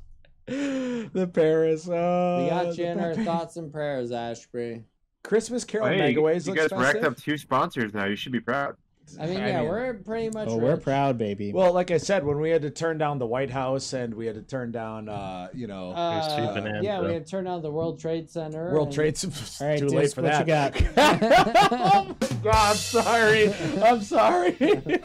Speaker 4: the Paris. Oh,
Speaker 6: We got you
Speaker 4: the
Speaker 6: in our
Speaker 4: Paris.
Speaker 6: thoughts and prayers, Ashbury.
Speaker 4: Christmas Carol
Speaker 1: Hey, you-
Speaker 4: Megaways
Speaker 1: you
Speaker 4: looks
Speaker 1: guys racked
Speaker 4: festive.
Speaker 1: up two sponsors now. You should be proud.
Speaker 6: I mean,
Speaker 4: I
Speaker 6: yeah,
Speaker 4: mean-
Speaker 6: we're pretty much.
Speaker 3: Oh, we're
Speaker 6: rich.
Speaker 3: proud, baby.
Speaker 4: Well, like I said, when we had to turn down the White House and we had to turn down, uh, you know,
Speaker 6: Uh,
Speaker 7: Here's to Bonanza.
Speaker 6: yeah, we had turned on the World Trade Center.
Speaker 4: World
Speaker 6: and-
Speaker 4: Trade Center. (laughs)
Speaker 3: All right,
Speaker 4: too
Speaker 3: Deuce,
Speaker 4: late for
Speaker 3: what
Speaker 4: that.
Speaker 3: you got?
Speaker 4: (laughs) oh my God! I'm sorry. I'm sorry.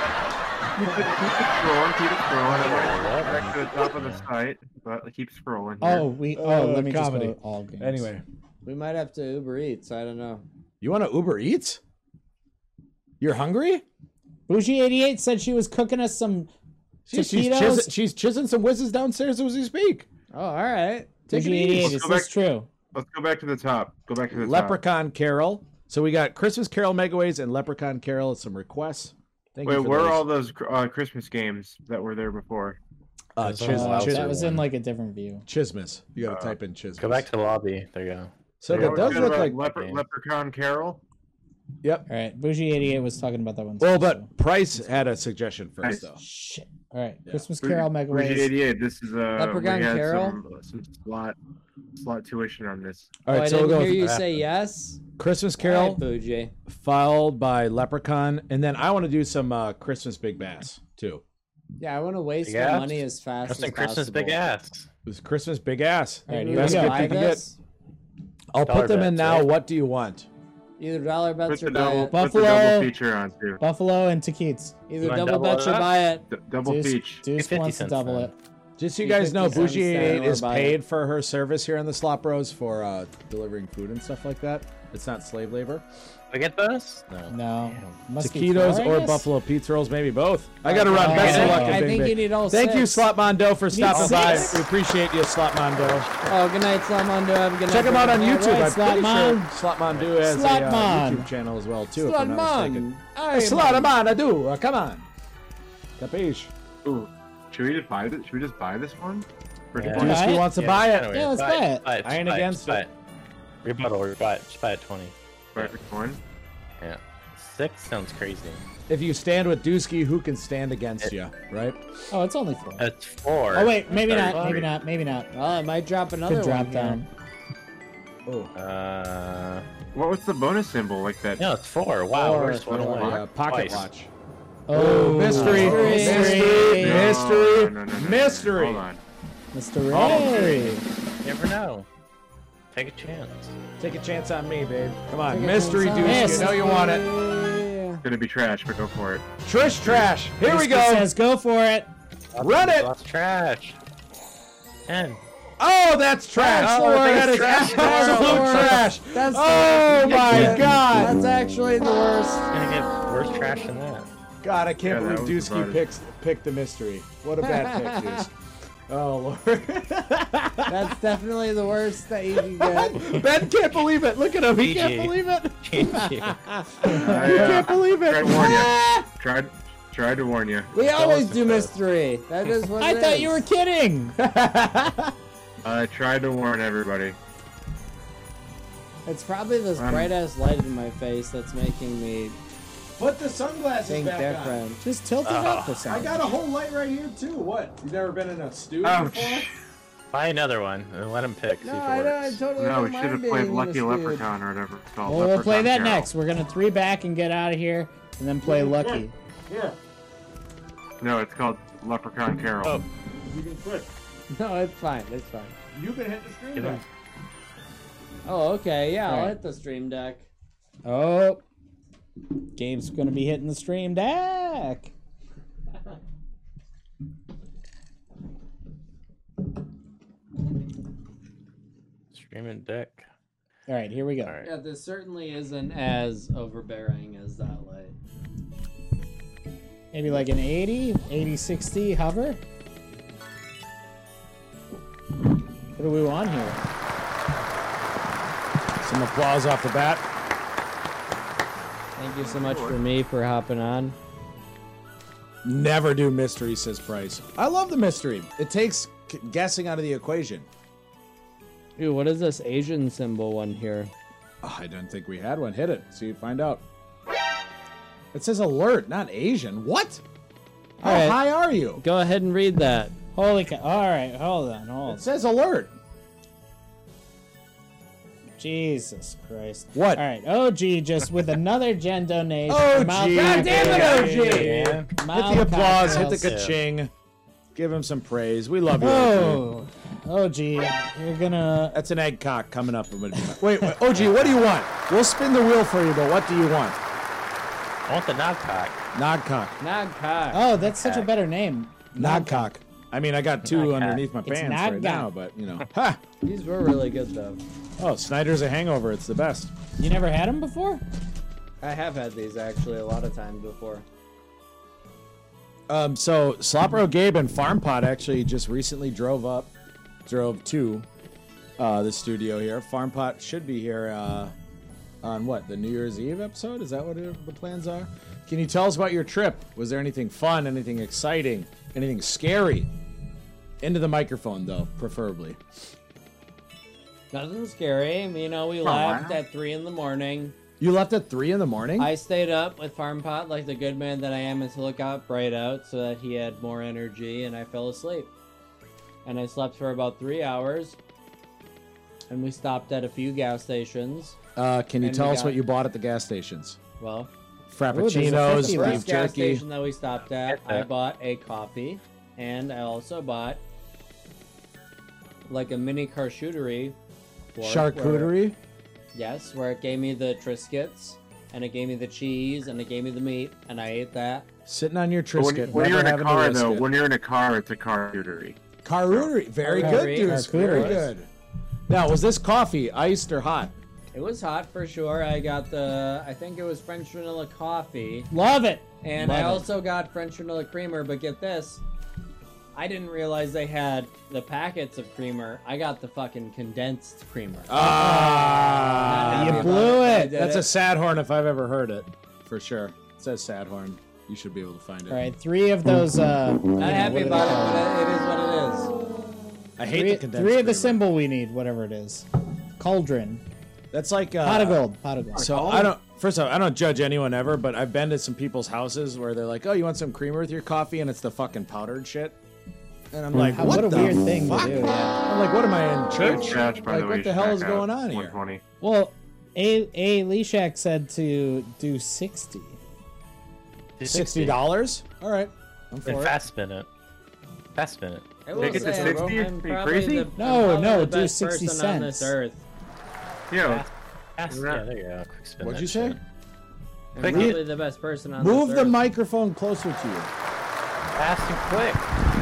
Speaker 3: (laughs)
Speaker 1: Scrolling, keep scrolling. I
Speaker 7: Yeah,
Speaker 1: might
Speaker 7: yeah.
Speaker 1: back to the top of the site, but keep scrolling. Here.
Speaker 3: Oh, we. Oh,
Speaker 4: Uh,
Speaker 3: let me
Speaker 4: comedy.
Speaker 3: just go to all games.
Speaker 4: anyway,
Speaker 6: We might have to Uber Eats. I don't know.
Speaker 4: you want to Uber Eats? You're hungry?
Speaker 3: Bougie88 said she was cooking us some
Speaker 4: She's, she's,
Speaker 3: Taquitos.
Speaker 4: chis- she's chiseling some whizzes downstairs as we speak.
Speaker 6: Oh, all right.
Speaker 4: Take it
Speaker 3: Bougie88.
Speaker 4: easy.
Speaker 3: Is
Speaker 1: Go
Speaker 3: this
Speaker 1: back-
Speaker 3: true?
Speaker 1: Let's go back to the top. Go back to the
Speaker 4: Leprechaun Carol. So we got Christmas Carol Megaways and Leprechaun Carol. and Some requests. Thank
Speaker 1: top. Wait,
Speaker 4: you for
Speaker 1: where are
Speaker 4: those.
Speaker 1: all those uh, Christmas games that were there before?
Speaker 4: uh,
Speaker 7: Those are
Speaker 4: chis-
Speaker 7: all
Speaker 3: Uh,
Speaker 7: out
Speaker 4: chis-
Speaker 7: there.
Speaker 3: that was in like a different view.
Speaker 4: Chismas. You got to type in chismas.
Speaker 7: Go back to the lobby. There you go.
Speaker 4: So
Speaker 1: They
Speaker 4: that
Speaker 1: always
Speaker 4: does
Speaker 1: said
Speaker 4: look
Speaker 1: about
Speaker 4: like
Speaker 1: Leper-
Speaker 7: game.
Speaker 1: Leprechaun Carol.
Speaker 4: Yep.
Speaker 3: All right, Bougie88 was talking about that one.
Speaker 4: Well,
Speaker 3: so-
Speaker 4: but Price had a suggestion
Speaker 1: Nice.
Speaker 4: first, though.
Speaker 3: shit. All right, Christmas Carol
Speaker 1: Bridget
Speaker 3: Megaways.
Speaker 1: 88. This is uh,
Speaker 6: Leprechaun
Speaker 1: we had
Speaker 6: Carol?
Speaker 1: Some, some slot slot tuition on this.
Speaker 4: All right,
Speaker 6: oh, I
Speaker 4: so we'll
Speaker 6: didn't
Speaker 4: go
Speaker 6: hear
Speaker 4: with
Speaker 6: you say yes.
Speaker 4: Christmas
Speaker 6: All
Speaker 4: Carol,
Speaker 6: right, Bougie.
Speaker 4: followed by Leprechaun, and then I want to do some uh, Christmas Big Bass too.
Speaker 6: Yeah, I want to waste
Speaker 7: Big
Speaker 6: my
Speaker 7: ass.
Speaker 6: money as fast
Speaker 7: That's
Speaker 6: as
Speaker 7: a Christmas
Speaker 6: possible.
Speaker 7: big ass.
Speaker 4: It was Christmas Big Ass.
Speaker 3: All right,
Speaker 6: Maybe we
Speaker 3: here we
Speaker 4: Best
Speaker 6: can
Speaker 4: gift
Speaker 3: go.
Speaker 6: buy
Speaker 4: you can
Speaker 6: this.
Speaker 4: I'll
Speaker 7: Dollar
Speaker 4: put them in
Speaker 7: bets,
Speaker 4: now.
Speaker 7: right?
Speaker 4: What do you want?
Speaker 6: Either dollar
Speaker 1: Put
Speaker 6: bets
Speaker 1: the
Speaker 6: or buy
Speaker 1: double,
Speaker 6: it.
Speaker 1: put the
Speaker 3: Buffalo.
Speaker 1: double feature on too.
Speaker 3: Buffalo and Taquitos.
Speaker 6: Either
Speaker 7: Wanna
Speaker 6: double
Speaker 7: double
Speaker 6: bets
Speaker 7: it
Speaker 6: or
Speaker 7: up?
Speaker 6: buy it.
Speaker 1: D- double
Speaker 3: Deuce,
Speaker 1: feature.
Speaker 3: Deuce
Speaker 7: 50
Speaker 3: wants to
Speaker 7: cents
Speaker 3: double
Speaker 7: then.
Speaker 3: it.
Speaker 4: Just so you
Speaker 6: Three
Speaker 4: guys know,
Speaker 6: fifty cents,
Speaker 4: Bougie
Speaker 6: I
Speaker 4: Eight
Speaker 6: don't
Speaker 4: is
Speaker 6: wanna buy
Speaker 4: paid
Speaker 6: it.
Speaker 4: for her service here on the Slop Rose for uh, delivering food and stuff like that. It's not slave labor.
Speaker 7: We get bonus? No.
Speaker 3: No, must be
Speaker 4: Taquitos
Speaker 3: four, I
Speaker 4: or
Speaker 3: guess?
Speaker 4: Buffalo pizza rolls, maybe both. I got to run.
Speaker 3: Uh,
Speaker 4: Best of
Speaker 3: I-
Speaker 4: luck.
Speaker 6: I
Speaker 4: and Big
Speaker 6: think
Speaker 4: Big.
Speaker 6: you need all
Speaker 4: Thank you,
Speaker 6: six.
Speaker 4: Slot Mondo, for stopping by.
Speaker 3: six.
Speaker 4: We appreciate you, Slot Mondo.
Speaker 6: Oh, good night, Slamondo. Have a good night.
Speaker 4: Check him out on
Speaker 6: everyone.
Speaker 4: YouTube.
Speaker 3: right,
Speaker 4: I'm pretty
Speaker 3: Slotmon.
Speaker 4: sure Slotmon do has a uh,
Speaker 3: Slotmon.
Speaker 4: YouTube channel as well too. if I'm not mistaken.
Speaker 6: Slotmon. Aye, man.
Speaker 4: Slotmon, I do. Uh, come on. Capiche?
Speaker 1: Ooh, should we just buy this? Should we just buy this one? Or do
Speaker 7: Yeah.
Speaker 1: we-
Speaker 4: Dusky
Speaker 3: buy it?
Speaker 4: wants to
Speaker 7: Yeah,
Speaker 4: buy
Speaker 7: it's
Speaker 4: it.
Speaker 7: kinda weird.
Speaker 3: Yeah, let's buy it.
Speaker 7: Buy it.
Speaker 4: I ain't
Speaker 7: buy
Speaker 4: against
Speaker 7: buy
Speaker 4: it.
Speaker 7: Rebuttal or buy it. Just buy it 20.
Speaker 1: buy this one?
Speaker 7: Yeah. Six sounds crazy.
Speaker 4: If you stand with Dusky, who can stand against you, right?
Speaker 3: Oh, it's only four.
Speaker 7: That's four.
Speaker 3: Oh wait, maybe
Speaker 7: Sorry.
Speaker 3: not. Maybe not. Maybe not.
Speaker 6: Well, Oh, I might drop another
Speaker 3: Could drop
Speaker 6: one here.
Speaker 3: down.
Speaker 4: Oh,
Speaker 7: Uh,
Speaker 1: What was the bonus symbol like that?
Speaker 7: no, it's four. Wow,
Speaker 4: Four,
Speaker 7: we're just one
Speaker 1: four,
Speaker 7: away.
Speaker 4: uh, pocket
Speaker 7: Twice.
Speaker 4: watch.
Speaker 3: Oh,
Speaker 4: mystery. Mystery.
Speaker 3: mystery,
Speaker 1: No, no,
Speaker 4: Mystery.
Speaker 1: no, no, no, no.
Speaker 4: Mystery.
Speaker 1: Hold on.
Speaker 3: mystery.
Speaker 7: Never know. Take a chance.
Speaker 4: Take a chance on me, babe. Come on,
Speaker 6: Take a
Speaker 4: mystery
Speaker 6: chance
Speaker 4: Dusky.
Speaker 6: on me.
Speaker 4: You know you want it.
Speaker 6: Yeah.
Speaker 1: It's gonna be trash, but go
Speaker 4: (laughs)
Speaker 1: for it.
Speaker 4: Trish trash. Here we
Speaker 3: Dusky
Speaker 4: go.
Speaker 3: Says go for it.
Speaker 4: Run it.
Speaker 7: Lots of trash. Ten.
Speaker 4: Oh, that's trash.
Speaker 6: That's the
Speaker 4: Oh, that
Speaker 6: worst.
Speaker 4: is
Speaker 6: That's the
Speaker 4: absolute
Speaker 6: worst.
Speaker 4: trash.
Speaker 6: That's the
Speaker 4: Oh
Speaker 6: worst.
Speaker 4: my god.
Speaker 6: That's actually the worst.
Speaker 7: Gonna get worse trash than that.
Speaker 4: God, I
Speaker 1: Yeah,
Speaker 4: can't
Speaker 1: that
Speaker 4: believe
Speaker 1: was
Speaker 4: Dusky
Speaker 1: divided.
Speaker 4: picks picked the mystery. What a bad
Speaker 6: (laughs)
Speaker 4: pick, Deuce. Oh (laughs) lord.
Speaker 6: That's definitely the worst that you can get.
Speaker 4: ben can't believe it. Look at him. He can't
Speaker 7: GG.
Speaker 4: believe it.
Speaker 1: I uh,
Speaker 4: Can't believe
Speaker 1: tried to
Speaker 4: it.
Speaker 1: warn you. Tried, tried to warn you.
Speaker 6: We always do
Speaker 7: about it.
Speaker 6: mystery. That is what
Speaker 3: I
Speaker 6: it
Speaker 3: thought you were
Speaker 6: is.
Speaker 3: kidding.
Speaker 1: I tried to warn everybody.
Speaker 6: It's probably this
Speaker 1: Um,
Speaker 6: bright ass light in my face that's making me
Speaker 4: Put the sunglasses
Speaker 6: think
Speaker 4: back
Speaker 6: different.
Speaker 3: Just tilt it up for
Speaker 4: on. I
Speaker 3: something.
Speaker 4: got a whole light right here too. What? You've never been in a studio before?
Speaker 1: Ouch.
Speaker 7: Buy another one and let him pick. See
Speaker 6: No,
Speaker 7: if it
Speaker 6: I, don't- I
Speaker 7: works.
Speaker 6: totally
Speaker 1: No,
Speaker 6: don't
Speaker 1: we should have
Speaker 6: mind
Speaker 1: played
Speaker 6: being in
Speaker 1: Lucky
Speaker 6: this mood.
Speaker 1: Leprechaun or whatever it's called.
Speaker 3: Well, we'll play that
Speaker 1: Leprechaun Carol.
Speaker 3: next. We're gonna three back and get out of here, and then play lucky.
Speaker 1: No, it's called Leprechaun Carol.
Speaker 7: Oh.
Speaker 3: (laughs)
Speaker 6: No, it's fine. It's fine.
Speaker 4: You can hit the screen.
Speaker 7: Get him.
Speaker 6: Oh, okay. Yeah, I'll
Speaker 3: Alright.
Speaker 6: hit the stream deck.
Speaker 3: Oh, game's gonna be hitting the stream deck.
Speaker 7: Streaming deck.
Speaker 3: All right, here we go.
Speaker 12: Yeah, this certainly isn't as overbearing as that light.
Speaker 3: Maybe like an 80, 80, 60 hover. What do we want here?
Speaker 4: Some applause off the bat.
Speaker 10: Thank you so much for me for hopping on.
Speaker 4: Never do mystery, says Price. I love the mystery. It takes c- guessing out of the equation.
Speaker 10: Dude, what is this Asian symbol one here?
Speaker 4: Oh, I don't think we had one. Hit it. So you find out. It says alert, not Asian. What? How
Speaker 10: All right.
Speaker 4: high are you?
Speaker 10: Go ahead and read that.
Speaker 3: Holy cow. All right, hold on, hold
Speaker 4: It says alert.
Speaker 3: on. Jesus Christ.
Speaker 4: What?
Speaker 3: All right, OG just with another gen donation.
Speaker 4: OG.
Speaker 3: Mild-
Speaker 4: God damn it, OG.
Speaker 3: Mild
Speaker 4: hit the applause. Hit the
Speaker 3: cocktails.
Speaker 4: ka-ching. Give him some praise. We love you. OG.
Speaker 3: Oh, OG, you're gonna.
Speaker 4: That's an egg cock coming up. Wait, wait, OG, what do you want? We'll spin the wheel for you, but what do you want?
Speaker 7: I want the knockback.
Speaker 4: Nod cock.
Speaker 10: Nagcock.
Speaker 3: Oh, that's such a better name.
Speaker 4: Nod cock. I mean, I got two
Speaker 7: Nod cock.
Speaker 4: underneath my
Speaker 3: It's
Speaker 4: pants
Speaker 3: nod
Speaker 4: right
Speaker 3: cock.
Speaker 4: now, but you know. Ha!
Speaker 10: These were really good though.
Speaker 4: Oh, Snyder's a hangover. It's the best.
Speaker 3: You never had him before?
Speaker 10: I have had these actually a lot of times before.
Speaker 4: Um, so Slopro Gabe and Farm Pot actually just recently drove up, drove to uh, the studio here. Farm Pot should be here uh, on what the New Year's Eve episode. Is that what it- the plans are? Can you tell us about your trip? Was there anything fun? Anything exciting? Anything scary? Into the microphone though, preferably.
Speaker 10: Nothing scary. You know, we left at three in the morning.
Speaker 4: You left at three in the morning.
Speaker 10: I stayed up with Farm Pot like the good man that I am until it got bright out so that he had more energy and I fell asleep. And I slept for about three hours. And we stopped at a few gas stations.
Speaker 4: uh, can you
Speaker 10: and
Speaker 4: tell
Speaker 10: we
Speaker 4: us
Speaker 10: got-
Speaker 4: what you bought at the gas stations?
Speaker 10: Well,
Speaker 4: Frappuccinos,
Speaker 3: 50
Speaker 4: beef
Speaker 10: first gas
Speaker 4: jerky.
Speaker 10: station that we stopped at, I
Speaker 7: that.
Speaker 10: bought a coffee, and I also bought like a mini charcuterie. board where-
Speaker 4: Charcuterie.
Speaker 10: yes, where it gave me the Triscuits, and it gave me the cheese, and it gave me the meat, and I ate that.
Speaker 4: Sitting on your Trisket.
Speaker 1: When, when you're in
Speaker 4: never
Speaker 1: a
Speaker 4: having
Speaker 1: car,
Speaker 4: risk
Speaker 1: though,
Speaker 4: it.
Speaker 1: when you're in a car, it's a car tutory.
Speaker 4: Caruri. Very
Speaker 10: Caruri.
Speaker 4: good, Deuce. Very
Speaker 3: Caruri.
Speaker 4: good. Now, was this coffee iced or hot?
Speaker 10: It was hot for sure. I got the, I think it was French vanilla coffee,
Speaker 3: Love it.
Speaker 10: and I
Speaker 3: Love it.
Speaker 10: also got French vanilla creamer. But get this, I didn't realize they had the packets of creamer. I got the fucking condensed creamer.
Speaker 4: Ah,
Speaker 10: Not happy
Speaker 4: you
Speaker 10: about
Speaker 4: blew
Speaker 10: it, but I
Speaker 4: it.
Speaker 10: did
Speaker 4: That's
Speaker 10: it.
Speaker 4: a sad horn if I've ever heard it, for sure. It says sad horn. You should be able to find it.
Speaker 3: All right, three of those. Uh,
Speaker 10: Not happy about it, but it, it is what it is.
Speaker 4: I hate
Speaker 3: three,
Speaker 4: the condensed.
Speaker 3: three of
Speaker 4: creamer.
Speaker 3: the symbol we need, whatever it is. Cauldron,
Speaker 4: That's like uh,
Speaker 3: pot of gold, pot of gold.
Speaker 4: So I don't. First off, I don't judge anyone ever, but I've been to some people's houses where they're like, "Oh, you want some creamer with your coffee?" and it's the fucking powdered shit. And I'm like,
Speaker 3: How-
Speaker 4: "What,
Speaker 3: Hmm. what a
Speaker 4: the
Speaker 3: weird thing to
Speaker 4: fuck?"
Speaker 3: do, yeah.
Speaker 4: I'm like, "What am I in church?"
Speaker 1: Trash, by
Speaker 4: like,
Speaker 1: the way,
Speaker 4: what
Speaker 1: you
Speaker 4: the
Speaker 1: should
Speaker 4: hell
Speaker 1: back
Speaker 4: is
Speaker 1: out.
Speaker 4: going on here?
Speaker 1: 120.
Speaker 3: Well, a a Leshak said to do sixty.
Speaker 4: Sixty dollars. All right, I'm for
Speaker 7: And
Speaker 4: it.
Speaker 7: fast spin it. Fast spin it.
Speaker 10: I will
Speaker 1: Take it to
Speaker 10: say,
Speaker 1: 60?
Speaker 10: I'm
Speaker 1: Are you
Speaker 10: probably
Speaker 1: crazy?
Speaker 10: the- I'm
Speaker 3: No,
Speaker 10: probably
Speaker 3: no,
Speaker 10: the
Speaker 3: do
Speaker 10: best
Speaker 3: 60
Speaker 10: person on this
Speaker 3: cents.
Speaker 10: earth.
Speaker 1: Yo,
Speaker 7: Fast, fast,
Speaker 1: You're
Speaker 7: yeah,
Speaker 1: up.
Speaker 7: there you go. Quick spin
Speaker 4: What'd
Speaker 7: that
Speaker 4: you say?
Speaker 7: shit.
Speaker 10: I'm
Speaker 7: Quick,
Speaker 10: probably the best person on
Speaker 4: Move
Speaker 10: this
Speaker 4: the
Speaker 10: earth.
Speaker 4: microphone closer to you.
Speaker 7: fast and quick.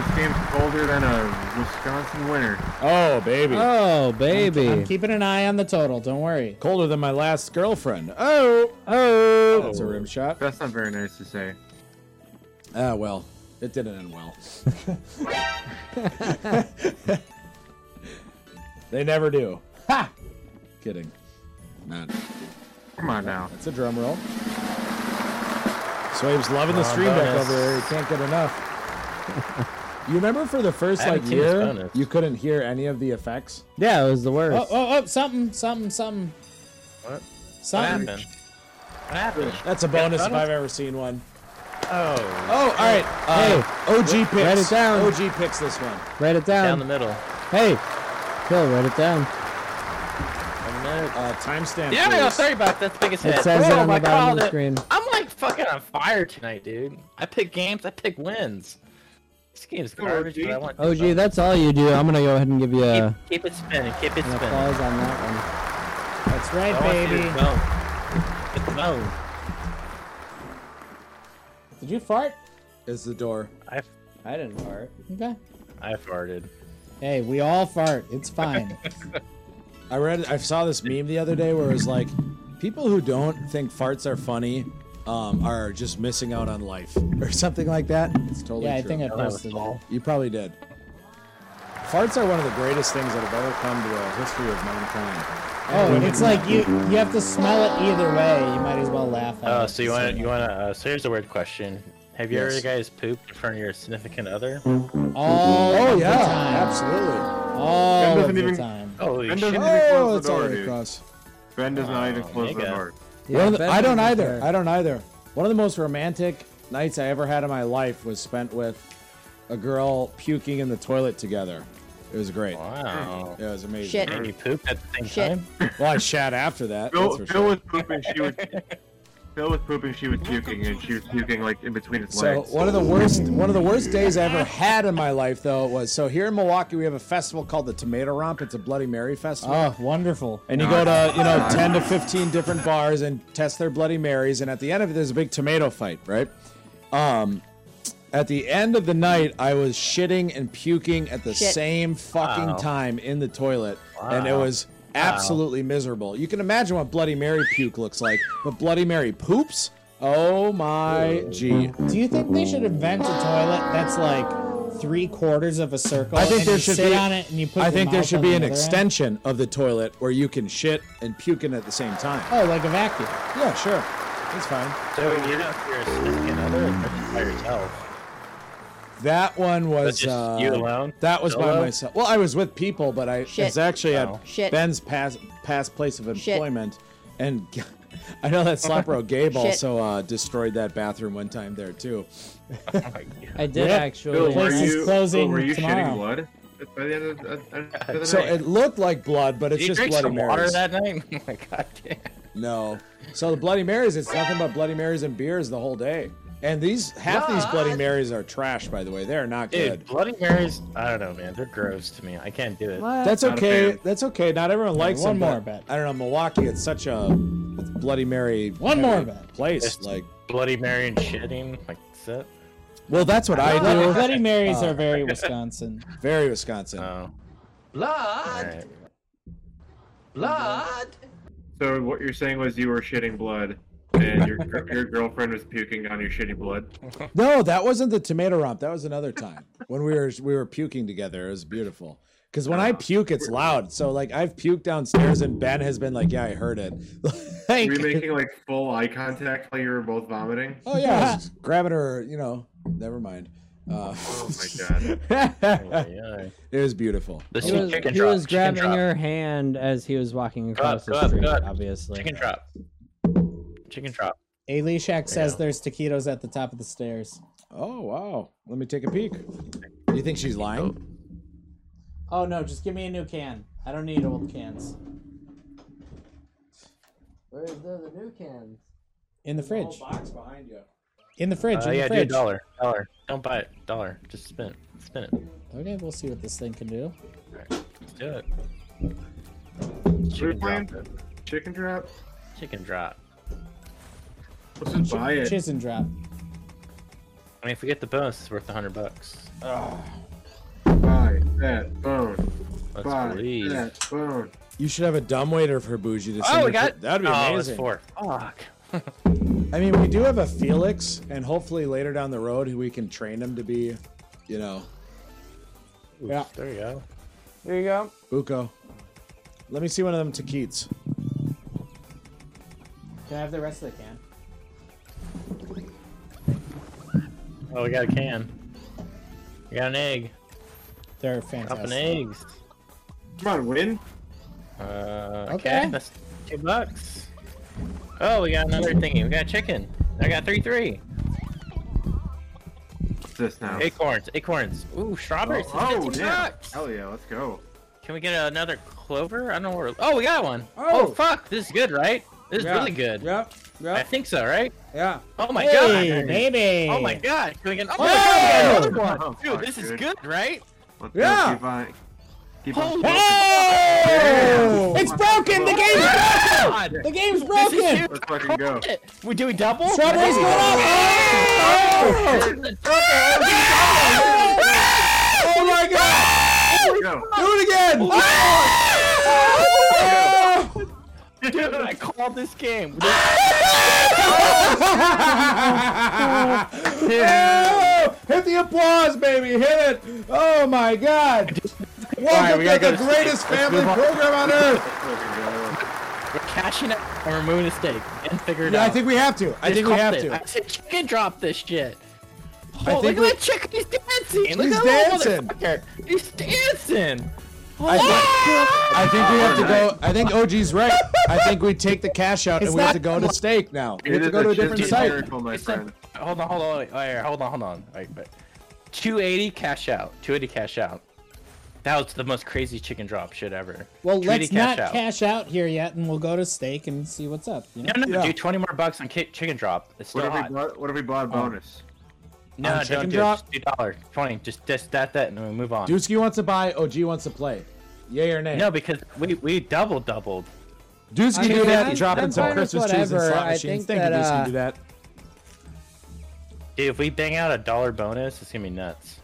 Speaker 1: this game's colder than a Wisconsin winter.
Speaker 4: Oh, baby.
Speaker 10: Oh, baby.
Speaker 3: I'm keeping an eye on the total. Don't worry.
Speaker 4: Colder than my last girlfriend. Oh, oh. That's a rim shot.
Speaker 1: That's not very nice to say.
Speaker 4: Ah, well, it didn't end well. (laughs) they never do. Ha! Kidding. Not.
Speaker 1: Come on now.
Speaker 4: That's a drum roll. Swabe's loving the
Speaker 7: Come on,
Speaker 4: stream deck
Speaker 7: bonus.
Speaker 4: over here. He can't get enough.
Speaker 7: (laughs)
Speaker 4: you remember for the first
Speaker 7: I haven't
Speaker 4: like
Speaker 7: seen this
Speaker 4: year,
Speaker 7: bonus.
Speaker 4: you couldn't hear any of the effects.
Speaker 10: yeah, it was the
Speaker 3: Oh,
Speaker 10: worst.
Speaker 3: oh, oh! Something, something, something,
Speaker 7: What? What
Speaker 3: something.
Speaker 7: happened? What happened?
Speaker 4: That's a bonus if I've ever seen one.
Speaker 7: Oh,
Speaker 4: Oh, all right. Uh, OG picks.
Speaker 10: write it down.
Speaker 4: OG picks this one.
Speaker 10: Write it down.
Speaker 7: down the middle.
Speaker 10: hey, Phil, write it down.
Speaker 7: Down the middle.
Speaker 4: Uh, timestamp.
Speaker 7: Yeah, no,
Speaker 4: please.
Speaker 7: sorry about that. biggest
Speaker 10: It
Speaker 7: hit.
Speaker 10: says it
Speaker 7: Oh,
Speaker 10: on
Speaker 7: I
Speaker 10: the bottom
Speaker 7: called
Speaker 10: of the
Speaker 7: it.
Speaker 10: screen.
Speaker 7: I'm like fucking on fire tonight, dude. I pick games, I pick wins. This game's garbage, but I want
Speaker 10: Oh, gee, that's all you do. I'm gonna go ahead and give you
Speaker 7: keep,
Speaker 10: a,
Speaker 7: keep it spinning, keep it
Speaker 10: an
Speaker 7: spinning.
Speaker 10: applause on that
Speaker 3: That's
Speaker 7: I
Speaker 3: right,
Speaker 7: want you to
Speaker 3: baby.
Speaker 7: go. Get the bone.
Speaker 3: Did you fart?
Speaker 4: Is the door.
Speaker 7: I,
Speaker 10: one. I didn't fart.
Speaker 3: Okay.
Speaker 7: I farted. (laughs)
Speaker 3: Hey, we all fart. It's fine.
Speaker 4: I read, I saw this meme the other day where it was like, people who don't think farts are funny um, are just missing out on life or something like that. It's totally
Speaker 3: Yeah, I
Speaker 4: true.
Speaker 3: think I posted that.
Speaker 4: You probably did. Farts are one of the greatest things that have ever come to the history of mankind.
Speaker 3: Oh,
Speaker 4: Women-
Speaker 3: it's like you you have to smell it either way. You might as well laugh at
Speaker 7: Uh,
Speaker 3: it.
Speaker 7: so you want to you want to? Uh, so here's a weird question. Have you
Speaker 3: Yes.
Speaker 7: ever guys pooped in front of your significant other?
Speaker 3: All
Speaker 4: Oh
Speaker 3: of
Speaker 4: yeah,
Speaker 3: the time.
Speaker 4: absolutely.
Speaker 3: All
Speaker 1: doesn't
Speaker 3: of the
Speaker 1: even-
Speaker 3: time.
Speaker 7: Holy
Speaker 1: Ben
Speaker 7: shit!
Speaker 1: doesn't even
Speaker 4: Oh,
Speaker 1: close
Speaker 4: it's
Speaker 1: the door,
Speaker 4: already
Speaker 1: dude.
Speaker 4: across.
Speaker 1: Ben does not even
Speaker 7: Oh,
Speaker 1: close the
Speaker 7: nigga.
Speaker 1: door.
Speaker 4: One of the-
Speaker 10: Ben
Speaker 4: I don't
Speaker 10: doesn't
Speaker 4: either.
Speaker 10: care.
Speaker 4: I don't either. One of the most romantic nights I ever had in my life was spent with a girl puking in the toilet together. It was great.
Speaker 7: Wow.
Speaker 4: Yeah, it was amazing.
Speaker 8: Shit.
Speaker 7: And you pooped at the same
Speaker 8: Shit.
Speaker 7: time.
Speaker 4: Well, I shat after that.
Speaker 1: Phil,
Speaker 4: That's for
Speaker 1: Phil
Speaker 4: sure.
Speaker 1: was pooping. She was. Phil was pooping. She was puking, and she was puking like in between his
Speaker 4: So
Speaker 1: legs.
Speaker 4: one of the worst one of the worst days I ever had in my life though was so here in Milwaukee we have a festival called the Tomato Romp. It's a Bloody Mary festival.
Speaker 3: Oh, wonderful.
Speaker 4: And you go to, you
Speaker 3: (laughs)
Speaker 4: know, 10 to 15 different bars and test their Bloody Marys. And at the end of it, there's a big tomato fight, right? Um, at the end of the night, I was shitting and puking at the
Speaker 8: Shit.
Speaker 4: same fucking
Speaker 7: Wow.
Speaker 4: time in the toilet. And it
Speaker 7: Wow.
Speaker 4: was absolutely miserable. You can imagine what Bloody Mary puke looks like, but Bloody Mary poops? Oh my gee.
Speaker 3: Do you think they should invent a toilet that's like three quarters of a circle?
Speaker 4: I think
Speaker 3: and
Speaker 4: there
Speaker 3: you
Speaker 4: should
Speaker 3: sit
Speaker 4: be
Speaker 3: on it and you put
Speaker 4: I
Speaker 3: your
Speaker 4: think there
Speaker 3: mouth
Speaker 4: should
Speaker 3: on
Speaker 4: be
Speaker 3: the
Speaker 4: an
Speaker 3: other end?
Speaker 4: extension of the toilet where you can shit and puke in at the same time.
Speaker 3: Oh, like a vacuum.
Speaker 4: Yeah, sure. It's fine.
Speaker 7: So you know, if you're a significant other, or just by yourself.
Speaker 4: That one was
Speaker 7: just
Speaker 4: uh,
Speaker 7: you alone?
Speaker 4: That was by
Speaker 7: Solo?
Speaker 4: myself. Well, I was with people, but I
Speaker 8: Shit.
Speaker 4: it's actually
Speaker 7: Oh.
Speaker 4: at
Speaker 8: Shit.
Speaker 4: Ben's past past place of
Speaker 8: Shit.
Speaker 4: employment, and (laughs) I know that Slapro Gabe
Speaker 8: Shit.
Speaker 4: also uh, destroyed that bathroom one time there too.
Speaker 7: Oh
Speaker 10: (laughs) I did
Speaker 3: Yeah.
Speaker 1: Phil,
Speaker 10: actually.
Speaker 1: were
Speaker 3: Place is
Speaker 1: you,
Speaker 3: closing
Speaker 1: Phil, were you
Speaker 3: tomorrow.
Speaker 1: shitting blood by the end of the, of the
Speaker 4: So
Speaker 1: night?
Speaker 4: it looked like blood, but it's
Speaker 7: Did you
Speaker 4: just
Speaker 7: drink
Speaker 4: Bloody
Speaker 7: some water
Speaker 4: Marys.
Speaker 7: that night? Oh my god damn.
Speaker 4: No, so the Bloody Marys, it's nothing but Bloody Marys and beers the whole day. And these half these Bloody Marys are trash, by the way. They are not good.
Speaker 7: Dude, Bloody Marys, I don't know, man. They're gross to me. I can't do it.
Speaker 4: That's
Speaker 1: Not a
Speaker 4: okay.
Speaker 1: fan.
Speaker 4: That's okay. Not everyone likes
Speaker 3: one
Speaker 4: them,
Speaker 3: more
Speaker 4: but
Speaker 3: bet.
Speaker 4: I don't know. Milwaukee, it's such a it's Bloody Mary.
Speaker 3: One
Speaker 4: heavy
Speaker 3: more bet.
Speaker 4: Place
Speaker 7: Just
Speaker 4: like.
Speaker 7: Bloody Mary and shitting, like that's it.
Speaker 4: Well, that's what I
Speaker 3: Bloody,
Speaker 4: do.
Speaker 3: Bloody Marys are very Wisconsin.
Speaker 4: Very Wisconsin.
Speaker 7: Oh.
Speaker 13: Blood!
Speaker 7: Alright.
Speaker 13: Blood!
Speaker 1: So what you're saying was you were shitting blood, and your your girlfriend was puking on your shitty blood.
Speaker 4: no, that wasn't the tomato romp. That was another time when we were we were puking together. It was beautiful. Because when
Speaker 1: Oh.
Speaker 4: I puke, it's loud. So like I've puked downstairs, and Ben has been like, "Yeah, I heard it." (laughs) like,
Speaker 1: Were you making like full eye contact while you were both vomiting?
Speaker 4: oh yeah, I was
Speaker 3: (laughs)
Speaker 4: just grabbing her. You know, never mind. Uh,
Speaker 1: Oh my god.
Speaker 7: Yeah,
Speaker 4: (laughs) it
Speaker 7: yeah.
Speaker 4: was beautiful.
Speaker 7: This
Speaker 10: He
Speaker 7: is
Speaker 10: was,
Speaker 7: chicken
Speaker 10: he
Speaker 7: drop.
Speaker 10: was
Speaker 7: chicken
Speaker 10: grabbing
Speaker 7: drop.
Speaker 10: her hand as he was walking
Speaker 7: up,
Speaker 10: across
Speaker 7: go
Speaker 10: the
Speaker 7: up,
Speaker 10: street,
Speaker 7: go up.
Speaker 10: obviously.
Speaker 7: Chicken drop. Chicken drop.
Speaker 3: Ailey Shack
Speaker 7: There you
Speaker 3: says
Speaker 7: go.
Speaker 3: there's taquitos at the top of the stairs.
Speaker 4: Oh wow! Let me take a peek. You think she's lying?
Speaker 3: Oh no, just give me a new can. I don't need old cans.
Speaker 6: Where's the, the new cans?
Speaker 3: In the
Speaker 6: There's a
Speaker 3: fridge.
Speaker 6: Whole box behind you.
Speaker 3: In the fridge.
Speaker 7: Uh,
Speaker 3: in
Speaker 7: yeah,
Speaker 3: the
Speaker 7: do a
Speaker 3: fridge.
Speaker 7: dollar. Dollar. Don't buy it. Dollar. Just spin it. Spin it.
Speaker 3: okay, we'll see what this thing can do.
Speaker 7: Let's do it.
Speaker 1: Chicken
Speaker 7: Chicken
Speaker 1: drop.
Speaker 7: drop. it.
Speaker 1: Chicken drop.
Speaker 7: Chicken drop.
Speaker 1: Let's just buy it.
Speaker 3: Chiz and drop.
Speaker 7: I mean, if we get the bonus, it's worth a hundred bucks.
Speaker 1: Buy that bone.
Speaker 7: Let's
Speaker 1: Buy
Speaker 7: believe.
Speaker 1: that bone.
Speaker 4: You should have a dumbwaiter for Bougie to send
Speaker 7: Oh,
Speaker 4: her
Speaker 7: we got.
Speaker 4: food. That'd be
Speaker 7: oh, it's
Speaker 4: amazing.
Speaker 7: four. Fuck.
Speaker 4: I mean, we do have a Felix, and hopefully later down the road we can train him to be, you know,
Speaker 3: Yeah.
Speaker 7: There you go.
Speaker 10: There you go.
Speaker 4: Buko. Let me see one of them taquitos.
Speaker 3: Can I have the rest of the can?
Speaker 7: Oh, we got a can. We got an egg.
Speaker 3: They're
Speaker 7: Dropping
Speaker 3: fantastic.
Speaker 7: eggs.
Speaker 1: Come on, win.
Speaker 7: Uh,
Speaker 3: Okay.
Speaker 7: okay. That's two bucks. Oh, we got another thingy. We got chicken. I got three three.
Speaker 1: What's this now?
Speaker 7: Acorns. Acorns. Ooh, strawberries. Let's get
Speaker 1: Oh,
Speaker 7: some
Speaker 1: yeah.
Speaker 7: nuts.
Speaker 1: Hell yeah, let's go.
Speaker 7: Can we get another clover? I don't know where. Oh, we got one. Oh, fuck. This is good, right? This is really good. Eh.
Speaker 10: Yep.
Speaker 7: I
Speaker 10: Yep.
Speaker 7: think so, right?
Speaker 10: Yeah.
Speaker 7: Oh my
Speaker 3: Hey,
Speaker 7: god.
Speaker 3: baby.
Speaker 7: Oh my god. Can we get, oh my
Speaker 3: Hey!
Speaker 7: god, we got another
Speaker 1: Oh,
Speaker 7: one. Dude, this is
Speaker 1: dude.
Speaker 7: good, right?
Speaker 1: Let's
Speaker 4: Yeah.
Speaker 1: go. Keep on. Keep on.
Speaker 7: Holy
Speaker 3: Hey! Oh! It's broken. The game's (laughs)
Speaker 7: god.
Speaker 3: the game's
Speaker 7: This is
Speaker 3: broken.
Speaker 7: huge.
Speaker 1: Let's fucking go.
Speaker 7: We do we double?
Speaker 3: Strawberries going up.
Speaker 7: Oh, this is a double.
Speaker 4: Oh my god!
Speaker 1: Go.
Speaker 4: Do it again!
Speaker 7: Dude, I called this game.
Speaker 4: Oh, hit the applause, baby. Hit it. Oh my God.
Speaker 7: Alright,
Speaker 4: Welcome
Speaker 7: we gotta
Speaker 4: to
Speaker 7: go
Speaker 4: the
Speaker 7: to
Speaker 4: greatest
Speaker 7: sleep. Let's
Speaker 4: family
Speaker 7: move on.
Speaker 4: program on earth.
Speaker 7: We're cashing it and we're moving a steak and figure it
Speaker 4: Yeah,
Speaker 7: out.
Speaker 4: I think we have to. I
Speaker 7: Just
Speaker 4: think we
Speaker 7: called
Speaker 4: have
Speaker 7: it.
Speaker 4: to.
Speaker 7: I said, chicken drop this shit.
Speaker 4: I
Speaker 7: Oh, look
Speaker 4: think
Speaker 7: at
Speaker 4: we-
Speaker 7: that chicken. He's dancing. Look
Speaker 4: He's
Speaker 7: at that
Speaker 4: dancing.
Speaker 7: little motherfucker. He's dancing.
Speaker 4: I think, I think we have to go. I think OG's right. I think we take the cash out
Speaker 7: It's
Speaker 4: and we have
Speaker 7: not-
Speaker 4: to go to steak now. We
Speaker 1: It
Speaker 4: have to
Speaker 1: is
Speaker 4: go to a different
Speaker 1: shifting
Speaker 4: site.
Speaker 1: miracle, my friend.
Speaker 7: Hold on, hold on, wait, wait, hold on, hold on. All right, but 280 cash out. 280 cash out. That was the most crazy chicken drop shit ever.
Speaker 3: Well,
Speaker 7: 280
Speaker 3: let's not cash out here yet, and we'll go to steak and see what's up. You know?
Speaker 7: No, no, do 20 more bucks on ki- chicken drop. It's
Speaker 1: What
Speaker 7: still
Speaker 1: if we
Speaker 7: hot.
Speaker 1: bought? What if we
Speaker 7: Oh.
Speaker 1: bought a bonus?
Speaker 4: on
Speaker 7: No, no,
Speaker 4: chicken
Speaker 7: don't do
Speaker 4: drop?
Speaker 7: it. Just do dollar. 20. Just, just that, that, and we move on.
Speaker 4: Dusky wants to buy. OG wants to play. Yay or nay?
Speaker 7: No, because we, we double doubled.
Speaker 4: Deuce
Speaker 10: I
Speaker 4: can
Speaker 10: mean,
Speaker 4: do that.
Speaker 10: I'm-
Speaker 4: dropping
Speaker 10: I'm
Speaker 4: some
Speaker 10: fine with
Speaker 4: Christmas trees and
Speaker 10: whatever.
Speaker 4: slot
Speaker 10: I
Speaker 4: machines.
Speaker 10: think
Speaker 4: Thank you,
Speaker 10: that,
Speaker 4: Deuce can
Speaker 10: uh,
Speaker 4: do that.
Speaker 7: Dude, if we bang out a dollar bonus, it's gonna be nuts.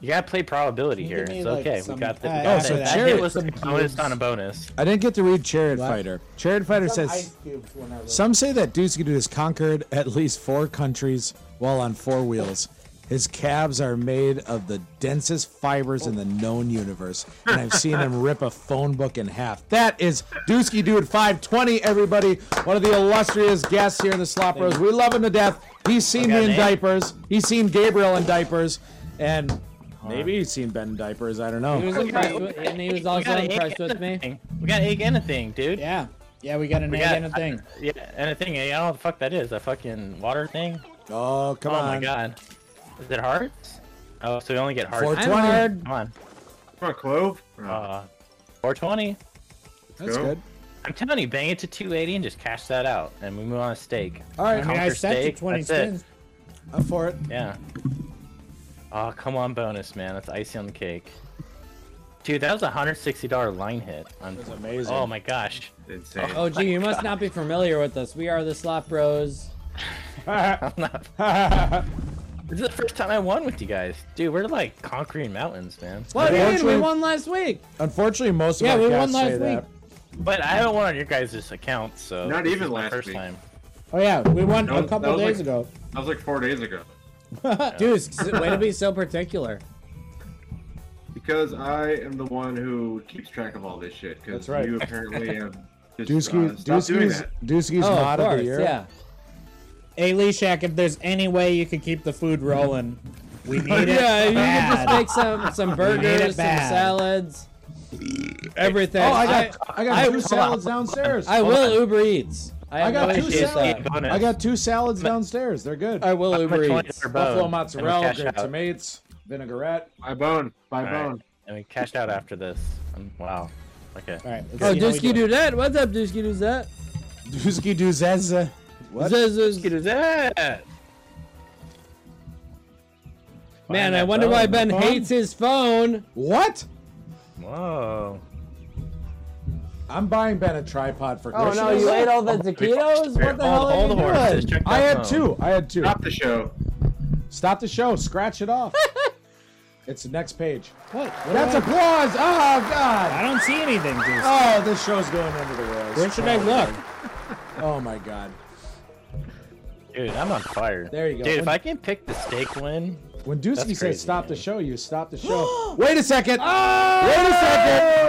Speaker 7: You gotta play probability
Speaker 3: Can you
Speaker 7: here.
Speaker 3: give me,
Speaker 7: It's
Speaker 3: like,
Speaker 7: okay.
Speaker 3: some-
Speaker 7: we got the.
Speaker 3: uh,
Speaker 7: we
Speaker 4: Oh,
Speaker 7: got
Speaker 4: so
Speaker 7: that. that
Speaker 4: Jared-
Speaker 7: hit was a bonus on a bonus.
Speaker 4: I didn't get to read Chariot Fighter. Chariot Fighter
Speaker 3: Some
Speaker 4: says
Speaker 3: ice cubes when I was-
Speaker 4: Some say that Dusky has conquered at least four countries while on four wheels. His calves are made of the densest fibers in the known universe, and I've seen him rip a phone book in half. That is Dusky Dude 520, everybody. One of the illustrious guests here in the Slop Bros. We love him to death. He's seen
Speaker 7: got
Speaker 4: me
Speaker 7: a
Speaker 4: in
Speaker 7: name?
Speaker 4: diapers. He's seen Gabriel in diapers, and maybe he's seen Ben in diapers. I don't know.
Speaker 10: He was impressed, with, and he
Speaker 7: We
Speaker 10: was also
Speaker 7: got an
Speaker 10: impressed
Speaker 7: egg
Speaker 10: with
Speaker 7: and a
Speaker 10: me.
Speaker 7: thing. We got egg and a thing, dude.
Speaker 3: Yeah, yeah, we got an
Speaker 7: We
Speaker 3: egg
Speaker 7: got-
Speaker 3: and a thing.
Speaker 7: Yeah, and a thing. I don't know what the fuck that is. A fucking water thing.
Speaker 4: Oh, come
Speaker 7: oh
Speaker 4: on.
Speaker 7: my god. Is it hearts? Oh, so we only get hearts.
Speaker 4: 420.
Speaker 7: Come on.
Speaker 1: Come on, Clove. Oh,
Speaker 7: Uh, 420.
Speaker 4: That's
Speaker 1: go.
Speaker 4: good.
Speaker 7: I'm telling you, bang it to 280 and just cash that out, and we move on a steak.
Speaker 4: All right.
Speaker 3: I mean, I
Speaker 7: Conquer
Speaker 3: set to
Speaker 7: steak,
Speaker 3: 20
Speaker 7: that's it.
Speaker 3: spins.
Speaker 4: I'm for it.
Speaker 7: Yeah. Oh, come on, bonus, man. That's icing on the cake. Dude, that was a $160 line hit. On...
Speaker 4: That's amazing.
Speaker 7: Oh my gosh.
Speaker 1: insane.
Speaker 10: Oh, gee, you must not be familiar with us. We are the Slop Bros.
Speaker 7: I'm not... This is the first time I won with you guys. Dude, we're like conquering mountains, man.
Speaker 10: What do you mean? We
Speaker 4: Unfortunately-
Speaker 10: won last week.
Speaker 4: Unfortunately, most of
Speaker 3: Yeah,
Speaker 4: our
Speaker 3: we
Speaker 4: guests
Speaker 3: won last
Speaker 4: say that.
Speaker 3: week.
Speaker 7: But I haven't won on your guys' account, so.
Speaker 1: Not
Speaker 7: this
Speaker 1: even
Speaker 7: is my
Speaker 1: last
Speaker 7: first
Speaker 1: week.
Speaker 7: time.
Speaker 3: Oh yeah, we won
Speaker 1: That
Speaker 3: a
Speaker 1: was-
Speaker 3: couple
Speaker 1: that was
Speaker 3: days
Speaker 1: like-
Speaker 3: ago.
Speaker 1: That was like four days ago.
Speaker 10: (laughs) Dude, way to be so particular.
Speaker 1: Because I am the one who keeps track of all this shit. Because
Speaker 4: That's right.
Speaker 1: you
Speaker 10: (laughs)
Speaker 1: apparently have just uh,
Speaker 4: Dusky's
Speaker 1: stopped doing
Speaker 4: Dusky's
Speaker 1: that.
Speaker 4: Dusky's
Speaker 10: oh,
Speaker 4: mod
Speaker 10: of
Speaker 4: of
Speaker 10: course,
Speaker 4: the year.
Speaker 10: yeah.
Speaker 3: Hey, Leshak, if there's any way you could keep the food rolling, we
Speaker 10: (laughs)
Speaker 3: need it.
Speaker 10: Yeah, you can
Speaker 3: bad.
Speaker 10: just make some some
Speaker 3: it
Speaker 10: burgers, some
Speaker 3: bad.
Speaker 10: salads, everything.
Speaker 4: Oh, I got I, got
Speaker 10: I-
Speaker 4: two salads downstairs.
Speaker 10: I,
Speaker 4: I,
Speaker 10: will Uber Eats. I, have
Speaker 4: got
Speaker 10: no
Speaker 4: two
Speaker 10: issues with
Speaker 4: salads.
Speaker 10: that.
Speaker 7: Bonus.
Speaker 4: I got two salads downstairs. They're good.
Speaker 10: I will
Speaker 7: I'm a
Speaker 10: Uber
Speaker 7: $20
Speaker 10: Eats.
Speaker 7: bone,
Speaker 4: Buffalo
Speaker 7: and we
Speaker 4: mozzarella,
Speaker 7: cash
Speaker 4: grape
Speaker 7: out.
Speaker 4: tomatoes, vinaigrette.
Speaker 1: By bone. By
Speaker 7: All right.
Speaker 1: bone.
Speaker 7: And we cashed out after this. Um, wow. Okay.
Speaker 3: All right, let's
Speaker 10: Oh,
Speaker 3: see how we
Speaker 10: Dusky
Speaker 3: do.
Speaker 10: do that. What's up, Dusky do that?
Speaker 4: Dusky Duzeza. What?
Speaker 7: Get his ass.
Speaker 10: Man,
Speaker 7: Find
Speaker 10: I
Speaker 7: that
Speaker 10: wonder why
Speaker 7: bone.
Speaker 10: Ben
Speaker 4: Phone?
Speaker 10: hates his phone.
Speaker 4: What?
Speaker 7: Whoa.
Speaker 4: I'm buying Ben a tripod for
Speaker 10: Oh
Speaker 4: Christmas.
Speaker 10: no, you ate all the taquitos? What the hell are
Speaker 7: Hold
Speaker 10: you
Speaker 7: the horses.
Speaker 10: doing?
Speaker 7: Check
Speaker 4: I
Speaker 7: that
Speaker 4: had
Speaker 7: phone.
Speaker 4: two. I had two.
Speaker 1: Stop the show.
Speaker 4: Stop the show. Scratch it
Speaker 10: (laughs)
Speaker 4: off. it's the next page.
Speaker 3: What? What
Speaker 4: That's
Speaker 3: do
Speaker 4: applause. Oh
Speaker 3: I
Speaker 4: God.
Speaker 3: I don't see anything, dude.
Speaker 4: Oh, this show's going under the rails.
Speaker 3: Where should I look?
Speaker 4: Oh my God.
Speaker 7: Dude, I'm on fire.
Speaker 4: There you go.
Speaker 7: Dude, if I can pick the steak win,
Speaker 4: When Dusky
Speaker 7: That's
Speaker 4: says
Speaker 7: crazy,
Speaker 4: stop the
Speaker 7: man.
Speaker 4: show, you stop the (gasps) show. Wait a second. Wait a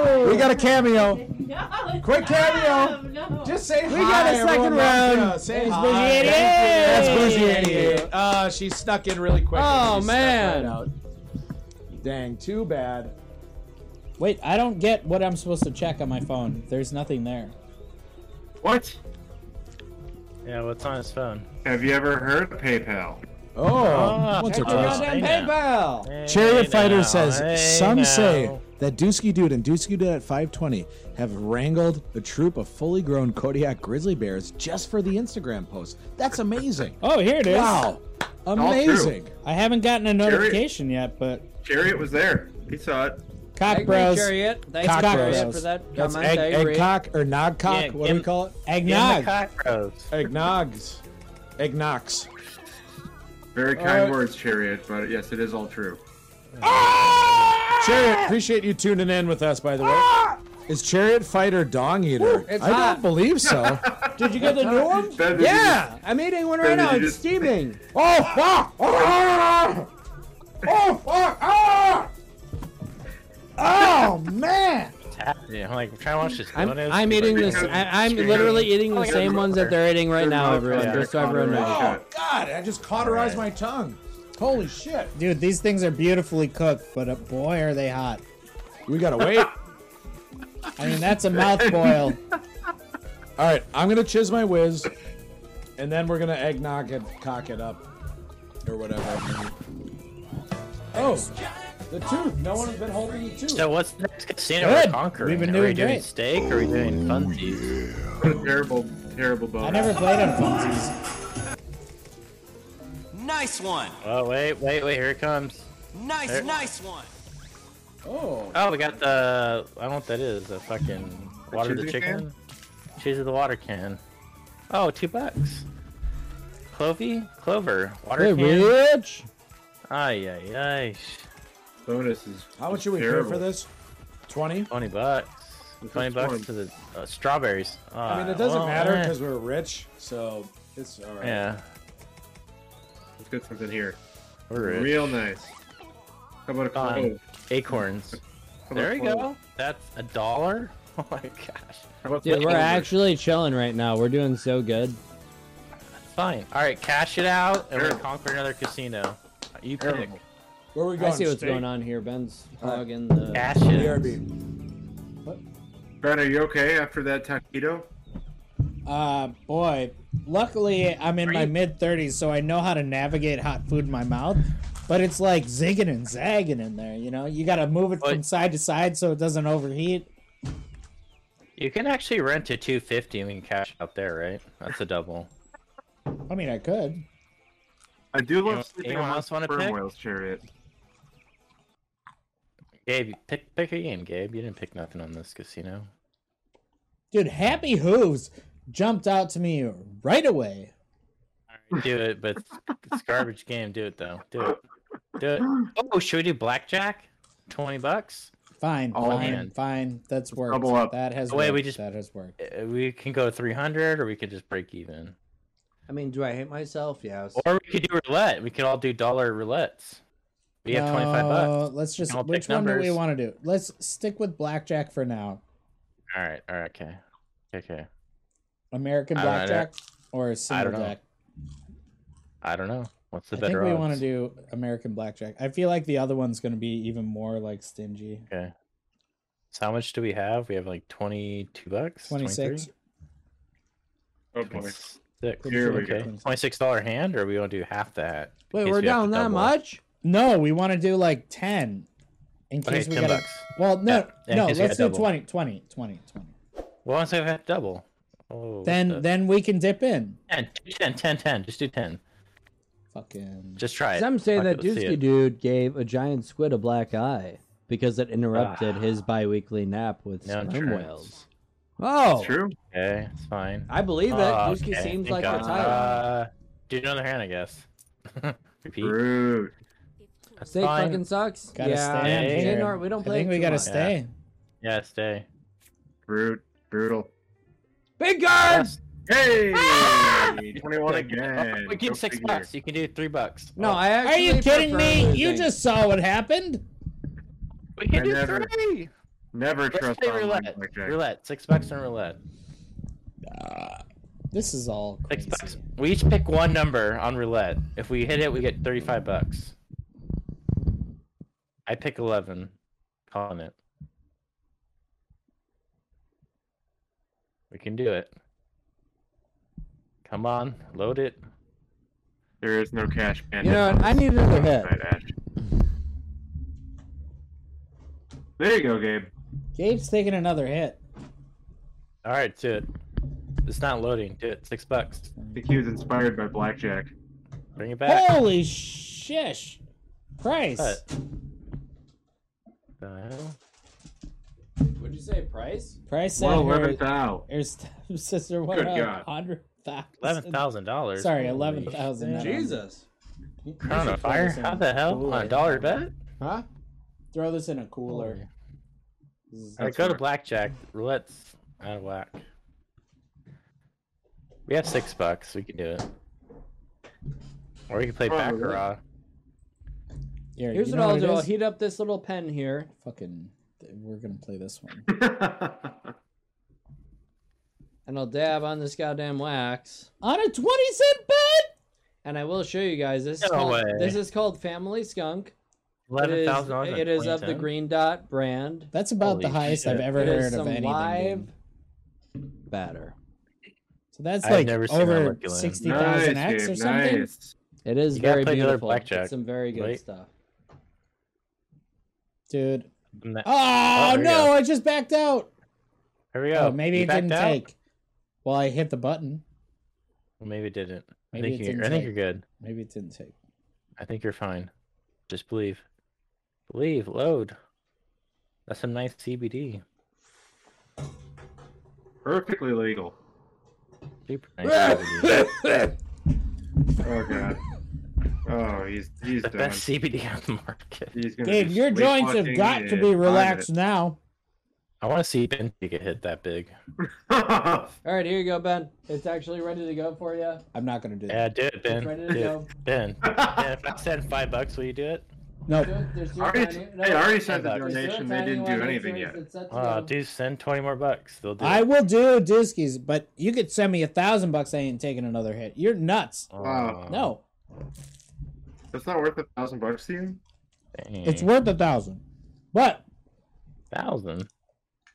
Speaker 4: second. We got a cameo.
Speaker 8: No,
Speaker 4: Quick cameo.
Speaker 8: No, no.
Speaker 4: Just say we
Speaker 10: got a second round.
Speaker 4: Say
Speaker 10: There's
Speaker 4: hi.
Speaker 10: Boozy 88.
Speaker 4: That's Boozy 88. Uh, she snuck in really quick. and then
Speaker 10: Oh,
Speaker 4: she snuck
Speaker 10: man.
Speaker 4: right out. Dang, too bad.
Speaker 3: Wait, I don't get what I'm supposed to check on my phone. There's nothing there.
Speaker 1: What?
Speaker 7: yeah, what's on his phone?
Speaker 1: Have you ever heard of PayPal?
Speaker 4: Oh, once or
Speaker 7: check
Speaker 10: Your
Speaker 4: twice.
Speaker 7: out.
Speaker 10: goddamn
Speaker 7: Ah, Hey,
Speaker 10: PayPal.
Speaker 4: Chariot
Speaker 7: Hey
Speaker 4: Fighter
Speaker 7: now,
Speaker 4: says
Speaker 7: hey
Speaker 4: some
Speaker 7: now."
Speaker 4: say that Dusky Dude and Dusky Dude at 520 have wrangled a troop of fully grown Kodiak grizzly bears just for the Instagram post. That's amazing.
Speaker 3: Oh, here it is.
Speaker 4: Wow.
Speaker 1: all true.
Speaker 4: Amazing.
Speaker 3: I haven't gotten a notification yet, but
Speaker 1: Chariot was there. He saw it.
Speaker 3: Cock
Speaker 10: Thank you,
Speaker 3: Bros.
Speaker 10: Chariot. Thanks,
Speaker 4: Cock
Speaker 10: Chariot,
Speaker 4: Bros.
Speaker 10: for that
Speaker 4: That's
Speaker 10: comment.
Speaker 4: egg,
Speaker 10: I
Speaker 4: egg
Speaker 10: agree.
Speaker 4: cock or nog cock.
Speaker 7: Yeah,
Speaker 4: what do we
Speaker 7: em-
Speaker 4: call it?
Speaker 7: Yeah, the
Speaker 3: Eggnog.
Speaker 7: cock rose.
Speaker 4: Eggnogs. Eggnocks.
Speaker 1: Very kind
Speaker 10: Uh,
Speaker 4: right.
Speaker 1: words, Chariot, but yes, it is all true.
Speaker 4: Chariot, appreciate you tuning in with us, by the way. Is Chariot Fighter Dong Eater?
Speaker 10: it's
Speaker 4: I
Speaker 10: hot.
Speaker 4: don't believe so.
Speaker 10: Did you get the new one?
Speaker 1: Ben, did you
Speaker 10: Oh, Yeah, I'm eating one right
Speaker 1: Ben, did
Speaker 10: now.
Speaker 1: you
Speaker 10: It's
Speaker 1: just-
Speaker 10: steaming.
Speaker 4: (laughs) oh fuck! Oh, ah! Oh, fuck! Ah!
Speaker 3: Oh man!
Speaker 7: Yeah, I'm like trying to watch this.
Speaker 10: I'm,
Speaker 7: bonus,
Speaker 10: I'm
Speaker 7: but
Speaker 10: eating
Speaker 7: like-
Speaker 10: this. I, I'm literally eating the same ones that they're eating right now, everyone. Just so everyone knows.
Speaker 4: Oh god! I just cauterized my tongue. Holy shit!
Speaker 3: Dude, these things are beautifully cooked, but uh, boy, are they hot.
Speaker 4: We gotta wait.
Speaker 3: I mean, that's a mouth boil.
Speaker 1: (laughs)
Speaker 4: All right, I'm gonna chiz my whiz, and then we're gonna eggnog it, cock it up, or whatever. Oh, the tooth. No one has been holding the tooth.
Speaker 7: So what's the next casino
Speaker 3: Good.
Speaker 7: we're conquering?
Speaker 3: We've been
Speaker 7: are we
Speaker 3: doing
Speaker 7: doing
Speaker 3: great.
Speaker 7: steak? Or are we doing funsies?
Speaker 1: terrible, terrible
Speaker 3: I
Speaker 1: bonus.
Speaker 3: never played on funsies.
Speaker 5: Nice one.
Speaker 7: Oh wait, wait, wait! Here it comes.
Speaker 5: Nice,
Speaker 7: There-
Speaker 5: nice one.
Speaker 4: Oh,
Speaker 7: Oh, we got the. I don't know what that is. The fucking water
Speaker 1: cheesy
Speaker 7: the chicken. Cheese of the water can. Oh, two bucks. Clovey, clover,
Speaker 4: Hey,
Speaker 7: water can.
Speaker 4: Rich.
Speaker 7: Ay ay ay. sh-
Speaker 1: Bonus is
Speaker 4: How much
Speaker 1: is
Speaker 4: should we pay
Speaker 1: terrible.
Speaker 4: for this? Twenty.
Speaker 7: Twenty bucks.
Speaker 1: This
Speaker 7: Twenty
Speaker 1: is
Speaker 7: bucks
Speaker 1: fun.
Speaker 7: to the uh, strawberries. Uh,
Speaker 4: I mean, it doesn't matter matter because we're rich, so it's all right.
Speaker 7: yeah,
Speaker 1: Let's get something here.
Speaker 7: we're rich.
Speaker 1: Real nice. How about a
Speaker 7: Um,
Speaker 1: clove?
Speaker 7: acorns.
Speaker 1: (laughs) How about
Speaker 7: There
Speaker 1: a
Speaker 7: you
Speaker 1: clove?
Speaker 7: go. That's a dollar. (laughs) Oh my gosh.
Speaker 1: How about
Speaker 10: Dude,
Speaker 1: some
Speaker 10: we're
Speaker 1: clover?
Speaker 10: actually chilling right now. We're doing so good.
Speaker 7: Fine. All right, cash it out, and we're gonna conquer another casino. You pick.
Speaker 1: Terrible.
Speaker 4: Where are we
Speaker 10: I
Speaker 4: going?
Speaker 10: see what's
Speaker 1: steak.
Speaker 10: going on here. Ben's plugging the.
Speaker 7: Cash it.
Speaker 4: BRB.
Speaker 1: Ben, are you okay after that taquito?
Speaker 3: Uh, boy, luckily I'm in my mid 30s, so I know how to navigate hot food in my mouth. But it's like zigging and zagging in there, you know. You got to move it from
Speaker 7: But-
Speaker 3: side to side so it doesn't overheat.
Speaker 7: You can actually rent to 250 and we can cash out there, right? That's a double. (laughs)
Speaker 3: I mean, I could.
Speaker 1: I do
Speaker 7: Anyone-
Speaker 1: love sleeping
Speaker 7: anyone
Speaker 1: on
Speaker 7: else wanna
Speaker 1: sperm
Speaker 7: pick?
Speaker 1: whales chariot.
Speaker 7: Gabe, pick pick a game, Gabe. You didn't pick nothing on this casino.
Speaker 3: Dude, Happy Hooves jumped out to me right away.
Speaker 7: Do it, but it's a garbage game. Do it though. Do it. Do it. Oh, should we do blackjack? 20 bucks?
Speaker 3: Fine,
Speaker 1: Oh,
Speaker 3: fine,
Speaker 7: man.
Speaker 3: fine. That's worked.
Speaker 1: double up.
Speaker 3: That has
Speaker 7: Wait,
Speaker 3: worked.
Speaker 7: we just-
Speaker 3: That has worked.
Speaker 7: Uh, We can go 300 or we could just break even.
Speaker 10: I mean, do I hate myself? Yes.
Speaker 7: Or we could do roulette. We could all do dollar roulettes. We have 25 bucks.
Speaker 3: No, Let's just.
Speaker 7: I'll pick
Speaker 3: which one do
Speaker 7: numbers.
Speaker 3: we want to do? Let's stick with blackjack for now.
Speaker 7: All right. All right. Okay. Okay.
Speaker 3: American
Speaker 7: I don't know,
Speaker 3: blackjack or single
Speaker 7: know.
Speaker 3: jack.
Speaker 7: I don't know. What's the
Speaker 3: I think
Speaker 7: better
Speaker 3: we
Speaker 7: odds?
Speaker 3: want to do American blackjack. I feel like the other one's going to be even more like stingy.
Speaker 7: Okay. So how much do we have? We have like twenty-two bucks.
Speaker 3: 26.
Speaker 1: Oh boy.
Speaker 7: Six.
Speaker 1: Here we
Speaker 7: okay.
Speaker 1: go.
Speaker 7: Twenty-six dollar hand, or we gonna do half that? in
Speaker 10: Wait,
Speaker 7: case
Speaker 10: we're
Speaker 7: we have to
Speaker 10: down that
Speaker 7: double?
Speaker 10: much?
Speaker 3: No, we want to do like 10 in
Speaker 7: Okay,
Speaker 3: case we
Speaker 7: ten
Speaker 3: got
Speaker 7: bucks.
Speaker 3: Well, no,
Speaker 7: Yeah, in
Speaker 3: no,
Speaker 7: case we
Speaker 3: let's do
Speaker 7: gotta double.
Speaker 3: 20, 20, 20, 20.
Speaker 7: Well, once I have double. Oh, what
Speaker 3: Then
Speaker 7: the-
Speaker 3: then we can dip in.
Speaker 7: 10, 10, 10, 10. Just do ten.
Speaker 3: Fucking
Speaker 7: Just try it.
Speaker 10: Some say
Speaker 7: Fuck
Speaker 10: that
Speaker 7: it, let's see
Speaker 10: Dusky
Speaker 7: it.
Speaker 10: dude gave a giant squid a black eye because it interrupted his biweekly nap with
Speaker 7: No
Speaker 10: sperm
Speaker 7: insurance.
Speaker 10: whales. Oh,
Speaker 1: True.
Speaker 7: Okay, it's fine.
Speaker 10: I believe it.
Speaker 7: Ah,
Speaker 10: Dusky
Speaker 7: okay,
Speaker 10: seems like
Speaker 7: thank
Speaker 10: the
Speaker 7: God.
Speaker 10: type.
Speaker 7: Uh, do another hand, I guess. (laughs) Repeat.
Speaker 1: Rude.
Speaker 7: That's
Speaker 10: Steak
Speaker 7: fine.
Speaker 10: fucking sucks.
Speaker 3: gotta
Speaker 10: yeah,
Speaker 3: stay.
Speaker 7: Hey.
Speaker 10: Jay
Speaker 3: Jared.
Speaker 10: Nor- we don't play.
Speaker 3: I think
Speaker 10: it
Speaker 3: we
Speaker 10: too
Speaker 3: got to
Speaker 10: much.
Speaker 3: stay.
Speaker 7: Yeah, stay.
Speaker 1: Rude. Brutal.
Speaker 10: Big guard.
Speaker 1: Hey! 21 again. Go
Speaker 7: we get six
Speaker 1: figure.
Speaker 7: bucks. You can do three bucks.
Speaker 10: No,
Speaker 7: Oh,
Speaker 10: I
Speaker 3: Are
Speaker 10: actually.
Speaker 3: you kidding
Speaker 10: prefer
Speaker 3: me? You
Speaker 10: losing.
Speaker 3: just saw what happened.
Speaker 7: we can
Speaker 1: I
Speaker 7: do
Speaker 1: never-
Speaker 7: three.
Speaker 1: Never
Speaker 7: Let's
Speaker 1: trust
Speaker 7: play
Speaker 1: online
Speaker 7: roulette.
Speaker 1: blackjack.
Speaker 7: Roulette. Six bucks on roulette.
Speaker 3: This is all
Speaker 7: Six
Speaker 3: crazy.
Speaker 7: bucks. We each pick one number on roulette. If we hit it, we get thirty-five bucks. I pick eleven. Calling it. We can do it. Come on, load it.
Speaker 1: There is no cash man.
Speaker 10: You know, what? I need another hit.
Speaker 1: Right, Ash. There you go, Gabe.
Speaker 3: Gabe's taking another hit.
Speaker 7: All right, do it. It's not loading. Do it. Six bucks.
Speaker 1: I think he was inspired by blackjack.
Speaker 7: Bring it back.
Speaker 3: Holy shish. Price.
Speaker 7: What? The hell?
Speaker 10: Would you say price?
Speaker 3: Price said
Speaker 1: Well,
Speaker 3: her,
Speaker 1: 11th out.
Speaker 3: her (laughs) stepsister went
Speaker 1: Good
Speaker 3: up
Speaker 1: God.
Speaker 3: 100,000.
Speaker 7: Eleven thousand dollars.
Speaker 3: Sorry, 11,000. not 100.
Speaker 10: Jesus.
Speaker 7: Crown of fire? How the hell? On a dollar bet?
Speaker 3: Throw this in a cooler.
Speaker 7: I go to blackjack. Roulette's out of whack. We have six bucks. We can do it. Or we can play
Speaker 6: Probably.
Speaker 7: baccarat.
Speaker 6: Here,
Speaker 3: you
Speaker 6: Here's
Speaker 3: know
Speaker 6: what I'll
Speaker 3: what it
Speaker 6: do. I'll
Speaker 3: is?
Speaker 6: heat up this little pen here. Fucking,
Speaker 3: We're gonna play this one.
Speaker 1: (laughs)
Speaker 6: and I'll dab on this goddamn wax.
Speaker 3: On a twenty cent bet.
Speaker 6: And I will show you guys. This is
Speaker 3: No
Speaker 6: called,
Speaker 3: way.
Speaker 6: this is called Family Skunk. It is-
Speaker 7: $11,000 on
Speaker 6: It is of the
Speaker 7: 2010?
Speaker 6: Green Dot brand.
Speaker 3: That's about the highest I've ever
Speaker 6: It is
Speaker 3: heard of
Speaker 6: some
Speaker 3: anything.
Speaker 6: Live
Speaker 3: dude.
Speaker 6: batter.
Speaker 3: So that's
Speaker 6: I've
Speaker 3: like
Speaker 6: never seen that
Speaker 3: over
Speaker 6: look, Gillian.
Speaker 3: sixty thousand
Speaker 6: Nice,
Speaker 3: X or
Speaker 6: dude,
Speaker 3: something.
Speaker 6: nice. It is
Speaker 7: You gotta
Speaker 6: very
Speaker 7: play another
Speaker 6: beautiful.
Speaker 7: blackjack,
Speaker 6: It's some very good
Speaker 7: right?
Speaker 6: stuff.
Speaker 3: Dude.
Speaker 7: I'm not-
Speaker 3: Oh,
Speaker 7: there we
Speaker 3: no,
Speaker 7: go.
Speaker 3: I just backed out.
Speaker 7: Here we go.
Speaker 3: Oh, maybe
Speaker 7: You
Speaker 3: it
Speaker 7: backed
Speaker 3: didn't
Speaker 7: out?
Speaker 3: take. Well, I hit the button.
Speaker 7: Well, maybe it didn't.
Speaker 3: Maybe
Speaker 7: I think
Speaker 3: it
Speaker 7: you're,
Speaker 3: didn't
Speaker 7: I think
Speaker 3: take.
Speaker 7: you're good.
Speaker 3: Maybe it didn't take.
Speaker 7: I think you're fine. Just believe. Believe. Load. That's some nice CBD.
Speaker 1: Perfectly legal.
Speaker 7: Super
Speaker 6: (laughs)
Speaker 7: nice CBD.
Speaker 1: Oh
Speaker 7: (laughs)
Speaker 1: god. Oh, he's he's
Speaker 7: the
Speaker 1: done.
Speaker 7: best CBD on the market.
Speaker 1: He's gonna
Speaker 3: Dave,
Speaker 1: be
Speaker 3: your joints have
Speaker 1: sleepwalking
Speaker 3: got to
Speaker 1: in
Speaker 3: be
Speaker 1: five minutes.
Speaker 3: relaxed now.
Speaker 7: I want to see Benji get hit that big.
Speaker 1: (laughs)
Speaker 6: All right, here you go, Ben. It's actually ready to go for you.
Speaker 3: I'm not going to do that.
Speaker 7: Yeah, do it, Ben.
Speaker 6: ready to
Speaker 7: Do
Speaker 6: go.
Speaker 7: it.
Speaker 3: (laughs)
Speaker 7: Ben. Ben, if I said five bucks, will you do it?
Speaker 3: No.
Speaker 6: There's
Speaker 1: I already- hey, I already sent the donation. They didn't do anything yet.
Speaker 7: Uh, do send twenty more bucks. They'll do.
Speaker 3: I
Speaker 7: it.
Speaker 3: will do Diskies, but you could send me a thousand bucks. I ain't taking another hit. You're nuts.
Speaker 7: Oh,
Speaker 1: Wow.
Speaker 3: No,
Speaker 1: That's not worth a thousand bucks to you.
Speaker 7: Mm.
Speaker 3: it's worth a thousand. But
Speaker 7: thousand.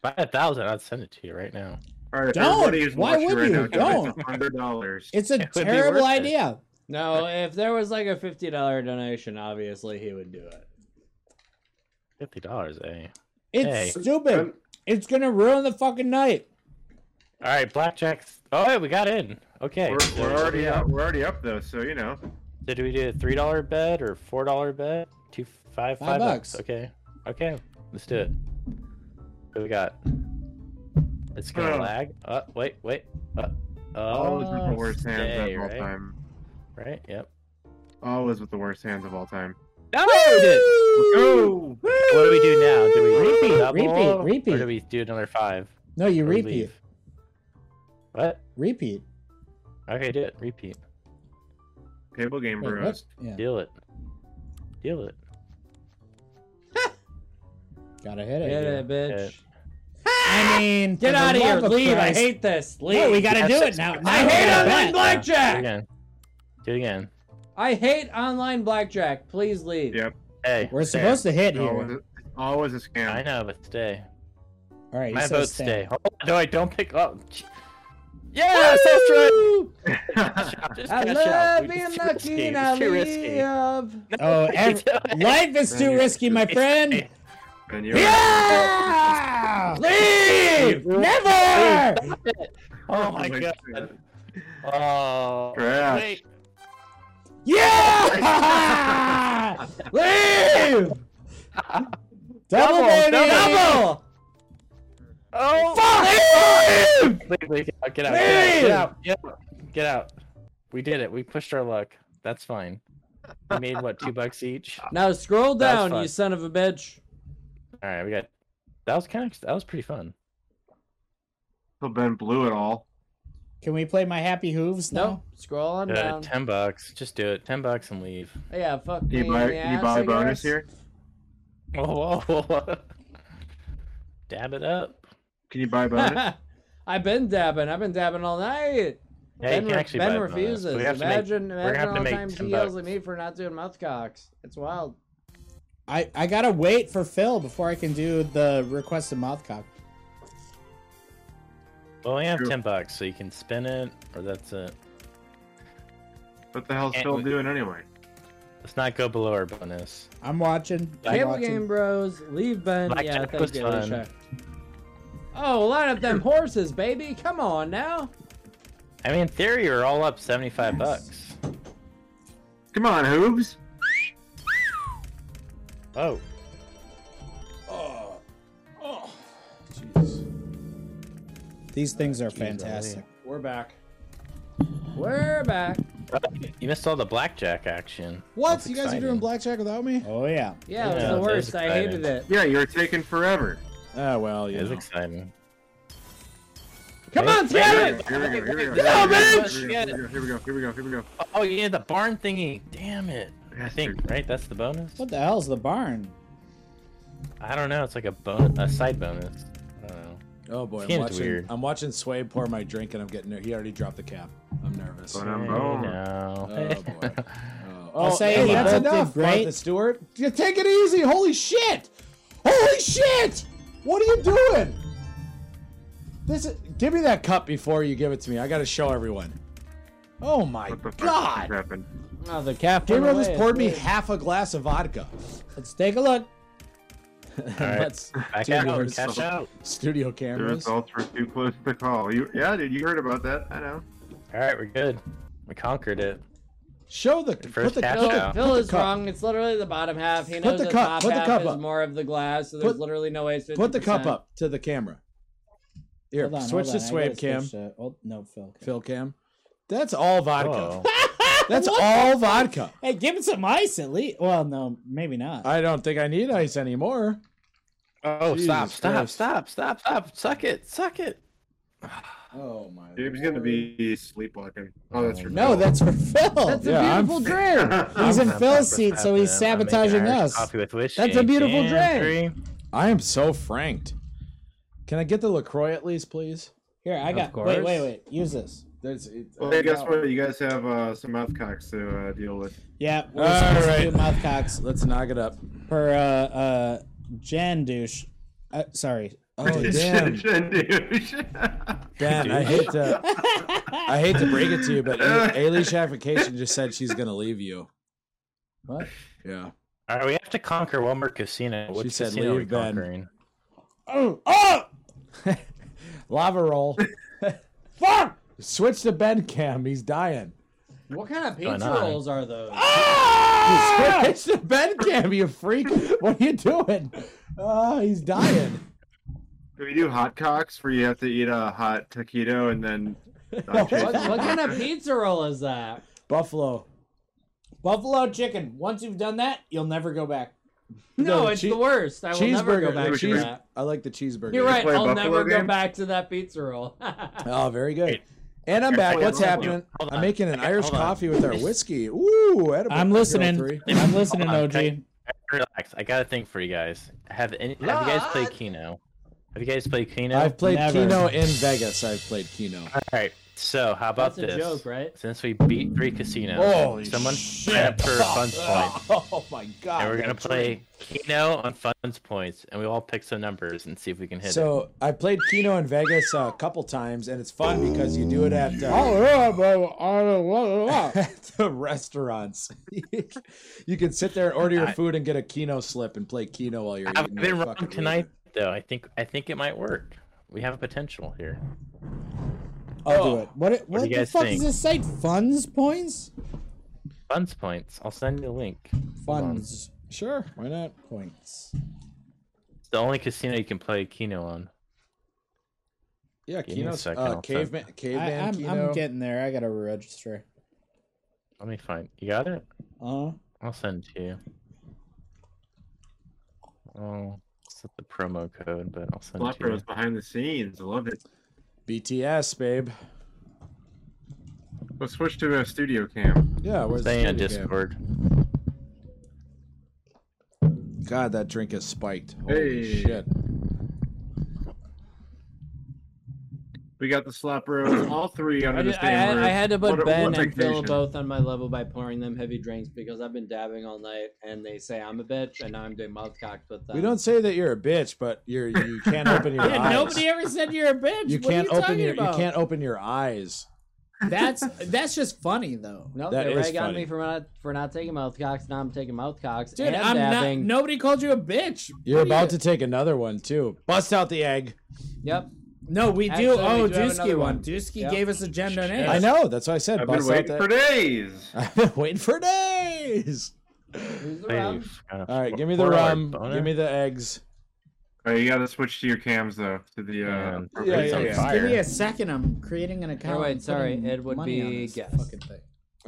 Speaker 7: Buy a thousand. I'd send it to you right now.
Speaker 1: All right,
Speaker 3: Don't!
Speaker 1: everybody is
Speaker 3: Why
Speaker 1: watching
Speaker 3: would
Speaker 1: right
Speaker 3: you?
Speaker 1: now, guys.
Speaker 3: Don't.
Speaker 1: It's hundred dollars.
Speaker 3: it's a
Speaker 7: would be
Speaker 3: terrible
Speaker 7: worth (laughs) it.
Speaker 3: idea.
Speaker 6: No, if there was like a fifty dollar donation, obviously he would do it.
Speaker 7: Fifty dollars, eh?
Speaker 3: It's
Speaker 7: Hey.
Speaker 3: stupid. It's gonna ruin the fucking night.
Speaker 7: All right, blackjacks. Oh, hey, we got in. Okay.
Speaker 1: We're,
Speaker 7: so
Speaker 1: we're
Speaker 7: what do
Speaker 1: already
Speaker 7: we
Speaker 1: up.
Speaker 7: have?
Speaker 1: We're already up though, so you know.
Speaker 7: So do we do a three dollar bet or four dollar bet? Two five
Speaker 3: Five
Speaker 7: five bucks.
Speaker 3: bucks.
Speaker 7: Okay. Okay. Let's do it. What do we got? It's gonna
Speaker 1: Oh.
Speaker 7: lag. Uh, wait, wait. Uh, uh,
Speaker 1: Always with the worst hands
Speaker 7: stay,
Speaker 1: of all
Speaker 7: right?
Speaker 1: time.
Speaker 7: Right. Yep.
Speaker 1: Always with the worst hands of all time.
Speaker 7: No, we did.
Speaker 1: Go.
Speaker 7: What do we do now? Do we
Speaker 3: Repeat,
Speaker 7: double,
Speaker 3: repeat, repeat.
Speaker 7: or do we do another five?
Speaker 3: No, you
Speaker 7: or
Speaker 3: repeat.
Speaker 7: leave? What?
Speaker 3: Repeat.
Speaker 7: Okay, do it. Repeat.
Speaker 1: Table game
Speaker 3: Wait,
Speaker 1: bros.
Speaker 3: what? Yeah.
Speaker 7: Deal it. Deal it.
Speaker 3: Gotta hit it.
Speaker 6: Get
Speaker 3: dude.
Speaker 6: it, bitch.
Speaker 3: I mean,
Speaker 6: Get
Speaker 3: for the
Speaker 6: out of here.
Speaker 3: love of
Speaker 6: Leave. I
Speaker 3: Christ.
Speaker 6: hate this. Leave.
Speaker 3: No, we gotta
Speaker 7: That's
Speaker 3: do it
Speaker 7: six
Speaker 3: now.
Speaker 7: bucks.
Speaker 3: Now
Speaker 6: I
Speaker 3: we
Speaker 6: hate
Speaker 3: gotta
Speaker 6: online
Speaker 3: bet.
Speaker 7: Do it
Speaker 6: blackjack.
Speaker 7: again. Do it again.
Speaker 6: I hate online blackjack. Please leave.
Speaker 1: Yep.
Speaker 7: Hey.
Speaker 3: We're
Speaker 7: stay.
Speaker 3: supposed to hit
Speaker 1: Always,
Speaker 3: here.
Speaker 1: always a scam.
Speaker 7: I know, but stay.
Speaker 3: All right,
Speaker 7: My
Speaker 3: you said
Speaker 7: vote
Speaker 3: stay.
Speaker 7: stay. Oh, no, I don't pick up. Yes, that's
Speaker 6: (laughs)
Speaker 7: right. Just
Speaker 6: I
Speaker 7: cash out.
Speaker 6: love
Speaker 7: We-
Speaker 6: being
Speaker 7: it's too
Speaker 6: lucky
Speaker 7: risky.
Speaker 6: and I
Speaker 7: It's too risky. (laughs)
Speaker 6: live. (laughs)
Speaker 3: Oh,
Speaker 7: You
Speaker 3: ev-
Speaker 7: do it.
Speaker 3: life is too risky, my
Speaker 7: (laughs)
Speaker 3: friend.
Speaker 1: (laughs) And you're-
Speaker 3: Yeah! Leave! Never!
Speaker 7: Oh my
Speaker 1: Holy
Speaker 7: god.
Speaker 1: shit.
Speaker 7: Oh.
Speaker 1: Trash.
Speaker 7: Wait.
Speaker 3: Yeah! Leave! Double, baby!
Speaker 6: Double.
Speaker 7: Oh.
Speaker 3: Fuck! Leave!
Speaker 7: Leave, leave, get out, get out,
Speaker 3: Leave!
Speaker 7: get out, get out, get out. We did it. We pushed our luck. That's fine. We made what two bucks each.
Speaker 6: Now scroll
Speaker 7: That's
Speaker 6: down,
Speaker 7: fun.
Speaker 6: you son of a bitch.
Speaker 7: All right, we got. That was kind of that was pretty fun.
Speaker 1: So Ben blew it all.
Speaker 3: Can we play my happy hooves now?
Speaker 6: Nope. Scroll on
Speaker 7: Uh,
Speaker 6: down.
Speaker 7: ten bucks. Just do it. Ten bucks and leave.
Speaker 6: Yeah, fuck me.
Speaker 1: You
Speaker 6: in
Speaker 1: buy,
Speaker 6: the
Speaker 1: you
Speaker 6: ass,
Speaker 1: buy
Speaker 6: I
Speaker 1: a bonus
Speaker 6: guess.
Speaker 1: here.
Speaker 7: Whoa, whoa, whoa, whoa. Dab it up.
Speaker 1: Can you buy a bonus?
Speaker 10: (laughs)
Speaker 6: I've been dabbing. I've been dabbing all night.
Speaker 7: Yeah, you
Speaker 6: ben
Speaker 7: can
Speaker 6: re-
Speaker 7: actually
Speaker 6: Ben
Speaker 7: buy a bonus.
Speaker 6: refuses.
Speaker 7: We have to make-
Speaker 6: imagine,
Speaker 7: we're gonna
Speaker 6: imagine
Speaker 7: have to
Speaker 6: all the
Speaker 7: make
Speaker 6: times he
Speaker 7: 10
Speaker 6: yells at
Speaker 7: bucks.
Speaker 6: me for not doing mouth cocks. It's wild.
Speaker 3: I, I gotta wait for Phil before I can do the requested mouthcock.
Speaker 7: Well, we have
Speaker 1: True.
Speaker 7: ten bucks, so you can spin it, or that's it.
Speaker 1: what the hell's
Speaker 7: Can't
Speaker 1: Phil
Speaker 7: we-
Speaker 1: doing anyway?
Speaker 7: Let's not go below our bonus.
Speaker 3: I'm watching. I'm
Speaker 6: Cable
Speaker 3: watching.
Speaker 6: game bros, leave Ben. yeah,
Speaker 7: Blackjack was
Speaker 6: thank you,
Speaker 7: fun.
Speaker 6: Alicia. Oh, line up them horses, baby. Come on now.
Speaker 7: I mean, in theory, we're all up seventy-five bucks.
Speaker 1: Come on, Hooves.
Speaker 7: Oh,
Speaker 3: These things are fantastic.
Speaker 6: We're back. We're back.
Speaker 7: you missed all the blackjack action.
Speaker 14: What?
Speaker 7: That's
Speaker 14: You guys are
Speaker 7: exciting.
Speaker 14: doing blackjack without me?
Speaker 3: Oh yeah.
Speaker 6: Yeah, it was
Speaker 7: Yeah,
Speaker 6: the
Speaker 7: that
Speaker 6: worst.
Speaker 7: is
Speaker 6: I hated it.
Speaker 1: Yeah, you were taking forever.
Speaker 4: Ah, well, yeah.
Speaker 7: It's exciting.
Speaker 4: Come on,
Speaker 7: Here
Speaker 4: Scanner!
Speaker 7: we go, here we go, here we go, here we go,
Speaker 4: Yeah,
Speaker 7: here
Speaker 4: bitch!
Speaker 7: we go, here we go,
Speaker 1: Here we go. Here we go. Here we go.
Speaker 7: Oh, Oh yeah, the barn thingy. Damn it. I think right. That's the bonus.
Speaker 3: What the hell's the barn?
Speaker 7: I don't know. It's like a bon- a side bonus. I don't know.
Speaker 4: Oh boy, I'm
Speaker 7: Seems
Speaker 4: watching.
Speaker 7: weird.
Speaker 4: I'm watching Sway pour my drink, and I'm getting. ner- He already dropped the cap. I'm nervous.
Speaker 7: Hey, no.
Speaker 4: Oh
Speaker 7: (laughs)
Speaker 4: boy. (laughs)
Speaker 3: I'll say
Speaker 4: hey,
Speaker 3: he
Speaker 4: that's
Speaker 3: both did
Speaker 4: enough,
Speaker 3: great.
Speaker 4: Martha Stewart. Yeah, Take it easy. Holy shit! Holy shit! What are you doing? This is, give me that cup before you give it to me. I got to show everyone. Oh my
Speaker 1: What the fuck
Speaker 4: god!
Speaker 1: just happened?
Speaker 10: Oh, the cap. went
Speaker 4: Gabriel
Speaker 10: away.
Speaker 4: just poured me
Speaker 10: It's weird.
Speaker 4: half a glass of vodka.
Speaker 10: Let's take a look.
Speaker 7: All right.
Speaker 4: Let's
Speaker 7: Back
Speaker 4: do
Speaker 7: out.
Speaker 4: yours.
Speaker 7: Cash out.
Speaker 4: Studio
Speaker 1: The
Speaker 4: cameras.
Speaker 1: results were too close to call. You, yeah, dude, you heard about that. I know.
Speaker 7: All right, we're good. We conquered it.
Speaker 4: Show the put
Speaker 7: First
Speaker 4: the,
Speaker 7: cash
Speaker 4: put the-
Speaker 7: out.
Speaker 4: put
Speaker 10: Phil
Speaker 4: the
Speaker 10: is
Speaker 4: cup.
Speaker 10: wrong. It's literally the bottom half. He
Speaker 4: Put
Speaker 10: knows
Speaker 4: the
Speaker 10: the,
Speaker 4: cup-
Speaker 10: top
Speaker 4: put the
Speaker 10: half
Speaker 4: cup
Speaker 10: is
Speaker 4: up.
Speaker 10: more of the glass, so there's
Speaker 4: Put-
Speaker 10: literally no way. it's
Speaker 4: Put the cup
Speaker 10: 50%.
Speaker 4: up to the camera. Here,
Speaker 3: Hold on,
Speaker 4: switch
Speaker 3: hold
Speaker 4: to
Speaker 3: on, I
Speaker 4: Swab
Speaker 3: gotta
Speaker 4: cam.
Speaker 3: switch to- oh, no, Phil.
Speaker 4: Phil cam. That's all vodka.
Speaker 7: Oh.
Speaker 4: (laughs) That's all vodka.
Speaker 3: Hey, give it some ice at least. Well, no, maybe not.
Speaker 4: I don't think I need ice anymore.
Speaker 7: Oh,
Speaker 4: Jesus
Speaker 7: stop! Stop!
Speaker 4: Christ.
Speaker 7: Stop! Stop! Stop! Suck it! Suck it!
Speaker 4: Oh my.
Speaker 1: Gabe's gonna be sleepwalking. Oh, that's for
Speaker 3: no, that's for Phil.
Speaker 10: That's
Speaker 4: Yeah,
Speaker 10: a
Speaker 4: I'm-
Speaker 10: beautiful
Speaker 1: (laughs)
Speaker 10: drink.
Speaker 3: He's in Phil's
Speaker 7: I'm proper
Speaker 3: seat, so he's
Speaker 7: staff, I'm making
Speaker 3: sabotaging
Speaker 7: Irish
Speaker 3: us.
Speaker 7: Coffee with wish.
Speaker 10: That's a
Speaker 7: and
Speaker 10: beautiful
Speaker 7: Gentry.
Speaker 4: I am so franked. Can I get the Lacroix at least, please?
Speaker 3: Here, I got.
Speaker 7: course.
Speaker 3: Wait, wait, wait. Use this.
Speaker 4: There's. It's,
Speaker 1: Well, hey, guess what? You guys have uh, some mouth cocks to uh, deal with.
Speaker 3: Yeah, we're
Speaker 4: All
Speaker 3: supposed
Speaker 4: right.
Speaker 3: to do mouth cocks
Speaker 4: Let's knock it up.
Speaker 3: per uh, uh, Jan douche. Uh, sorry.
Speaker 1: (laughs)
Speaker 4: Oh damn, Ben! I hate to, I hate to break it to you, but
Speaker 3: (laughs)
Speaker 4: A- Ailey Shaffication just said she's gonna leave you.
Speaker 3: What?
Speaker 4: Yeah.
Speaker 7: All right, we have to conquer one more casino. Which
Speaker 4: said
Speaker 7: casino are we
Speaker 4: leave, Ben.
Speaker 7: conquering?
Speaker 3: Oh, oh,
Speaker 4: (laughs) Lava roll.
Speaker 3: (laughs) fuck!
Speaker 4: Switch to Ben Cam. He's dying.
Speaker 10: What kind of
Speaker 7: Going
Speaker 10: pizza
Speaker 7: on.
Speaker 10: rolls
Speaker 7: (laughs)
Speaker 10: are those?
Speaker 3: Ah!
Speaker 4: (laughs) Switch to Ben Cam. You freak! What are you doing? Uh, he's dying.
Speaker 1: Do we do hot cocks where you have to eat a hot taquito and then? Uh, chase
Speaker 10: What, what kind of pizza roll is that?
Speaker 4: Buffalo.
Speaker 3: Buffalo chicken. Once you've done that, you'll never go back.
Speaker 10: No,
Speaker 4: No,
Speaker 10: it's
Speaker 4: che-
Speaker 10: the worst. I will never go
Speaker 4: Cheeseburger.
Speaker 10: back to
Speaker 4: Cheese-
Speaker 10: that.
Speaker 4: I like the cheeseburger.
Speaker 10: You're right.
Speaker 1: play
Speaker 10: I'll
Speaker 1: Buffalo
Speaker 10: never go
Speaker 1: game?
Speaker 10: back to that pizza roll. (laughs)
Speaker 4: Oh, very good. And I'm back.
Speaker 1: Wait,
Speaker 4: What's
Speaker 1: hold on.
Speaker 4: happening?
Speaker 7: Hold
Speaker 4: I'm
Speaker 7: on.
Speaker 4: making an
Speaker 7: Okay,
Speaker 4: Irish
Speaker 7: hold on.
Speaker 4: coffee with our whiskey. Ooh, edible.
Speaker 3: I'm listening.
Speaker 4: 03.
Speaker 3: I'm listening,
Speaker 7: Hold on,
Speaker 3: OG.
Speaker 7: Oh, okay. Relax. I got a thing for you guys. Have any? Have you guys played Keno? Have you guys played Keno?
Speaker 4: I've played
Speaker 3: Never.
Speaker 4: Keno in Vegas. I've played Keno.
Speaker 7: All right. So how about
Speaker 10: That's
Speaker 7: this?
Speaker 10: a joke, right?
Speaker 7: Since we beat three casinos,
Speaker 4: Holy
Speaker 7: someone
Speaker 4: shit.
Speaker 7: sign
Speaker 4: (laughs)
Speaker 7: up for funds points,
Speaker 4: Oh my god.
Speaker 7: and we're gonna play Keno on funds points, and we all pick some numbers and see if we can hit
Speaker 4: So I played Keno in Vegas uh, a couple times, and it's fun because you do it at uh,
Speaker 3: All
Speaker 4: (laughs) at the restaurants. (laughs) you can sit there and order your
Speaker 7: I-
Speaker 4: food and get a Keno slip and play Keno while you're
Speaker 7: it. I've
Speaker 4: eating.
Speaker 7: been
Speaker 4: your
Speaker 7: wrong
Speaker 4: fucking
Speaker 7: tonight,
Speaker 4: wiener.
Speaker 7: though. I think I think it might work. We have a potential here. Oh.
Speaker 3: do it. What? What,
Speaker 7: do you
Speaker 3: the
Speaker 7: guys
Speaker 3: fuck
Speaker 7: think?
Speaker 3: is this site? Funds points.
Speaker 7: Funds points. I'll send you a link. Hold on.
Speaker 3: Funds
Speaker 4: Sure, why not?
Speaker 3: points.
Speaker 7: It's the only casino you can play Keno on.
Speaker 4: Yeah,
Speaker 7: Give me a
Speaker 4: Keno's
Speaker 7: second,
Speaker 4: uh,
Speaker 7: I'll type.
Speaker 4: caveman,
Speaker 3: I,
Speaker 4: caveman
Speaker 3: am
Speaker 4: Keno.
Speaker 3: getting there. I gotta register.
Speaker 7: Let me find. You got it?
Speaker 3: Uh,
Speaker 7: I'll send it to you. Oh, set the promo code, but I'll send it to you.
Speaker 1: Flopper behind the scenes. I love it.
Speaker 4: BTS, babe.
Speaker 1: Let's switch to a studio cam.
Speaker 4: Yeah, where's
Speaker 7: Stay
Speaker 4: the
Speaker 7: on
Speaker 4: studio cam?
Speaker 7: Discord.
Speaker 4: God, that drink is spiked. Holy
Speaker 1: Hey.
Speaker 4: shit.
Speaker 1: We got the slop rose, all three under
Speaker 10: I,
Speaker 1: the
Speaker 10: did- I,
Speaker 1: same
Speaker 10: had,
Speaker 1: roof.
Speaker 10: I had to put
Speaker 1: What a-
Speaker 10: Ben
Speaker 1: what
Speaker 10: and Phil
Speaker 1: vacation.
Speaker 10: both on my level by pouring them heavy drinks because I've been dabbing all night and they say I'm a bitch and now I'm doing mouth cocks with them.
Speaker 4: We don't say that you're a bitch, but you're
Speaker 3: (laughs)
Speaker 4: you can't open your
Speaker 3: yeah,
Speaker 4: eyes.
Speaker 3: nobody ever said you're a bitch.
Speaker 4: you
Speaker 3: what
Speaker 4: can't
Speaker 3: are you
Speaker 4: open
Speaker 3: talking
Speaker 4: your
Speaker 3: about?
Speaker 4: you can't open your eyes.
Speaker 3: That's that's just funny though.
Speaker 10: No,
Speaker 4: That
Speaker 10: they
Speaker 4: is
Speaker 10: rag on
Speaker 4: funny.
Speaker 10: me for not for not taking mouth cocks. Now I'm taking mouth cocks
Speaker 3: Dude,
Speaker 10: and
Speaker 3: I'm
Speaker 10: dabbing.
Speaker 3: not. Nobody called you a bitch.
Speaker 4: You're
Speaker 3: What are
Speaker 4: about to
Speaker 3: you-
Speaker 4: take another one too. Bust out the egg.
Speaker 10: Yep.
Speaker 3: No, we do.
Speaker 10: Actually, we
Speaker 3: oh,
Speaker 10: do have
Speaker 3: Dusky
Speaker 10: another
Speaker 3: one.
Speaker 10: one.
Speaker 3: Dusky
Speaker 10: Yep.
Speaker 3: gave us a gem donation.
Speaker 4: I know. That's why I said
Speaker 1: I've been
Speaker 4: bust out
Speaker 1: waiting
Speaker 4: the.
Speaker 1: for days.
Speaker 4: (laughs) I've been waiting for days.
Speaker 10: Who's the rum?
Speaker 7: We've got a
Speaker 4: All right,
Speaker 7: four-
Speaker 4: give me the
Speaker 7: four-hour
Speaker 4: rum.
Speaker 7: boner.
Speaker 4: Give me the eggs.
Speaker 1: Oh, you gotta switch to your cams though. To the uh,
Speaker 7: And
Speaker 4: Yeah,
Speaker 7: it's
Speaker 4: yeah,
Speaker 7: on
Speaker 4: yeah.
Speaker 7: fire.
Speaker 3: Give me a second. I'm creating an account.
Speaker 10: wait,
Speaker 3: and
Speaker 10: sorry,
Speaker 3: putting
Speaker 10: it would
Speaker 3: money on
Speaker 10: be
Speaker 3: this
Speaker 10: guess.
Speaker 3: Fucking thing.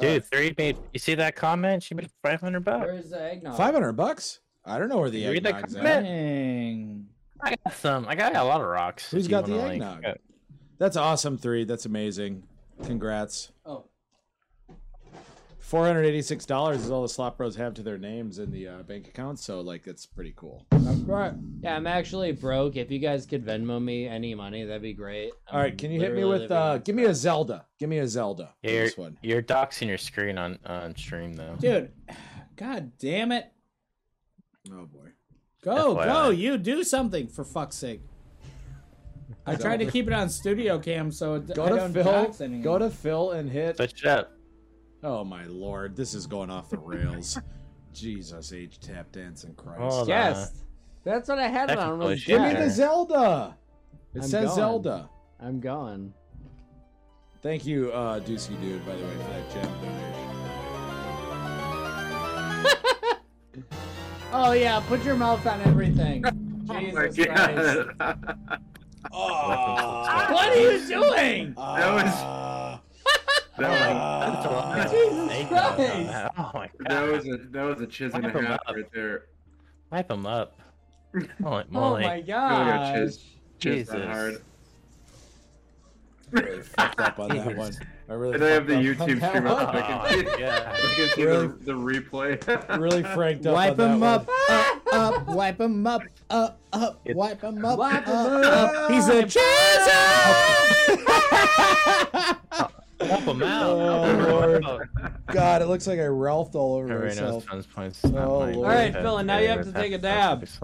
Speaker 7: Dude, three made. You see that comment? She made five hundred bucks.
Speaker 10: Where's the eggnog?
Speaker 4: Five hundred bucks. I don't know where the
Speaker 7: You read
Speaker 4: egg
Speaker 7: that
Speaker 4: eggnogs
Speaker 7: comment?
Speaker 4: at.
Speaker 3: Dang.
Speaker 7: I got some. I got, I got a lot of rocks.
Speaker 4: Who's
Speaker 7: if you
Speaker 4: got the
Speaker 7: wanna, like-
Speaker 4: eggnog? That's awesome, three. That's amazing. Congrats.
Speaker 15: Oh.
Speaker 4: Four hundred eighty-six dollars is all the slot bros have to their names in the uh, bank accounts, so like that's pretty cool.
Speaker 10: Right. Yeah, I'm actually broke. If you guys could Venmo me any money, that'd be great.
Speaker 4: All right, can you hit me with? uh Give me a Zelda. Give me a Zelda.
Speaker 7: Yeah, you're,
Speaker 4: This one.
Speaker 7: you're doxing your screen on on stream though.
Speaker 3: Dude, god damn it.
Speaker 4: Oh boy.
Speaker 3: Go,
Speaker 7: FYI.
Speaker 3: go, you do something for fuck's sake. I tried to keep it on studio cam so it
Speaker 4: Go
Speaker 3: I
Speaker 4: to
Speaker 3: don't dox
Speaker 4: Phil.
Speaker 3: anyone.
Speaker 4: Go to Phil and hit.
Speaker 7: Switch it up.
Speaker 4: Oh my lord, this is going off the rails. Jesus, age tap dancing Christ.
Speaker 3: Oh,
Speaker 7: Hold Yes. on.
Speaker 10: That's what I had it on. Was
Speaker 4: Give me
Speaker 10: Jack.
Speaker 4: the Zelda. It
Speaker 10: I'm
Speaker 4: says
Speaker 10: going.
Speaker 4: Zelda.
Speaker 10: I'm going.
Speaker 4: Thank you, uh, Deucey Dude, by the way, for that gem
Speaker 3: (laughs)
Speaker 4: donation.
Speaker 3: Oh yeah, put your mouth on everything.
Speaker 1: (laughs)
Speaker 3: Jesus Christ. What are you doing?
Speaker 1: that was. That was,
Speaker 3: Jesus Christ.
Speaker 7: Oh
Speaker 10: (laughs)
Speaker 7: my
Speaker 1: that was a that was a chiz and a
Speaker 7: Wipe 'em
Speaker 1: half
Speaker 7: up.
Speaker 1: right there.
Speaker 7: Wipe them
Speaker 10: (laughs)
Speaker 7: up. Holy
Speaker 3: Oh
Speaker 7: moly.
Speaker 3: my
Speaker 1: Really
Speaker 10: Ah,
Speaker 1: got
Speaker 3: god.
Speaker 1: chiz, chiz that
Speaker 7: Jesus.
Speaker 1: hard.
Speaker 4: Really fucked up on that one. I really.
Speaker 1: And I have the
Speaker 4: fucked up on
Speaker 1: YouTube
Speaker 4: that
Speaker 1: stream
Speaker 4: one.
Speaker 1: up. I
Speaker 10: (laughs)
Speaker 1: can see,
Speaker 7: Oh, Yeah.
Speaker 1: I can see the, the replay.
Speaker 4: Really franked up.
Speaker 3: Wipe
Speaker 4: on that
Speaker 3: him
Speaker 4: one.
Speaker 3: up, up, up, wipe him up, up, up, wipe him up, uh,
Speaker 10: Wipe
Speaker 3: up,
Speaker 10: 'em
Speaker 3: up. He's a chaser!
Speaker 7: Wipe 'em out.
Speaker 4: Oh, Lord. (laughs) God, it looks like I Ralphed all over
Speaker 7: Everybody
Speaker 4: myself.
Speaker 7: knows Fun's points.
Speaker 4: Oh, Lord. All
Speaker 10: right, Phil, and now you have to take a dab.
Speaker 1: (laughs)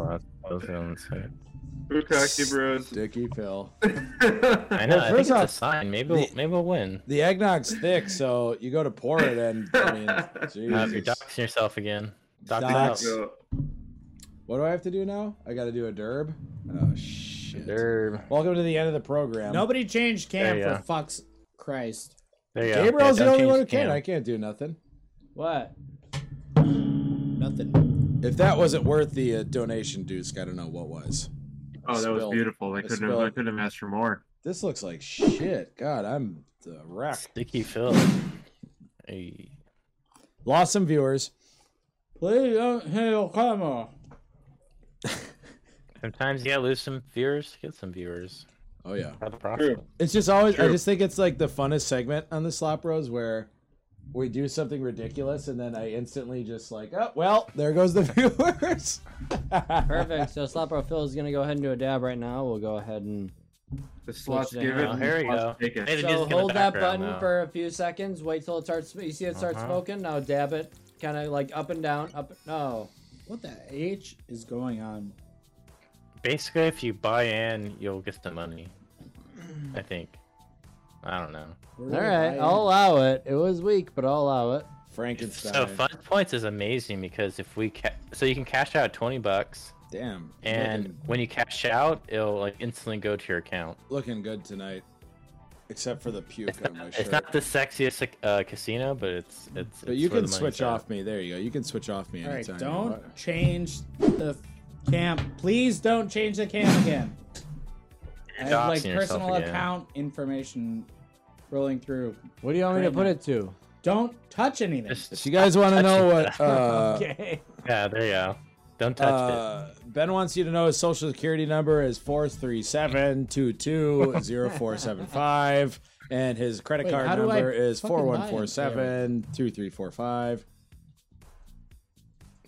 Speaker 1: Who talked to you, (laughs) bros?
Speaker 4: Dicky Phil.
Speaker 7: I know.
Speaker 4: Well,
Speaker 7: I
Speaker 4: first
Speaker 7: think it's a
Speaker 4: off,
Speaker 7: sign. Maybe we'll, maybe we'll win.
Speaker 4: The eggnog's thick, so you go to pour it, and I
Speaker 1: (laughs)
Speaker 4: mean,
Speaker 7: Uh, you're
Speaker 4: Jesus.
Speaker 7: doxing yourself again. Dox it
Speaker 4: Dox.
Speaker 7: out.
Speaker 1: So,
Speaker 4: What do I have to do now? I got to do a derb. Oh shit!
Speaker 7: Derb.
Speaker 4: Welcome to the end of the program.
Speaker 3: Nobody changed cam
Speaker 7: There you
Speaker 3: for fuck's Christ.
Speaker 7: There you go.
Speaker 4: Gabriel's
Speaker 7: Yeah,
Speaker 4: the
Speaker 7: don't
Speaker 4: only
Speaker 7: change
Speaker 4: one
Speaker 7: the
Speaker 4: who can.
Speaker 7: cam.
Speaker 4: I can't do nothing.
Speaker 3: What? Nothing.
Speaker 4: If that wasn't worth the uh, donation, Dusk, I don't know what was.
Speaker 1: oh, that was
Speaker 4: Spilled.
Speaker 1: beautiful. I
Speaker 4: It
Speaker 1: couldn't have, I
Speaker 4: spilled.
Speaker 1: couldn't have asked for more.
Speaker 4: This looks like shit. God, I'm the wreck.
Speaker 7: Sticky Phil. Hey.
Speaker 4: Lost some viewers.
Speaker 3: Please don't hit your camera.
Speaker 7: Sometimes you gotta lose some viewers to get some viewers.
Speaker 4: Oh yeah.
Speaker 7: Not the problem.
Speaker 4: It's just always. I
Speaker 1: True.
Speaker 4: just think it's like the funnest segment on the Slop Bros where we do something ridiculous and then I instantly just like, oh well, there goes the (laughs) viewers.
Speaker 10: Perfect. So Slapro Phil is gonna go ahead and do a dab right now. We'll go ahead and
Speaker 1: The slots
Speaker 10: Switch it
Speaker 1: given.
Speaker 10: out.
Speaker 7: Oh, Here we go.
Speaker 1: Take it.
Speaker 7: Hey, the
Speaker 10: so
Speaker 7: music's in the
Speaker 10: hold that
Speaker 7: background
Speaker 10: button
Speaker 7: now.
Speaker 10: for a few seconds. Wait till it starts. You see it starts
Speaker 7: Uh-huh.
Speaker 10: smoking. Now dab it, kind of like up and down. Up. No.
Speaker 3: What the H is going on?
Speaker 7: Basically, if you buy in, you'll get the money. I think. I don't know.
Speaker 10: All right, I'll allow it. It was weak, but I'll allow it.
Speaker 4: (laughs) Frankenstein.
Speaker 7: So fun points is amazing because if we ca- so you can cash out twenty bucks,
Speaker 4: Damn.
Speaker 7: and
Speaker 4: looking,
Speaker 7: when you cash out, it'll like instantly go to your account.
Speaker 4: looking good tonight, except for the puke on my shirt.
Speaker 7: It's not the sexiest uh, casino, but it's it's.
Speaker 4: but
Speaker 7: it's
Speaker 4: you
Speaker 7: where
Speaker 4: can
Speaker 7: the money's
Speaker 4: switch
Speaker 7: at.
Speaker 4: off me. There you go. You can switch off me
Speaker 3: All right,
Speaker 4: anytime.
Speaker 3: don't change the f- cam. Please don't change the cam again. I have like
Speaker 7: doxing yourself
Speaker 3: personal
Speaker 7: again.
Speaker 3: account information rolling through.
Speaker 10: What do you want me to
Speaker 3: Right
Speaker 10: put
Speaker 3: now.
Speaker 10: it to?
Speaker 3: Don't touch anything.
Speaker 4: If
Speaker 7: Just,
Speaker 4: you guys want to know
Speaker 7: (laughs)
Speaker 4: what uh,
Speaker 3: Okay.
Speaker 7: yeah, there you go. Don't touch
Speaker 4: uh, Ben wants you to know his social security number is 437-22-0475 and his credit
Speaker 3: Wait, how
Speaker 4: card
Speaker 3: do I
Speaker 4: number is
Speaker 3: fucking buy it?
Speaker 4: 4147-2345.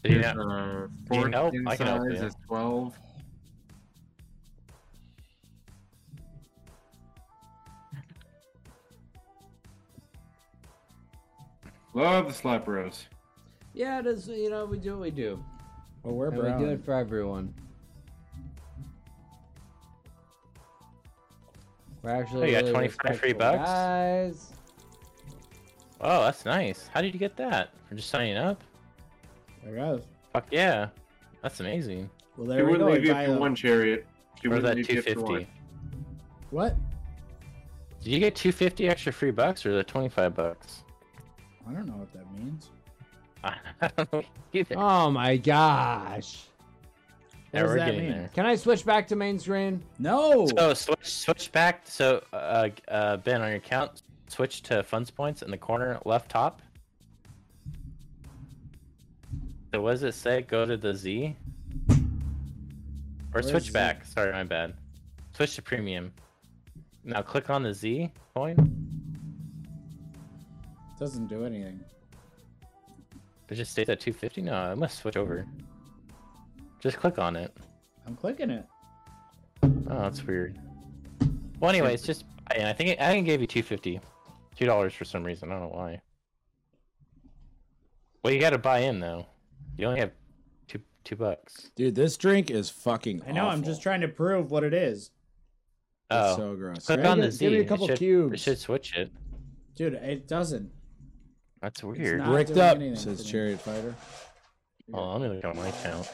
Speaker 7: it. Yeah.
Speaker 1: Uh,
Speaker 7: You know,
Speaker 1: fourteen
Speaker 7: I can help
Speaker 1: size
Speaker 7: you.
Speaker 1: is twelve. Love the slap bros.
Speaker 10: Yeah, it is. You know, we do what we do.
Speaker 4: Oh,
Speaker 3: Well, we're
Speaker 10: And we do
Speaker 3: brown.
Speaker 10: it for everyone. We're actually.
Speaker 7: Oh, you got
Speaker 10: really
Speaker 7: 25 free
Speaker 10: respectful
Speaker 7: bucks?
Speaker 1: Ah.
Speaker 10: Guys.
Speaker 7: Oh, that's nice. How did you get that? From just signing up?
Speaker 3: There goes.
Speaker 7: Fuck yeah, that's amazing.
Speaker 3: Well,
Speaker 1: She
Speaker 3: there we
Speaker 1: wouldn't
Speaker 3: go.
Speaker 1: leave you
Speaker 3: Buy
Speaker 1: for
Speaker 3: a-
Speaker 1: one chariot. She
Speaker 7: Or was
Speaker 1: wouldn't
Speaker 7: that
Speaker 1: leave you for
Speaker 7: 250?
Speaker 1: one.
Speaker 7: Did
Speaker 3: What?
Speaker 7: you get 250 extra free bucks or the 25 bucks? (laughs)
Speaker 3: I don't know what that means.
Speaker 7: I don't know either.
Speaker 10: Oh my gosh.
Speaker 7: Now
Speaker 3: does
Speaker 7: we're
Speaker 3: that
Speaker 7: getting
Speaker 3: mean?
Speaker 7: there.
Speaker 10: Can I switch back to main screen?
Speaker 3: No.
Speaker 7: So switch, switch back. So uh, uh, Ben, on your account, switch to funds points in the corner left top. So what does it say? Go to the Z. Or switch back. Sorry, my bad. Switch to premium. Now click on the Z coin.
Speaker 3: Doesn't do anything.
Speaker 7: It just stays at 250. No, I must switch over. Just click on it.
Speaker 3: I'm clicking it.
Speaker 7: Oh, that's weird. Well, anyway, it's just and I think it, I think it gave you 250, two dollars for some reason. I don't know why. Well, you got to buy in though. You only have two two bucks.
Speaker 4: Dude, this drink is fucking.
Speaker 3: I know. I'm
Speaker 4: awful.
Speaker 3: just trying to prove what it is,
Speaker 7: Oh,
Speaker 4: so gross.
Speaker 7: Click
Speaker 4: Right,
Speaker 7: on the
Speaker 4: give-
Speaker 7: Z.
Speaker 4: give me a
Speaker 7: It
Speaker 4: couple
Speaker 7: should,
Speaker 4: cubes.
Speaker 7: It should switch it.
Speaker 3: dude. It doesn't.
Speaker 7: That's weird.
Speaker 3: not
Speaker 4: Bricked
Speaker 3: doing
Speaker 4: up
Speaker 3: anything
Speaker 4: says
Speaker 3: for me.
Speaker 4: Chariot Fighter.
Speaker 7: Oh, I'm gonna look on my account.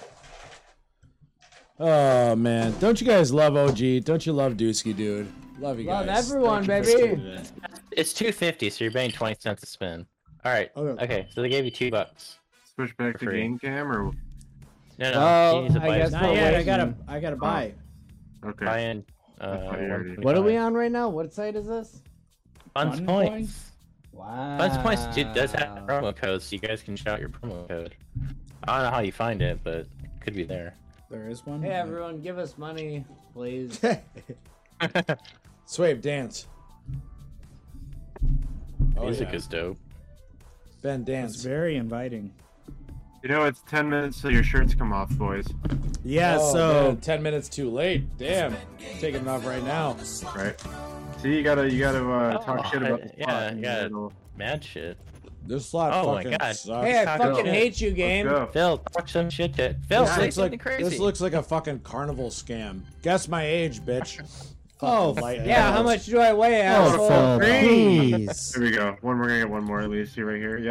Speaker 4: Oh man, don't you guys love OG? Don't you love Dusky, dude? Love you
Speaker 6: Love
Speaker 4: guys.
Speaker 6: everyone,
Speaker 4: Thank you for
Speaker 6: baby.
Speaker 4: tuning in.
Speaker 7: It's 250, so you're paying 20 cents a spin. All right.
Speaker 4: Okay.
Speaker 7: Okay. so they gave you two bucks.
Speaker 1: Switch back
Speaker 7: For
Speaker 1: to
Speaker 7: free.
Speaker 1: game cam or
Speaker 7: No, no.
Speaker 6: Well,
Speaker 7: you need to
Speaker 6: I
Speaker 7: buy
Speaker 6: guess we'll
Speaker 7: it.
Speaker 3: Not yet. I
Speaker 6: wait.
Speaker 3: gotta. I
Speaker 10: Hmm.
Speaker 3: gotta buy. it.
Speaker 1: okay.
Speaker 7: buy in. Uh,
Speaker 1: thought you already-
Speaker 6: What are we on right now? What site is this?
Speaker 7: Funds
Speaker 3: Fun
Speaker 7: points.
Speaker 6: Wow.
Speaker 7: Funds points do- does have a promo code, so you guys can shout your promo code. I don't know how you find it, but it could be there.
Speaker 3: There is one.
Speaker 6: Hey everyone, give us money, please.
Speaker 7: (laughs)
Speaker 4: Swave dance. Oh,
Speaker 7: Music
Speaker 4: yeah.
Speaker 7: is dope.
Speaker 4: Ben
Speaker 3: It's
Speaker 4: dance.
Speaker 3: very inviting.
Speaker 1: You know, it's 10 minutes till your shirts come off, boys.
Speaker 3: Yeah.
Speaker 4: Oh,
Speaker 3: so
Speaker 4: man, ten minutes too late. Damn, taking it off right now.
Speaker 1: Right. See, you gotta, you gotta uh, talk
Speaker 7: Oh,
Speaker 1: shit about
Speaker 7: (laughs)
Speaker 1: the
Speaker 7: yeah,
Speaker 1: plot.
Speaker 7: yeah.
Speaker 1: It'll-
Speaker 7: Mad shit.
Speaker 4: This slot
Speaker 7: Oh my
Speaker 4: fucking
Speaker 7: God.
Speaker 4: sucks.
Speaker 6: hey, I
Speaker 7: Taco
Speaker 6: fucking
Speaker 7: Bell.
Speaker 6: hate you,
Speaker 1: Let's
Speaker 6: game.
Speaker 1: go.
Speaker 7: Phil, talk some shit to Phil.
Speaker 4: This
Speaker 7: say
Speaker 4: looks
Speaker 7: something
Speaker 4: like
Speaker 7: crazy.
Speaker 4: this looks like a fucking carnival scam. Guess my age, bitch.
Speaker 6: Oh,
Speaker 4: Light
Speaker 6: yeah. How
Speaker 4: hours.
Speaker 6: much do I weigh,
Speaker 16: Oh,
Speaker 6: asshole?
Speaker 16: Phil, please.
Speaker 1: Here we go. One more, gonna get one more at least. See right here. Yeah.